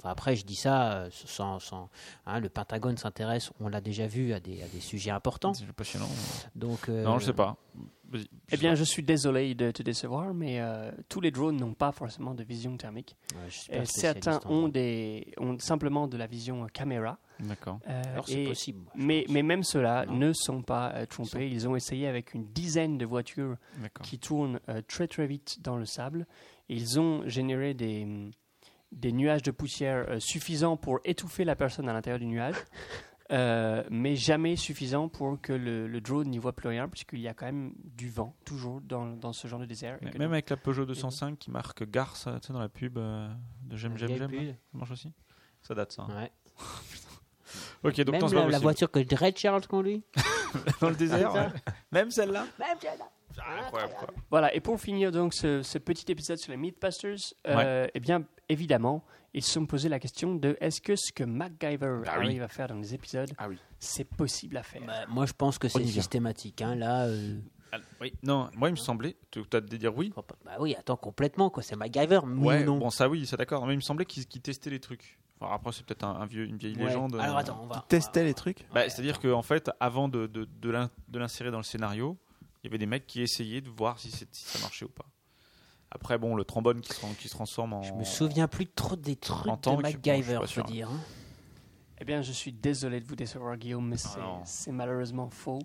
S6: Enfin, après, je dis ça euh, sans. sans hein, le Pentagone s'intéresse, on l'a déjà vu, à des, à des sujets importants.
S3: C'est passionnant.
S6: Donc, euh,
S3: Non, je sais pas. Vas-y, je
S7: Eh bien,
S3: sais
S7: je suis désolé de te décevoir, mais euh, tous les drones n'ont pas forcément de vision thermique.
S6: ouais, je suis pas
S7: Et
S6: spécialiste
S7: certains
S6: en
S7: ont,
S6: drone.
S7: des, ont simplement de la vision euh, caméra.
S3: pas. D'accord.
S7: Euh,
S6: Alors, c'est
S7: et-
S6: possible. moi, je
S7: Mais,
S6: pense.
S7: mais même ceux-là
S6: Non.
S7: ne sont pas euh, trompés. Ils ont essayé avec une dizaine de voitures
S3: D'accord.
S7: qui tournent euh, très très vite dans le sable. Ils ont généré des, des nuages de poussière euh, suffisants pour étouffer la personne à l'intérieur du nuage, euh, mais jamais suffisants pour que le, le drone n'y voit plus rien, puisqu'il y a quand même du vent toujours dans, dans ce genre de désert. Et
S3: Mais
S7: que
S3: Même
S7: donc-
S3: avec la Peugeot 205 qui marque Garce, tu sais, dans la pub euh, de J'aime,
S6: La
S3: J'aime,
S6: vieille
S3: J'aime, là,
S6: pub.
S3: ça marche aussi Ça date ça. hein.
S6: Ouais.
S3: Ok, donc
S6: Même
S3: non, c'est
S6: la,
S3: pas
S6: la
S3: possible.
S6: voiture que Red Charles conduit. [laughs]
S3: dans le désert. ouais. Même celle-là
S7: Voilà, et pour finir donc ce, ce petit épisode sur les Mythbusters, euh, eh bien évidemment, ils se sont posé la question de est-ce que ce que MacGyver
S3: Bah oui. Ah
S7: arrive à faire dans les épisodes, c'est possible à faire
S6: Bah, moi, je pense que
S5: On y
S6: c'est
S5: vient.
S6: systématique. hein, Là, euh,
S3: Ah, Oui. Non, moi il me semblait. Tu as de dire oui.
S6: faut pas- bah oui, attends, complètement, quoi. C'est MacGyver, mais
S3: Ouais,
S6: non.
S3: bon, ça oui, c'est d'accord. Mais il me semblait qu'ils qu'ils testaient les trucs. Enfin, après, c'est peut-être un, un vieux, une vieille
S6: Ouais.
S3: légende.
S6: Alors,
S3: euh,
S6: attends, on va.
S5: Testait les trucs
S3: Bah, C'est-à-dire qu'en fait, avant de, de, de l'in- de l'insérer dans le scénario, il y avait des mecs qui essayaient de voir si, c'est- si ça marchait ou pas. Après, bon, le trombone qui se, tran- qui se transforme en.
S6: Je me souviens plus trop des
S3: En
S6: trucs
S3: tant que-
S6: de
S3: bon, je suis pas
S6: MacGyver, faut
S3: sûr.
S6: dire. hein.
S7: Eh bien, je suis désolé de vous décevoir, Guillaume, mais c'est-
S3: Oh non.
S7: c'est malheureusement faux.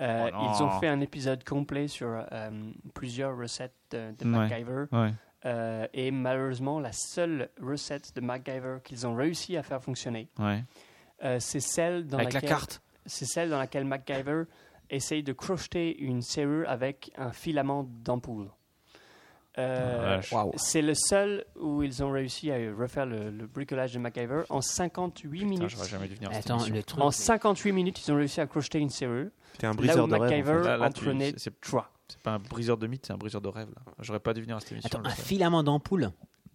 S7: Euh,
S3: Oh non.
S7: ils ont fait un épisode complet sur euh, plusieurs recettes de, de
S3: Ouais.
S7: MacGyver.
S3: Ouais.
S7: Euh, et malheureusement, la seule recette de MacGyver qu'ils ont réussi à faire fonctionner,
S3: ouais.
S7: euh, c'est celle dans
S3: Avec la
S7: laquelle
S3: carte.
S7: c'est celle dans laquelle MacGyver essaye de crocheter une serrure avec un filament d'ampoule. Euh,
S3: Ah, vache.
S5: Waouh.
S7: c'est le seul où ils ont réussi à refaire le, le bricolage de MacGyver en 58
S3: Putain,
S7: minutes.
S3: j'aurais jamais dû venir à cette
S6: Attends,
S3: émission.
S6: le truc.
S7: En 58 minutes, ils ont réussi à crocheter une serrure.
S5: T'es un
S7: Là où
S5: briseur de rêve. en
S7: MacGyver
S5: fait.
S3: Là, là,
S7: en
S3: tu-
S7: prenait
S3: c'est- c'est-
S7: trois.
S3: C'est pas un briseur de mythe, c'est un briseur de rêve. Là. J'aurais pas dû venir à cette émission.
S6: Attends,
S3: je
S6: un
S3: sais.
S6: filament d'ampoule.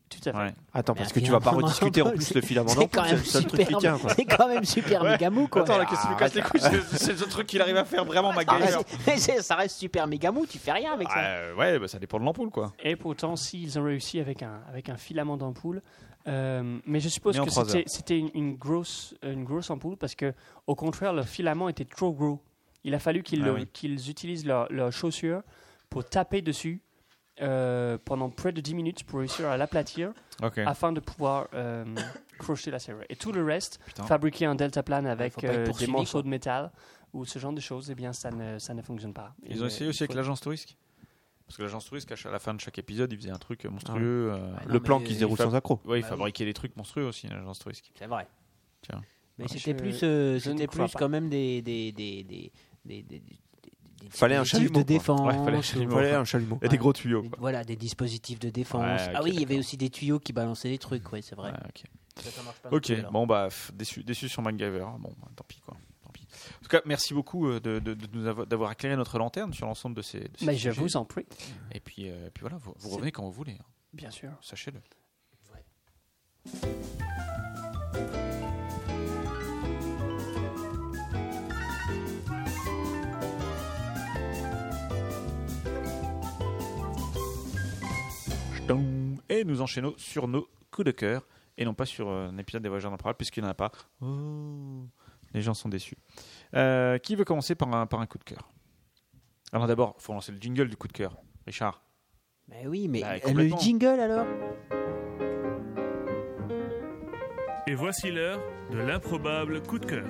S7: Tout à fait.
S3: Ouais.
S5: Attends,
S6: Mais
S5: parce
S6: un
S5: que tu vas pas
S6: filament
S5: rediscuter en
S6: d'ampoule,
S5: plus le filament
S6: C'est quand
S5: d'ampoule, c'est
S6: même
S5: le seul truc qui
S6: super.
S5: tient. quoi.
S6: [laughs] C'est quand même super
S3: Ouais.
S6: mégamou, quoi.
S3: Attends, là, qu'est-ce que tu me casses les couilles C'est- C'est le truc qui arrive à faire vraiment MacGyver.
S6: Arrête. Mais c'est- [laughs] ça reste super mégamou, tu fais rien avec ça.
S3: Ah, ouais, bah, ça dépend de l'ampoule, quoi.
S7: Et pourtant, s'ils ont réussi avec un, avec un filament d'ampoule, euh, mais je suppose
S3: Mais en
S7: que
S3: trois
S7: c'était-
S3: heures.
S7: c'était une, une grosse, une grosse ampoule parce que, au contraire, le filament était trop gros. Il a fallu qu'ils
S3: Ah
S7: le-
S3: oui.
S7: qu'ils utilisent leurs leurs chaussures pour taper dessus euh, pendant près de 10 minutes pour réussir à l'aplatir
S6: Ah,
S3: Ok.
S7: afin de pouvoir euh, crocheter la serrure. Et tout le reste,
S3: Putain.
S7: fabriquer un deltaplane
S6: Faut
S7: avec
S6: pas être
S7: euh, des
S6: poursuivi,
S7: morceaux
S6: quoi.
S7: de métal ou ce genre de choses, eh bien, ça ne, ça ne fonctionne pas.
S3: Ils
S7: Il,
S3: ont
S7: euh,
S3: essayé
S7: il
S3: aussi avec
S7: faut-
S3: l'agence touristique. Parce que l'agence touristique, à cha- à la fin de chaque épisode, il faisait un truc monstrueux. euh,
S6: Ouais, non,
S5: Le plan
S6: mais
S5: qui se
S6: il
S5: déroule
S3: fa-
S5: sans accroc.
S3: Ouais, il
S6: Bah oui.
S3: fabriquait des trucs monstrueux aussi, l'agence touristique.
S6: C'est vrai.
S3: Tiens.
S6: Mais
S7: Ouais.
S6: c'était
S7: Je-
S6: plus, euh,
S7: je ne
S6: c'était
S7: crois
S6: plus
S7: pas.
S6: quand même des. des, des, des, des, des- des- des
S5: Fallait un
S6: dispositifs
S5: chalumeau,
S6: de défense.
S3: quoi. Ouais, fallait un
S6: ou-
S3: chalumeau.
S5: Voilà Oh, un chalumeau.
S6: Et des gros
S3: tuyaux.
S6: Voilà, des dispositifs de défense.
S3: Ouais,
S6: ah
S3: ok,
S6: oui, il y avait aussi des tuyaux qui balançaient des trucs, oui, c'est vrai.
S3: ok,
S6: Ça, ça marche pas non
S3: Ok,
S6: plus, alors.
S3: bon, bah, pff, déçu, déçu sur MacGyver. Bon, bah, tant pis, quoi. Tant pis. En tout cas, merci beaucoup euh, de, de- de nous avoir- d'avoir éclairé notre lanterne sur l'ensemble de ces. de ces
S6: Bah,
S7: Mais je
S3: sujets.
S7: vous en prie,
S3: Et puis, euh, puis voilà, vous, vous
S7: C'est-
S3: revenez quand vous voulez, hein.
S7: bien sûr.
S3: sachez-le. Ch'tong. Et nous enchaînons sur nos coups de cœur et non pas sur euh, un épisode des Voyageurs dans le Parole, puisqu'il n'y en a pas. Oh, les gens sont déçus. Euh, qui veut commencer par un, par un coup de cœur Alors d'abord, faut lancer le jingle du coup de cœur. Richard.
S6: Mais oui, mais
S3: Bah,
S6: euh, le
S3: complètement.
S6: jingle alors
S9: Et voici l'heure de l'improbable coup de cœur.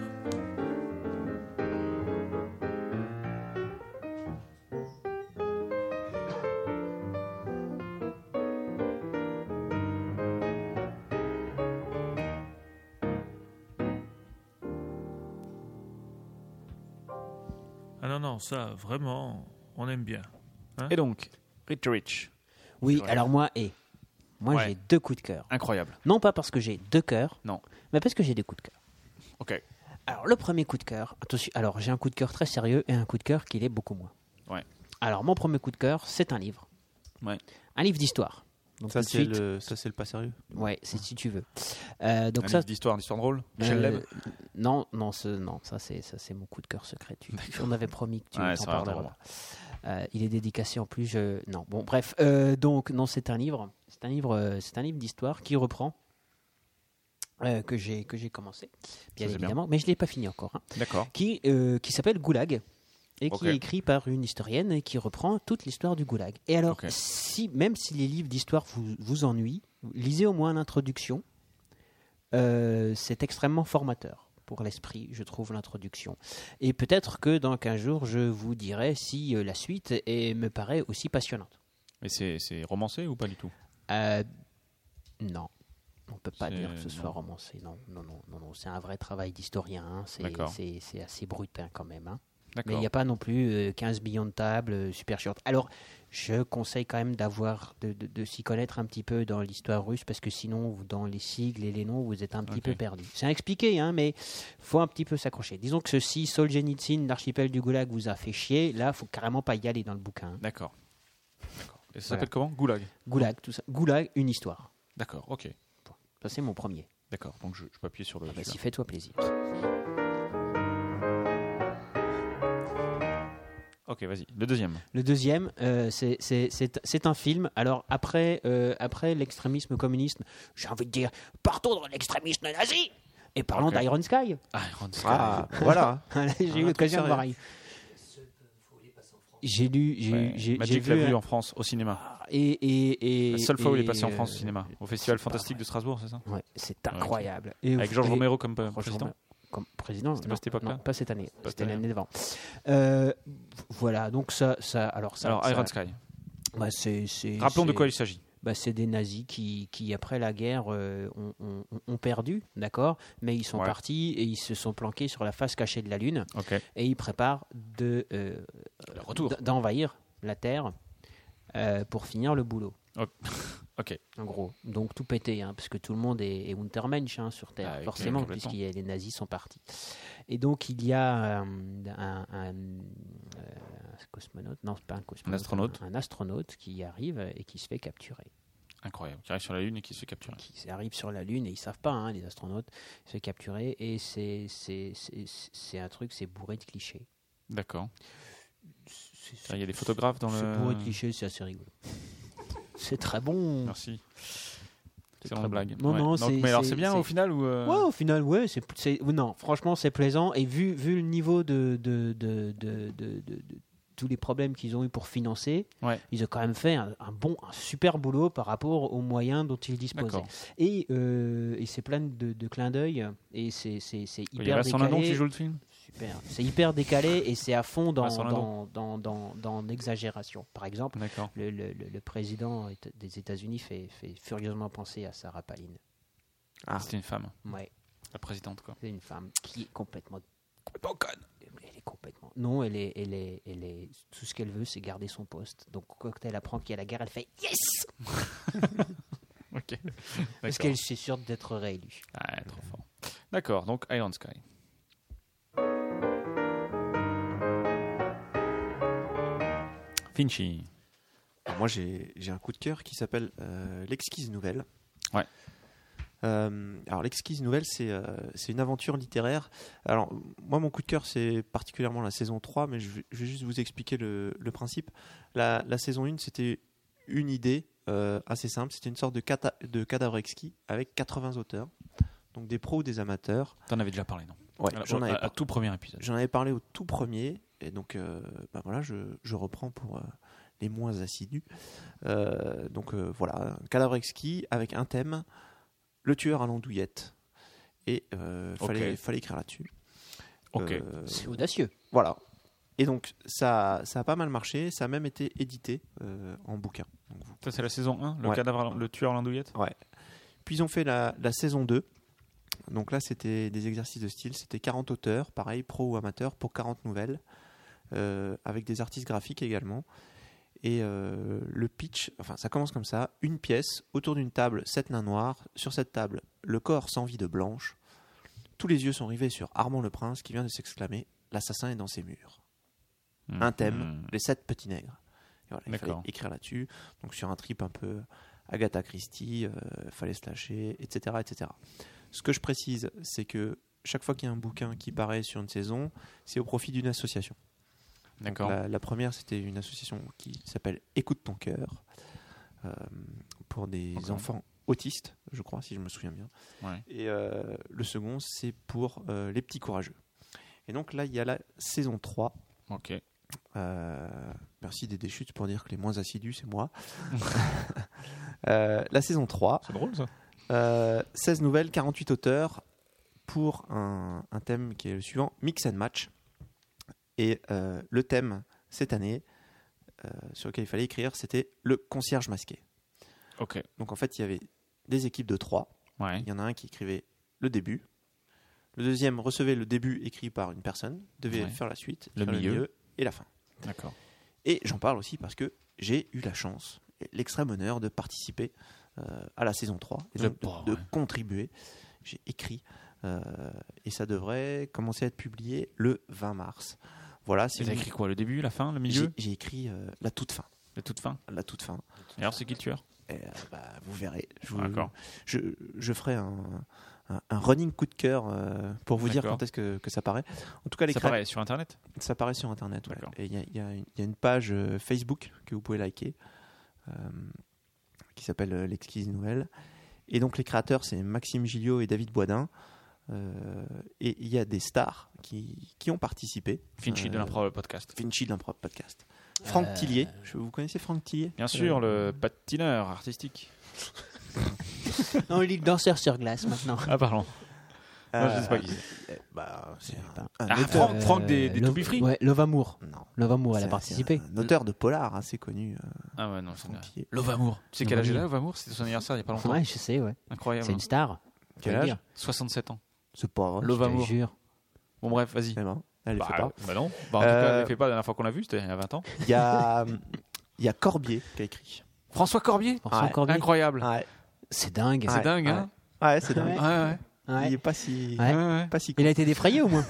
S9: Ah non, non, ça, vraiment, on aime bien.
S3: Et donc, Rich Rich.
S6: Oui,
S3: Ouais.
S6: alors moi, et moi
S3: Ouais.
S6: j'ai deux coups de cœur.
S3: Incroyable.
S6: Non pas parce que j'ai deux cœurs,
S3: Non.
S6: mais parce que j'ai des coups de cœur.
S3: Ok.
S6: Alors le premier coup de cœur, attention, alors j'ai un coup de cœur très sérieux et un coup de cœur qui l'est beaucoup moins.
S3: Ouais.
S6: Alors mon premier coup de cœur, c'est un livre.
S3: Ouais.
S6: Un livre d'histoire. Donc
S5: Ça,
S6: tout de
S5: c'est
S6: suite,
S5: le, ça, c'est le pas sérieux.
S6: ouais, c'est si tu veux. Euh, donc
S3: un
S6: ça,
S3: livre d'histoire, d'histoire drôle. Michel
S6: euh,
S3: Leb.
S6: Non, non, ce, non, ça c'est ça c'est mon coup de cœur secret. Tu, on avait promis que tu
S3: Ouais,
S6: t'en
S3: ça va,
S6: parlerais
S3: vraiment.
S6: pas. Euh, il est dédicacé en plus. Je... Non, bon, bref. Euh, donc non, c'est un livre. C'est un livre. euh, C'est un livre d'histoire qui reprend. euh, que j'ai que j'ai commencé bien
S3: c'est bien.
S6: évidemment mais je l'ai pas fini encore hein
S3: D'accord.
S6: qui, euh, qui s'appelle Goulag et qui
S3: Ok.
S6: est écrit par une historienne et qui reprend toute l'histoire du Goulag. Et alors,
S3: Ok.
S6: si, même si les livres d'histoire vous, vous ennuient, lisez au moins l'introduction. Euh, c'est extrêmement formateur pour l'esprit, je trouve, l'introduction. Et peut-être que dans 15 jours, je vous dirai si euh, la suite est- me paraît aussi passionnante.
S3: Et c'est c'est romancé ou pas du tout
S6: Euh, non. On peut pas
S3: C'est-
S6: dire que ce soit
S3: non.
S6: romancé. Non, non, non, non, non. C'est un vrai travail d'historien. hein. C'est-
S3: D'accord.
S6: C'est c'est assez brutin quand même. hein. Mais il
S3: D'accord.
S6: n'y a pas non plus euh, 15 millions de tables euh, super short. Alors, je conseille quand même d'avoir de, de- de s'y connaître un petit peu dans l'histoire russe parce que sinon, vous- dans les sigles et les noms, vous êtes un petit
S3: Ok.
S6: peu perdu. C'est à expliquer, hein, mais faut un petit peu s'accrocher. Disons que ceci, Solzhenitsyn, l'archipel du Goulag, vous a fait chier. Là, faut carrément pas y aller dans le bouquin. hein.
S3: D'accord. D'accord. Et ça s'appelle comment Goulag.
S6: Goulag, tout ça. Goulag, une histoire.
S3: D'accord. Ok.
S6: Ça, c'est mon premier.
S3: D'accord. Donc je, je peux appuyer sur le.
S6: Ah bah,
S3: celui-là.
S6: si, fais-toi plaisir.
S3: Ok, vas-y. Le deuxième.
S6: Le deuxième, euh, c'est- c'est c'est- c'est un film. Alors, après, euh, après l'extrémisme communiste, j'ai envie de dire, partons dans l'extrémisme nazi et parlons
S3: Ok.
S6: d'Iron Sky. [laughs]
S3: Iron Sky.
S5: Ah, voilà.
S6: j'ai eu
S5: un truc
S6: l'occasion de
S5: sérieux.
S6: voir. Iron- J'ai lu, j'ai
S3: Ouais.
S6: j'ai- j'ai
S3: Magic l'a
S6: vu
S3: vu
S6: un-
S3: en France au cinéma.
S6: et, et, et
S3: La seule fois où il est
S6: et,
S3: passé en
S6: euh,
S3: France au cinéma. Au Festival
S6: c'est pas
S3: Fantastique
S6: vrai.
S3: de Strasbourg, c'est ça
S6: Ouais, c'est incroyable. Et
S3: Avec
S6: vous-
S3: Georges
S6: et-
S3: Romero comme euh,
S6: Georges
S3: président.
S6: Romero Comme président,
S3: C'était pas
S6: non,
S3: cette époque-là
S6: non, pas cette année.
S3: cette
S6: C'était
S3: année.
S6: l'année d'avant. Euh, voilà, donc ça, ça, alors ça.
S3: Alors
S6: ça-
S3: Iron Sky.
S6: bah, c'est- c'est-
S3: Rappelons de
S6: c'est-
S3: quoi il s'agit.
S6: bah, c'est des nazis qui, qui, après la guerre, euh, ont, ont- ont perdu, d'accord Mais ils sont
S3: Ouais.
S6: partis et ils se sont planqués sur la face cachée de la Lune
S3: Ok.
S6: et ils préparent de, euh,
S3: retour.
S6: d- d'envahir la Terre euh, pour finir le boulot.
S3: Oh. Ok. [laughs]
S6: En gros. Donc tout pété, hein, parce que tout le monde est, est Untermensch hein, sur Terre,
S3: Ah oui,
S6: forcément,
S3: complètement.
S6: puisque les nazis sont partis. Et donc il y a euh, un, un, euh, un cosmonaute, non, c'est pas un
S3: Un
S6: cosmonaute,
S3: astronaute.
S6: un astronaute qui arrive et qui se fait capturer
S3: Incroyable. Qui arrive sur la Lune et qui se fait capturer.
S6: qui arrivent sur la Lune et ils savent pas, hein, les astronautes, se capturer. Et c'est c'est- c'est- c'est un truc, c'est bourré de clichés.
S3: D'accord.
S6: C'est
S3: Ah, Il y a des photographes dans
S6: c'est bourré de
S3: le.
S6: clichés, c'est
S3: [laughs]
S6: assez rigolo. C'est très bon.
S3: Merci.
S6: très
S3: Excellente
S6: bon.
S3: blague.
S6: Non,
S3: Ouais.
S6: non,
S3: Donc,
S6: c'est-
S3: Mais alors
S6: c'est-
S3: c'est bien
S6: c'est-
S3: au final ou euh,
S6: Ouais, au final, ouais, c'est, c'est- non, franchement, c'est plaisant. Et vu, vu le niveau de, de, de, de, de- de- de tous les problèmes qu'ils ont eu pour financer,
S3: Ouais.
S6: ils ont quand même fait un, un bon, un super boulot par rapport aux moyens dont ils disposaient.
S3: D'accord.
S6: Et, euh, et c'est plein de, de clins d'œil. Et c'est, c'est, c'est
S3: Il y a
S6: hyper
S3: Vincent Lindon
S6: décalé.
S3: qui joue le film
S6: Super. C'est hyper décalé et c'est à fond dans,
S3: Vincent
S6: dans,
S3: Lindon.
S6: dans, dans, dans l'exagération. Par exemple,
S3: D'accord.
S6: le, le- le- le président éta- des États-Unis fait, fait furieusement penser à Sarah Palin.
S5: Ah.
S3: C'était une femme,
S6: Ouais,
S3: la présidente quoi.
S6: c'est une femme qui est complètement.
S3: Complètement conne.
S6: Elle est complètement. Non, elle est, elle est, elle est. Tout ce qu'elle veut, c'est garder son poste. Donc, quand elle apprend qu'il y a la guerre, elle fait yes
S3: [laughs] Ok.
S6: Parce
S3: D'accord.
S6: qu'elle est sûre d'être réélue.
S3: Ah, trop fort. D'accord, donc Iron Sky. Finchy.
S5: Alors, moi, j'ai j'ai un coup de cœur qui s'appelle euh, L'Exquise Nouvelle.
S3: Ouais.
S5: Euh, alors, L'Exquise Nouvelle, c'est euh, c'est une aventure littéraire. Alors, moi, mon coup de cœur, c'est particulièrement la saison 3, mais je vais, je vais juste vous expliquer le, le principe. La, la saison 1, c'était une idée euh, assez simple. C'était une sorte de, cata- de cadavre exquis avec 80 auteurs, donc des pros ou des amateurs.
S3: T'en avais déjà parlé, non
S5: Ouais,
S3: Voilà,
S5: j'en
S3: au-
S5: avais,
S3: à- à tout premier épisode.
S5: j'en avais parlé au tout premier, et donc euh, bah voilà, je, je reprends pour euh, les moins assidus. Euh, donc euh, voilà, un cadavre exquis avec un thème, le tueur à l'andouillette. Et euh,
S3: Ok.
S5: fallait, fallait écrire là-dessus.
S3: Ok.
S5: Euh,
S6: C'est audacieux.
S5: voilà. Et donc ça, ça a pas mal marché, ça a même été édité euh, en bouquin. Donc, vous-
S3: Ça, c'est la saison 1, le
S5: Ouais.
S3: cadavre, à l'en- le tueur à l'andouillette
S5: Puis ils ont fait la, la saison 2. Donc là, c'était des exercices de style. C'était 40 auteurs, pareil, pro ou amateur, pour 40 nouvelles, euh, avec des artistes graphiques également. Et euh, le pitch, enfin, ça commence comme ça une pièce, autour d'une table, sept nains noirs. Sur cette table, le corps sans vie de Blanche. Tous les yeux sont rivés sur Armand le Prince qui vient de s'exclamer L'assassin est dans ses murs.
S3: Mmh.
S5: Un thème, les sept petits nègres. Et voilà, il fallait
S3: D'accord.
S5: écrire là-dessus. Donc sur un trip un peu Agatha Christie, euh, fallait se lâcher, etc., etc. Ce que je précise, c'est que chaque fois qu'il y a un bouquin qui paraît sur une saison, c'est au profit d'une association. Donc,
S3: D'accord.
S5: La, la première, c'était une association qui s'appelle Écoute ton cœur euh, pour des
S3: D'accord.
S5: enfants autistes, je crois, si je me souviens bien.
S3: Ouais.
S5: Et euh, le second, c'est pour euh, les petits courageux. Et donc là, il y a la saison 3
S3: Ok.
S5: euh, merci des déchutes pour dire que les moins assidus, c'est moi. [laughs] Euh, la saison 3,
S3: C'est drôle ça.
S5: euh, 16 nouvelles, 48 auteurs pour un, un thème qui est le suivant, Mix and Match. Et euh, le thème cette année euh, sur lequel il fallait écrire, c'était le concierge masqué.
S3: Ok.
S5: Donc en fait, il y avait des équipes de 3
S3: Ouais.
S5: il y en a un qui écrivait le début. Le deuxième recevait le début écrit par une personne, devait
S3: Ouais.
S5: faire la suite,
S3: Le
S5: faire
S3: milieu.
S5: et la fin.
S3: D'accord.
S5: Et j'en parle aussi parce que j'ai eu la chance, et l'extrême honneur de participer euh, à la saison 3, et
S3: Le
S5: donc de,
S3: pauvre,
S5: de
S3: ouais.
S5: contribuer. J'ai écrit euh, et ça devrait commencer à être publié le 20 mars. Voilà, si
S3: Tu as
S5: vous-
S3: écrit quoi Le début, la fin, le
S5: j'ai
S3: milieu
S5: j'ai écrit euh, la toute fin.
S3: La toute fin
S5: La toute fin.
S3: Et alors, c'est qui le tueur
S5: Et, euh, bah, vous verrez. Je, vous-
S3: D'accord.
S5: je, je ferai un, un- un running coup de cœur euh, pour vous dire
S3: D'accord.
S5: quand est-ce que, que ça paraît. En tout cas, les
S3: Ça
S5: cré-
S3: paraît sur internet
S5: ça paraît sur internet. ouais.
S3: D'accord.
S5: Et il y a, il y a une- il y a une page euh, Facebook que vous pouvez liker euh, qui s'appelle euh, L'Exquise Nouvelle. Et donc les créateurs, c'est Maxime Gilliot et David Boisdin. Euh, et il y a des stars qui, qui ont participé.
S3: Finchy de
S5: Euh,
S3: l'improbable podcast.
S5: Vinci de l'improbable podcast. Franck
S6: Euh,
S5: Tillier. Je- vous connaissez Franck Tillier
S3: Bien sûr,
S5: Euh,
S3: le patineur artistique.
S6: Non, il est danseur sur glace maintenant.
S3: [laughs] Ah, pardon. Moi, je
S5: euh,
S3: sais pas qui c'est.
S5: euh, bah, c'est un, un
S3: Ah,
S5: auteur. euh,
S3: Franck, Franck des, des
S6: Love-
S3: To Be Free
S6: Ouais, Love Amour.
S5: Non.
S6: Love Amour, elle a
S5: C'est-
S6: participé.
S5: c'est Un auteur de polar assez connu. euh,
S3: Ah, ouais, non, c'est
S5: Franck Tillier.
S3: Love Amour. Tu sais
S6: Love
S3: quel âge il a,
S6: Amour.
S3: Love Amour C'était son anniversaire il n'y a pas longtemps.
S6: Ouais, je sais, ouais.
S3: Incroyable.
S6: C'est une star. on
S5: Quel
S6: peut le
S5: âge
S6: dire.
S3: 67 ans.
S5: C'est pas vrai.
S3: Love
S6: Je te
S3: Amour.
S6: jure.
S3: Bon, bref, vas-y.
S5: Eh ben, elle les
S3: bah,
S5: fait pas.
S3: bah non. Bah, en tout
S5: Euh,
S3: cas, elle les fait pas la dernière fois qu'on l'a vu, c'était il y a 20 ans.
S5: Il y a, euh, il y a Corbier qui a écrit.
S3: François Corbier
S6: Vincent
S5: Ouais,
S6: Corbier.
S3: Incroyable.
S5: Ouais,
S6: C'est dingue.
S5: Ah, Ouais. Ah,
S3: C'est dingue, hein
S5: ouais c'est dingue.
S3: Ouais,
S6: Ouais.
S5: Il est pas si,
S6: Ouais.
S3: ouais. ouais, ouais.
S5: pas si.
S6: Il a été défrayé au moins.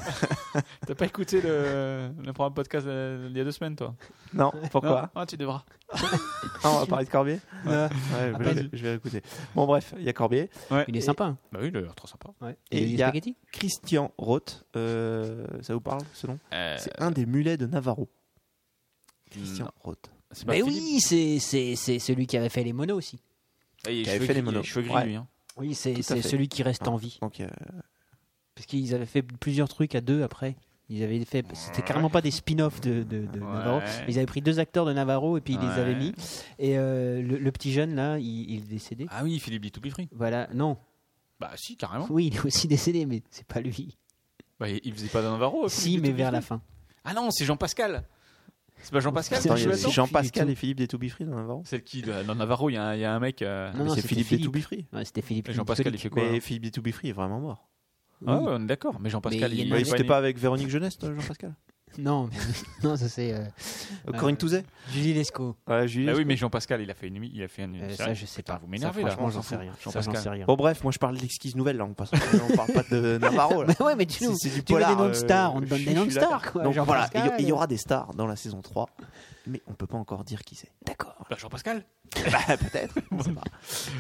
S3: T'as pas écouté le, le programme podcast euh, il y a deux semaines, toi
S5: Non,
S3: Non
S5: pourquoi
S3: Ah, tu devras.
S5: Ah, On va parler de Corbier.
S6: Ouais.
S5: Ouais, je,
S3: vas-y.
S5: vais, je vais écouter. Bon bref, il y a Corbier.
S6: Il est sympa. hein.
S3: Bah oui, il a l'air trop sympa.
S6: Et,
S5: Et
S6: les
S5: il y a-
S6: spaghettis
S5: Christian Roth, euh, ça vous parle ce nom
S3: Euh,
S5: C'est un des mulets de Navarro. Christian
S3: non,
S5: Roth.
S3: c'est pas
S6: Mais
S3: Philippe.
S6: oui, c'est c'est- c'est celui qui avait fait les monos aussi.
S3: Et Ah, il
S5: Qui
S3: a
S5: avait
S3: les
S5: fait
S3: cheveux gris, il a
S5: les
S3: les
S5: monos.
S3: cheveux gris,
S5: Ouais.
S3: lui. Hein.
S6: Oui, c'est
S5: Tout à
S6: c'est
S5: fait.
S6: celui qui reste en vie.
S5: Donc euh,
S6: Parce qu'ils avaient fait plusieurs trucs à deux après. Ils avaient fait, c'était carrément pas des spin-offs de, de- de Navarro.
S3: Ouais.
S6: Ils avaient pris deux acteurs de Navarro et puis ils les avaient
S3: Ouais.
S6: mis. Et euh, le, le petit jeune là, il, il est décédé.
S3: Ah oui, Philippe dit tout free.
S6: Voilà, non.
S3: Bah si, carrément.
S6: Oui, il est aussi décédé, mais c'est pas lui.
S3: Bah, il il faisait pas d'un
S5: Oh,
S3: Navarro.
S6: Si, mais vers la fin.
S3: Ah non, c'est Jean-Pascal. C'est pas Jean-Pascal
S6: Attends,
S3: qui
S5: attends, il y
S3: joue
S5: a
S3: là-dedans
S6: Philippe
S5: Jean-Pascal
S6: Tout.
S5: et Philippe des Toubifri dans Navarro.
S3: C'est le qui de- Dans Navarro, il y, a un- il y a un mec. euh,
S6: Non, non,
S5: Mais c'est
S6: c'était
S5: Philippe, des
S6: Philippe.
S5: Toubifri.
S6: Ouais, c'était Philippe.
S3: et Jean-Pascal, il fait quoi
S5: Mais
S3: alors
S5: Philippe des Toubifri est vraiment mort.
S3: Ah ouais, on est d'accord. Mais Jean-Pascal,
S6: Mais il y en
S3: il
S6: a
S3: est
S6: un
S5: Ouais, il
S3: pas
S5: c'était
S3: né.
S5: pas avec Véronique Jeunesse, toi, Jean-Pascal
S6: Non, mais- [laughs] non, ça c'est euh,
S5: Euh, Corinne Touzet
S6: Julie Lescaut.
S5: Ouais, Julie.
S3: Bah oui, mais Jean-Pascal, il a fait une. Il a fait une.
S6: Euh,
S3: c'est
S6: ça,
S3: vrai.
S6: je sais
S3: Putain,
S6: pas.
S3: Vous
S6: Ça,
S3: m'énervez là.
S6: Franchement, j'en sais rien. Ça, j'en
S3: Jean-Pascal.
S6: sais rien.
S5: Bon bref, moi je parle de l'exquise nouvelle là, on passe. on parle pas de Navarro là.
S6: [laughs] Mais ouais, mais tu nous,
S5: C'est- c'est du
S6: tu veux
S5: polar,
S6: des noms de stars,
S5: euh,
S6: on te
S5: je
S6: donne
S5: suis-
S6: des noms de
S5: je suis là-
S6: stars, quoi.
S5: Donc
S6: Jean
S5: voilà, il y-
S6: Pascal, euh.
S5: il y, aura des stars dans la saison 3, mais on peut pas encore dire qui c'est.
S6: [laughs] D'accord.
S3: Bah, Jean-Pascal
S5: Bah, peut-être, on sait pas.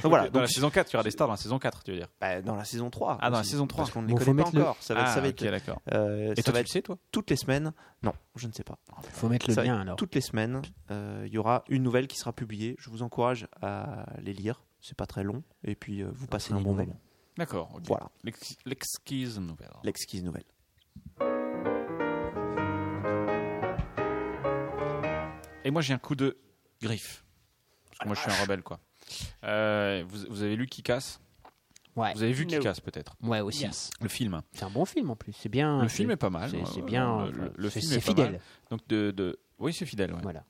S5: Donc voilà,
S3: [laughs] Dans
S5: donc,
S3: la saison 4, tu auras des stars dans la saison 4, tu veux dire.
S5: bah, dans la saison 3.
S3: Ah, dans la
S5: aussi,
S3: saison 3.
S5: Parce qu'on ne les
S6: Bon, faut
S5: connaît pas
S6: mettre le-
S5: encore. Ça va,
S3: ah,
S5: ça va
S3: ok,
S5: être,
S3: d'accord.
S5: euh,
S3: Et
S5: ça
S3: toi, tu
S5: va être
S3: le sais, toi
S5: toutes les semaines. Non, je ne sais pas.
S6: euh, Faut mettre le
S5: Ça va
S6: lien
S5: être
S6: alors.
S5: Toutes les semaines, euh, il y aura une nouvelle qui sera publiée. Je vous encourage à les lire. C'est pas très long. Et puis euh, vous passez
S6: c'est
S5: un
S6: des
S5: bon
S6: nouvelles.
S5: moment.
S3: D'accord. ok.
S5: Voilà,
S3: L'ex- L'exquise nouvelle.
S5: l'exquise nouvelle.
S3: Et moi, j'ai un coup de griffe. Parce que moi, je
S6: Ah.
S3: suis un rebelle, quoi. Euh, vous, vous avez lu Qui casse
S6: Ouais.
S3: Vous avez vu Qui
S7: No.
S3: casse, peut-être
S6: Ouais, aussi.
S3: Le film.
S6: C'est un bon film en plus. C'est bien.
S3: Le
S6: c'est-
S3: film est pas mal.
S6: C'est c'est
S3: Ouais,
S6: bien.
S3: ouais, le- le
S6: c'est-
S3: film
S6: c'est
S3: est pas
S6: fidèle.
S3: mal. Donc, de. de- Oui, c'est fidèle, ouais.
S6: Voilà.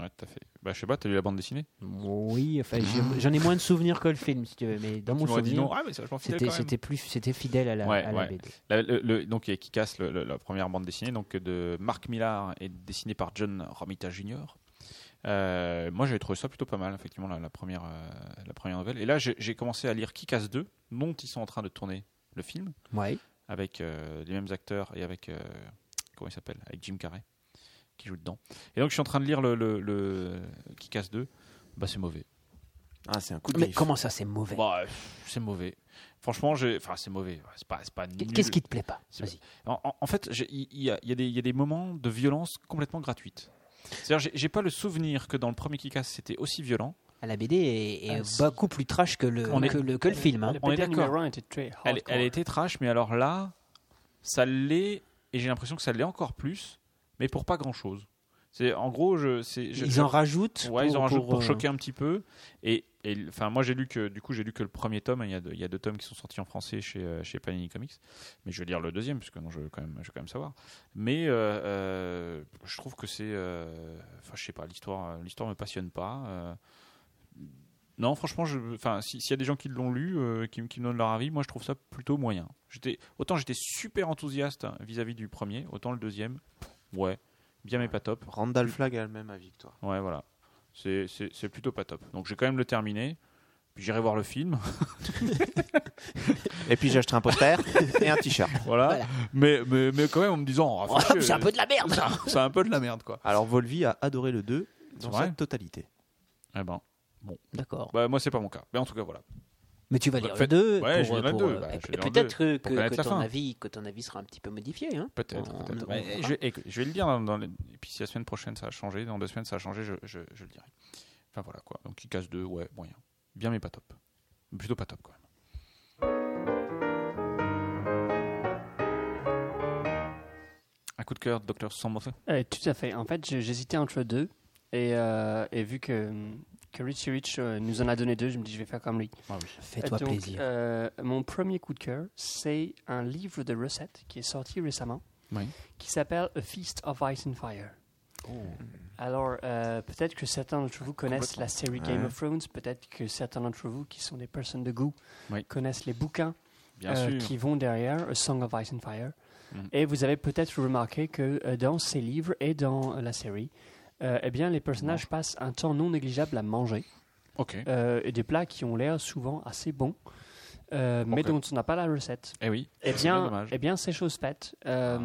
S3: Ouais, tout à fait. Bah, je sais pas, t'as lu la bande dessinée
S6: Oui, enfin, j'ai- j'en ai moins de souvenirs que le film, si tu veux, mais dans mon
S3: Tu m'aurais dit non.
S6: souvenir,
S3: Ah, mais c'est vachement fidèle
S6: c'était
S3: quand même.
S6: c'était plus, c'était fidèle à la,
S3: Ouais,
S6: à la
S3: ouais.
S6: BD.
S3: La- le- le- donc, il y a qui casse le- le- la première bande dessinée, donc de Marc Millar et dessinée par John Romita Jr. Euh, moi, j'avais trouvé ça plutôt pas mal, effectivement, la, la première, euh, la première nouvelle. Et là, j'ai j'ai commencé à lire Qui casse 2, dont ils sont en train de tourner le film,
S6: Ouais.
S3: avec euh, les mêmes acteurs et avec. euh, comment il s'appelle Avec Jim Carrey, qui joue dedans. Et donc, je suis en train de lire le, le- le Qui casse 2. Bah, c'est mauvais.
S5: Ah, c'est un coup de
S6: Mais
S5: griffe.
S6: comment ça, c'est mauvais
S3: Bah, pff, c'est mauvais. Franchement, j'ai- enfin, c'est mauvais. C'est pas, c'est pas nul.
S6: Qu'est-ce qui te plaît pas
S3: C'est
S6: Vas-y.
S3: En, en- en fait, j'ai- il il y, a- il y a des- il y a des moments de violence complètement gratuite. C'est-à-dire, j'ai- j'ai pas le souvenir que dans le premier qui casse, c'était aussi violent.
S6: À La BD est, est
S3: Ah, si.
S6: beaucoup plus trash que le,
S3: On est-
S6: que, le, que le film. hein.
S7: Le
S3: On est
S7: BD numéro
S3: d'accord.
S7: un était très hardcore.
S3: Elle, elle était trash, mais alors là, ça l'est, et j'ai l'impression que ça l'est encore plus, mais pour pas grand-chose. C'est en gros, je, c'est- je-
S6: Ils
S3: je-
S6: en rajoutent.
S3: Ouais, ils en rajoutent pour,
S6: euh,
S3: choquer un petit peu. Et, et le- enfin, moi j'ai lu que du coup j'ai lu que le premier tome. hein, Il y, a deux, il y a deux tomes qui sont sortis en français chez, euh, chez Panini Comics, mais je vais lire le deuxième puisque non, je veux quand même, je veux quand même savoir. Mais euh, euh, je trouve que c'est, euh, enfin, je sais pas, l'histoire, euh, l'histoire me passionne pas. euh. non, franchement, je, enfin, si- s'il y a des gens qui l'ont lu, euh, qui, me- qui me donnent leur avis, moi je trouve ça plutôt moyen. J'étais autant j'étais super enthousiaste hein, vis-à-vis du premier, autant le deuxième, ouais, bien mais pas top.
S5: Randall Flagg a le même avis que toi.
S3: Ouais, voilà. C'est- C'est c'est plutôt pas top. Donc, j'ai quand même le terminé. Puis j'irai voir le film, [laughs]
S5: Et puis j'ai acheté un [laughs] poster et un t-shirt.
S3: voilà.
S6: Voilà.
S3: Mais, mais, mais quand même en me disant, oh,
S6: Oh,
S3: fais chier,
S6: [laughs] c'est un peu de la merde.
S3: [laughs] c'est un peu de la merde, quoi.
S5: Alors Volvi a adoré le 2 dans
S3: C'est vrai
S5: sa totalité.
S3: Eh ben,
S6: D'accord.
S3: bah, moi c'est pas mon cas. Mais en tout cas, voilà.
S6: Mais tu vas lire
S3: en
S6: le
S3: fait,
S6: 2
S3: ouais, je
S6: pour,
S3: vais lire le
S6: pour,
S3: deux,
S6: euh,
S3: bah,
S6: et-
S3: je vais
S6: et
S3: lire le
S6: peut-être que,
S3: pour
S6: que-
S3: connaître
S6: que
S3: la
S6: ton
S3: fin.
S6: avis, que ton avis sera un petit peu modifié. Hein
S3: Peut-être.
S6: On-
S3: peut-être.
S6: on-
S3: Mais
S6: on
S3: je, et que- je vais le dire. Dans, dans les- Et puis si la semaine prochaine ça a changé, dans deux semaines ça a changé, je, je, je le dirai. Enfin voilà quoi. Donc il casse deux, ouais, moyen. Bien mais pas top. Plutôt pas top quand même. Un coup de cœur, docteur Samantha.
S7: Euh, tout à fait. En fait, j'ai- j'hésitais entre deux. Et, euh, et vu que, que Richie Rich euh, nous en a donné deux, je me dis, je vais faire comme lui.
S6: Fais-toi
S7: Donc,
S6: plaisir.
S7: euh, mon premier coup de cœur, c'est un livre de recettes qui est sorti récemment,
S3: Oui.
S7: qui s'appelle A Feast of Ice and Fire.
S6: Oh.
S7: Alors, euh, peut-être que certains d'entre vous connaissent la série Game
S5: Ouais.
S7: of Thrones, peut-être que certains d'entre vous qui sont des personnes de goût
S3: Oui.
S7: connaissent les bouquins
S3: Bien
S7: euh,
S3: sûr.
S7: qui vont derrière A Song of Ice and Fire.
S3: Mhm.
S7: Et vous avez peut-être remarqué que euh, dans ces livres et dans euh, la série, euh, eh bien, les personnages passent un temps non négligeable à manger
S3: Mm. Ok.
S7: euh, et des plats qui ont l'air souvent assez bons, euh, mais
S3: Ok.
S7: dont on n'a pas la recette.
S3: Eh oui.
S7: Eh
S3: C'est bien
S7: bien,
S3: dommage. Ah.
S7: eh bien ces choses faites, euh,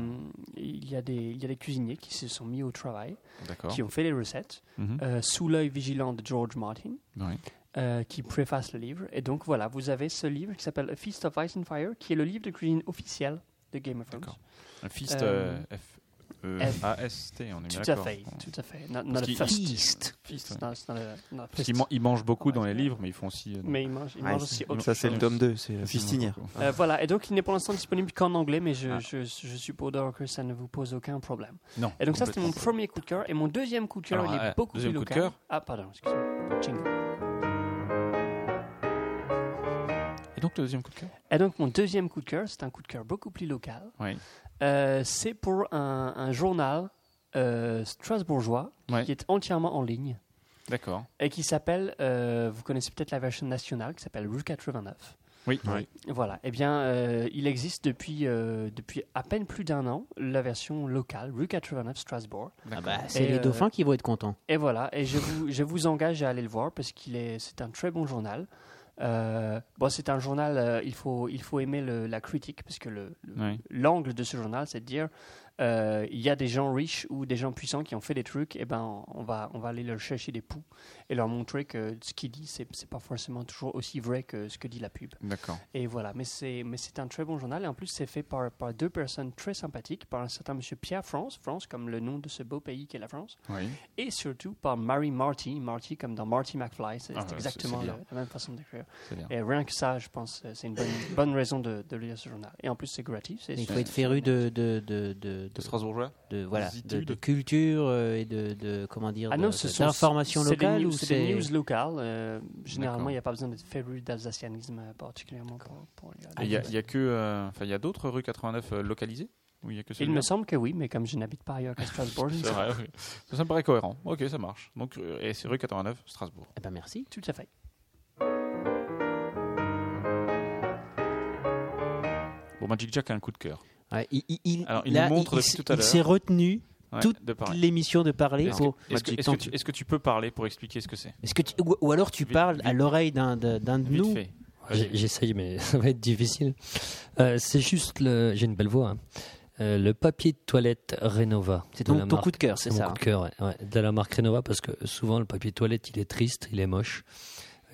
S7: il, y a des, il y a des cuisiniers qui se sont mis au travail,
S3: D'accord.
S7: qui ont fait les recettes,
S3: Mhm.
S7: euh, sous l'œil vigilant de George Martin,
S3: Oui.
S7: euh, qui préface le livre. Et donc voilà, vous avez ce livre qui s'appelle A Feast of Ice and Fire, qui est le livre de cuisine officiel de Game of Thrones.
S3: D'accord. Un fist
S7: Euh,
S3: euh, F E
S7: F.
S3: A S T. On est bien
S7: Tout à
S3: d'accord.
S7: fait, tout à fait. Not, not
S3: Parce
S7: a
S3: qu'il-
S7: feast.
S6: Feast.
S3: Fist, ouais.
S7: It's not- it's not a- not a
S3: Parce
S7: feast.
S3: qu'ils man- ils mangent beaucoup dans les
S7: Ouais.
S3: livres, mais ils font aussi. euh,
S7: Mais il mange, il
S5: Ouais,
S7: mange aussi autre
S5: Ça c'est le
S7: chose.
S5: tome 2, c'est la
S3: aussi
S5: fistinière.
S3: beaucoup.
S7: Euh, voilà, et donc il n'est pour l'instant disponible qu'en anglais, mais je,
S3: Ah.
S7: je, je suppose donc que ça ne vous pose aucun problème.
S3: Non.
S7: Et donc ça, c'était mon
S3: complètement.
S7: premier coup de cœur. Et mon deuxième coup de cœur,
S3: Alors,
S7: il est
S3: euh,
S7: beaucoup plus
S3: deuxième coup de
S7: local.
S3: cœur.
S7: Ah, pardon, excusez-moi. Jingle.
S3: Et donc le deuxième coup de cœur.
S7: Et donc mon deuxième coup de cœur, c'est un coup de cœur beaucoup plus local.
S3: Oui.
S7: Euh, c'est pour un, un journal euh, strasbourgeois
S3: Ouais.
S7: qui est entièrement en ligne
S3: D'accord.
S7: et qui s'appelle, euh, vous connaissez peut-être la version nationale, qui s'appelle Rue 89.
S3: Oui.
S5: Oui.
S7: Voilà, eh bien, euh, il existe depuis, euh, depuis à peine plus d'un an la version locale, rue 89 Strasbourg.
S6: Ah
S3: D'accord.
S6: bah, c'est
S7: Et,
S6: les
S7: euh,
S6: dauphins qui vont être contents.
S7: Et voilà, et je vous, je vous engage à aller le voir parce qu'il est, c'est un très bon journal. Euh, bon, c'est un journal, euh, il, faut, il faut aimer le- la critique parce que le- le-
S3: Oui.
S7: l'angle de ce journal, c'est de dire euh, il y a des gens riches ou des gens puissants qui ont fait des trucs, et ben on va, on va aller leur chercher des poux et leur montrer que ce qu'ils disent, c'est, c'est pas forcément toujours aussi vrai que ce que dit la pub.
S3: D'accord.
S7: Et voilà, mais c'est, mais c'est un très bon journal. Et en plus, c'est fait par, par deux personnes très sympathiques, par un certain monsieur Pierre France, France comme le nom de ce beau pays qu'est la France,
S3: Oui.
S7: et surtout par Mary Marty, Marty comme dans Marty McFly, c'est,
S3: Ah,
S7: c'est
S3: ouais,
S7: exactement
S3: c'est- c'est
S7: la,
S3: bien.
S7: la même façon d'écrire.
S3: C'est bien.
S7: Et rien que ça, je pense, euh, c'est une bonne, bonne raison de, de lire ce journal. Et en plus, c'est gratuit. c'est
S6: Il
S7: sur-
S6: faut être féru de, de, de, de, de,
S3: de
S6: de,
S3: Strasbourgeois.
S6: de- voilà,
S3: des
S6: de,
S3: études.
S6: de culture euh, et de, de- comment dire
S7: Ah
S6: de-
S7: non,
S6: de-
S7: ce sont
S6: d'information
S7: c'est des
S6: locale
S7: news-
S6: ou
S7: c'est des
S6: c'est
S7: news locales. euh, généralement,
S3: D'accord.
S7: il n'y a pas besoin d'être féru d'alsacianisme euh, particulièrement pour, pour les-
S3: Et Ah, Il y, a- il y a que, euh, enfin, il y a d'autres rues 89 euh, localisées Ou il y a que
S7: Il
S3: celui-là
S7: me semble que oui, mais comme je n'habite
S3: [laughs]
S7: pas ailleurs qu'à Strasbourg, je ne
S3: C'est
S7: sais pas.
S3: vrai, oui. ça, ça me paraît cohérent. Ok, ça marche. Donc, euh, et c'est rue 89, Strasbourg.
S6: Eh ben merci.
S7: tout à fait.
S3: Bon, Magic Jack a un coup de cœur.
S6: Ouais, il, il, il,
S3: Alors, il
S6: là,
S3: nous montre depuis
S6: s-
S3: tout à
S6: il
S3: l'heure.
S6: s'est retenu
S3: Ouais,
S6: Toutes
S3: de parler.
S6: l'émission de parler
S3: Est-ce
S6: pour.
S3: Est-ce que,
S6: Magic
S3: est-ce que
S6: Tant
S3: tu,
S6: pis.
S3: est-ce que tu peux parler pour expliquer ce que c'est
S6: Est-ce que tu- ou, ou alors tu
S3: Vite-
S6: parles à
S3: vite.
S6: l'oreille d'un de, d'un de
S3: Vite
S6: nous.
S3: fait.
S10: J'ai- J'essaye, mais [laughs] ça va être difficile. Euh, c'est juste le. J'ai une belle voix. hein. Euh, le papier de toilette Renova.
S6: C'est
S10: de
S6: ton,
S10: la
S6: ton
S10: marque-
S6: coup de cœur, c'est
S10: mon
S6: ça.
S10: coup de
S6: hein.
S10: cœur, ouais, ouais, de la marque Renova, parce que souvent le papier de toilette, il est triste, il est moche.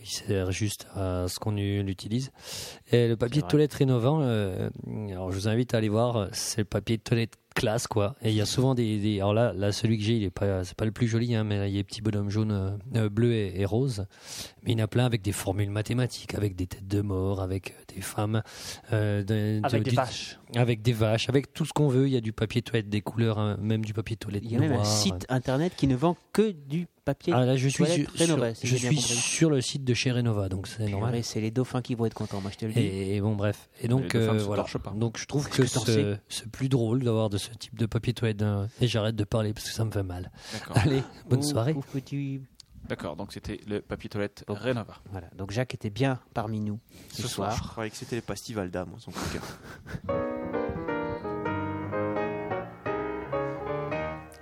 S10: Il sert juste à ce qu'on u- l'utilise. Et le
S6: C'est
S10: papier de
S6: vrai.
S10: toilette rénovant, euh, alors je vous invite à aller voir, euh, c'est le papier de toilette classe, quoi. Et il y a souvent des. des- alors là, là, celui que j'ai, il est pas, c'est pas le plus joli, hein, mais il y a des petits bonhommes jaunes, euh, euh, bleus et, et roses. Mais il y en a plein avec des formules mathématiques, avec des têtes de mort, avec euh, des femmes. euh, de- de-
S7: Avec des
S10: du-
S7: vaches.
S10: avec des vaches, avec tout ce qu'on veut. Il y a du papier toilette, des couleurs, hein, même du papier toilette
S6: Il y a même un
S10: noir.
S6: site internet qui ne vend que du papier.
S10: euh, Ah, là, je suis,
S6: toilette
S10: sur,
S6: Renova,
S10: sur-
S6: si
S10: je
S6: j'ai bien
S10: suis
S6: compris.
S10: sur le site de chez Renova, donc c'est
S6: Purée,
S10: normal.
S6: C'est les dauphins qui vont être contents, moi je te le dis.
S10: Et, et bon, bref. Et donc,
S3: Les deux femmes
S10: euh,
S3: se
S10: voilà.
S3: torchent pas.
S10: Donc, je trouve
S6: Qu'est-ce
S10: que
S6: que t'en
S10: ce- c'est plus drôle d'avoir de ce type de papier toilette. hein. Et j'arrête de parler parce que ça me fait mal.
S3: D'accord.
S10: [laughs] Allez, bonne
S6: Oh,
S10: soirée.
S6: pauvre petit-
S3: D'accord, donc c'était le papier toilette
S6: Bon.
S3: Renova.
S6: Voilà, donc Jacques était bien parmi nous ce, soir.
S5: Je croyais que c'était les pastilles Valda, moi, son coup de cœur.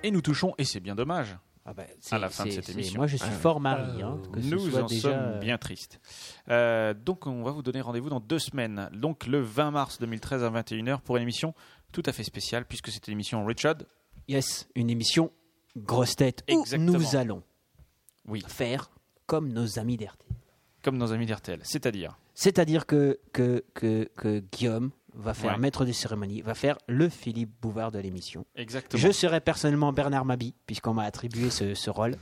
S3: Et nous touchons, et c'est bien dommage,
S6: Ah bah, c'est-
S3: à la fin de
S6: c'est-
S3: cette
S6: c'est-
S3: émission. Ah. Euh,
S6: Moi je suis fort mari. hein, que ce
S3: Nous
S6: soit
S3: en
S6: déjà,
S3: sommes bien tristes. Euh, donc, on va vous donner rendez-vous dans deux semaines, donc le 20 mars 2013 à 21h, pour une émission tout à fait spéciale, puisque c'était l'émission Richard.
S6: Yes, une émission grosse tête
S3: Exactement.
S6: où nous allons
S3: Oui.
S6: faire comme nos amis d'RT.
S3: comme nos amis d'RTL. C'est-à-dire,
S6: C'est-à-dire que, que, que, que Guillaume va faire
S3: Ouais.
S6: maître de cérémonie, va faire le Philippe Bouvard de l'émission.
S3: exactement.
S6: Je serai personnellement Bernard Mabi, puisqu'on m'a attribué ce, ce rôle.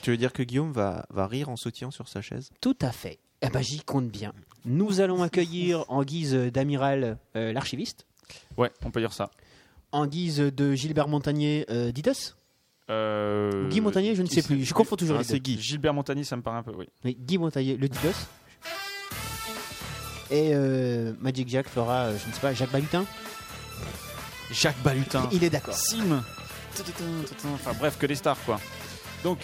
S5: Tu veux dire que Guillaume va, va rire en sautillant sur sa chaise
S6: Tout à fait. Eh ben, j'y compte bien. Nous allons accueillir en guise d'amiral euh, l'archiviste,
S3: Ouais, on peut dire ça.
S6: en guise de Gilbert Montagnier euh, Didos,
S3: Euh,
S6: ou Guy Montagnier, je ne sais plus, je confonds toujours
S3: Ah,
S6: les
S3: c'est
S6: deux.
S3: Guy. Gilbert Montagny, ça me paraît un peu, oui.
S6: Mais Guy Montagnier, le Didos. Et euh, Magic Jack fera, euh, je ne sais pas, Jacques Balutin.
S3: Jacques Balutin. Euh,
S6: Il est d'accord.
S3: Sim. Tututum, tutum. Enfin bref, que des stars, quoi. Donc,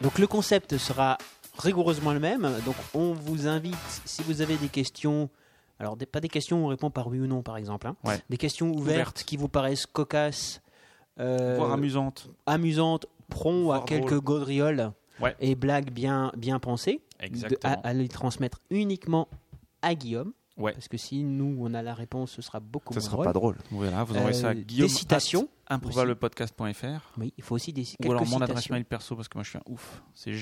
S6: Donc le concept sera rigoureusement le même. Donc on vous invite, si vous avez des questions, alors des- pas des questions où on répond par oui ou non par exemple, hein.
S3: Ouais.
S6: des questions ouvertes,
S3: Ouvertes.
S6: qui vous paraissent cocasses, euh,
S3: voire amusante.
S6: amusantes, prompts à
S3: Voire
S6: quelques
S3: drôles.
S6: gaudrioles
S3: Ouais.
S6: et blagues bien, bien pensées, de- à,
S3: Exactement.
S6: à les transmettre uniquement à Guillaume.
S3: Ouais.
S6: Parce que si nous on a la réponse, ce sera beaucoup
S5: Ça
S6: moins
S5: sera
S6: drôle.
S5: pas drôle.
S3: Voilà, vous envoyez ça
S6: Euh,
S3: à Guillaume.
S6: Des citations.
S3: at improbablepodcast.fr
S6: Oui, il faut aussi des quelques
S3: ou alors mon adresse
S6: citations.
S3: mail perso parce que moi je suis un ouf. C'est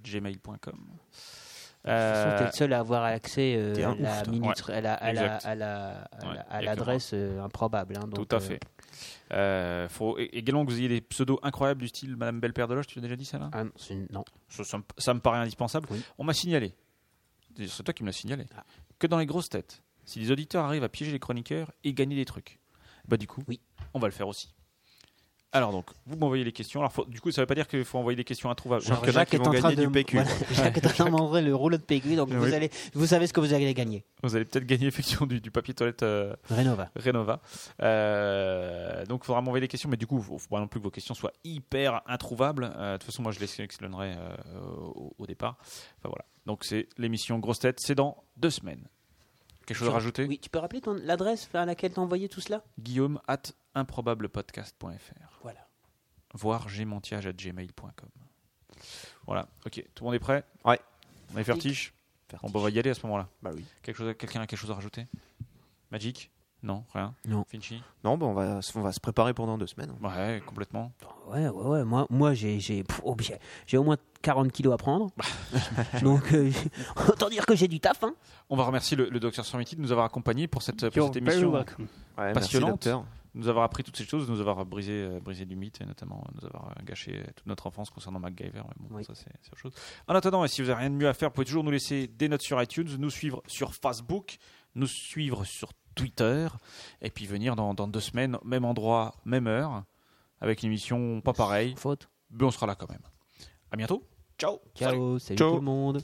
S3: gmontiage@gmail.com.
S6: De toute façon, t'es
S3: Euh,
S6: le seul à avoir accès euh,
S3: t'es un
S6: à la
S3: ouf, toi.
S6: minute- à la- à la-
S3: exact.
S6: à la- à
S3: Ouais,
S6: la- à
S3: y a que
S6: l'adresse euh, improbable. hein, donc,
S3: Tout à
S6: euh,
S3: fait. Euh, faut é- également que vous ayez des pseudos incroyables du style Madame Belle Père de Loge, tu l'as déjà dit ça là
S6: ah non, c'est une- non.
S3: ça, ça me- ça me paraît indispensable.
S6: Oui.
S3: On m'a signalé, c'est toi qui me l'as signalé,
S6: Ah.
S3: que dans les grosses têtes, si les auditeurs arrivent à piéger les chroniqueurs et gagner des trucs, bah du coup,
S6: Oui.
S3: on va le faire aussi. Alors donc, vous m'envoyez les questions. Alors faut- du coup, ça veut pas dire qu'il faut envoyer des questions introuvables. Parce
S5: Genre,
S3: que là,
S5: Jacques- qui vont gagner du PQ,
S6: [laughs] voilà, Jacques est en train de m'envoyer le rouleau de PQ, donc vous,
S3: Ah Oui.
S6: allez, vous savez ce que vous allez gagner.
S3: vous allez peut-être gagner effectivement du, du papier toilette euh,
S6: Rénova.
S3: Renova. Euh, donc, il faudra m'envoyer des questions, mais du coup, il ne faut pas non plus que vos questions soient hyper introuvables. Euh, de toute façon, moi, je les sélectionnerai euh, au, au départ. Enfin, voilà. Donc, c'est l'émission Grosse Tête, c'est dans deux semaines. Quelque chose à
S6: Tu-
S3: rajouter
S6: Oui, tu peux rappeler ton- l'adresse à laquelle t'as envoyé tout cela
S3: Guillaume at improbablepodcast.fr,
S6: Voilà.
S3: voire gmontiage at gmail.com. Voilà, ok, tout le monde est prêt
S5: Ouais.
S3: On est fertige On va y aller à ce moment-là.
S5: Bah oui.
S3: Quelque chose à- Quelqu'un a quelque chose à rajouter Magic Non, rien
S6: Non.
S3: Finchi
S5: Non, bah on, va, s- on va se préparer pendant deux semaines.
S3: Ouais, complètement.
S6: Ouais, ouais, ouais. Moi, moi j'ai, j'ai, pff, oh, j'ai- j'ai au moins 40 kilos à
S3: [laughs]
S6: prendre. donc, euh, [laughs] autant dire que j'ai du taf. Hein.
S3: On va remercier le, le docteur Sormiti de nous avoir accompagnés pour cette, pour
S7: You're
S3: cette
S7: very
S3: émission,
S7: welcome.
S5: Ouais,
S3: Passionnante.
S5: Merci, docteur.
S3: nous avoir appris toutes ces choses, nous avoir brisé, euh, brisé du mythe et notamment euh, nous avoir euh, gâché euh, toute notre enfance concernant MacGyver. Mais bon,
S6: Oui.
S3: ça c'est c'est autre chose. En attendant, et si vous n'avez rien de mieux à faire, vous pouvez toujours nous laisser des notes sur iTunes, nous suivre sur Facebook, nous suivre sur Twitter, et puis venir dans, dans deux semaines, même endroit, même heure, avec une émission pas pareille. Ben,
S6: Faute.
S3: Mais on sera là quand même. À bientôt. Ciao.
S6: Ciao, salut
S5: Ciao.
S6: tout le monde.